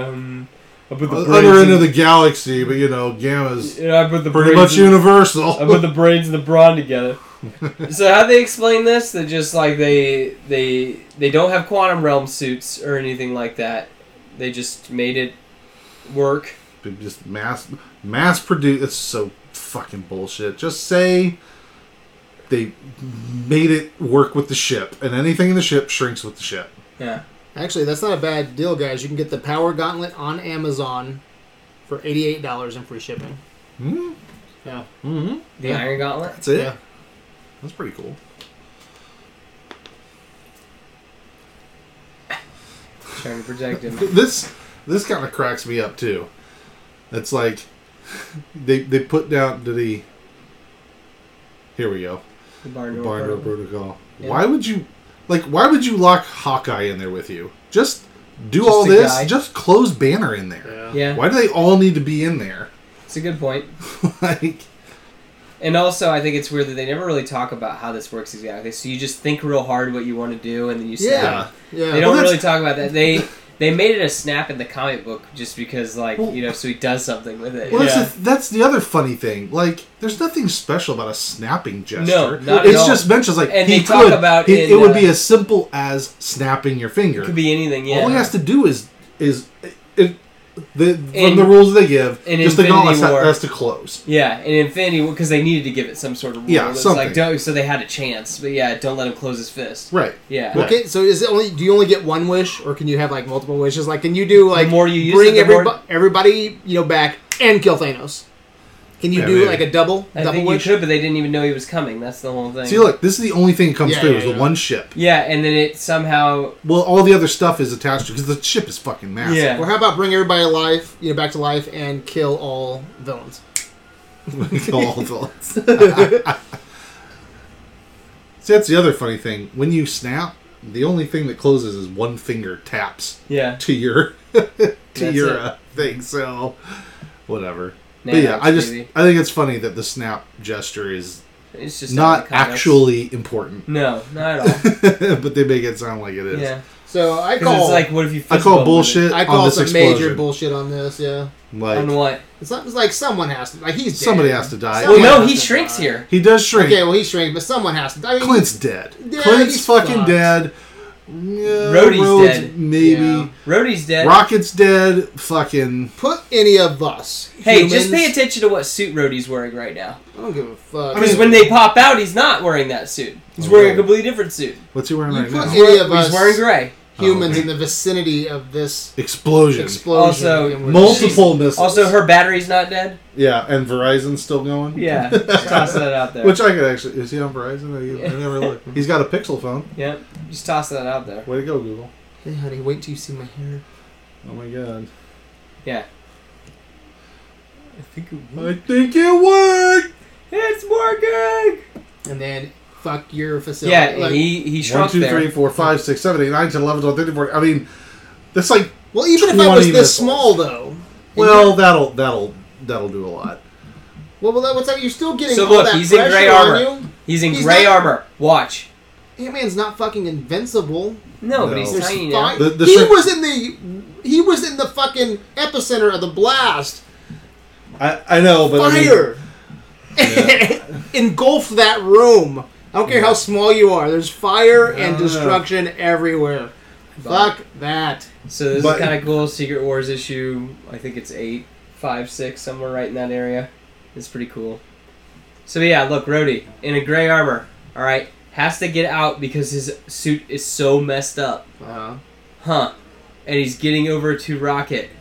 Speaker 2: um, I put
Speaker 3: O- Other end of the galaxy, but you know, gamma's
Speaker 2: yeah, I put the
Speaker 3: pretty much universal.
Speaker 2: I put the brains and the brawn together. so how they explain this? That just like they they they don't have quantum realm suits or anything like that. They just made it work.
Speaker 3: They just mass mass produce. It's so fucking bullshit. Just say they made it work with the ship, and anything in the ship shrinks with the ship.
Speaker 2: Yeah.
Speaker 1: Actually, that's not a bad deal, guys. You can get the Power Gauntlet on Amazon for eighty-eight dollars in free shipping.
Speaker 3: Mm-hmm.
Speaker 1: Yeah.
Speaker 3: mm-hmm.
Speaker 2: The
Speaker 1: Yeah.
Speaker 2: Iron Gauntlet.
Speaker 3: That's it.
Speaker 1: Yeah.
Speaker 3: That's pretty cool.
Speaker 2: Trying to protect him.
Speaker 3: This this kind of cracks me up too. It's like they they put down to the. Here we go.
Speaker 2: The barn
Speaker 3: The
Speaker 2: door.
Speaker 3: Barn door
Speaker 2: protocol.
Speaker 3: protocol.
Speaker 2: Yeah.
Speaker 3: Why would you, like, why would you lock Hawkeye in there with you? Just do
Speaker 2: Just
Speaker 3: all
Speaker 2: a
Speaker 3: this.
Speaker 2: guy.
Speaker 3: Just close Banner in there.
Speaker 2: Yeah,
Speaker 3: Why do they all need to be in there?
Speaker 2: it's a good point.
Speaker 3: like,
Speaker 2: And also, I think it's weird that they never really talk about how this works exactly. So you just think real hard what you want to do, and then you snap.
Speaker 1: Yeah.
Speaker 2: They
Speaker 1: Yeah.
Speaker 2: don't
Speaker 3: Well, that's-
Speaker 2: really talk about that. They they made it a snap in the comic book just because, like,
Speaker 3: Well-
Speaker 2: you know, so he does something with it.
Speaker 3: well,
Speaker 2: yeah.
Speaker 3: that's, the, that's the other funny thing. Like, there's nothing special about a snapping gesture.
Speaker 2: not at
Speaker 3: it's
Speaker 2: all.
Speaker 3: just mentions like
Speaker 2: And
Speaker 3: he
Speaker 2: they talk
Speaker 3: could-
Speaker 2: about
Speaker 3: it,
Speaker 2: in,
Speaker 3: it would
Speaker 2: uh,
Speaker 3: be as simple as snapping your finger.
Speaker 2: Could be anything. Yeah.
Speaker 3: All he has to do is is it, the, from
Speaker 2: In-
Speaker 3: the rules they give,
Speaker 2: in
Speaker 3: just acknowledge
Speaker 2: Infinity
Speaker 3: that
Speaker 2: War.
Speaker 3: that's to close.
Speaker 2: Yeah, and Infinity because they needed to give it some sort of rule.
Speaker 3: Yeah,
Speaker 2: It's
Speaker 3: something.
Speaker 2: Like, don't, so they had a chance, but yeah, don't let him close his fist.
Speaker 3: Right.
Speaker 2: Yeah.
Speaker 3: Well,
Speaker 1: Okay, so is it only do you only get one wish, or can you have like multiple wishes? Like, can you do like
Speaker 2: more you use
Speaker 1: bring
Speaker 2: it, the more-
Speaker 1: everybo- everybody you know back and kill Thanos? Can you
Speaker 3: Yeah,
Speaker 1: do
Speaker 3: maybe.
Speaker 1: like a double
Speaker 2: I
Speaker 1: double
Speaker 2: think
Speaker 1: wish?
Speaker 2: you could, but they didn't even know he was coming. That's the whole thing.
Speaker 3: See, look, this is the only thing that comes
Speaker 1: Yeah,
Speaker 3: through
Speaker 1: yeah,
Speaker 3: is
Speaker 1: yeah.
Speaker 3: the one ship.
Speaker 2: Yeah, and then it somehow.
Speaker 3: Well, all the other stuff is attached to because the ship is fucking massive.
Speaker 2: Yeah.
Speaker 1: Or how about bring everybody alive, you know, back to life and kill all villains?
Speaker 3: All the- See, that's the other funny thing. When you snap, the only thing that closes is one finger taps
Speaker 2: Yeah.
Speaker 3: to your to
Speaker 2: That's
Speaker 3: your
Speaker 2: it.
Speaker 3: uh, thing. So, whatever.
Speaker 2: Nah,
Speaker 3: but yeah,
Speaker 2: it's
Speaker 3: I just
Speaker 2: crazy.
Speaker 3: I think it's funny that the snap gesture is
Speaker 2: It's just out of
Speaker 3: not
Speaker 2: the comics.
Speaker 3: actually important,
Speaker 2: No, not at all.
Speaker 3: but they make it sound like it is.
Speaker 2: yeah.
Speaker 1: So I
Speaker 2: Because
Speaker 1: call
Speaker 2: it's like, what if you?
Speaker 3: I
Speaker 2: fist bump with
Speaker 3: call
Speaker 2: it?
Speaker 3: bullshit
Speaker 1: I
Speaker 3: on
Speaker 1: call
Speaker 3: this
Speaker 1: some
Speaker 3: explosion.
Speaker 1: major bullshit on this. Yeah,
Speaker 3: like
Speaker 2: On what?
Speaker 1: it's not it's like someone has to like he's dead.
Speaker 3: somebody has to die.
Speaker 1: Well,
Speaker 2: Well,
Speaker 1: Yeah,
Speaker 2: no,
Speaker 1: that's
Speaker 2: he
Speaker 1: the
Speaker 2: shrinks
Speaker 1: guy.
Speaker 2: here.
Speaker 3: he does shrink.
Speaker 1: Okay, well he's strange, but someone has to. I mean,
Speaker 3: Clint's dead.
Speaker 1: Yeah,
Speaker 3: Clint's
Speaker 1: he's
Speaker 3: fucking
Speaker 1: fucked.
Speaker 3: dead. Yeah,
Speaker 2: Rhodey's
Speaker 3: Rhodes,
Speaker 2: dead.
Speaker 3: Maybe.
Speaker 1: Yeah.
Speaker 2: Rhodey's dead.
Speaker 3: Rocket's dead. Fucking.
Speaker 1: put any of us.
Speaker 2: hey,
Speaker 1: humans,
Speaker 2: just pay attention to what suit Rhodey's wearing right now.
Speaker 1: I don't give a fuck.
Speaker 2: Because when they pop out, he's not wearing that suit. He's
Speaker 3: Oh,
Speaker 2: wearing
Speaker 3: right.
Speaker 2: a completely different suit.
Speaker 3: What's he wearing
Speaker 1: You
Speaker 3: right
Speaker 1: put
Speaker 3: now?
Speaker 1: it- Any of
Speaker 2: He's
Speaker 1: us-
Speaker 2: wearing gray.
Speaker 1: humans
Speaker 3: Oh, okay.
Speaker 1: in the vicinity of this
Speaker 3: Explosion.
Speaker 1: explosion,
Speaker 2: Also,
Speaker 1: and we're-
Speaker 3: Multiple missiles.
Speaker 2: Also, her battery's not dead.
Speaker 3: Yeah, and Verizon's still going.
Speaker 2: Yeah, just toss that out there.
Speaker 3: Which I could actually. Is he on Verizon? I, I
Speaker 2: Yeah.
Speaker 3: never looked. He's got a Pixel phone.
Speaker 2: yeah, just toss that out there.
Speaker 3: Way to go, Google.
Speaker 1: Hey, honey, wait till you see my hair.
Speaker 3: Oh my god.
Speaker 2: Yeah. I think it
Speaker 3: I think it worked!
Speaker 2: It's working.
Speaker 1: And then fuck your facility.
Speaker 2: Yeah,
Speaker 1: Like,
Speaker 2: he he
Speaker 3: One,
Speaker 2: shrunk
Speaker 3: two,
Speaker 2: there.
Speaker 3: three, four, five, six, seven, eight, nine, ten, eleven, twelve, thirteen, fourteen. I mean, that's like.
Speaker 1: well, even if I was
Speaker 3: 20
Speaker 1: this
Speaker 3: missiles.
Speaker 1: small, though.
Speaker 3: Well, that'll that'll that'll do a lot.
Speaker 1: Well, well, that, what's that? You're still getting
Speaker 2: So
Speaker 1: all
Speaker 2: look,
Speaker 1: that
Speaker 2: he's in
Speaker 1: pressure
Speaker 2: gray
Speaker 1: on
Speaker 2: armor. He's in
Speaker 1: He's
Speaker 2: gray
Speaker 1: not-
Speaker 2: armor. Watch.
Speaker 1: you. Ant-Man's not fucking invincible.
Speaker 2: No,
Speaker 3: No.
Speaker 2: but he's
Speaker 3: There's
Speaker 2: tiny
Speaker 1: Fi-
Speaker 2: now.
Speaker 3: The- the
Speaker 1: he
Speaker 3: sec-
Speaker 1: was in the he was in the fucking epicenter of the blast.
Speaker 3: I, I know, but I mean-
Speaker 1: Fire engulfed that room. I don't care how small you are. There's fire and
Speaker 3: Yeah.
Speaker 1: destruction everywhere. Fuck that.
Speaker 2: So this
Speaker 3: But-
Speaker 2: is kind of cool. Secret Wars issue. I think it's eight, five, six, somewhere right in that area. It's pretty cool. So yeah, look, Rhodey in a gray armor. All right, has to get out because his suit is so messed up,
Speaker 1: Uh,
Speaker 2: huh? And he's getting over to Rocket.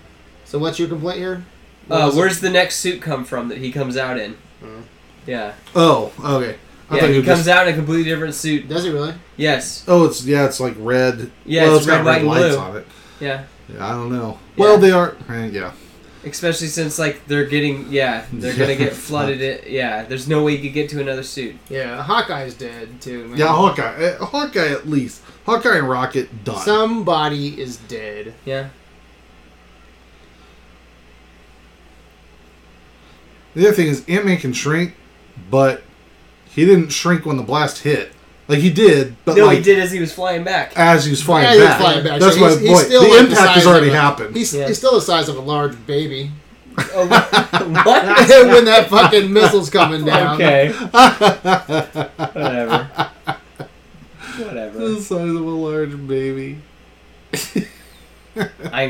Speaker 1: so what's your complaint here? What
Speaker 2: Uh,
Speaker 1: was it?
Speaker 2: where's the next suit come from that he comes out in? Yeah,
Speaker 3: Oh, okay. I
Speaker 2: yeah.
Speaker 3: thought
Speaker 2: He
Speaker 3: you
Speaker 2: comes
Speaker 3: just,
Speaker 2: out in a completely different suit.
Speaker 1: Does he really?
Speaker 2: Yes.
Speaker 3: Oh, it's yeah, it's like red.
Speaker 2: Yeah,
Speaker 3: well,
Speaker 2: it's red, white, and
Speaker 3: lights
Speaker 2: blue.
Speaker 3: on it.
Speaker 2: Yeah.
Speaker 3: Yeah, I don't know.
Speaker 2: Yeah.
Speaker 3: Well, they are. eh, yeah,
Speaker 2: Especially since like they're getting yeah they're gonna get flooded. It yeah. There's no way you could get to another suit.
Speaker 1: Yeah, Hawkeye's dead too. Man.
Speaker 3: yeah. Hawkeye, eh, Hawkeye at least. Hawkeye and Rocket done.
Speaker 1: somebody is dead.
Speaker 2: Yeah.
Speaker 3: the other thing is Ant Man can shrink, but he didn't shrink when the blast hit. Like he did, but
Speaker 2: no,
Speaker 3: like
Speaker 2: he did as he was flying back.
Speaker 3: as he was flying
Speaker 1: Yeah, he's
Speaker 3: back.
Speaker 1: flying back.
Speaker 3: That's
Speaker 1: So
Speaker 3: my
Speaker 1: he's- he's
Speaker 3: point.
Speaker 1: still,
Speaker 3: the
Speaker 1: like,
Speaker 3: impact
Speaker 1: size
Speaker 3: has
Speaker 1: of
Speaker 3: already
Speaker 1: a-
Speaker 3: happened.
Speaker 1: He's,
Speaker 2: Yeah.
Speaker 1: he's still the size of a large baby
Speaker 2: Oh, what?
Speaker 1: when that fucking missile's coming down.
Speaker 2: okay. Whatever. Whatever.
Speaker 3: the size of a large baby.
Speaker 2: I think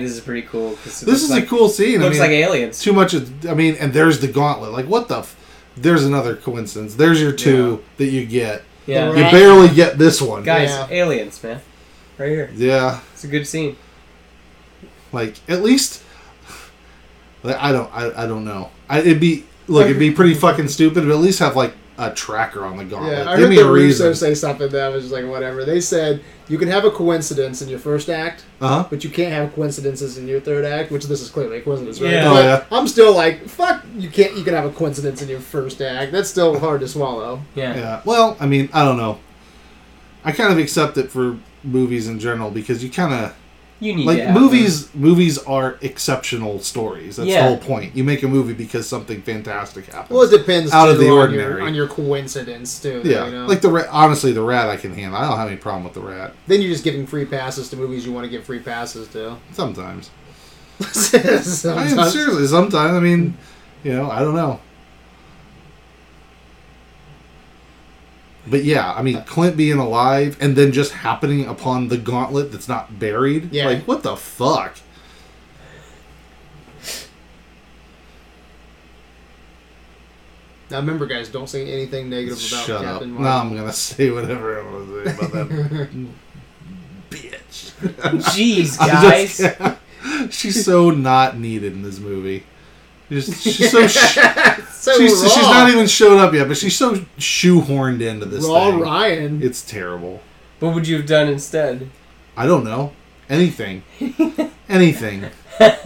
Speaker 2: this is pretty cool. 'cause it looks
Speaker 3: This is
Speaker 2: like,
Speaker 3: a cool scene. I
Speaker 2: Looks
Speaker 3: mean,
Speaker 2: like aliens.
Speaker 3: too much. Of, I mean, and there's the gauntlet. Like, what the? F- there's another coincidence. There's your two that you get.
Speaker 2: Yeah.
Speaker 3: You
Speaker 1: Right.
Speaker 3: barely get this one.
Speaker 2: Guys,
Speaker 1: Yeah.
Speaker 2: aliens, man. Right here.
Speaker 3: Yeah,
Speaker 2: It's a good scene.
Speaker 3: like at least. like, I don't. I, I don't know. I, it'd be look. It'd be pretty fucking stupid, but at least have like a tracker on the gauntlet.
Speaker 1: Yeah, I
Speaker 3: Give
Speaker 1: heard
Speaker 3: me
Speaker 1: the
Speaker 3: a reason.
Speaker 1: Russo say something that I was just like, whatever. They said you can have a coincidence in your first act,
Speaker 3: uh huh.
Speaker 1: but you can't have coincidences in your third act, which this is clearly a coincidence, right?
Speaker 2: Yeah.
Speaker 3: Oh,
Speaker 1: But
Speaker 3: yeah.
Speaker 1: I'm still like, fuck, you can't. You can have a coincidence in your first act. That's still hard to swallow.
Speaker 2: Yeah.
Speaker 3: Yeah. Well, I mean, I don't know. I kind of accept it for movies in general because you kind of
Speaker 2: You need
Speaker 3: like
Speaker 2: to have
Speaker 3: movies. Movies are exceptional stories. That's
Speaker 2: Yeah.
Speaker 3: the whole point. You make a movie because something fantastic happens.
Speaker 1: Well, it depends
Speaker 3: Out of
Speaker 1: too,
Speaker 3: the
Speaker 1: on, your,
Speaker 3: ordinary.
Speaker 1: on your coincidence too.
Speaker 3: Yeah,
Speaker 1: you know?
Speaker 3: like the rat. Honestly, the rat I can handle. I don't have any problem with the rat.
Speaker 1: then you're just giving free passes to movies you want to give free passes to.
Speaker 3: Sometimes, I mean,
Speaker 1: Sometimes.
Speaker 3: seriously, sometimes. I mean, you know, I don't know. But yeah, I mean, Clint being alive and then just happening upon the gauntlet that's not buried.
Speaker 1: Yeah.
Speaker 3: Like, what the fuck?
Speaker 1: Now remember, guys, don't say anything negative about
Speaker 3: Shut up.
Speaker 1: Captain
Speaker 3: No, I'm gonna say whatever I want to say about that bitch.
Speaker 2: Jeez,
Speaker 3: I'm
Speaker 2: guys.
Speaker 3: just kidding. she's so not needed in this movie. Just, she's so sh-
Speaker 1: so
Speaker 3: she's,
Speaker 1: raw.
Speaker 3: she's not even showed up yet, but she's so shoehorned into this
Speaker 1: raw
Speaker 3: thing.
Speaker 1: Ryan.
Speaker 3: It's terrible.
Speaker 2: what would you have done instead?
Speaker 3: I don't know anything, anything. I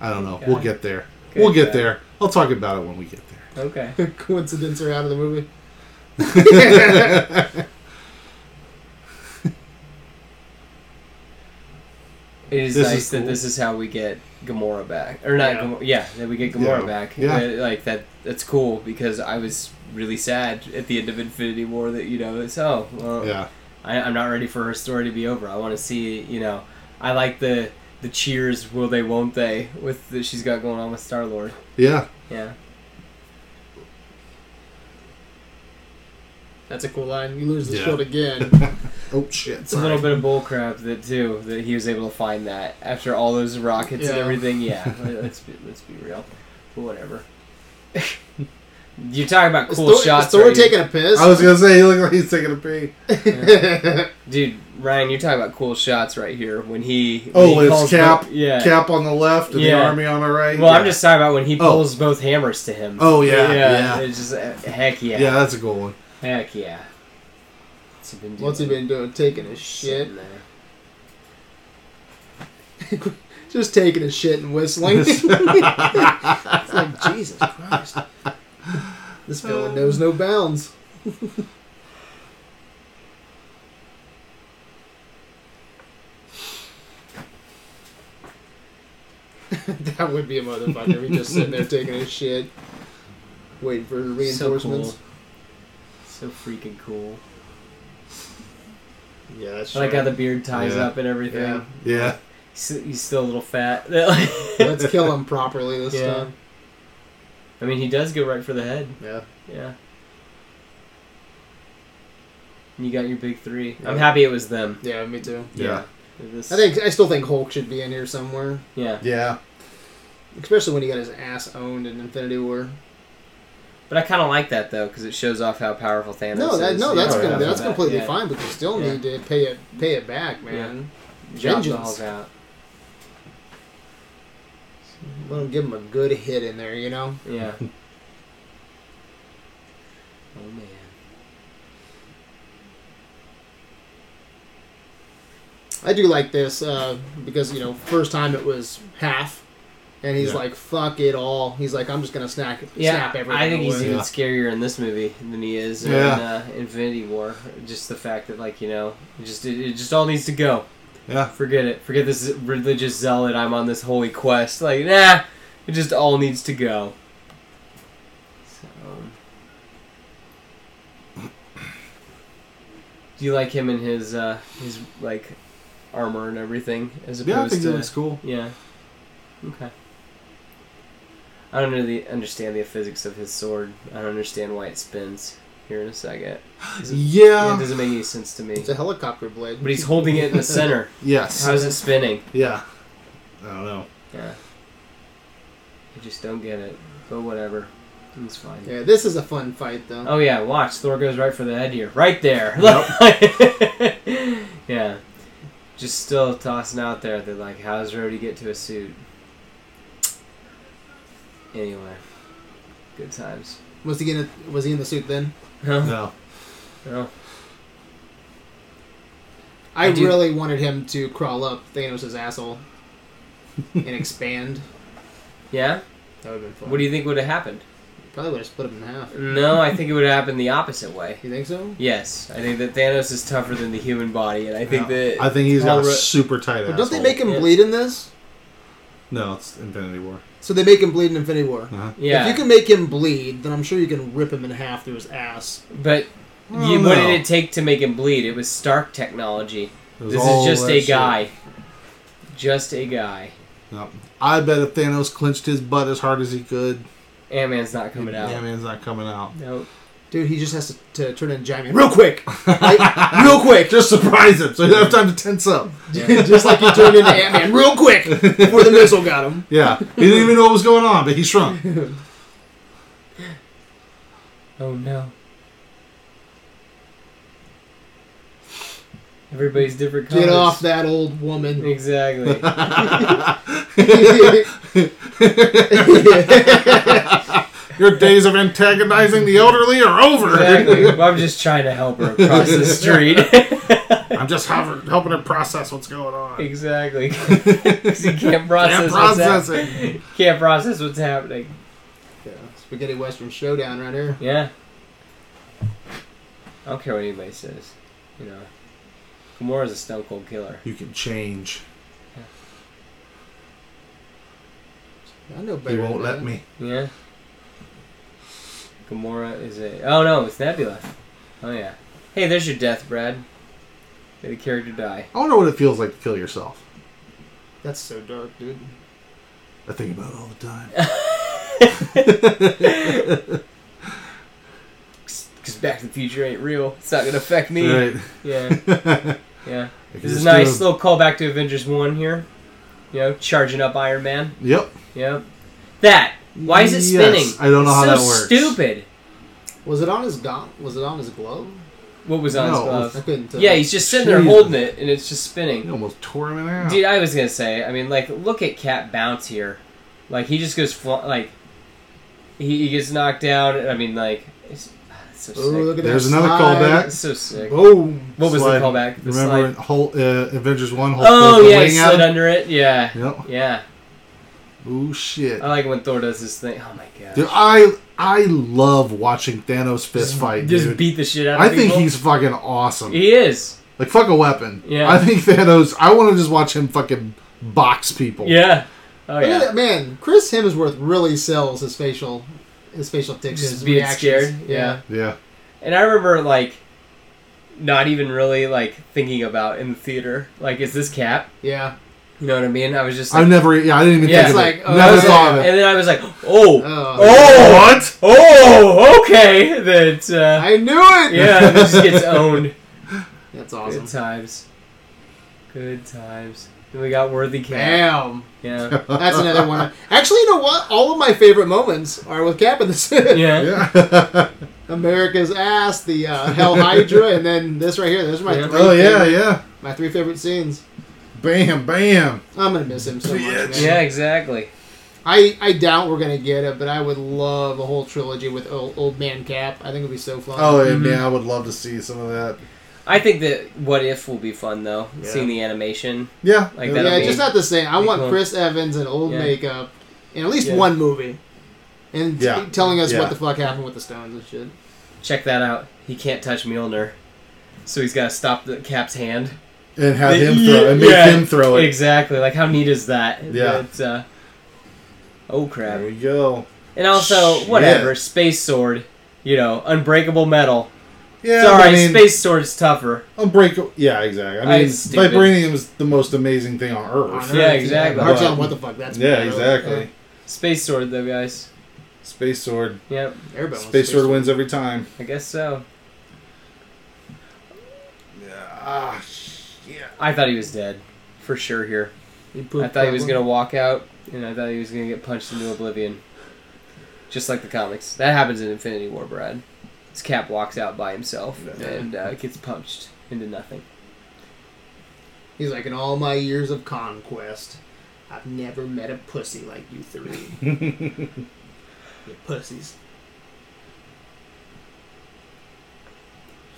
Speaker 3: don't know. We'll
Speaker 2: God.
Speaker 3: get there.
Speaker 2: Good
Speaker 3: we'll get
Speaker 2: God.
Speaker 3: there. I'll talk about it when we get there.
Speaker 2: Okay.
Speaker 1: Coincidence or out of the movie.
Speaker 2: It is
Speaker 3: This
Speaker 2: nice
Speaker 3: is
Speaker 2: that
Speaker 3: cool.
Speaker 2: this is how we get Gamora back, or not?
Speaker 1: Yeah.
Speaker 2: Yeah, Gamora, yeah that we get Gamora
Speaker 3: Yeah.
Speaker 2: back.
Speaker 3: Yeah.
Speaker 2: Uh, like that. That's cool because I was really sad at the end of Infinity War that you know it's oh well
Speaker 3: Yeah,
Speaker 2: I, I'm not ready for her story to be over. I want to see you know I like the the cheers will they won't they with that she's got going on with Star Lord.
Speaker 3: yeah.
Speaker 2: Yeah,
Speaker 1: That's a cool line. You lose the
Speaker 3: Yeah.
Speaker 1: shield again.
Speaker 3: Oh shit!
Speaker 2: it's a little bit of bullcrap that too that he was able to find that after all those rockets and
Speaker 1: Yeah.
Speaker 2: everything. Yeah, let- let's be, let's be real, but whatever. You're talking about
Speaker 1: Is
Speaker 2: cool
Speaker 1: Thor,
Speaker 2: shots,
Speaker 1: is Thor
Speaker 2: right?
Speaker 1: taking a piss.
Speaker 3: I was gonna say he looked like he's taking a pee.
Speaker 2: dude. Ryan, you're talking about cool shots right here when he. when
Speaker 3: Oh,
Speaker 2: he
Speaker 3: it's
Speaker 2: calls
Speaker 3: Cap.
Speaker 2: both- yeah.
Speaker 3: Cap on the left and the
Speaker 2: Yeah.
Speaker 3: army on the right.
Speaker 2: Well, I'm
Speaker 3: Yeah.
Speaker 2: just talking about when he
Speaker 3: Oh.
Speaker 2: pulls both hammers to him.
Speaker 3: Oh yeah, yeah, yeah.
Speaker 2: It's just uh, heck yeah,
Speaker 3: that's a cool one.
Speaker 2: heck yeah. What's he been doing?
Speaker 1: What's he been doing? Taking a shit.
Speaker 2: Sitting there.
Speaker 1: Just taking a shit and whistling. it's like Jesus Christ. This villain knows no bounds. that would be a motherfucker. He just sitting there taking his shit, waiting for reinforcements.
Speaker 2: So, cool. so freaking cool.
Speaker 1: Yeah, that's
Speaker 2: I like how the beard ties
Speaker 3: Yeah.
Speaker 2: up and everything.
Speaker 1: Yeah.
Speaker 3: Yeah,
Speaker 2: He's, he's still a little fat.
Speaker 1: Let's kill him properly this
Speaker 2: Yeah.
Speaker 1: time.
Speaker 2: I mean, he does go right for the head.
Speaker 1: Yeah.
Speaker 2: Yeah. You got your big three.
Speaker 1: Yeah.
Speaker 2: I'm happy it was them.
Speaker 1: Yeah, me too.
Speaker 3: Yeah.
Speaker 2: This-
Speaker 1: I think I still think Hulk should be in here somewhere,
Speaker 2: Yeah,
Speaker 3: yeah.
Speaker 1: especially when he got his ass owned in Infinity War.
Speaker 2: but I kind of like that though because it shows off how powerful Thanos
Speaker 1: No,
Speaker 2: is.
Speaker 1: that no,
Speaker 2: Yeah,
Speaker 1: that's
Speaker 2: right
Speaker 1: gonna,
Speaker 2: off
Speaker 1: that's
Speaker 2: the bat.
Speaker 1: completely
Speaker 2: Yeah.
Speaker 1: fine, but you still
Speaker 2: Yeah.
Speaker 1: need to pay it pay it back, man.
Speaker 2: Drop the
Speaker 1: Vengeance.
Speaker 2: Hulk out.
Speaker 1: Let him give him a good hit in there, you know.
Speaker 2: Yeah. oh man.
Speaker 1: I do like this uh, because you know, first time it was half, and he's
Speaker 3: Yeah.
Speaker 1: like, "Fuck it all." He's like, "I'm just gonna snack,
Speaker 2: Yeah,
Speaker 1: snap everything."
Speaker 2: I think he's
Speaker 1: away."
Speaker 2: even
Speaker 3: Yeah.
Speaker 2: scarier in this movie than he is
Speaker 3: Yeah.
Speaker 2: in uh, Infinity War. Just the fact that, like, you know, it just it, it just all needs to go.
Speaker 3: Yeah.
Speaker 2: Forget it. Forget this religious zealot. I'm on this holy quest. Like, nah, it just all needs to go. So, um, do you like him in his uh, his like armor and everything as opposed
Speaker 3: Yeah, I think
Speaker 2: to
Speaker 3: that looks cool.
Speaker 2: yeah. Okay. I don't know the understand the physics of his sword. I don't understand why it spins. Here in a second. Does it, yeah, it
Speaker 3: Yeah.
Speaker 2: doesn't make any sense to me.
Speaker 1: It's a helicopter blade.
Speaker 2: But he's holding it in the center.
Speaker 3: Yes.
Speaker 2: How is it spinning?
Speaker 3: Yeah. I don't know.
Speaker 2: Yeah. I just don't get it. But whatever. It's fine.
Speaker 1: yeah, this is a fun fight though.
Speaker 2: Oh yeah, watch. Thor goes right for the head here. Right there. yeah. Just still tossing out there that like how does Rhodey get to a suit? Anyway. Good times.
Speaker 1: Was he gonna? Was he in the suit then?
Speaker 2: No,
Speaker 3: No.
Speaker 2: no.
Speaker 1: I,
Speaker 2: I do-
Speaker 1: really wanted him to crawl up Thanos' asshole and expand.
Speaker 2: Yeah?
Speaker 1: That would have been fun.
Speaker 2: What do you think would have happened?
Speaker 1: Probably would have split him in half.
Speaker 2: No, I think it would have happened the opposite way.
Speaker 1: You think so?
Speaker 2: Yes. I think that Thanos is tougher than the human body and I think
Speaker 3: Yeah.
Speaker 2: that
Speaker 3: I think he's got a
Speaker 2: Alright.
Speaker 3: super tight
Speaker 1: But
Speaker 3: ass.
Speaker 1: don't they make him
Speaker 2: Yeah.
Speaker 1: bleed in this?
Speaker 3: No, it's Infinity War.
Speaker 1: So they make him bleed in Infinity War.
Speaker 3: Uh-huh.
Speaker 2: Yeah.
Speaker 1: If you can make him bleed, then I'm sure you can rip him in half through his ass.
Speaker 2: But
Speaker 3: Oh,
Speaker 2: you, what
Speaker 3: no.
Speaker 2: did it take to make him bleed? It was Stark technology.
Speaker 3: It was
Speaker 2: This
Speaker 3: all
Speaker 2: is just
Speaker 3: that
Speaker 2: a
Speaker 3: shit.
Speaker 2: guy. Just a guy.
Speaker 3: Yep. I bet if Thanos clenched his butt as hard as he could,
Speaker 2: Ant Man's not coming out.
Speaker 3: Yeah, man's not coming out.
Speaker 2: Nope.
Speaker 1: Dude, he just has to, to turn into Giant Man real quick. Like, real quick.
Speaker 3: Just surprise him, so he don't have time to tense up.
Speaker 1: just like he turned into Ant Man real quick before the missile got him.
Speaker 3: Yeah, he didn't even know what was going on, but he shrunk.
Speaker 2: Oh no. Everybody's different colors.
Speaker 1: Get off that old woman.
Speaker 2: Exactly.
Speaker 3: Your days of antagonizing the elderly are over.
Speaker 2: exactly. I'm just trying to help her across the street.
Speaker 3: I'm just hover- helping her process what's going on.
Speaker 2: exactly. 'Cause you can't process, what's
Speaker 3: Can't process
Speaker 2: hap-
Speaker 3: it.
Speaker 2: Can't process what's happening.
Speaker 1: Yeah, spaghetti Western Showdown right here.
Speaker 2: Yeah. I don't care what anybody says. You know, Gamora's a stone cold killer.
Speaker 3: You can change.
Speaker 1: I know better.
Speaker 3: He won't
Speaker 1: than
Speaker 3: let
Speaker 1: that.
Speaker 3: me.
Speaker 2: Yeah. Gamora is a. Oh no, it's Nebula. Oh yeah. Hey, there's your death, Brad. May the character die.
Speaker 3: I wonder what it feels like to kill yourself.
Speaker 1: That's so dark, dude.
Speaker 3: I think about it all the time.
Speaker 2: Because Back to the Future ain't real. It's not gonna affect me.
Speaker 3: Right.
Speaker 2: Yeah, yeah.
Speaker 3: I can
Speaker 2: This is
Speaker 3: just
Speaker 2: a nice
Speaker 3: do
Speaker 2: little callback to Avengers One here. You know, charging up Iron Man.
Speaker 3: a- Yep.
Speaker 2: Yep. That. Why is it
Speaker 3: Yes,
Speaker 2: spinning?
Speaker 3: I don't know
Speaker 2: It's
Speaker 3: how
Speaker 2: so
Speaker 3: that works.
Speaker 2: Stupid.
Speaker 1: Was it on his gaunt? Was it on his glove?
Speaker 2: What was on his
Speaker 3: No.
Speaker 1: I
Speaker 2: glove?
Speaker 1: couldn't tell.
Speaker 2: Yeah, he's just sitting there
Speaker 3: Jesus.
Speaker 2: holding it, and it's just spinning.
Speaker 3: You almost tore him in half.
Speaker 2: Dude, I was gonna say. I mean, like, look at Cat bounce here. Like he just goes fl- like he, he gets knocked down. and I mean, like it's, ah, it's so
Speaker 1: Ooh, look
Speaker 2: sick.
Speaker 1: at
Speaker 3: There's
Speaker 1: that
Speaker 3: another
Speaker 1: slide.
Speaker 3: callback. Oh,
Speaker 2: It's so sick.
Speaker 1: Boom.
Speaker 2: What was
Speaker 3: Slide.
Speaker 2: the callback? The
Speaker 3: Remember
Speaker 2: slide.
Speaker 3: in Hulk, uh, Avengers 1? Hulk
Speaker 2: Oh
Speaker 3: poked the
Speaker 2: yeah, he
Speaker 3: wing out?
Speaker 2: slid under it. Yeah,
Speaker 3: Yep.
Speaker 2: yeah.
Speaker 3: Oh, shit.
Speaker 2: I like when Thor does this thing. Oh my god.
Speaker 3: Dude, I I love watching Thanos fist fight,
Speaker 2: just
Speaker 3: dude.
Speaker 2: beat the shit out. of
Speaker 3: I think
Speaker 2: people.
Speaker 3: he's fucking awesome.
Speaker 2: he is.
Speaker 3: Like fuck a weapon.
Speaker 2: Yeah.
Speaker 3: I think Thanos. I want to just watch him fucking box people.
Speaker 2: Yeah. Oh
Speaker 1: Look at
Speaker 2: yeah.
Speaker 1: that- Man, Chris Hemsworth really sells his facial, his facial tics,
Speaker 2: Just
Speaker 1: his
Speaker 2: being
Speaker 1: reactions.
Speaker 2: scared, yeah.
Speaker 3: Yeah.
Speaker 2: And I remember like not even really like thinking about in the theater. Like, is this Cap?
Speaker 1: yeah.
Speaker 2: You know what I mean? I was just like,
Speaker 3: I've never. Yeah, I didn't even
Speaker 2: Yeah,
Speaker 1: it's
Speaker 3: think of it.
Speaker 1: like, oh,
Speaker 3: never
Speaker 1: that's
Speaker 3: thought of it.
Speaker 2: and then I was like, oh,
Speaker 1: Oh,
Speaker 2: oh,
Speaker 3: What?
Speaker 2: oh, okay. That uh,
Speaker 1: I knew it.
Speaker 2: yeah, it just gets owned.
Speaker 1: that's
Speaker 2: Good
Speaker 1: awesome.
Speaker 2: times, good times. Then we got worthy Cap.
Speaker 1: Damn,
Speaker 2: Yeah,
Speaker 1: that's another one. Actually, you know what? All of my favorite moments are with Cap in this.
Speaker 2: yeah.
Speaker 3: Yeah.
Speaker 1: America's ass, the uh, Hell Hydra, and then this right here. Those are my
Speaker 2: Yeah.
Speaker 1: three
Speaker 3: oh yeah,
Speaker 1: favorite,
Speaker 3: yeah.
Speaker 1: my three favorite scenes.
Speaker 3: Bam, bam.
Speaker 1: I'm gonna miss him so much.
Speaker 3: Bitch.
Speaker 1: man.
Speaker 2: Yeah, exactly.
Speaker 1: I, I doubt we're gonna get it, but I would love a whole trilogy with old, old man Cap. I think it'd be so fun.
Speaker 3: Oh yeah,
Speaker 2: Mhm.
Speaker 3: man. I would love to see some of that.
Speaker 2: I think that What If will be fun though.
Speaker 3: Yeah.
Speaker 2: Seeing the animation.
Speaker 3: Yeah.
Speaker 2: Like
Speaker 3: yeah.
Speaker 2: that'll
Speaker 1: yeah,
Speaker 2: be-
Speaker 1: just not the same. I
Speaker 2: be
Speaker 1: want
Speaker 2: cool.
Speaker 1: Chris Evans and old
Speaker 2: Yeah.
Speaker 1: makeup in at least
Speaker 2: Yeah.
Speaker 1: one movie, and t-
Speaker 3: Yeah.
Speaker 1: telling us
Speaker 3: Yeah.
Speaker 1: what the fuck happened with the stones and shit.
Speaker 2: Check that out. He can't touch Mjolnir, so he's got to stop the Cap's hand.
Speaker 3: and have
Speaker 2: The-
Speaker 3: him throw and make
Speaker 2: yeah,
Speaker 3: him throw it.
Speaker 2: Exactly. Like how neat is that?
Speaker 3: Yeah.
Speaker 2: That, uh, oh crap.
Speaker 3: There we go.
Speaker 2: And also,
Speaker 3: Shit.
Speaker 2: whatever, space sword, you know, unbreakable metal.
Speaker 3: Yeah.
Speaker 2: Sorry,
Speaker 3: I mean,
Speaker 2: space sword's tougher.
Speaker 3: Unbreakable. Yeah, exactly. I mean,
Speaker 2: It's stupid.
Speaker 3: vibranium's the most amazing thing on Earth.
Speaker 2: Yeah, exactly.
Speaker 1: Hard telling what the fuck that's.
Speaker 3: Yeah,
Speaker 1: been, really.
Speaker 3: exactly.
Speaker 2: Space sword, though, guys.
Speaker 3: Space sword.
Speaker 2: Yep,
Speaker 1: Yeah. Everybody wants
Speaker 3: Space sword wins every time.
Speaker 2: I guess so.
Speaker 3: Ah, shit.
Speaker 2: I thought he was dead, for sure. Here,
Speaker 1: You poop
Speaker 2: I thought he was
Speaker 1: probably.
Speaker 2: gonna walk out, and I thought he was gonna get punched into oblivion, just like the comics. That happens in Infinity War, Brad. His Cap walks out by himself
Speaker 1: Yeah.
Speaker 2: and uh, gets punched into nothing.
Speaker 1: He's like, in all my years of conquest, I've never met a pussy like you three. you pussies.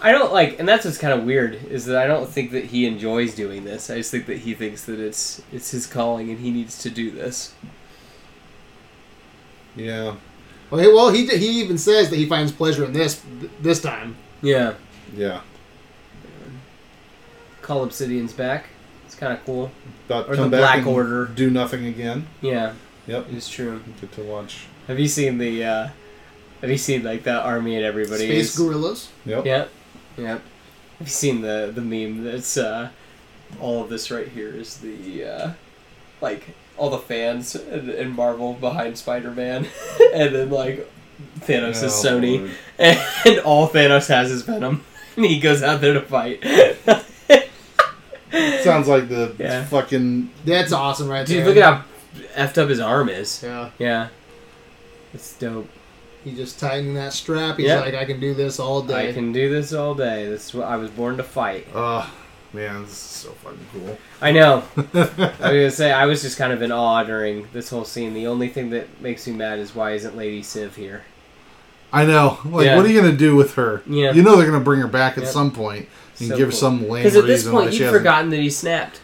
Speaker 2: I don't like, and that's what's kind of weird is that I don't think that he enjoys doing this. I just think that he thinks that it's it's his calling and he needs to do this.
Speaker 3: Yeah,
Speaker 1: Well, he, well, he he even says that he finds pleasure in this th- this time.
Speaker 2: Yeah,
Speaker 3: yeah.
Speaker 2: call Obsidian's back. It's kind of cool.
Speaker 3: About
Speaker 2: Or
Speaker 3: come
Speaker 2: the
Speaker 3: back
Speaker 2: Black
Speaker 3: and
Speaker 2: Order.
Speaker 3: Do nothing again.
Speaker 2: Yeah,
Speaker 3: Yep.
Speaker 2: it's true.
Speaker 3: Get to watch.
Speaker 2: Have you seen the? uh Have you seen like that army and everybody?
Speaker 1: Space
Speaker 2: is-
Speaker 1: gorillas.
Speaker 3: Yep.
Speaker 2: Yep. Yep. Have you seen the the meme that's uh all of this right here is the uh like all the fans and, and Marvel behind Spider Man and then like Thanos is
Speaker 3: Oh,
Speaker 2: Sony
Speaker 3: Lord.
Speaker 2: and, all Thanos has is Venom and he goes out there to fight.
Speaker 3: Sounds like the
Speaker 2: Yeah.
Speaker 3: fucking
Speaker 1: That's awesome, right
Speaker 2: Dude,
Speaker 1: there.
Speaker 2: look at how effed up his arm is.
Speaker 1: Yeah.
Speaker 2: Yeah. It's dope.
Speaker 1: He's just tightening that strap. He's
Speaker 2: Yeah.
Speaker 1: like, I can do this all day.
Speaker 2: I can do this all day. This is what I was born to fight.
Speaker 3: Oh, man, this is so fucking cool.
Speaker 2: I know. I was gonna say I was just kind of in awe during this whole scene. The only thing that makes me mad is why isn't Lady Civ here?
Speaker 3: I know. Like,
Speaker 2: Yeah.
Speaker 3: what are you gonna do with her?
Speaker 2: Yeah.
Speaker 3: You know they're gonna bring her back at
Speaker 2: Yep.
Speaker 3: some point and
Speaker 2: So
Speaker 3: give
Speaker 2: cool.
Speaker 3: some lame
Speaker 2: Because
Speaker 3: reason
Speaker 2: at this
Speaker 3: why
Speaker 2: point,
Speaker 3: she
Speaker 2: you'd
Speaker 3: hasn't.
Speaker 2: forgotten that he snapped.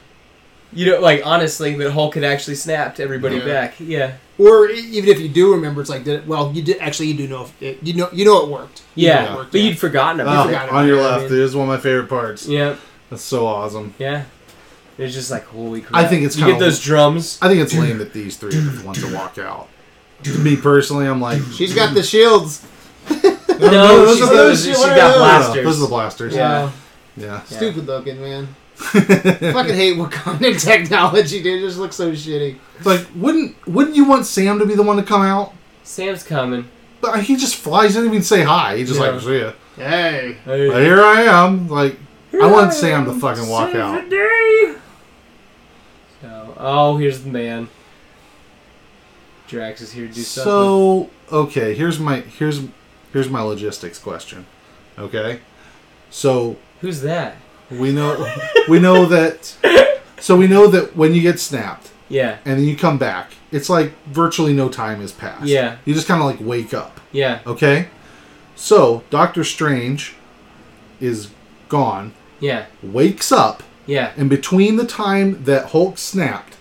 Speaker 2: You know, like honestly, that Hulk had actually snapped everybody
Speaker 1: Yeah.
Speaker 2: back. Yeah,
Speaker 1: or e- even if you do remember, it's like, did it, well, you did actually. You do know if it, you know you know it worked. You know
Speaker 2: yeah.
Speaker 1: it worked,
Speaker 2: But
Speaker 1: yeah.
Speaker 2: you'd forgotten
Speaker 3: Oh,
Speaker 2: about it.
Speaker 1: forgot about
Speaker 3: on your
Speaker 1: it, I
Speaker 3: left,
Speaker 2: mean.
Speaker 3: dude, this is one of my favorite parts.
Speaker 2: Yeah,
Speaker 3: That's so awesome.
Speaker 2: yeah. It's just like holy crap.
Speaker 3: I think it's
Speaker 2: you get
Speaker 3: kinda-
Speaker 2: those drums.
Speaker 3: I think it's lame that these three are the ones to walk out. Me personally, I'm like,
Speaker 1: She's got the shields.
Speaker 2: No,
Speaker 3: those
Speaker 2: she's
Speaker 3: are-
Speaker 2: got,
Speaker 3: those
Speaker 2: she's
Speaker 1: are-
Speaker 2: got
Speaker 1: no, no, no,
Speaker 3: no,
Speaker 2: blasters.
Speaker 3: those are the blasters.
Speaker 2: Yeah.
Speaker 3: Yeah.
Speaker 2: Yeah.
Speaker 1: Stupid looking man. Fucking hate Wakandan technology, dude. It just looks so shitty.
Speaker 3: It's like, wouldn't wouldn't you want Sam to be the one to come out?
Speaker 2: Sam's coming.
Speaker 3: But he just flies in and even say hi. He just
Speaker 2: Yeah.
Speaker 3: like, see ya.
Speaker 1: Hey,
Speaker 3: But here I am. Like, I want Sam to fucking walk out.
Speaker 2: So, oh, here's the man. Drax is here to do something.
Speaker 3: So okay, here's my here's here's my logistics question. Okay, so
Speaker 2: Who's that?
Speaker 3: we know we know that so we know that when you get snapped
Speaker 2: Yeah,
Speaker 3: and then you come back, it's like virtually no time has passed.
Speaker 2: Yeah.
Speaker 3: you just kind of like wake up.
Speaker 2: yeah,
Speaker 3: Okay, so Doctor Strange is gone,
Speaker 2: yeah,
Speaker 3: wakes up,
Speaker 2: yeah,
Speaker 3: and between the time that Hulk snapped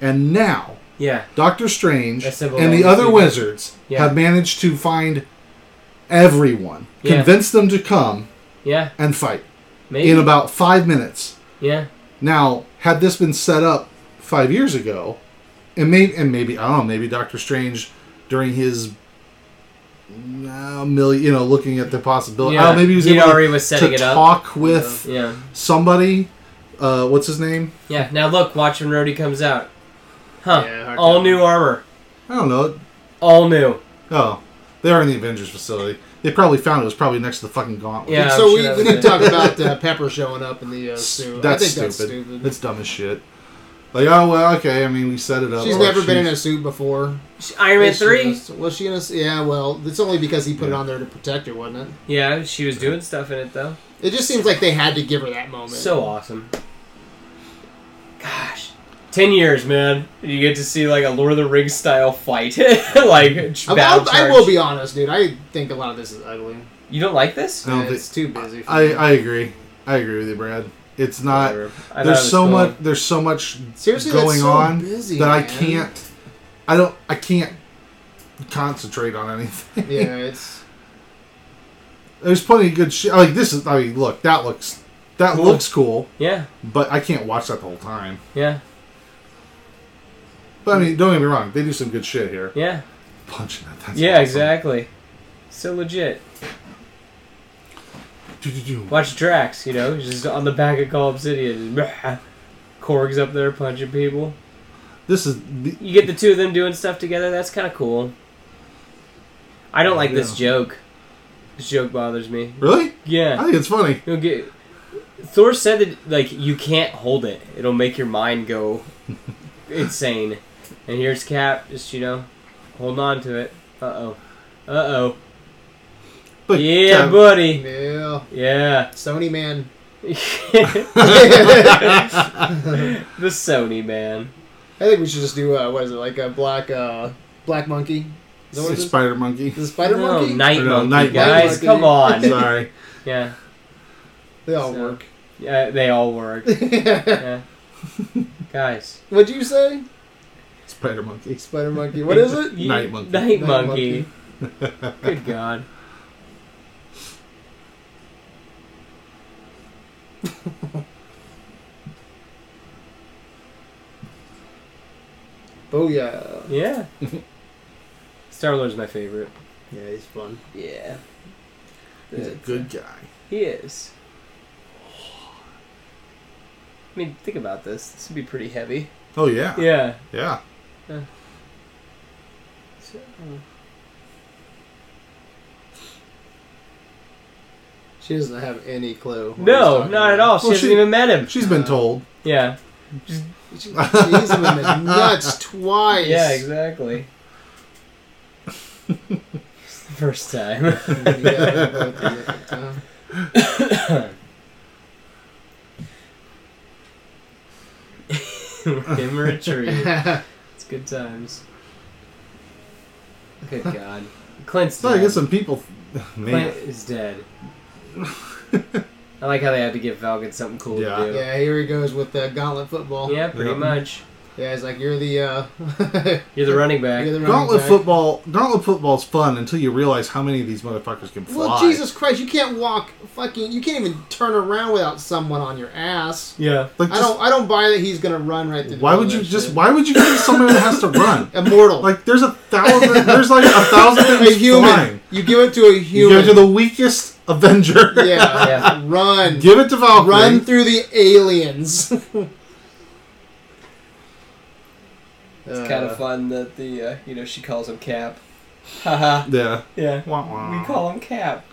Speaker 3: and now
Speaker 2: yeah.
Speaker 3: Doctor Strange
Speaker 2: That's simple
Speaker 3: and the
Speaker 2: language,
Speaker 3: other
Speaker 2: yeah.
Speaker 3: wizards
Speaker 2: Yeah.
Speaker 3: have managed to find everyone,
Speaker 2: Yeah.
Speaker 3: convince them to come
Speaker 2: Yeah,
Speaker 3: and fight
Speaker 2: maybe.
Speaker 3: in about five minutes.
Speaker 2: yeah,
Speaker 3: Now, had this been set up five years ago, and maybe and maybe I don't know, maybe Doctor Strange during his uh, million, you know, looking at the possibility, I
Speaker 2: yeah.
Speaker 3: don't know, maybe he was
Speaker 2: He'd
Speaker 3: able to-
Speaker 2: already was
Speaker 3: to,
Speaker 2: setting it up.
Speaker 3: talk with
Speaker 2: Yeah,
Speaker 3: somebody. Uh, what's his name?
Speaker 2: yeah. Now look, watch when Rhodey comes out. Huh?
Speaker 1: Yeah, hard
Speaker 2: All
Speaker 1: time.
Speaker 2: new armor.
Speaker 3: I don't know.
Speaker 2: All new.
Speaker 3: Oh, they are in the Avengers facility. They probably found it was probably next to the fucking gauntlet.
Speaker 2: Yeah, I'm
Speaker 1: so
Speaker 2: sure that
Speaker 1: we,
Speaker 2: was
Speaker 1: we need
Speaker 2: it.
Speaker 1: to talk about uh, Pepper showing up in the uh, suit.
Speaker 3: That's
Speaker 1: I think
Speaker 3: stupid.
Speaker 1: that's stupid.
Speaker 3: That's dumb as shit. Like, oh well, okay. I mean, we set it up.
Speaker 1: She's
Speaker 3: Oh,
Speaker 1: never been in a
Speaker 3: she's-
Speaker 1: suit before.
Speaker 2: Sh- Iron Man
Speaker 1: Was she in a
Speaker 2: three.
Speaker 1: s- was she in a? s- Yeah, well, it's only because he put it on there to protect her, wasn't it?
Speaker 2: Yeah, she was doing stuff in it though.
Speaker 1: It just seems like they had to give her that moment.
Speaker 2: So awesome. Gosh. Ten years, man. You get to see like a Lord of the Rings style fight. like
Speaker 1: I,
Speaker 2: battle
Speaker 1: I,
Speaker 2: charge.
Speaker 1: will be honest, dude. I think a lot of this is ugly. Uh,
Speaker 2: You don't like this?
Speaker 3: I don't
Speaker 1: it's
Speaker 3: think.
Speaker 1: too busy. For
Speaker 3: I
Speaker 1: me.
Speaker 3: I agree. I agree with you, Brad. It's not.
Speaker 2: Whatever. I thought it
Speaker 3: there's
Speaker 2: was
Speaker 3: so
Speaker 2: cool.
Speaker 3: much. There's so much
Speaker 1: Seriously, that's
Speaker 3: going
Speaker 1: so
Speaker 3: on
Speaker 1: busy,
Speaker 3: that I
Speaker 1: man.
Speaker 3: can't. I don't. I can't concentrate on anything.
Speaker 1: yeah, it's
Speaker 3: There's plenty of good shit. Like this is. I mean, look. That looks. That
Speaker 2: Cool.
Speaker 3: looks cool.
Speaker 2: Yeah,
Speaker 3: But I can't watch that the whole time.
Speaker 2: yeah,
Speaker 3: But I mean, don't get me wrong. They do some good shit here.
Speaker 2: yeah.
Speaker 3: Punching that. That's
Speaker 2: yeah,
Speaker 3: awesome.
Speaker 2: exactly. So legit.
Speaker 3: Do-do-do.
Speaker 2: Watch Drax, you know, he's just on the back of Call Obsidian. Korg's up there punching people.
Speaker 3: This is. The,
Speaker 2: You get the two of them doing stuff together, that's kinda cool. I don't like this joke. This joke bothers me.
Speaker 3: really?
Speaker 2: Yeah.
Speaker 3: I think it's funny.
Speaker 2: You'll get. Thor said that like you can't hold it; it'll make your mind go insane. And here's Cap, just you know, holding on to it. Uh oh, uh oh.
Speaker 3: But uh,
Speaker 2: Yeah,
Speaker 3: Cap-
Speaker 2: buddy.
Speaker 1: yeah,
Speaker 2: Yeah.
Speaker 1: Sony man.
Speaker 2: the
Speaker 1: I
Speaker 2: Sony man.
Speaker 1: think we should just do uh, what is it like a black uh, black monkey? Is that what it is?
Speaker 3: Spider Monkey.
Speaker 1: The spider
Speaker 2: no,
Speaker 1: monkey.
Speaker 2: Night
Speaker 3: No,
Speaker 2: monkey,
Speaker 3: Night
Speaker 2: guys.
Speaker 1: Monkey.
Speaker 2: Come on.
Speaker 3: Sorry.
Speaker 2: yeah.
Speaker 1: They all
Speaker 2: So-
Speaker 1: work.
Speaker 2: Yeah. They all work. Yeah. guys.
Speaker 1: What'd you say?
Speaker 3: Spider Monkey.
Speaker 1: Spider monkey. What is it?
Speaker 2: You-
Speaker 3: Night monkey.
Speaker 2: Night
Speaker 1: Night
Speaker 2: monkey. Good God.
Speaker 1: Booyah.
Speaker 2: Yeah. Star Lord's my favorite.
Speaker 1: Yeah, he's fun.
Speaker 2: Yeah.
Speaker 3: He's a good guy.
Speaker 2: He is. I mean, think about this. This would be pretty heavy.
Speaker 3: Oh yeah. Yeah.
Speaker 2: Yeah. So,
Speaker 1: She doesn't have any clue. what he's
Speaker 2: no,
Speaker 1: talking
Speaker 2: not at all.
Speaker 1: about.
Speaker 2: She
Speaker 3: Well,
Speaker 2: hasn't
Speaker 3: she-
Speaker 2: even met him.
Speaker 3: She's been told.
Speaker 2: Yeah.
Speaker 1: She sees him in the nuts twice.
Speaker 2: Yeah, exactly. first time.
Speaker 1: Yeah,
Speaker 2: Him or a tree.
Speaker 1: yeah.
Speaker 2: It's good times. Good God. Clint's
Speaker 3: So I
Speaker 2: dead.
Speaker 3: guess some people. Man,
Speaker 2: Clint is dead. I like how they had to give Velgan something cool
Speaker 3: Yeah.
Speaker 2: to do.
Speaker 1: yeah, here he goes with uh, gauntlet football.
Speaker 2: Yeah, pretty
Speaker 3: Yeah.
Speaker 2: much.
Speaker 1: Yeah, he's like, you're the, uh,
Speaker 2: You're the running back.
Speaker 1: you're the running
Speaker 3: gauntlet
Speaker 1: back.
Speaker 3: football. Gauntlet football's fun until you realize how many of these motherfuckers can fly.
Speaker 1: Well, Jesus Christ, you can't walk fucking, you can't even turn around without someone on your ass.
Speaker 2: yeah.
Speaker 3: Like,
Speaker 1: I
Speaker 3: just,
Speaker 1: don't, I don't buy that he's gonna run right through. the
Speaker 3: why
Speaker 1: middle
Speaker 3: would
Speaker 1: of
Speaker 3: you
Speaker 1: that
Speaker 3: just?
Speaker 1: shit.
Speaker 3: Why would you give someone that has to run?
Speaker 1: immortal
Speaker 3: Like, there's a thousand. There's like a thousand
Speaker 1: a
Speaker 3: things
Speaker 1: human?
Speaker 3: flying.
Speaker 1: You give it to a
Speaker 3: You
Speaker 1: human.
Speaker 3: go to the weakest Avenger.
Speaker 1: yeah,
Speaker 2: Yeah.
Speaker 1: run,
Speaker 3: Give it to Valkyrie.
Speaker 1: run through the aliens. it's
Speaker 2: It's kind
Speaker 1: Uh,
Speaker 2: of fun that the, uh, you know, she calls him Cap. Haha.
Speaker 3: Yeah.
Speaker 2: yeah.
Speaker 3: Wah, wah.
Speaker 2: We call him Cap.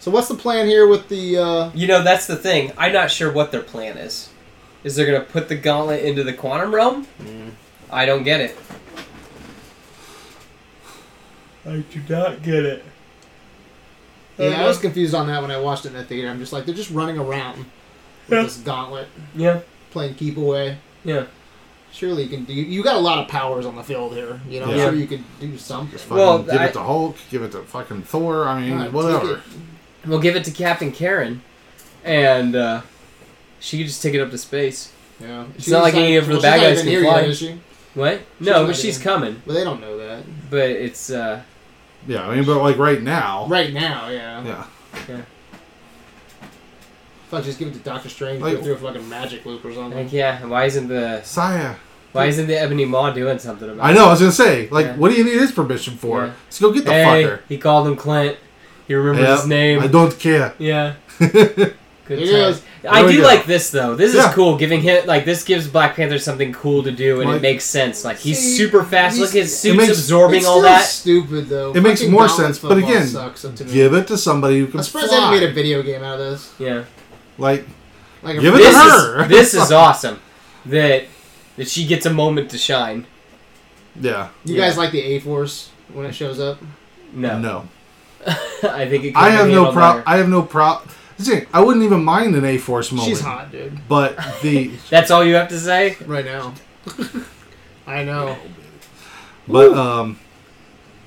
Speaker 1: So what's the plan here with the? Uh,
Speaker 2: You know, that's the thing. I'm not sure what their plan is. Is they're going to put the gauntlet into the quantum realm? I don't get it. I do not get it.
Speaker 1: yeah, I was confused on that when I watched it in the theater. I'm just like, they're just running around with
Speaker 2: Yeah.
Speaker 1: this gauntlet,
Speaker 2: Yeah,
Speaker 1: playing keep away.
Speaker 2: yeah.
Speaker 1: Surely you can do. You got a lot of powers on the field here. You know, I'm
Speaker 3: Yeah.
Speaker 1: sure you could do something.
Speaker 3: Fucking
Speaker 2: Well,
Speaker 3: give
Speaker 2: I-
Speaker 3: it to Hulk. Give it to fucking Thor. I mean,
Speaker 1: God, take
Speaker 3: whatever.
Speaker 2: We'll give it to Captain Karen, and uh, she can just take it up to space.
Speaker 1: Yeah, it's
Speaker 2: not like any of the bad guys can fly.
Speaker 1: is she?
Speaker 2: What?
Speaker 1: not
Speaker 2: No, but she's
Speaker 1: getting-
Speaker 2: coming.
Speaker 1: But they don't know that
Speaker 2: But it's uh,
Speaker 3: Yeah, I mean, but like right now.
Speaker 1: right now. Yeah,
Speaker 3: Oh. Yeah.
Speaker 1: fuck, just give it to Doctor Strange
Speaker 3: Like-
Speaker 1: go through a fucking magic loop or something.
Speaker 2: like yeah. Why isn't the
Speaker 3: Saya.
Speaker 2: Why isn't the Ebony Maw doing something about
Speaker 3: I know. I was gonna say, like,
Speaker 2: Yeah.
Speaker 3: what do you need his permission for?
Speaker 2: Yeah.
Speaker 3: Let's go get
Speaker 2: it?
Speaker 3: the
Speaker 2: hey,
Speaker 3: fucker.
Speaker 2: he called him Clint. He remembers
Speaker 3: Yeah,
Speaker 2: his name.
Speaker 3: I don't care.
Speaker 2: Yeah.
Speaker 1: There
Speaker 2: Good
Speaker 1: he
Speaker 2: times.
Speaker 1: is.
Speaker 2: I
Speaker 3: There we
Speaker 2: do
Speaker 3: go.
Speaker 2: like this though. This
Speaker 3: Yeah.
Speaker 2: is cool. Giving him like this gives Black Panther something cool to do, and
Speaker 3: Like-
Speaker 2: it makes sense. Like he's
Speaker 1: See,
Speaker 2: super fast.
Speaker 1: he's-
Speaker 2: Look, his
Speaker 1: it
Speaker 2: suit's
Speaker 3: makes-
Speaker 2: absorbing
Speaker 1: It's
Speaker 2: all
Speaker 1: still
Speaker 2: that.
Speaker 1: stupid though.
Speaker 3: It makes
Speaker 1: Fucking
Speaker 3: more
Speaker 1: gauntlet
Speaker 3: sense, but
Speaker 1: football
Speaker 3: again,
Speaker 1: sucks to me.
Speaker 3: Give it to somebody who can
Speaker 1: I'm surprised
Speaker 3: fly.
Speaker 1: they haven't made a video game out of this.
Speaker 2: Yeah.
Speaker 3: Like,
Speaker 1: Like a
Speaker 3: Give it
Speaker 2: This
Speaker 3: to
Speaker 2: is
Speaker 3: her.
Speaker 2: this is awesome. That that she gets a moment to shine.
Speaker 3: yeah,
Speaker 1: You
Speaker 2: Yeah.
Speaker 1: guys like the A Force when it shows up?
Speaker 2: No.
Speaker 3: no,
Speaker 2: I think it. Could
Speaker 3: I have no
Speaker 2: problem.
Speaker 3: prop. I have no prop. See, I wouldn't even mind an A Force moment.
Speaker 1: She's hot, dude.
Speaker 3: but the
Speaker 2: That's all you have to say.
Speaker 1: Right now. I know.
Speaker 3: but um,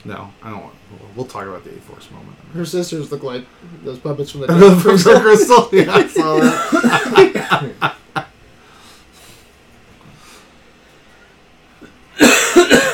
Speaker 3: no, I don't. want We'll talk about the A Force moment.
Speaker 1: Her sisters look like those puppets from the
Speaker 3: Another
Speaker 1: Dead
Speaker 3: from
Speaker 1: Crystal.
Speaker 3: Dark Crystal. Yeah, I saw that.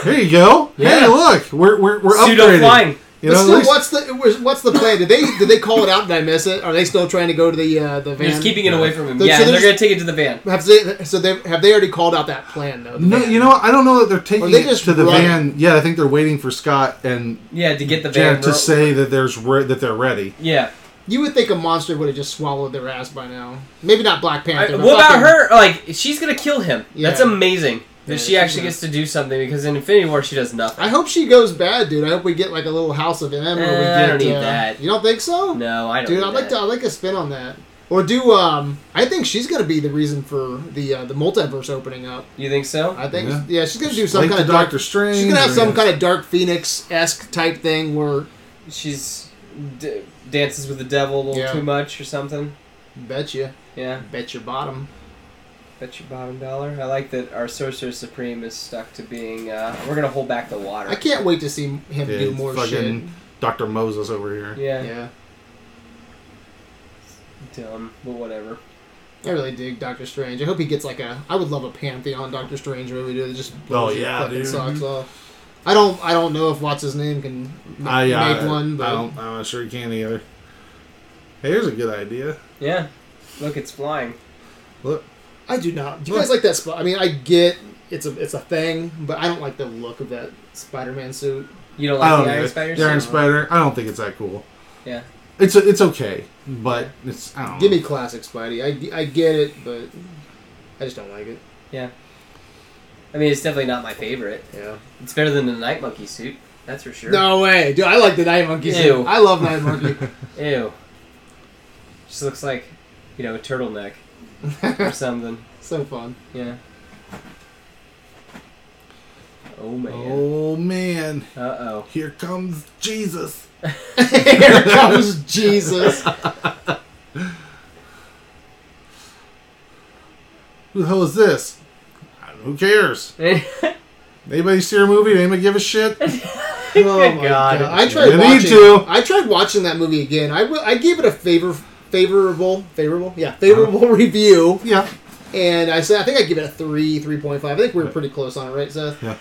Speaker 3: there you go.
Speaker 2: Yeah.
Speaker 3: Hey, look, we're we're we're
Speaker 2: Pseudo
Speaker 3: upgrading.
Speaker 2: flying.
Speaker 3: You
Speaker 1: but
Speaker 3: know, at
Speaker 1: still,
Speaker 3: least-
Speaker 1: what's the it was- what's the plan? Did they did they call it out and I miss it? Are they still trying to go to the uh, the
Speaker 2: They're
Speaker 1: van?
Speaker 2: just keeping it away from him.
Speaker 1: So-
Speaker 2: yeah,
Speaker 1: so
Speaker 2: they're
Speaker 1: there's-
Speaker 2: gonna take it to the van.
Speaker 1: Have they so they have they already called out that plan though? the
Speaker 3: no,
Speaker 1: van?
Speaker 3: you know what? I don't know that they're taking
Speaker 1: they
Speaker 3: it
Speaker 1: just
Speaker 3: to the
Speaker 1: running?
Speaker 3: van. Yeah, I think they're waiting for Scott and
Speaker 2: Yeah, to get the van.
Speaker 3: Janet to
Speaker 2: ro-
Speaker 3: say that there's re- that they're ready.
Speaker 2: yeah.
Speaker 1: you would think a monster would have just swallowed their ass by now. Maybe not Black
Speaker 2: I-
Speaker 1: Panther. but
Speaker 2: Uh, what about
Speaker 1: fucking-
Speaker 2: her? Like she's gonna kill him. That's
Speaker 1: Yeah.
Speaker 2: amazing that
Speaker 1: Yeah,
Speaker 2: she actually
Speaker 1: yeah.
Speaker 2: gets to do something because in Infinity War she does nothing.
Speaker 1: I hope she goes bad, dude. I hope we get like a little House of M. Or we
Speaker 2: Eh,
Speaker 1: get,
Speaker 2: I don't need
Speaker 1: uh,
Speaker 2: that.
Speaker 1: You don't think so?
Speaker 2: No, I don't.
Speaker 1: Dude,
Speaker 2: do
Speaker 1: I'd like
Speaker 2: that.
Speaker 1: to. I'd like a spin on that. Or do um? I think she's gonna be the reason for the uh, the multiverse opening up.
Speaker 2: You think so?
Speaker 1: I think.
Speaker 3: Yeah.
Speaker 1: Yeah, she's gonna do some
Speaker 3: like
Speaker 1: kind
Speaker 3: the
Speaker 1: of dark.
Speaker 3: Doctor Strange.
Speaker 1: She's gonna have
Speaker 3: or-
Speaker 1: some kind of Dark Phoenix esque type thing where
Speaker 2: She's d- dances with the devil a little
Speaker 1: Yeah.
Speaker 2: too much or something.
Speaker 1: bet you,
Speaker 2: Yeah,
Speaker 1: bet your bottom.
Speaker 2: bet your bottom dollar. I like that our Sorcerer Supreme is stuck to being. Uh, we're gonna hold back the water.
Speaker 1: I can't wait to see him
Speaker 3: Yeah,
Speaker 1: do more shit.
Speaker 3: fucking Doctor Moses over here.
Speaker 2: Yeah,
Speaker 1: Yeah,
Speaker 2: dumb, but whatever.
Speaker 1: I really dig Doctor Strange. I hope he gets like a. I would love a pantheon Doctor Strange movie. Dude, that just blows your
Speaker 3: Oh, yeah,
Speaker 1: fucking
Speaker 3: dude.
Speaker 1: socks off. I don't. I don't know if what's his name can
Speaker 3: I, uh,
Speaker 1: make one, but
Speaker 3: I don't, I'm not sure you can either. Hey, here's a good idea.
Speaker 2: Yeah, look, it's flying.
Speaker 1: I do not. Do you guys like that spot? I mean, I get it's a it's a thing, but I don't like the look of that Spider-Man suit.
Speaker 2: You don't
Speaker 3: I
Speaker 2: like
Speaker 3: don't
Speaker 2: the
Speaker 3: know.
Speaker 2: Iron Spider?
Speaker 3: The Iron
Speaker 2: suit?
Speaker 3: Spider. I don't think it's that cool.
Speaker 2: Yeah.
Speaker 3: It's it's okay, but it's I don't
Speaker 1: Give
Speaker 3: know.
Speaker 1: me classic Spidey. I, I get it, but I just don't like it.
Speaker 2: I mean, it's definitely not my favorite.
Speaker 1: Yeah.
Speaker 2: It's better than the Night Monkey suit. That's for sure.
Speaker 1: No way, dude. I like the Night Monkey
Speaker 2: Ew.
Speaker 1: suit. I love Night Monkey.
Speaker 2: Ew. Just looks like, you know, a turtleneck or something.
Speaker 1: so fun.
Speaker 2: Yeah. Oh man.
Speaker 3: Oh man,
Speaker 2: Uh oh.
Speaker 3: here comes Jesus.
Speaker 1: Here comes Jesus.
Speaker 3: Who the hell is this? Who cares? Anybody see her movie? Anybody give a shit?
Speaker 1: Oh my
Speaker 2: God.
Speaker 1: god! I tried
Speaker 3: You need
Speaker 1: watching.
Speaker 3: to.
Speaker 1: I tried watching that movie again. I will- I gave it a favor favorable favorable yeah favorable review,
Speaker 3: Yeah.
Speaker 1: and I said I think I give it a three three point five. I think we were pretty close on it, right, Seth?
Speaker 3: Yeah.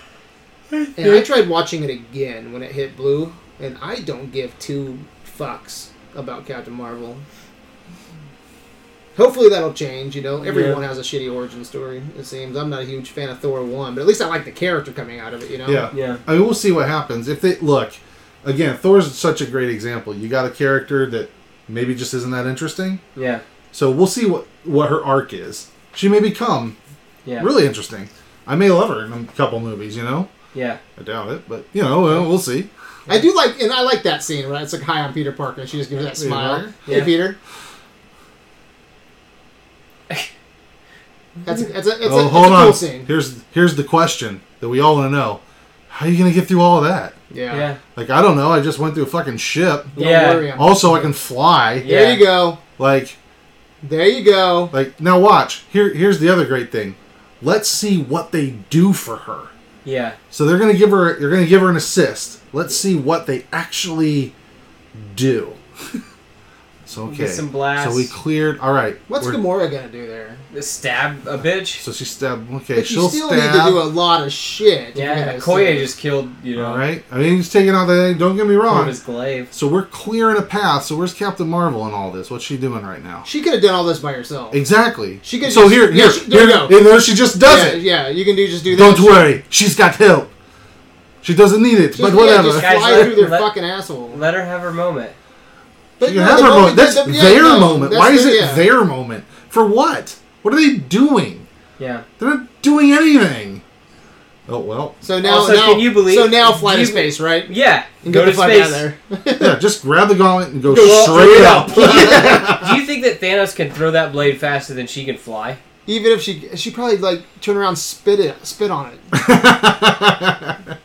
Speaker 1: And I tried watching it again when it hit blue, and I don't give two fucks about Captain Marvel. Hopefully that'll change. You know, everyone has a shitty origin story. It seems I'm not a huge fan of Thor one, but at least I like the character coming out of it. You know,
Speaker 3: Yeah.
Speaker 2: Yeah.
Speaker 3: I mean, we'll see what happens. If they look again, Thor's such a great example. You got a character that maybe just isn't that interesting.
Speaker 2: Yeah.
Speaker 3: So we'll see what what her arc is. She may become
Speaker 2: Yeah.
Speaker 3: really interesting. I may love her in a couple movies. You know,
Speaker 2: Yeah.
Speaker 3: I doubt it, but you know, well, we'll see.
Speaker 1: I do like, and I like that scene where it's like, "Hi, I'm Peter Parker," and she just gives that
Speaker 3: Peter
Speaker 1: smile.
Speaker 3: Parker?
Speaker 1: Hey,
Speaker 2: Yeah.
Speaker 1: Peter. That's a, that's a, that's a,
Speaker 3: oh,
Speaker 1: that's
Speaker 3: hold
Speaker 1: a
Speaker 3: on.
Speaker 1: cool scene.
Speaker 3: Here's here's the question that we all want to know: How are you going to get through all of that?
Speaker 1: Yeah.
Speaker 2: Yeah.
Speaker 3: Like, I don't know. I just went through a fucking ship.
Speaker 1: Don't
Speaker 2: Yeah.
Speaker 1: worry. I'm-
Speaker 3: Also, I can fly.
Speaker 2: Yeah.
Speaker 1: There you go.
Speaker 3: Like,
Speaker 1: There you go.
Speaker 3: like now watch. Here, here's the other great thing. Let's see what they do for her.
Speaker 2: Yeah.
Speaker 3: So they're gonna give her. They're gonna give her an assist. Let's see what they actually do. so okay.
Speaker 2: Get some blasts.
Speaker 3: So we cleared. All right.
Speaker 1: What's
Speaker 3: we're-
Speaker 1: Gamora gonna do there?
Speaker 2: Stab a bitch.
Speaker 3: So she stabbed. Okay,
Speaker 1: But you
Speaker 3: she'll
Speaker 1: still
Speaker 3: stab.
Speaker 1: need to do a lot of shit. if you're
Speaker 2: Yeah.
Speaker 1: gonna
Speaker 2: Koya
Speaker 1: save-
Speaker 2: just killed. You know.
Speaker 3: all right. I mean, he's taking out the. Don't get me
Speaker 2: With
Speaker 3: wrong.
Speaker 2: his glaive.
Speaker 3: So we're clearing a path. So where's Captain Marvel in all this? What's she doing right now?
Speaker 1: She could have done all this by herself.
Speaker 3: Exactly.
Speaker 1: She could
Speaker 3: So
Speaker 1: just-
Speaker 3: here,
Speaker 1: yeah,
Speaker 3: here,
Speaker 1: she- there
Speaker 3: here-
Speaker 1: you go.
Speaker 3: and there she just does
Speaker 1: yeah,
Speaker 3: it.
Speaker 1: yeah, you can do just do that.
Speaker 3: Don't worry, she's got help. She doesn't need it,
Speaker 1: Just-
Speaker 3: but
Speaker 1: yeah,
Speaker 3: whatever.
Speaker 1: just
Speaker 2: Guys,
Speaker 1: fly
Speaker 2: let-
Speaker 1: through their
Speaker 2: let-
Speaker 1: fucking asshole.
Speaker 2: Let her have her moment.
Speaker 1: But
Speaker 3: you can
Speaker 1: no,
Speaker 3: have
Speaker 1: the
Speaker 3: her moment. That's
Speaker 1: the- yeah,
Speaker 3: their
Speaker 1: no,
Speaker 3: moment.
Speaker 1: that's
Speaker 3: Why is
Speaker 1: the-
Speaker 3: it
Speaker 1: yeah.
Speaker 3: their moment? For what? What are they doing?
Speaker 2: Yeah.
Speaker 3: They're not doing anything. Oh well.
Speaker 1: So now,
Speaker 2: Also,
Speaker 1: now-
Speaker 2: can you believe-
Speaker 1: So now, fly
Speaker 2: do
Speaker 1: to
Speaker 2: you-
Speaker 1: space, right?
Speaker 2: Yeah.
Speaker 1: And
Speaker 2: Go
Speaker 1: get
Speaker 2: to
Speaker 1: the fuck
Speaker 2: space.
Speaker 1: out of there.
Speaker 3: Yeah, just grab the gauntlet and go,
Speaker 1: Go
Speaker 3: straight up.
Speaker 2: Do you think that Thanos can throw that blade faster than she can fly?
Speaker 1: Even if she she probably like turn around, spit it, spit on it.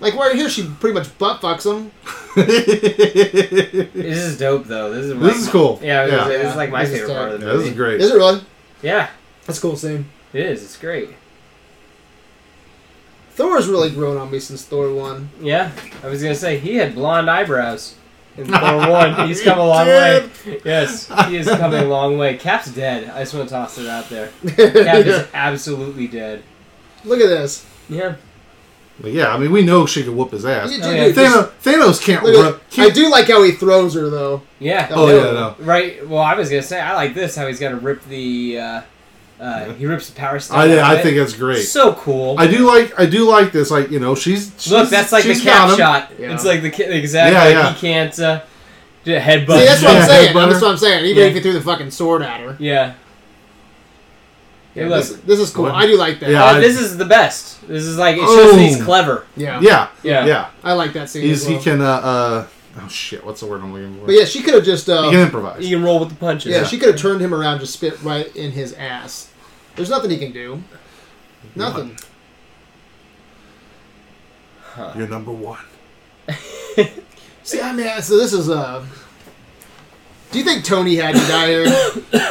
Speaker 1: like right here, she pretty much butt fucks him.
Speaker 2: This is dope, though. This is
Speaker 3: This is cool.
Speaker 2: Yeah, I was gonna say,
Speaker 1: Yeah.
Speaker 2: this is like my
Speaker 1: This is
Speaker 2: favorite
Speaker 1: dope.
Speaker 2: part of the
Speaker 3: Yeah, this
Speaker 2: movie.
Speaker 3: is great.
Speaker 1: Is it really?
Speaker 2: Yeah,
Speaker 1: That's a cool scene.
Speaker 2: it is. It's great.
Speaker 1: Thor's really grown on me since Thor one.
Speaker 2: Yeah, I was gonna say he had blonde eyebrows in Thor one. He's come a long
Speaker 3: He
Speaker 2: way. Yes, he is coming a long way. Cap's dead. I just want to toss it out there. Cap is absolutely dead.
Speaker 1: Look at this.
Speaker 2: Yeah,
Speaker 3: But yeah, I mean, we know she could whoop his ass.
Speaker 1: You-
Speaker 2: Oh,
Speaker 1: you-
Speaker 2: yeah.
Speaker 1: you-
Speaker 3: Thanos, Thanos can't
Speaker 1: look at
Speaker 3: run.
Speaker 1: this. I
Speaker 3: can't-
Speaker 1: do like how he throws her though.
Speaker 2: yeah.
Speaker 1: Oh,
Speaker 3: yeah, no.
Speaker 2: Right. Well, I was gonna say I like this how he's gotta rip the. Uh, uh, he rips the power stone. out of
Speaker 3: I, I
Speaker 2: it.
Speaker 3: think that's great.
Speaker 2: so cool.
Speaker 3: I do like I do like this. Like you know, she's, she's
Speaker 2: Look, that's like the
Speaker 3: she's
Speaker 2: cap
Speaker 3: got him.
Speaker 2: shot.
Speaker 1: Yeah.
Speaker 2: It's like the ca- exactly.
Speaker 3: Yeah,
Speaker 2: like
Speaker 3: yeah.
Speaker 2: He can't uh, do a headbutt.
Speaker 1: See, that's what
Speaker 3: Yeah.
Speaker 1: I'm saying.
Speaker 3: Butter.
Speaker 1: That's what I'm saying. Even
Speaker 2: Yeah.
Speaker 1: if he threw the fucking sword at her.
Speaker 2: Yeah. Hey, look.
Speaker 1: This, this is cool. I do like that.
Speaker 3: Yeah.
Speaker 2: Uh,
Speaker 3: I-
Speaker 2: this is the best. This is like it shows that he's
Speaker 3: Oh.
Speaker 2: clever.
Speaker 1: Yeah.
Speaker 3: Yeah,
Speaker 2: Yeah.
Speaker 3: yeah.
Speaker 1: I like that scene.
Speaker 3: He's
Speaker 1: as well.
Speaker 3: he can uh, uh oh shit, what's the word I'm looking for?
Speaker 1: But yeah, she could have just uh,
Speaker 3: he can improvise.
Speaker 2: You can roll with the punches.
Speaker 1: Yeah, she could have turned him around, just spit right in his ass. There's nothing he can do. Nothing.
Speaker 3: You're number one.
Speaker 1: See, I mean, so this is Uh, do you think Tony had to die here?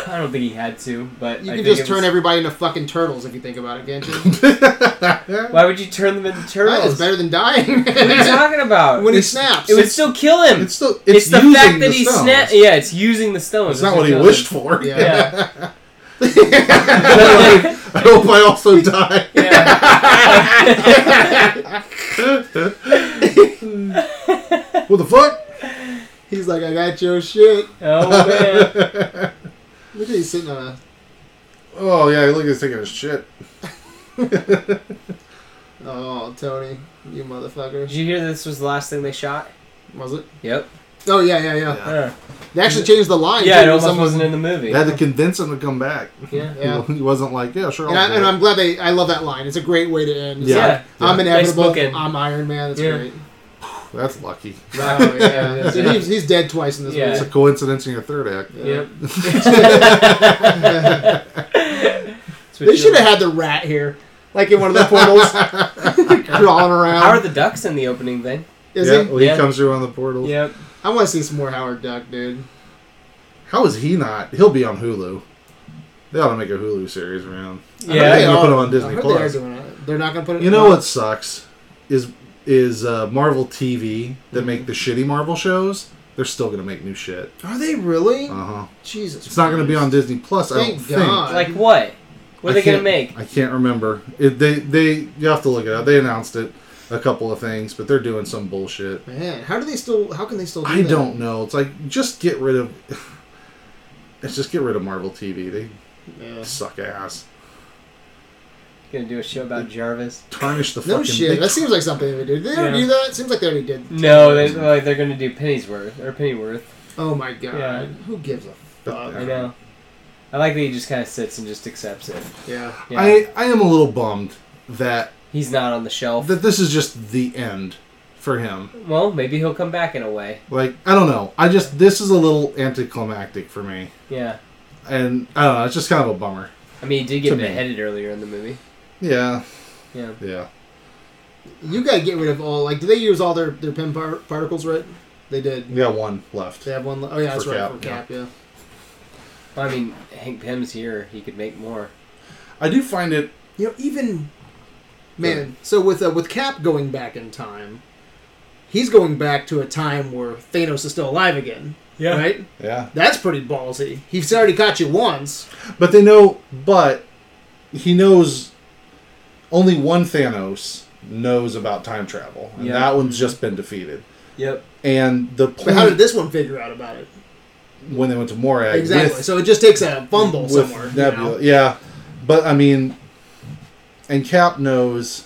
Speaker 2: I don't think he had to, but
Speaker 1: You
Speaker 2: I
Speaker 1: can
Speaker 2: think
Speaker 1: just
Speaker 2: it
Speaker 1: turn
Speaker 2: was-
Speaker 1: everybody into fucking turtles if you think about it, can't you?
Speaker 2: Why would you turn them into
Speaker 1: that is
Speaker 2: turtles?
Speaker 1: better than dying.
Speaker 2: What are you talking about?
Speaker 1: when he
Speaker 2: It's-
Speaker 1: snaps.
Speaker 2: it would still kill him. It's,
Speaker 3: It's still it's,
Speaker 2: the
Speaker 3: using
Speaker 2: fact that
Speaker 3: the
Speaker 2: he
Speaker 3: stones.
Speaker 2: snapped. Yeah, it's using the stones.
Speaker 3: It's not what he wished for.
Speaker 1: Yeah.
Speaker 2: Yeah.
Speaker 3: I hope I also die.
Speaker 2: yeah.
Speaker 3: what the fuck?
Speaker 1: He's like, I got your shit.
Speaker 2: Oh man.
Speaker 1: Look at he's sitting on a.
Speaker 3: Oh yeah, look at he's taking a shit.
Speaker 1: Oh, Tony, you motherfucker.
Speaker 2: Did you hear this was the last thing they shot?
Speaker 1: Was it?
Speaker 2: Yep.
Speaker 1: Oh yeah, yeah, yeah.
Speaker 3: Yeah.
Speaker 2: Uh,
Speaker 1: They actually changed the line.
Speaker 2: yeah,
Speaker 1: too,
Speaker 2: it almost
Speaker 1: someone-
Speaker 2: wasn't in the movie.
Speaker 3: They had to convince him to come back.
Speaker 2: yeah.
Speaker 1: Yeah.
Speaker 3: He wasn't like, yeah, sure.
Speaker 1: And,
Speaker 3: I'll
Speaker 1: I,
Speaker 3: do
Speaker 1: and
Speaker 3: it.
Speaker 1: I'm glad they. I love that line. It's a great way to end. It's
Speaker 3: Yeah.
Speaker 1: like,
Speaker 2: Yeah.
Speaker 1: I'm inevitable.
Speaker 2: bookend.
Speaker 1: I'm Iron Man. That's
Speaker 2: Yeah.
Speaker 1: great.
Speaker 3: That's lucky.
Speaker 1: Oh, yeah.
Speaker 2: Yeah.
Speaker 1: Dude, he's, he's dead twice in this
Speaker 2: Yeah.
Speaker 3: It's a coincidence in your third act.
Speaker 1: movie.
Speaker 2: Yep.
Speaker 1: They should have had the rat here. Like in one of the portals. crawling
Speaker 3: um,
Speaker 1: around.
Speaker 2: How are the ducks in the opening thing?
Speaker 1: Is
Speaker 3: yeah,
Speaker 1: he?
Speaker 3: well, he
Speaker 2: Yeah.
Speaker 3: comes through on the portal.
Speaker 2: Yep.
Speaker 1: I want to see some more Howard Duck, dude.
Speaker 3: How is he not? He'll be on Hulu. They ought to make a Hulu series around.
Speaker 1: I heard
Speaker 2: Yeah.
Speaker 1: they
Speaker 3: They're gonna
Speaker 1: are.
Speaker 3: put him on
Speaker 1: I
Speaker 3: Disney
Speaker 1: heard
Speaker 3: Plus.
Speaker 1: They are doing it. They're not going to put it.
Speaker 3: You know what sucks is is uh, Marvel TV that make the shitty Marvel shows. They're still gonna make new shit.
Speaker 1: Are they really?
Speaker 3: Uh huh.
Speaker 1: Jesus.
Speaker 3: It's not gonna be on Disney Plus. I don't
Speaker 1: Thank
Speaker 3: think.
Speaker 1: God.
Speaker 2: Like what? What are
Speaker 3: I
Speaker 2: they gonna
Speaker 3: can't-
Speaker 2: make?
Speaker 3: I can't remember. It, they they you have to look it up. They announced it a couple of things, but they're doing some bullshit.
Speaker 1: Man, how do they still? How can they still? Do
Speaker 3: I
Speaker 1: that?
Speaker 3: don't know. It's like just get rid of. Let's just get rid of Marvel TV. They
Speaker 1: Yeah.
Speaker 3: suck ass.
Speaker 2: Gonna do a show about Jarvis?
Speaker 3: Tarnish the
Speaker 1: No
Speaker 3: fucking.
Speaker 1: shit.
Speaker 3: they-
Speaker 1: That seems like something they would do. Did they ever
Speaker 2: Yeah.
Speaker 1: do that? Seems like they already did.
Speaker 2: No, they, like they're gonna do Pennyworth or Pennyworth.
Speaker 1: Oh my god.
Speaker 2: Yeah.
Speaker 1: Who gives a
Speaker 2: I
Speaker 1: fuck?
Speaker 2: know. I like that he just kind of sits and just accepts it.
Speaker 1: Yeah.
Speaker 2: Yeah.
Speaker 3: I I am a little bummed that
Speaker 2: He's not on the shelf.
Speaker 3: that this is just the end for him.
Speaker 2: Well, maybe he'll come back in a way.
Speaker 3: Like I don't know. I just this is a little anticlimactic for me,
Speaker 2: Yeah.
Speaker 3: and I don't know. It's just kind of a bummer.
Speaker 2: I mean, he did get
Speaker 3: To me.
Speaker 2: beheaded earlier in the movie.
Speaker 3: Yeah,
Speaker 2: Yeah.
Speaker 3: yeah.
Speaker 1: You gotta get rid of all. Like, do they use all their their pin par- particles? Right? They did.
Speaker 3: We got one left.
Speaker 1: They have one. le- Oh yeah, that's
Speaker 3: For
Speaker 1: right.
Speaker 3: Cap,
Speaker 1: for Cap. Yeah.
Speaker 2: Well, I mean, Hank Pym's here. He could make more.
Speaker 3: I do find it
Speaker 1: You know, even man. So with uh, with Cap going back in time, he's going back to a time where Thanos is still alive again.
Speaker 2: Yeah.
Speaker 1: Right.
Speaker 3: Yeah.
Speaker 1: That's pretty ballsy. He's already caught you once.
Speaker 3: But they know, but he knows only one Thanos knows about time travel, and
Speaker 2: Yeah.
Speaker 3: that one's just been defeated.
Speaker 2: Yep.
Speaker 3: And the
Speaker 1: But how did
Speaker 3: point
Speaker 1: this one figure out about it?
Speaker 3: when they went to Morag
Speaker 1: Exactly.
Speaker 3: with,
Speaker 1: so it just takes a fumble
Speaker 3: with
Speaker 1: somewhere. you
Speaker 3: Nebula,
Speaker 1: know?
Speaker 3: yeah. But I mean, and Cap knows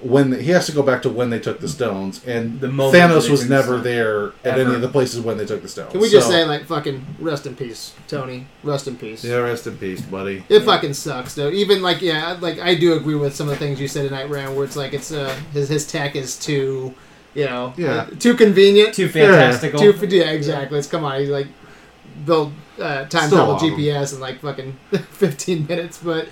Speaker 3: when he has to go back to when they took the stones, and
Speaker 2: The moment that
Speaker 3: Thanos
Speaker 2: they
Speaker 3: was
Speaker 2: took the
Speaker 3: never
Speaker 2: stone.
Speaker 3: there at any
Speaker 2: Ever.
Speaker 3: of the places when they took the stones.
Speaker 1: Can we just
Speaker 3: So-
Speaker 1: say like fucking rest in peace, Tony? Rest in peace.
Speaker 3: Yeah, rest in peace, buddy.
Speaker 1: It fucking sucks, though. Even like, yeah, like I do agree with some of the things you said tonight, Rand. Where it's like, it's uh, his his tech is too, you know,
Speaker 3: Yeah.
Speaker 1: uh, too convenient,
Speaker 2: Too fantastical.
Speaker 1: too, yeah, exactly. It's come on, he's like build uh, time
Speaker 3: Still
Speaker 1: travel
Speaker 3: on 'em.
Speaker 1: GPS in like fucking fifteen minutes, but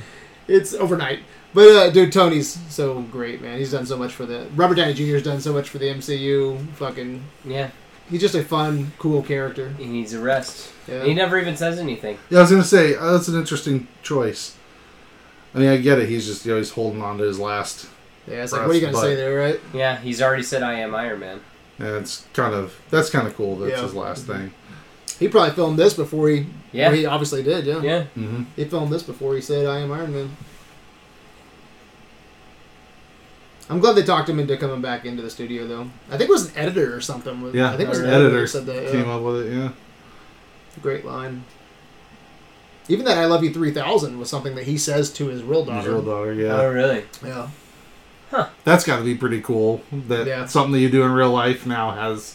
Speaker 1: it's overnight. But uh, dude, Tony's so great, man. He's done so much for the Robert Downey Jr.'s done so much for the MCU. Fucking,
Speaker 2: Yeah.
Speaker 1: he's just a fun, cool character.
Speaker 2: He needs a rest.
Speaker 1: Yeah.
Speaker 2: He never even says anything.
Speaker 3: Yeah, I was gonna say uh, that's an interesting choice. I mean, I get it. He's just you know he's holding on to his last,
Speaker 1: Yeah, it's like, what are you gonna
Speaker 3: But-
Speaker 1: say there, right?
Speaker 2: Yeah. He's already said, "I am Iron Man."
Speaker 3: and it's kind of that's kind of cool. That's
Speaker 1: Yeah.
Speaker 3: his last thing.
Speaker 1: He probably filmed this before he.
Speaker 2: Yeah.
Speaker 1: Yeah. he obviously did. Yeah.
Speaker 2: Yeah.
Speaker 3: Mm-hmm.
Speaker 1: He filmed this before he said, "I am Iron Man." I'm glad they talked him into coming back into the studio, though. I think it was an editor or something. Was,
Speaker 3: Yeah,
Speaker 1: I think it was
Speaker 3: our
Speaker 1: an editor,
Speaker 3: editor
Speaker 1: who said that.
Speaker 3: Came
Speaker 1: yeah.
Speaker 3: up with it. Yeah,
Speaker 1: Great line. Even that "I love you 3000" was something that he says to his real
Speaker 3: his
Speaker 1: daughter.
Speaker 3: real daughter. Yeah,
Speaker 2: Oh, really?
Speaker 1: Yeah,
Speaker 3: that's got to be pretty cool. That
Speaker 1: Yeah.
Speaker 3: something that you do in real life now has,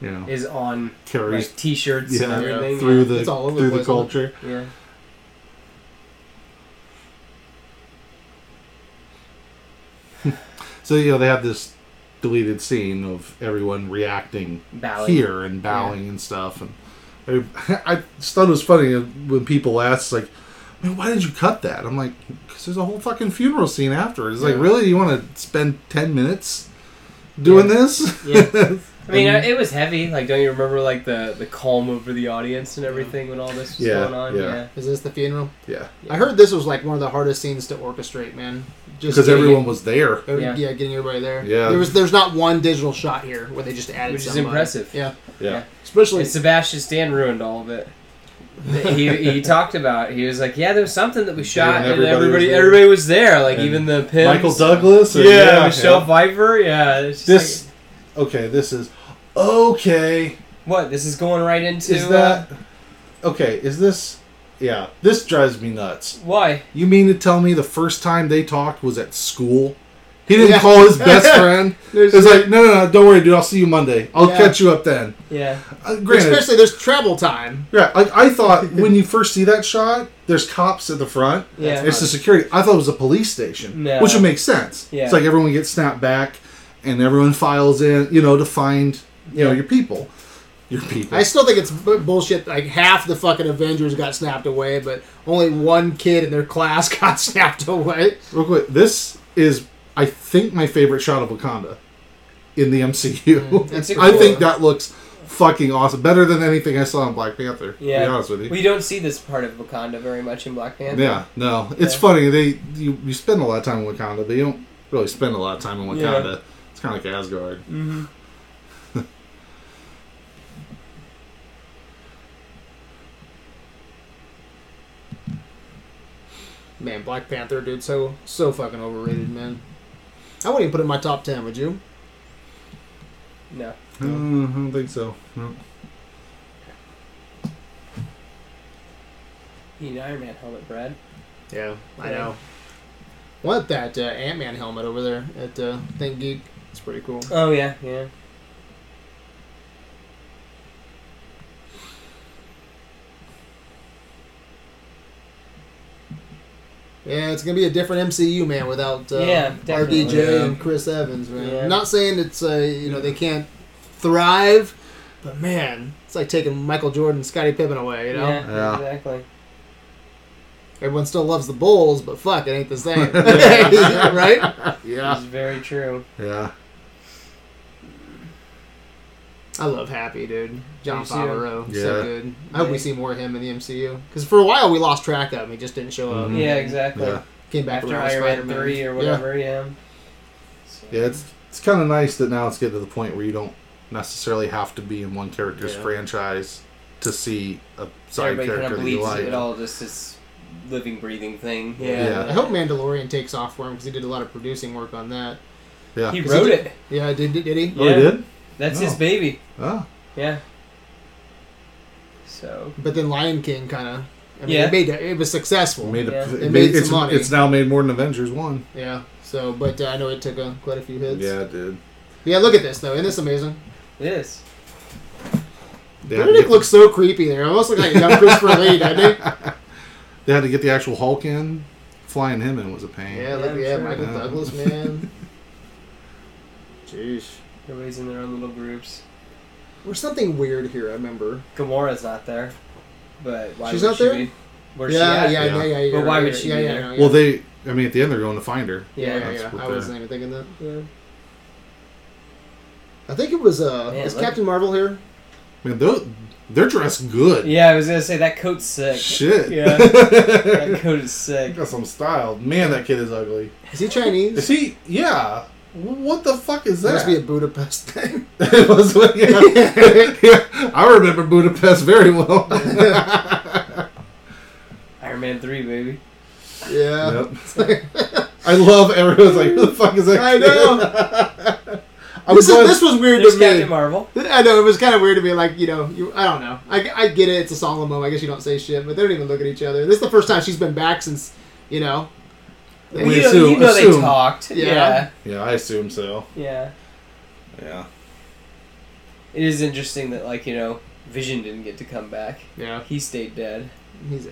Speaker 3: you know,
Speaker 2: Is on
Speaker 3: carries
Speaker 2: like T-shirts and
Speaker 3: yeah,
Speaker 2: everything.
Speaker 3: through the
Speaker 1: It's all over
Speaker 3: through
Speaker 1: the
Speaker 3: the
Speaker 1: place, isn't it?
Speaker 3: culture.
Speaker 2: Yeah.
Speaker 3: So you know they have this deleted scene of everyone reacting
Speaker 2: Bowing.
Speaker 3: here and bowing and stuff. And I, I just thought it was funny when people asked, like, "Man, why did you cut that?" I'm like, "Cause there's a whole fucking funeral scene after. It's like,
Speaker 1: Yeah.
Speaker 3: really, you want to spend ten minutes doing
Speaker 2: Yeah.
Speaker 3: this?"
Speaker 2: Yeah. I mean, uh, it was heavy. Like, don't you remember like the the calm over the audience and everything when all this was
Speaker 3: Yeah,
Speaker 2: going on?
Speaker 3: yeah.
Speaker 2: Yeah.
Speaker 1: is this the funeral?
Speaker 3: yeah,
Speaker 1: I heard this was like one of the hardest scenes to orchestrate, man. Just
Speaker 3: because
Speaker 1: getting
Speaker 3: everyone was there.
Speaker 1: it-
Speaker 2: Yeah.
Speaker 1: yeah. getting everybody there.
Speaker 3: Yeah.
Speaker 1: there was. There's not one digital shot here where they just added.
Speaker 2: Which is
Speaker 1: somebody.
Speaker 2: impressive.
Speaker 1: Yeah,
Speaker 3: Yeah,
Speaker 1: especially
Speaker 2: And Sebastian Stan ruined all of it. he, he talked about he was like yeah there was something that we shot
Speaker 3: Yeah, and
Speaker 2: and everybody
Speaker 3: everybody was there.
Speaker 2: everybody was there like
Speaker 3: And
Speaker 2: even the pimps.
Speaker 3: Michael Douglas.
Speaker 2: yeah,
Speaker 3: and-
Speaker 2: Michelle Pfeiffer yeah it's just
Speaker 3: This okay. This is okay.
Speaker 2: like, what this is going right into
Speaker 3: is
Speaker 2: uh,
Speaker 3: that okay? Is this? Yeah, this drives me nuts.
Speaker 2: why
Speaker 3: You mean to tell me the first time they talked was at school? He didn't
Speaker 1: Yeah.
Speaker 3: call his best friend.
Speaker 1: There's-
Speaker 3: It's like, no, no, no, don't worry, dude. I'll see you Monday. I'll
Speaker 1: Yeah.
Speaker 3: catch you up then.
Speaker 2: yeah
Speaker 3: Uh, granted,
Speaker 1: Especially there's travel time.
Speaker 3: yeah, like I thought when you first see that shot, there's cops at the front.
Speaker 2: Yeah.
Speaker 3: it's the security. I thought it was a police station,
Speaker 2: No.
Speaker 3: which would make sense.
Speaker 2: Yeah.
Speaker 3: it's like everyone gets snapped back, and everyone files in, you know, to find you know
Speaker 2: Yeah.
Speaker 3: your people, your people.
Speaker 1: I still think it's bu- bullshit. Like half the fucking Avengers got snapped away, but only one kid in their class got snapped away.
Speaker 3: Real quick, this is I think my favorite shot of Wakanda in the
Speaker 2: Mm.
Speaker 3: MCU.
Speaker 1: That's
Speaker 3: I
Speaker 2: cool.
Speaker 3: think that looks fucking awesome. Better than anything I saw in Black Panther. Yeah. To be
Speaker 2: Yeah.
Speaker 3: honest with you.
Speaker 2: We don't see this part of Wakanda very much in Black Panther.
Speaker 3: yeah. No. It's
Speaker 2: Yeah.
Speaker 3: funny. They you, you spend a lot of time in Wakanda, but you don't really spend a lot of time in
Speaker 2: Yeah.
Speaker 3: Wakanda. It's kind of like Asgard.
Speaker 2: hmm
Speaker 1: Mm-hmm. Man, Black Panther, dude, so so fucking overrated, man. I wouldn't even put it in my top ten, would you?
Speaker 2: No.
Speaker 3: Uh, I don't think so. No.
Speaker 2: You need an Iron Man helmet, Brad.
Speaker 1: Yeah, I
Speaker 2: Yeah.
Speaker 1: know. What that uh, Ant Man helmet over there at uh, Think Geek? It's pretty cool.
Speaker 2: Oh yeah, yeah.
Speaker 1: Yeah, it's gonna be a different MCU, man, without uh,
Speaker 2: Yeah, definitely.
Speaker 1: RDJ
Speaker 3: Yeah.
Speaker 1: and Chris Evans, man.
Speaker 2: Yeah.
Speaker 1: Not saying it's uh, you know they can't thrive, but man, it's like taking Michael Jordan, Scottie Pippen away. You know,
Speaker 2: Yeah,
Speaker 3: Yeah.
Speaker 2: exactly.
Speaker 1: everyone still loves the Bulls, but fuck, it ain't the same, right?
Speaker 3: Yeah.
Speaker 2: It's very true.
Speaker 3: Yeah.
Speaker 1: I love Happy, dude. John
Speaker 2: Me too.
Speaker 1: Favreau,
Speaker 3: Yeah.
Speaker 1: so good. I hope
Speaker 2: Yeah.
Speaker 1: we see more of him in the MCU because for a while we lost track of him. He just didn't show up.
Speaker 3: Mhm.
Speaker 2: Yeah, exactly.
Speaker 3: Yeah.
Speaker 1: Came back
Speaker 2: After
Speaker 1: around
Speaker 2: Iron Man
Speaker 1: Spider-Man.
Speaker 2: three or
Speaker 1: Yeah.
Speaker 2: whatever, yeah. So-
Speaker 3: Yeah, it's it's kind of nice that now it's getting to the point where you don't necessarily have to be in one character's
Speaker 1: Yeah.
Speaker 3: franchise to see a side
Speaker 2: everybody kind
Speaker 3: character
Speaker 2: of
Speaker 3: that you
Speaker 2: believes
Speaker 3: like.
Speaker 2: it all just this living, breathing thing.
Speaker 1: Yeah.
Speaker 3: Yeah.
Speaker 1: I hope Mandalorian takes off for him because he did a lot of producing work on that.
Speaker 3: Yeah.
Speaker 2: He
Speaker 1: Is
Speaker 2: wrote
Speaker 1: he-
Speaker 2: it.
Speaker 1: Yeah, did, did, did he?
Speaker 3: Oh, he
Speaker 2: Yeah.
Speaker 3: did.
Speaker 2: That's his
Speaker 3: Oh.
Speaker 2: baby.
Speaker 3: Oh.
Speaker 2: Yeah. So
Speaker 1: But then Lion King kind of, I mean,
Speaker 2: Yeah.
Speaker 1: it made it was successful.
Speaker 3: Made
Speaker 2: Yeah.
Speaker 3: a,
Speaker 1: It made some
Speaker 3: it's,
Speaker 1: money.
Speaker 3: it's now made more than Avengers one.
Speaker 1: yeah. So, but uh, I know it took uh, quite a few hits.
Speaker 3: Yeah, it did.
Speaker 1: Yeah. Look at this though. Isn't this amazing?
Speaker 2: it is.
Speaker 3: They had, to
Speaker 1: Benedict
Speaker 3: get,
Speaker 1: looks so creepy there. Almost looked like a young Christopher Lee, didn't he?
Speaker 3: they had to get the actual Hulk in. Flying him in was a pain.
Speaker 1: Yeah. Look,
Speaker 2: I'm
Speaker 1: yeah.
Speaker 2: sure.
Speaker 1: Michael
Speaker 3: Yeah.
Speaker 1: Douglas, man. Jeez.
Speaker 2: Everybody's in their own little groups.
Speaker 1: There's something weird here. I remember.
Speaker 2: Gamora's not there, but why
Speaker 1: She's
Speaker 2: would
Speaker 1: not
Speaker 2: she
Speaker 1: there?
Speaker 2: be? Where's
Speaker 1: yeah,
Speaker 2: she
Speaker 1: yeah,
Speaker 2: at?
Speaker 1: yeah,
Speaker 3: Yeah.
Speaker 1: yeah, yeah.
Speaker 2: But why
Speaker 1: yeah,
Speaker 2: would she
Speaker 1: Yeah,
Speaker 2: be
Speaker 1: yeah,
Speaker 2: there?
Speaker 1: no, yeah.
Speaker 3: Well, they. I mean, at the end, they're going to find her.
Speaker 1: Yeah, yeah,
Speaker 3: That's
Speaker 1: yeah.
Speaker 3: what
Speaker 1: I
Speaker 3: they're-
Speaker 1: wasn't even thinking that.
Speaker 2: yeah.
Speaker 1: I think it was uh,
Speaker 2: Man,
Speaker 1: is
Speaker 2: look.
Speaker 1: Captain Marvel here?
Speaker 3: Man, they're, they're dressed good.
Speaker 2: Yeah, I was gonna say that coat's sick.
Speaker 3: Shit.
Speaker 2: Yeah. That coat is sick.
Speaker 3: Got some style. Man, that kid is ugly.
Speaker 1: Is he Chinese?
Speaker 3: Is he? Yeah. What the fuck is
Speaker 1: That
Speaker 3: that?
Speaker 1: must be a Budapest thing.
Speaker 3: It was like- yeah, I remember Budapest very well.
Speaker 2: Iron Man three, baby.
Speaker 1: yeah.
Speaker 3: Yep. I love everyone's like, who the fuck is that?
Speaker 1: I
Speaker 3: kid?"
Speaker 1: know.
Speaker 3: I
Speaker 1: this,
Speaker 3: was
Speaker 1: is,
Speaker 3: glad-
Speaker 1: this was weird
Speaker 2: There's
Speaker 1: to
Speaker 2: Captain
Speaker 1: me.
Speaker 2: Marvel.
Speaker 1: I know it was kind of weird to me. Like you know, you I don't know. I, I get it. It's a solemn moment. I guess you don't say shit, but they don't even look at each other. This is the first time she's been back since you know.
Speaker 3: We
Speaker 2: you, know-
Speaker 3: assume-
Speaker 2: you know they
Speaker 3: assume.
Speaker 2: talked. Yeah. yeah,
Speaker 1: Yeah.
Speaker 3: yeah, I assume so. Yeah.
Speaker 2: It is interesting that like you know, Vision didn't get to come back.
Speaker 1: Yeah,
Speaker 2: He stayed dead.
Speaker 1: he's a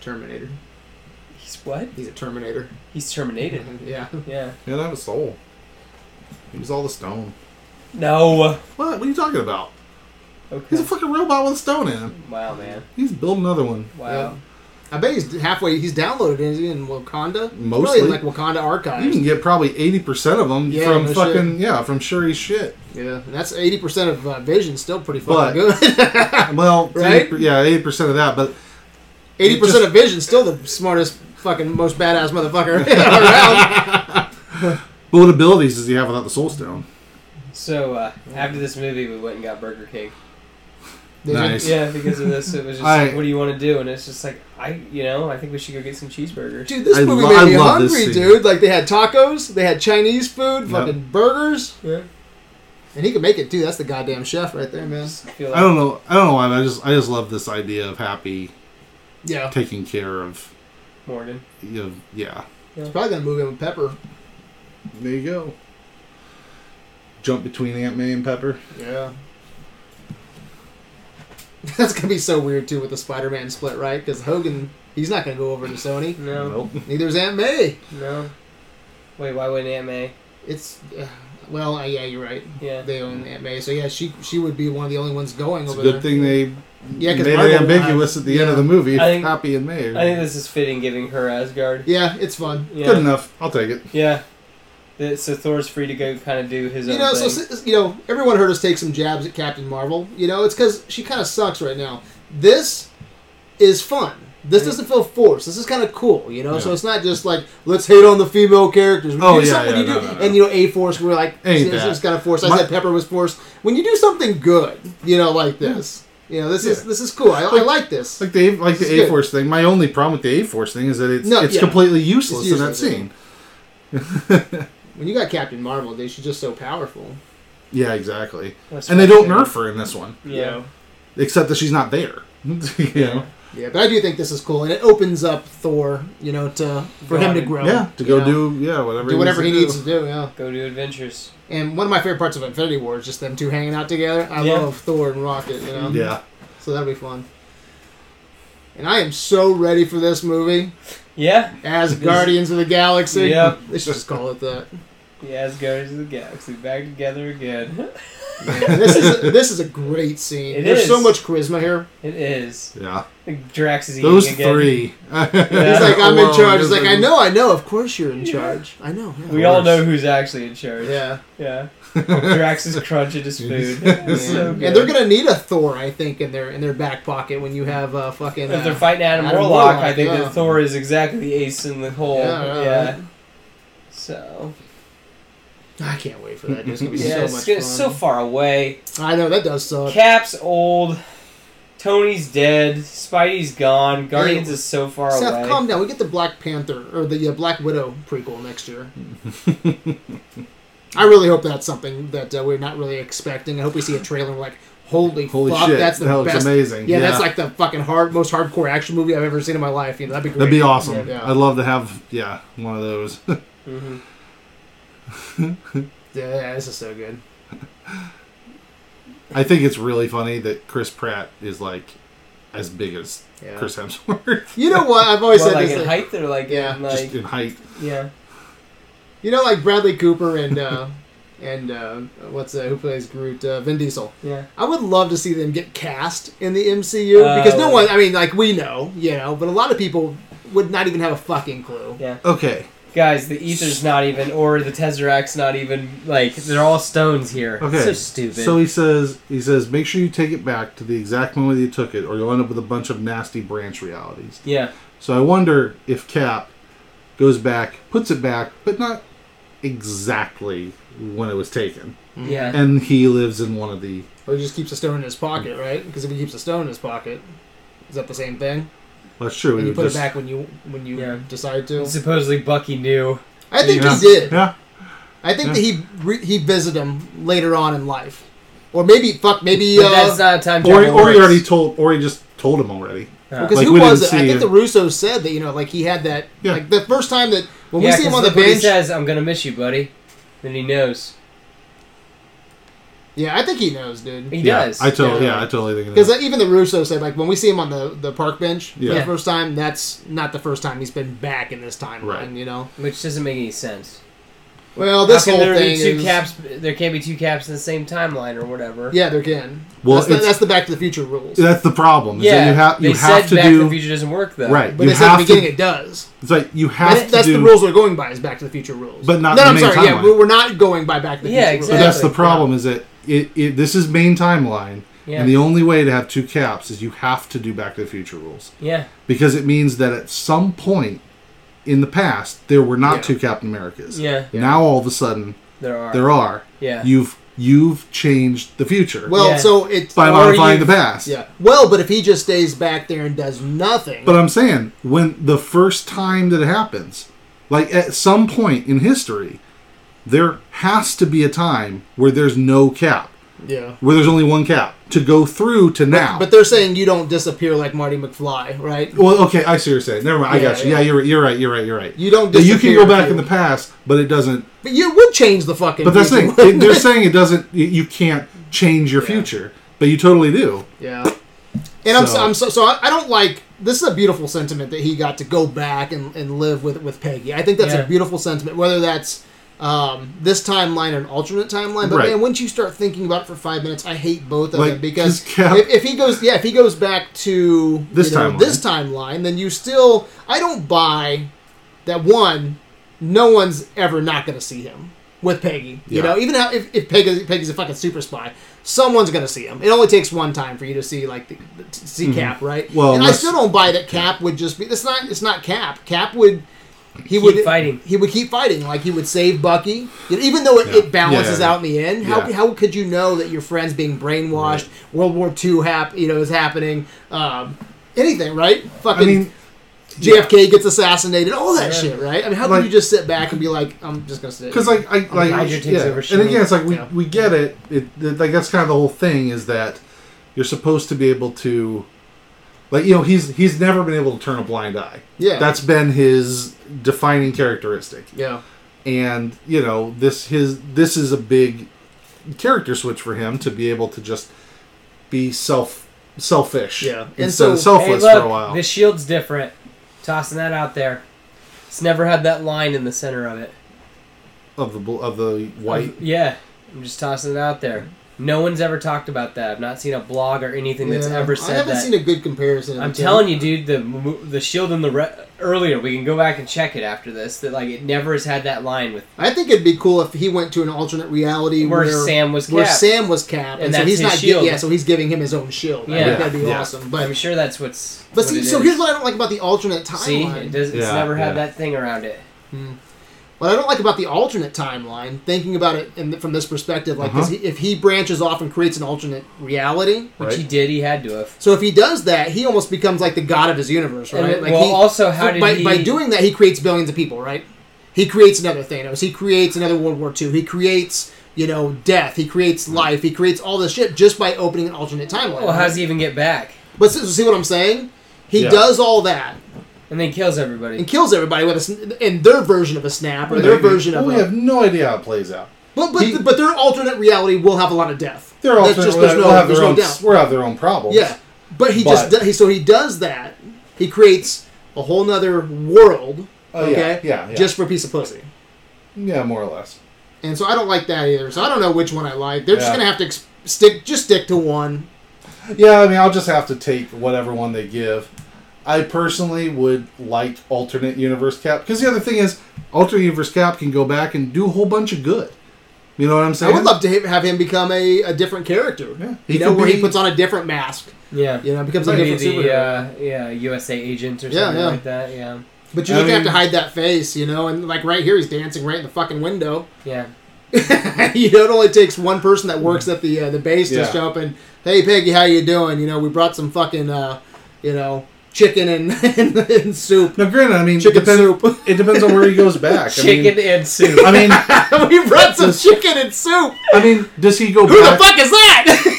Speaker 1: Terminator.
Speaker 2: He's what?
Speaker 1: He's a Terminator.
Speaker 2: He's terminated.
Speaker 1: Yeah.
Speaker 2: Yeah.
Speaker 3: He didn't have a soul. He was all the stone.
Speaker 2: No.
Speaker 3: What? What are you talking about?
Speaker 2: Okay.
Speaker 3: He's a fucking robot with a stone in him.
Speaker 2: Wow, man.
Speaker 3: He's building another one.
Speaker 2: Wow.
Speaker 1: I bet he's halfway. He's downloaded. Is he in Wakanda? Probably
Speaker 3: Mostly.
Speaker 1: in, like Wakanda
Speaker 3: You
Speaker 1: archives.
Speaker 3: can get probably eighty percent of them
Speaker 1: Yeah,
Speaker 3: from
Speaker 1: no
Speaker 3: fucking yeah from Shuri's shit.
Speaker 1: Yeah, and that's eighty percent of uh, Vision. Still pretty
Speaker 3: But-
Speaker 1: fucking good.
Speaker 3: Well,
Speaker 1: Right?
Speaker 3: 80 yeah, eighty percent of that. But
Speaker 1: Eighty percent of Vision. Still the smartest, fucking most badass motherfucker around.
Speaker 3: but what abilities does he have without the soul stone?
Speaker 2: So uh, after this movie, we went and got Burger King.
Speaker 1: Did you-
Speaker 3: Nice.
Speaker 2: Yeah, because of this, it was just
Speaker 3: I-
Speaker 2: like, what do you want to do? And it's just like I, you know, I think we should go get some cheeseburgers.
Speaker 1: Dude, this
Speaker 3: I
Speaker 1: movie
Speaker 3: lo- I
Speaker 1: made me
Speaker 3: love this
Speaker 1: hungry,
Speaker 3: scene.
Speaker 1: dude. Like they had tacos, they had Chinese food,
Speaker 3: Yep.
Speaker 1: fucking burgers,
Speaker 2: Yeah.
Speaker 1: and he could make it too. That's the goddamn chef right there, man.
Speaker 2: Just feel
Speaker 3: I don't know. I don't know why. But I just I just love this idea of happy
Speaker 1: Yeah,
Speaker 3: taking care of
Speaker 2: Morgan.
Speaker 3: you. Know, yeah.
Speaker 1: he's probably gonna move in with Pepper.
Speaker 3: There you go. Jump between Aunt May and Pepper.
Speaker 1: Yeah. That's gonna be so weird too with the Spider-Man split, right? Because Hogan, he's not gonna go over to Sony.
Speaker 2: No,
Speaker 3: Nope.
Speaker 1: Neither is Aunt May.
Speaker 2: no. Wait, why wouldn't Aunt May?
Speaker 1: It's uh, well, uh, yeah, you're right.
Speaker 2: Yeah.
Speaker 1: They own Aunt May, so yeah, she she would be one of the only ones going
Speaker 3: It's a
Speaker 1: over
Speaker 3: good
Speaker 1: there.
Speaker 3: thing they
Speaker 1: Yeah,
Speaker 3: made
Speaker 1: because
Speaker 3: it ambiguous at the end of the movie.
Speaker 2: I think-
Speaker 3: happy and May.
Speaker 2: I think this is fitting, giving her Asgard.
Speaker 1: Yeah, it's fun.
Speaker 2: Yeah.
Speaker 3: Good enough. I'll take it.
Speaker 2: Yeah. That- So Thor's free to go kind of do his
Speaker 1: You
Speaker 2: own
Speaker 1: know, so
Speaker 2: thing.
Speaker 1: s- you know, everyone heard us take some jabs at Captain Marvel. You know, it's because she kind of sucks right now. This is fun. This doesn't feel forced. This is kind of cool, you know. So
Speaker 3: Yeah.
Speaker 1: it's not just like let's hate on the female characters. When
Speaker 3: Oh,
Speaker 1: you do
Speaker 3: yeah,
Speaker 1: something,
Speaker 3: yeah,
Speaker 1: you
Speaker 3: no,
Speaker 1: do,
Speaker 3: no, no.
Speaker 1: and you know, A Force, we're like,
Speaker 3: Ain't
Speaker 1: it's,
Speaker 3: that.
Speaker 1: it's kind of forced. I
Speaker 3: My-
Speaker 1: said Pepper was forced. When you do something good, you know, like this, you know, this is
Speaker 3: Yeah.
Speaker 1: this is cool. I, I like this.
Speaker 3: It's like the like
Speaker 1: It's
Speaker 3: the
Speaker 1: good.
Speaker 3: A Force thing. My only problem with the A Force thing is that it's
Speaker 1: No,
Speaker 3: it's
Speaker 1: yeah.
Speaker 3: completely useless,
Speaker 1: It's useless,
Speaker 3: in
Speaker 1: yeah.
Speaker 3: that scene.
Speaker 1: When you got Captain Marvel, dude, she's just so powerful.
Speaker 3: Yeah, exactly.
Speaker 2: That's
Speaker 3: and they don't
Speaker 2: right.
Speaker 3: nerf her in this one,
Speaker 2: You know.
Speaker 3: except that she's not there. you know?
Speaker 1: Yeah, but I do think this is cool, and it opens up Thor, you know, to for
Speaker 2: Go
Speaker 1: him
Speaker 2: on
Speaker 1: to
Speaker 2: and-
Speaker 1: grow.
Speaker 3: yeah, to
Speaker 1: you
Speaker 3: go
Speaker 1: know?
Speaker 3: do yeah whatever
Speaker 1: do whatever he needs
Speaker 3: to
Speaker 1: to do. Yeah.
Speaker 2: Go do adventures.
Speaker 1: And one of my favorite parts of Infinity War is just them two hanging out together. I
Speaker 2: Yeah.
Speaker 1: love Thor and Rocket. You know.
Speaker 3: do. Yeah,
Speaker 1: So that'll be fun. And I am so ready for this movie
Speaker 2: Yeah.
Speaker 1: as Guardians of the Galaxy.
Speaker 2: Yep.
Speaker 1: Let's just call it that.
Speaker 2: Yeah, as Guardians of the Galaxy back together again.
Speaker 1: Yeah, this is a, this is a great scene.
Speaker 2: It
Speaker 1: There's
Speaker 2: is.
Speaker 1: so much charisma here.
Speaker 2: It is.
Speaker 3: yeah.
Speaker 2: Drax is eating
Speaker 3: Those
Speaker 2: again.
Speaker 3: three.
Speaker 1: He's
Speaker 2: Yeah.
Speaker 1: like, I'm in
Speaker 3: Alone
Speaker 1: charge. He's
Speaker 3: is
Speaker 1: like,
Speaker 3: a-
Speaker 1: I know, I know. Of course you're in
Speaker 2: Yeah.
Speaker 1: charge. I know. yeah."
Speaker 2: We all know who's actually in charge.
Speaker 1: Yeah.
Speaker 2: Yeah. Drax is crunching his food. It's
Speaker 1: Yeah.
Speaker 2: so
Speaker 1: and
Speaker 2: good.
Speaker 1: they're gonna need a Thor, I think, in their in their back pocket when you have uh, fucking.
Speaker 2: If they're
Speaker 1: Uh,
Speaker 2: fighting Adam,
Speaker 1: Adam
Speaker 2: Warlock,
Speaker 1: Warlock,
Speaker 2: I think
Speaker 1: yeah.
Speaker 2: that Thor is exactly the ace in the hole.
Speaker 1: Yeah,
Speaker 2: Yeah.
Speaker 1: yeah, right.
Speaker 2: So
Speaker 1: I can't wait for that. It's gonna be
Speaker 2: yeah,
Speaker 1: so much
Speaker 2: it's, it's
Speaker 1: fun.
Speaker 2: so far away.
Speaker 1: I know that does suck.
Speaker 2: Cap's old. Tony's dead. Spidey's gone. Guardians
Speaker 1: Hey,
Speaker 2: is so far
Speaker 1: Seth,
Speaker 2: away.
Speaker 1: calm down. We get the Black Panther or the uh, Black Widow prequel next year. I really hope that's something that uh, we're not really expecting. I hope we see a trailer like, holy,
Speaker 3: Holy
Speaker 1: fuck,
Speaker 3: shit,
Speaker 1: that's the
Speaker 3: that looks
Speaker 1: best.
Speaker 3: amazing.
Speaker 1: Yeah, that's like the fucking hard, most hardcore action movie I've ever seen in my life. You know, that'd be great.
Speaker 3: that'd be awesome.
Speaker 1: Yeah,
Speaker 3: I'd love to have yeah one of those.
Speaker 2: hmm
Speaker 1: yeah, yeah, this is so good.
Speaker 3: I think it's really funny that Chris Pratt is like as big as
Speaker 1: Yeah.
Speaker 3: Chris Hemsworth,
Speaker 1: You know what? I've always
Speaker 2: Well,
Speaker 1: said
Speaker 2: like
Speaker 1: this.
Speaker 2: in
Speaker 1: like-
Speaker 2: height, they're like
Speaker 1: Yeah,
Speaker 2: in,
Speaker 3: just
Speaker 2: like
Speaker 3: in height.
Speaker 2: yeah.
Speaker 1: you know, like Bradley Cooper and uh, and uh, what's uh, who plays Groot? Uh, Vin Diesel.
Speaker 2: Yeah.
Speaker 1: I would love to see them get cast in the MCU because no
Speaker 3: Uh,
Speaker 2: Oh.
Speaker 1: one, I mean, like we know, you know, but a lot of people would not even have a fucking clue.
Speaker 2: Yeah.
Speaker 3: Okay,
Speaker 2: Guys, the ether's not even, or the tesseract's not even like they're all stones here. It's
Speaker 3: Okay.
Speaker 2: So stupid.
Speaker 3: So he says, he says, make sure you take it back to the exact moment you took it, or you'll end up with a bunch of nasty branch realities.
Speaker 2: yeah.
Speaker 3: So I wonder if Cap goes back, puts it back, but not exactly when it was taken,
Speaker 2: Yeah.
Speaker 3: and he lives in one of the.
Speaker 1: Or he just keeps a stone in his pocket, right? Because if he keeps a stone in his pocket, is that the same thing?
Speaker 3: Well, that's true.
Speaker 1: And
Speaker 3: he
Speaker 1: you
Speaker 3: would
Speaker 1: put
Speaker 3: just-
Speaker 1: it back when you when you
Speaker 2: Yeah.
Speaker 1: decide to.
Speaker 2: Supposedly Bucky knew.
Speaker 1: I think
Speaker 3: yeah.
Speaker 1: he did.
Speaker 3: Yeah.
Speaker 1: I think
Speaker 3: Yeah.
Speaker 1: that he re- he visited him later on in life, or maybe fuck, maybe
Speaker 2: But
Speaker 1: uh,
Speaker 2: that's not time
Speaker 3: Or,
Speaker 2: travel.
Speaker 3: or he
Speaker 2: works.
Speaker 3: already told, or he just told him already.
Speaker 2: Uh,
Speaker 1: Because
Speaker 3: Like,
Speaker 1: who
Speaker 3: we
Speaker 1: was it?
Speaker 3: didn't
Speaker 1: I
Speaker 3: see
Speaker 1: think the
Speaker 3: it.
Speaker 1: Russos said that you know, like he had that,
Speaker 3: Yeah.
Speaker 1: like the first time that when
Speaker 2: Yeah,
Speaker 1: we see him
Speaker 2: 'cause
Speaker 1: on the
Speaker 2: look what he
Speaker 1: bench.
Speaker 2: says, "I'm gonna miss you, buddy." Then he knows.
Speaker 1: Yeah, I think he knows, dude.
Speaker 2: He
Speaker 3: yeah,
Speaker 2: does.
Speaker 3: I totally,
Speaker 1: Yeah.
Speaker 3: yeah, I totally think. of
Speaker 1: Because
Speaker 3: that.
Speaker 1: uh, even the Russo said, like, when we see him on the, the park bench for the
Speaker 3: Yeah.
Speaker 1: first time, that's not the first time he's been back in this timeline,
Speaker 3: Right.
Speaker 1: you know?
Speaker 2: Which doesn't make any sense.
Speaker 1: Well, this
Speaker 2: How
Speaker 1: whole
Speaker 2: can there
Speaker 1: thing
Speaker 2: be two
Speaker 1: is...
Speaker 2: caps? There can't be two caps in the same timeline or whatever.
Speaker 1: Yeah, there can.
Speaker 3: Well,
Speaker 1: that's, the,
Speaker 3: it's-
Speaker 1: that's the Back to the Future rules.
Speaker 3: that's the problem. is that
Speaker 2: Yeah.
Speaker 3: you have you
Speaker 2: they
Speaker 3: have
Speaker 2: said
Speaker 3: to
Speaker 2: Back to
Speaker 3: do
Speaker 2: the Future doesn't work though.
Speaker 3: right.
Speaker 1: but
Speaker 3: you
Speaker 1: they said at the
Speaker 3: have
Speaker 1: beginning
Speaker 3: to.
Speaker 1: it does.
Speaker 3: It's like you have
Speaker 1: That's,
Speaker 3: to
Speaker 1: that's
Speaker 3: do.
Speaker 1: the rules we're going by is Back to the Future rules.
Speaker 3: But not
Speaker 1: no,
Speaker 3: the
Speaker 1: no, I'm
Speaker 3: main
Speaker 1: sorry. Yeah,
Speaker 3: timeline.
Speaker 1: we're, we're not going by Back to the Future
Speaker 2: Yeah,
Speaker 3: But
Speaker 2: exactly.
Speaker 1: rules.
Speaker 3: that's the problem is that it, it this is main timeline,
Speaker 2: Yeah.
Speaker 3: and the only way to have two caps is you have to do Back to the Future rules
Speaker 2: Yeah.
Speaker 3: because it means that at some point in the past there were not
Speaker 1: Yeah.
Speaker 3: two Captain Americas.
Speaker 2: Yeah.
Speaker 3: Now all of a sudden
Speaker 2: There are.
Speaker 3: there are.
Speaker 2: Yeah.
Speaker 3: You've you've changed the future
Speaker 1: Well,
Speaker 2: Yeah.
Speaker 1: so it's...
Speaker 3: by
Speaker 2: or
Speaker 3: modifying
Speaker 2: you've-
Speaker 3: the past.
Speaker 1: yeah. Well, but if he just stays back there and does nothing...
Speaker 3: But I'm saying when the first time that it happens, like at some point in history, there has to be a time where there's no cap,
Speaker 1: yeah.
Speaker 3: where there's only one cap to go through to now.
Speaker 1: But they're saying you don't disappear like Marty McFly, right?
Speaker 3: Well, okay, I see what you're saying. Never mind, I
Speaker 1: Yeah,
Speaker 3: got you.
Speaker 1: yeah.
Speaker 3: Yeah, you're you're right. You're right. You're right.
Speaker 1: You don't
Speaker 3: That you can
Speaker 1: disappear
Speaker 3: go
Speaker 1: if
Speaker 3: back
Speaker 1: you-
Speaker 3: in the past, but it doesn't.
Speaker 1: But you would change the fucking.
Speaker 3: But that's the
Speaker 1: future
Speaker 3: thing.
Speaker 1: world.
Speaker 3: it- They're saying it doesn't. You you can't change your
Speaker 1: Yeah.
Speaker 3: future, but you totally do.
Speaker 1: yeah. And I'm so,
Speaker 3: So-
Speaker 1: I'm so so I, I don't like. This is a beautiful sentiment that he got to go back and, and live with with Peggy. I think that's
Speaker 2: Yeah.
Speaker 1: a beautiful sentiment. Whether that's um, this timeline or an alternate timeline, but
Speaker 3: Right.
Speaker 1: man, once you start thinking about it for five minutes, I hate both of
Speaker 3: Like,
Speaker 1: them because
Speaker 3: just count-
Speaker 1: if, if he goes, yeah, if he goes back to
Speaker 3: This
Speaker 1: you know,
Speaker 3: timeline.
Speaker 1: this timeline, then you still. I don't buy that one. no one's ever not going to see him with Peggy. You
Speaker 3: Yeah.
Speaker 1: know, even how- if, if Peggy, Peggy's a fucking super spy, someone's going to see him. It only takes one time for you to see like the, the, to see Cap, right?
Speaker 3: Mm-hmm. Well,
Speaker 1: and I
Speaker 3: unless-
Speaker 1: still don't buy that Cap would just be. It's not. It's not Cap. Cap would. He
Speaker 2: Keep
Speaker 1: would
Speaker 2: fighting.
Speaker 1: He would keep fighting. Like he would save Bucky, You know, even though it, it balances
Speaker 3: Yeah.
Speaker 1: out in the end. How,
Speaker 3: Yeah.
Speaker 1: how could you know that your friend's being brainwashed? World War Two hap, you know, is happening. Um, anything, right? Fucking
Speaker 3: I mean,
Speaker 1: JFK gets assassinated, all that
Speaker 2: Yeah.
Speaker 1: shit, right? I mean, how
Speaker 3: Like-
Speaker 1: can you just sit back and be like, I'm just gonna sit?
Speaker 3: because like I like
Speaker 2: glad your team's
Speaker 3: yeah.
Speaker 2: over
Speaker 3: and again, it's like we,
Speaker 1: Yeah.
Speaker 3: we get it. It, it like that's kind of the whole thing is that you're supposed to be able to like you know he's he's never been able to turn a blind eye.
Speaker 1: Yeah.
Speaker 3: that's been his defining characteristic.
Speaker 1: yeah,
Speaker 3: and you know this his this is a big character switch for him to be able to just be self selfish
Speaker 1: Yeah. And
Speaker 3: instead of
Speaker 1: so-
Speaker 2: Hey,
Speaker 3: selfless
Speaker 2: look,
Speaker 3: for a while
Speaker 2: the shield's different. Tossing that out there. It's never had that line in the center of it.
Speaker 3: of the bl- of the white
Speaker 2: Yeah, I'm just tossing it out there. No one's ever talked about that. I've not seen a blog or anything that's
Speaker 1: Yeah.
Speaker 2: ever said
Speaker 1: I haven't
Speaker 2: that.
Speaker 1: seen a good comparison.
Speaker 2: I'm telling you, dude, the mo- the shield and the re- earlier we can go back and check it after this. That like it never has had that line with
Speaker 1: I think it'd be cool if he went to an alternate reality
Speaker 2: where
Speaker 1: where,
Speaker 2: Sam was
Speaker 1: where
Speaker 2: Cap.
Speaker 1: Sam was Cap, and,
Speaker 2: And
Speaker 1: so
Speaker 2: that's
Speaker 1: he's
Speaker 2: his
Speaker 1: not. gi-
Speaker 2: shield.
Speaker 1: yeah, so he's giving him his own shield. I
Speaker 2: Yeah.
Speaker 1: think that'd be
Speaker 3: Yeah.
Speaker 1: awesome.
Speaker 2: I'm
Speaker 1: But
Speaker 2: sure that's what's.
Speaker 1: but
Speaker 2: what
Speaker 1: see,
Speaker 2: it
Speaker 1: so
Speaker 2: is.
Speaker 1: here's what I don't like about the alternate
Speaker 2: See, it
Speaker 1: timeline.
Speaker 2: does, it's
Speaker 3: Yeah,
Speaker 2: never had
Speaker 3: yeah.
Speaker 2: that thing around it.
Speaker 1: What I don't like about the alternate timeline, thinking about it in, from this perspective, like 'cause
Speaker 3: Uh-huh.
Speaker 1: he, if he branches off and creates an alternate reality,
Speaker 2: Which
Speaker 3: Right.
Speaker 2: he did. He had to have.
Speaker 1: So if he does that, he almost becomes like the god of his universe, right?
Speaker 2: And,
Speaker 1: like
Speaker 2: well,
Speaker 1: he,
Speaker 2: also, how did
Speaker 1: by,
Speaker 2: he?
Speaker 1: by doing that, he creates billions of people, right? He creates another Thanos. He creates another World War II. He creates, you know, death. He creates life. He creates all this shit just by opening an alternate timeline.
Speaker 2: Hmm. well,
Speaker 1: right?
Speaker 2: how does he even get back?
Speaker 1: But see- see what I'm saying? He
Speaker 3: Yeah.
Speaker 1: does all that
Speaker 2: And then kills everybody.
Speaker 1: and kills everybody with a, sn- in their version of a snap or their
Speaker 3: Maybe.
Speaker 1: version of
Speaker 3: we
Speaker 1: a.
Speaker 3: have no idea how it plays out
Speaker 1: but but,
Speaker 3: he-
Speaker 1: but their alternate reality will have a lot of death.
Speaker 3: they're
Speaker 1: That's
Speaker 3: all
Speaker 1: just-
Speaker 3: we'll
Speaker 1: there's no-
Speaker 3: have
Speaker 1: there's
Speaker 3: their
Speaker 1: no
Speaker 3: own
Speaker 1: doubt.
Speaker 3: we'll have their own problems
Speaker 1: Yeah, but he just
Speaker 3: But-
Speaker 1: do- he, so he does that. He creates a whole nother world.
Speaker 3: Oh, yeah,
Speaker 1: okay,
Speaker 3: yeah, yeah.
Speaker 1: just for a piece of pussy.
Speaker 3: yeah more or less
Speaker 1: And so I don't like that either. So I don't know which one I like. They're just
Speaker 3: Yeah.
Speaker 1: gonna have to ex- stick just stick to one.
Speaker 3: yeah i mean i'll just have to take whatever one they give i personally would like alternate universe cap because the other thing is alternate universe cap can go back and do a whole bunch of good you know what i'm saying
Speaker 1: I would love to ha- have him become a, a different character.
Speaker 3: Yeah.
Speaker 1: You
Speaker 3: He
Speaker 1: know
Speaker 3: could
Speaker 1: where he
Speaker 3: be-
Speaker 1: puts on a different mask.
Speaker 2: yeah.
Speaker 1: You know, becomes a
Speaker 2: Maybe
Speaker 1: different
Speaker 2: the
Speaker 1: superhero.
Speaker 2: uh, yeah USA agent or
Speaker 1: Yeah,
Speaker 2: something
Speaker 1: yeah.
Speaker 2: like that. Yeah.
Speaker 1: but you
Speaker 3: I
Speaker 1: just have
Speaker 3: mean-
Speaker 1: to hide that face, you know. And like right here, he's dancing right in the fucking window.
Speaker 2: Yeah.
Speaker 1: you know, it only takes one person that works at the uh, the base to
Speaker 3: Yeah.
Speaker 1: show up and, hey Peggy, how you doing? You know, we brought some fucking, uh, you know, chicken and, and, and soup.
Speaker 3: Now, granted, I mean,
Speaker 1: Chicken
Speaker 3: depend-
Speaker 1: soup.
Speaker 3: It depends on where he goes back.
Speaker 2: Chicken and soup.
Speaker 3: I mean, I
Speaker 1: we brought some chicken and soup.
Speaker 3: mean, I mean, does he go
Speaker 1: Who the
Speaker 3: back?
Speaker 1: fuck is that?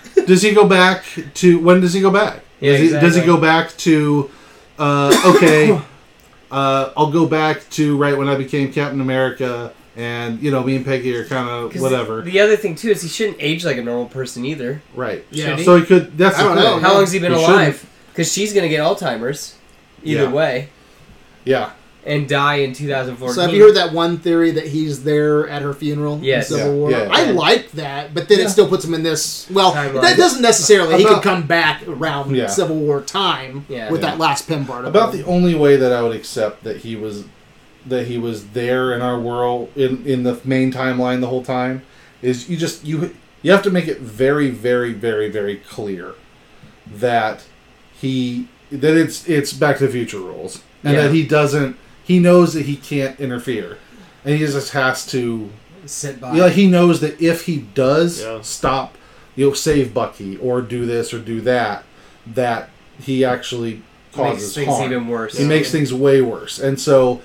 Speaker 3: Does he go back to when does he go back?
Speaker 2: Yeah,
Speaker 3: does, he, does he
Speaker 2: exactly.
Speaker 3: go back to? Uh, okay, uh, I'll go back to right when I became Captain America, and you know, me and Peggy are kind of
Speaker 2: 'Cause
Speaker 3: whatever,
Speaker 2: The other thing too is he shouldn't age like a normal person either.
Speaker 3: right?
Speaker 1: Yeah.
Speaker 3: So he could. That's
Speaker 1: I
Speaker 3: the
Speaker 1: don't
Speaker 3: thing.
Speaker 1: know.
Speaker 2: How long's he been
Speaker 3: He
Speaker 2: alive? Because she's gonna get Alzheimer's, either
Speaker 3: Yeah.
Speaker 2: way,
Speaker 3: Yeah.
Speaker 2: and die in 2014.
Speaker 1: So have you heard that one theory that he's there at her funeral
Speaker 2: Yes.
Speaker 1: in Civil
Speaker 3: Yeah,
Speaker 1: War?
Speaker 3: yeah, yeah.
Speaker 1: I like that, but then
Speaker 3: Yeah.
Speaker 1: it still puts him in this. Well,
Speaker 2: Timeline.
Speaker 1: that doesn't necessarily. he could
Speaker 3: About-
Speaker 1: come back around
Speaker 3: Yeah.
Speaker 1: Civil War time
Speaker 2: Yeah.
Speaker 1: with
Speaker 3: Yeah.
Speaker 1: that last pin part. of
Speaker 3: About
Speaker 1: it.
Speaker 3: the only way that I would accept that he was that he was there in our world in in the main timeline the whole time is you just you you have to make it very very very very clear that he that it's it's back to the future rules and
Speaker 2: Yeah.
Speaker 3: that he doesn't he knows that he can't interfere and he just has to
Speaker 2: Sit by.
Speaker 3: yeah, like, he knows that if he does
Speaker 1: Yeah.
Speaker 3: stop, you know, save Bucky or do this or do that, that he actually
Speaker 2: makes
Speaker 3: causes
Speaker 2: things
Speaker 3: harm.
Speaker 2: even worse.
Speaker 3: He makes things way worse, and so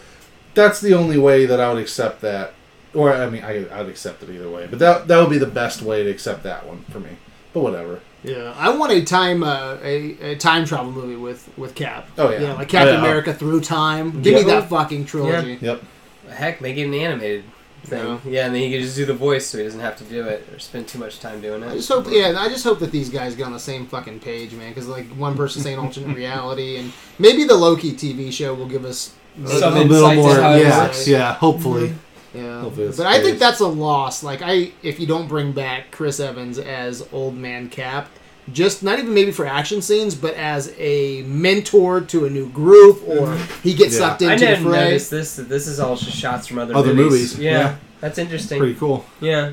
Speaker 3: that's the only way that I would accept that. Or I mean, I, I'd accept it either way, but that that would be the best way to accept that one for me. But whatever.
Speaker 1: yeah, I want a time uh, a, a time travel movie with with Cap.
Speaker 3: Oh, yeah.
Speaker 1: you know, like Captain
Speaker 3: Yeah.
Speaker 1: America through time. Give me
Speaker 3: Yeah.
Speaker 1: that fucking trilogy.
Speaker 3: Yep.
Speaker 2: Heck, make it an animated thing.
Speaker 1: Yeah.
Speaker 2: Yeah. and then he can just do the voice, so he doesn't have to do it or spend too much time doing
Speaker 1: I
Speaker 2: it.
Speaker 1: just hope, yeah, I just hope that these guys get on the same fucking page, man. Because like one person saying alternate reality, and maybe the Loki TV show will give us
Speaker 2: Some insights as how it Mm-hmm.
Speaker 3: Yeah.
Speaker 1: works.
Speaker 3: Yeah. Hopefully.
Speaker 1: Yeah,
Speaker 3: Hopefully that's
Speaker 1: but
Speaker 3: the
Speaker 1: I think
Speaker 3: case.
Speaker 1: that's a loss. Like I, if you don't bring back Chris Evans as Old Man Cap, just not even maybe for action scenes, but as a mentor to a new group, or he gets
Speaker 3: Mm-hmm. Yeah.
Speaker 1: sucked
Speaker 2: I
Speaker 1: into the
Speaker 2: didn't
Speaker 1: fray.
Speaker 2: notice this. That this is all just shots from other,
Speaker 3: Other
Speaker 2: movies.
Speaker 3: movies,
Speaker 2: Yeah,
Speaker 3: yeah.
Speaker 2: that's interesting.
Speaker 3: Pretty cool.
Speaker 2: Yeah,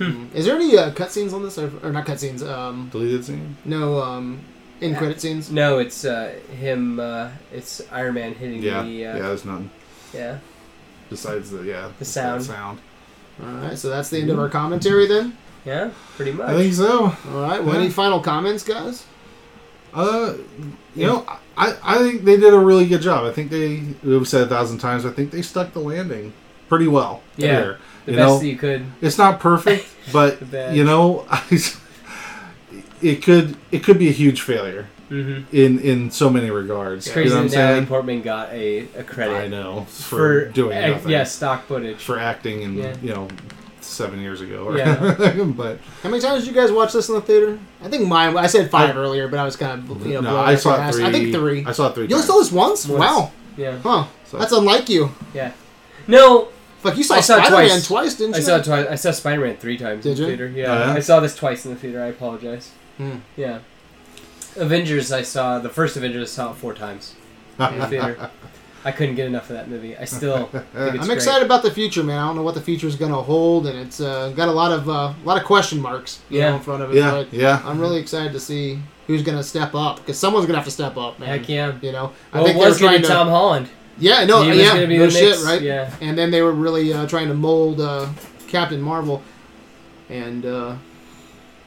Speaker 1: Is there any uh, cutscenes on this, or, or not cutscenes? Um,
Speaker 3: Deleted scene.
Speaker 1: no um, in credit scenes.
Speaker 2: no, it's uh, him. Uh, it's Iron Man hitting
Speaker 3: Yeah.
Speaker 2: the
Speaker 3: yeah.
Speaker 2: uh, yeah.
Speaker 3: There's nothing besides the yeah. that
Speaker 2: sound.
Speaker 3: Sound.
Speaker 1: All right, so that's the end of our commentary then.
Speaker 2: yeah, pretty much.
Speaker 3: I think so.
Speaker 1: All right, well, any final comments, guys?
Speaker 3: Uh, you know, I I think they did a really good job. I think they we've said a thousand times. I think they stuck the landing pretty well.
Speaker 2: Yeah.
Speaker 3: here.
Speaker 2: the
Speaker 3: you
Speaker 2: best
Speaker 3: know,
Speaker 2: that you could.
Speaker 3: it's not perfect, but
Speaker 2: bad.
Speaker 3: you know, it could it could be a huge failure
Speaker 2: hmm
Speaker 3: in in so many regards.
Speaker 2: It's
Speaker 3: you
Speaker 2: crazy
Speaker 3: know what I'm
Speaker 2: that Natalie
Speaker 3: saying?
Speaker 2: Portman got a, a credit
Speaker 3: I know
Speaker 2: for,
Speaker 3: for, doing
Speaker 2: ac-
Speaker 3: nothing.
Speaker 2: Yeah, stock footage.
Speaker 3: for acting and
Speaker 2: Yeah.
Speaker 3: you know seven years ago. Or
Speaker 2: Yeah.
Speaker 3: but
Speaker 1: How many times did you guys watch this in the theater? I think mine. I said five earlier, but I was kind of you know.
Speaker 3: no,
Speaker 1: blowing
Speaker 3: I
Speaker 1: up
Speaker 3: saw
Speaker 1: your ass.
Speaker 3: three.
Speaker 1: I think three.
Speaker 3: I saw three.
Speaker 1: You only
Speaker 3: times.
Speaker 1: saw this once?
Speaker 2: Once.
Speaker 1: Wow,
Speaker 2: Yeah,
Speaker 1: huh?
Speaker 3: So-
Speaker 1: That's unlike you.
Speaker 2: yeah. No,
Speaker 1: Fuck, you saw,
Speaker 2: I saw it
Speaker 1: Spider-Man
Speaker 2: twice.
Speaker 1: twice. didn't
Speaker 2: I
Speaker 1: you?
Speaker 2: saw it twice. I saw Spider Man three times in
Speaker 1: Did
Speaker 2: the
Speaker 1: you?
Speaker 2: theater. Yeah,
Speaker 3: Oh, yeah?
Speaker 2: I saw this twice in the theater. I apologize.
Speaker 1: Hmm.
Speaker 2: Yeah, Avengers. I saw the first Avengers. I saw it four times in the theater. I couldn't get enough of that movie. I still. Think it's
Speaker 1: I'm
Speaker 2: great.
Speaker 1: excited about the future, man. I don't know what the future is going to hold, and it's uh, got a lot of uh, lot of question marks you
Speaker 2: Yeah.
Speaker 1: know, in front of it.
Speaker 3: yeah,
Speaker 1: but
Speaker 3: yeah.
Speaker 1: I'm really excited to see who's going to step up because someone's going to have to step up, man.
Speaker 2: Heck yeah.
Speaker 1: You know,
Speaker 2: Well, it was going to be Tom Holland.
Speaker 1: Yeah, no,
Speaker 2: he was
Speaker 1: yeah,
Speaker 2: going to be
Speaker 1: no
Speaker 2: the
Speaker 1: shit,
Speaker 2: next-
Speaker 1: right?
Speaker 2: Yeah.
Speaker 1: And then they were really uh, trying to mold uh, Captain Marvel, and uh,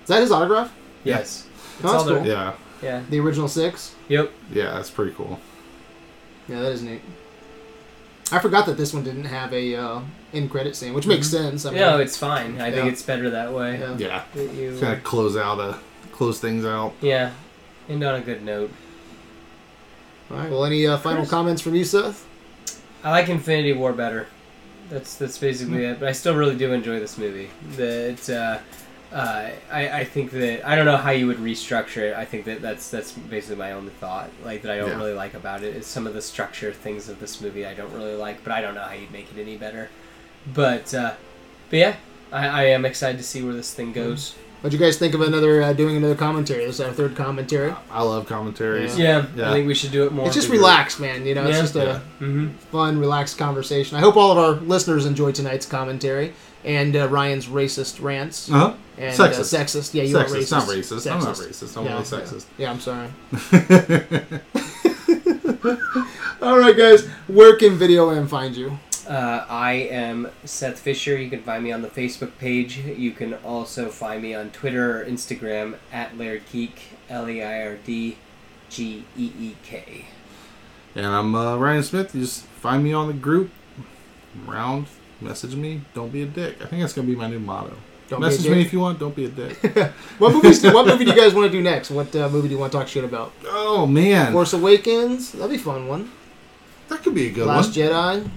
Speaker 1: is that his autograph?
Speaker 2: Yes. It's
Speaker 1: that's
Speaker 2: all there.
Speaker 1: cool.
Speaker 3: Yeah,
Speaker 2: Yeah.
Speaker 1: The original six.
Speaker 2: Yep.
Speaker 3: yeah. That's pretty cool.
Speaker 1: Yeah, that is neat. I forgot that this one didn't have a uh, end credit scene, which makes
Speaker 2: Mm-hmm.
Speaker 1: sense. I mean,
Speaker 2: No, it's fine. I think
Speaker 1: Yeah.
Speaker 2: it's better that way.
Speaker 1: yeah.
Speaker 3: Yeah,
Speaker 2: That you,
Speaker 3: it's gonna close out a close things out.
Speaker 2: yeah. End on a good note.
Speaker 1: All right. Well, any uh, final
Speaker 2: Chris?
Speaker 1: comments from you, Seth?
Speaker 2: I like Infinity War better. That's that's basically it. But I still really do enjoy this movie. That uh, uh, I I think that I don't know how you would restructure it. I think that that's that's basically my only thought. Like that I don't
Speaker 3: Yeah.
Speaker 2: really like about it is some of the structure things of this movie I don't really like. But I don't know how you'd make it any better. But uh, but yeah, I, I am excited to see where this thing goes.
Speaker 1: What'd you guys think of another uh, doing another commentary? This is our third commentary.
Speaker 3: I love commentaries.
Speaker 2: Yeah,
Speaker 3: Mm-hmm. Yeah.
Speaker 2: I think we should do it more.
Speaker 1: It's just relaxed, man. You know, it's
Speaker 2: Yeah.
Speaker 1: just a
Speaker 3: Yeah.
Speaker 2: hmm
Speaker 1: fun, relaxed conversation. I hope all of our listeners enjoy tonight's commentary and uh, Ryan's racist rants
Speaker 3: Uh huh.
Speaker 1: and Uh,
Speaker 3: Sexist.
Speaker 1: sexist. Yeah, you
Speaker 3: Sexist,
Speaker 1: are racist.
Speaker 3: not racist. I'm not racist. I'm
Speaker 1: yeah,
Speaker 3: only
Speaker 1: yeah.
Speaker 3: sexist.
Speaker 1: Yeah, I'm sorry. all right, guys. Where can Video and find you?
Speaker 2: Uh, I am Seth Fisher. You can find me on the Facebook page. You can also find me on Twitter or Instagram at Laird Geek, L E I R D G E E K.
Speaker 3: And I'm uh, Ryan Smith. You just find me on the group. Round. Message me. Don't be a dick. I think that's gonna be my new motto.
Speaker 1: Don't be a
Speaker 3: message
Speaker 1: dick.
Speaker 3: me if you want. Don't be a dick.
Speaker 1: What movies? what movie do you guys want to do next? What uh, movie do you want to talk shit about?
Speaker 3: oh man,
Speaker 1: Force Awakens. That'd be a fun one.
Speaker 3: that could be a good
Speaker 1: Last
Speaker 3: one.
Speaker 1: Jedi.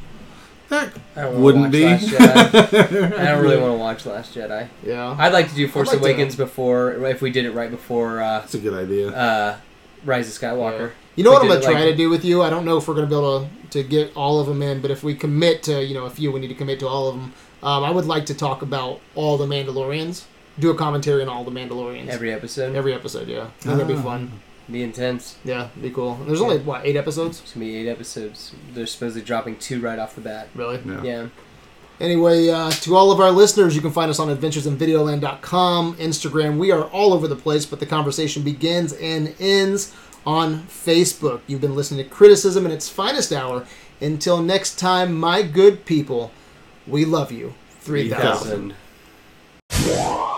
Speaker 3: That
Speaker 2: I don't wanna
Speaker 3: Wouldn't
Speaker 2: watch
Speaker 3: be.
Speaker 2: Last Jedi. I don't really want to watch Last Jedi.
Speaker 1: Yeah.
Speaker 2: I'd like to do Force
Speaker 1: like to-
Speaker 2: Awakens before, if we did it right before uh,
Speaker 3: that's a good idea.
Speaker 2: uh, Rise of Skywalker.
Speaker 1: You know
Speaker 2: We
Speaker 1: what I'm
Speaker 2: did
Speaker 1: gonna
Speaker 2: it like-
Speaker 1: try to do with you? I don't know if we're gonna be able to, to get all of them in, but if we commit to you know a few, we need to commit to all of them. Um, I would like to talk about all the Mandalorians, do a commentary on all the Mandalorians
Speaker 2: Every episode.
Speaker 1: Every episode. Yeah, I think that'd be
Speaker 3: Ah.
Speaker 1: fun.
Speaker 2: be intense.
Speaker 1: Yeah, it'd be cool. And There's only what eight episodes,
Speaker 2: It's going to be eight episodes. They're supposedly dropping two right off the bat.
Speaker 1: really.
Speaker 3: yeah.
Speaker 2: Yeah.
Speaker 1: Anyway, uh, to all of our listeners, you can find us on adventuresinvideoland.com, Instagram. We are all over the place, but the conversation begins and ends on Facebook. You've been listening to Criticism in its finest hour. Until next time, my good people, we love you. 3000.
Speaker 2: 3,000.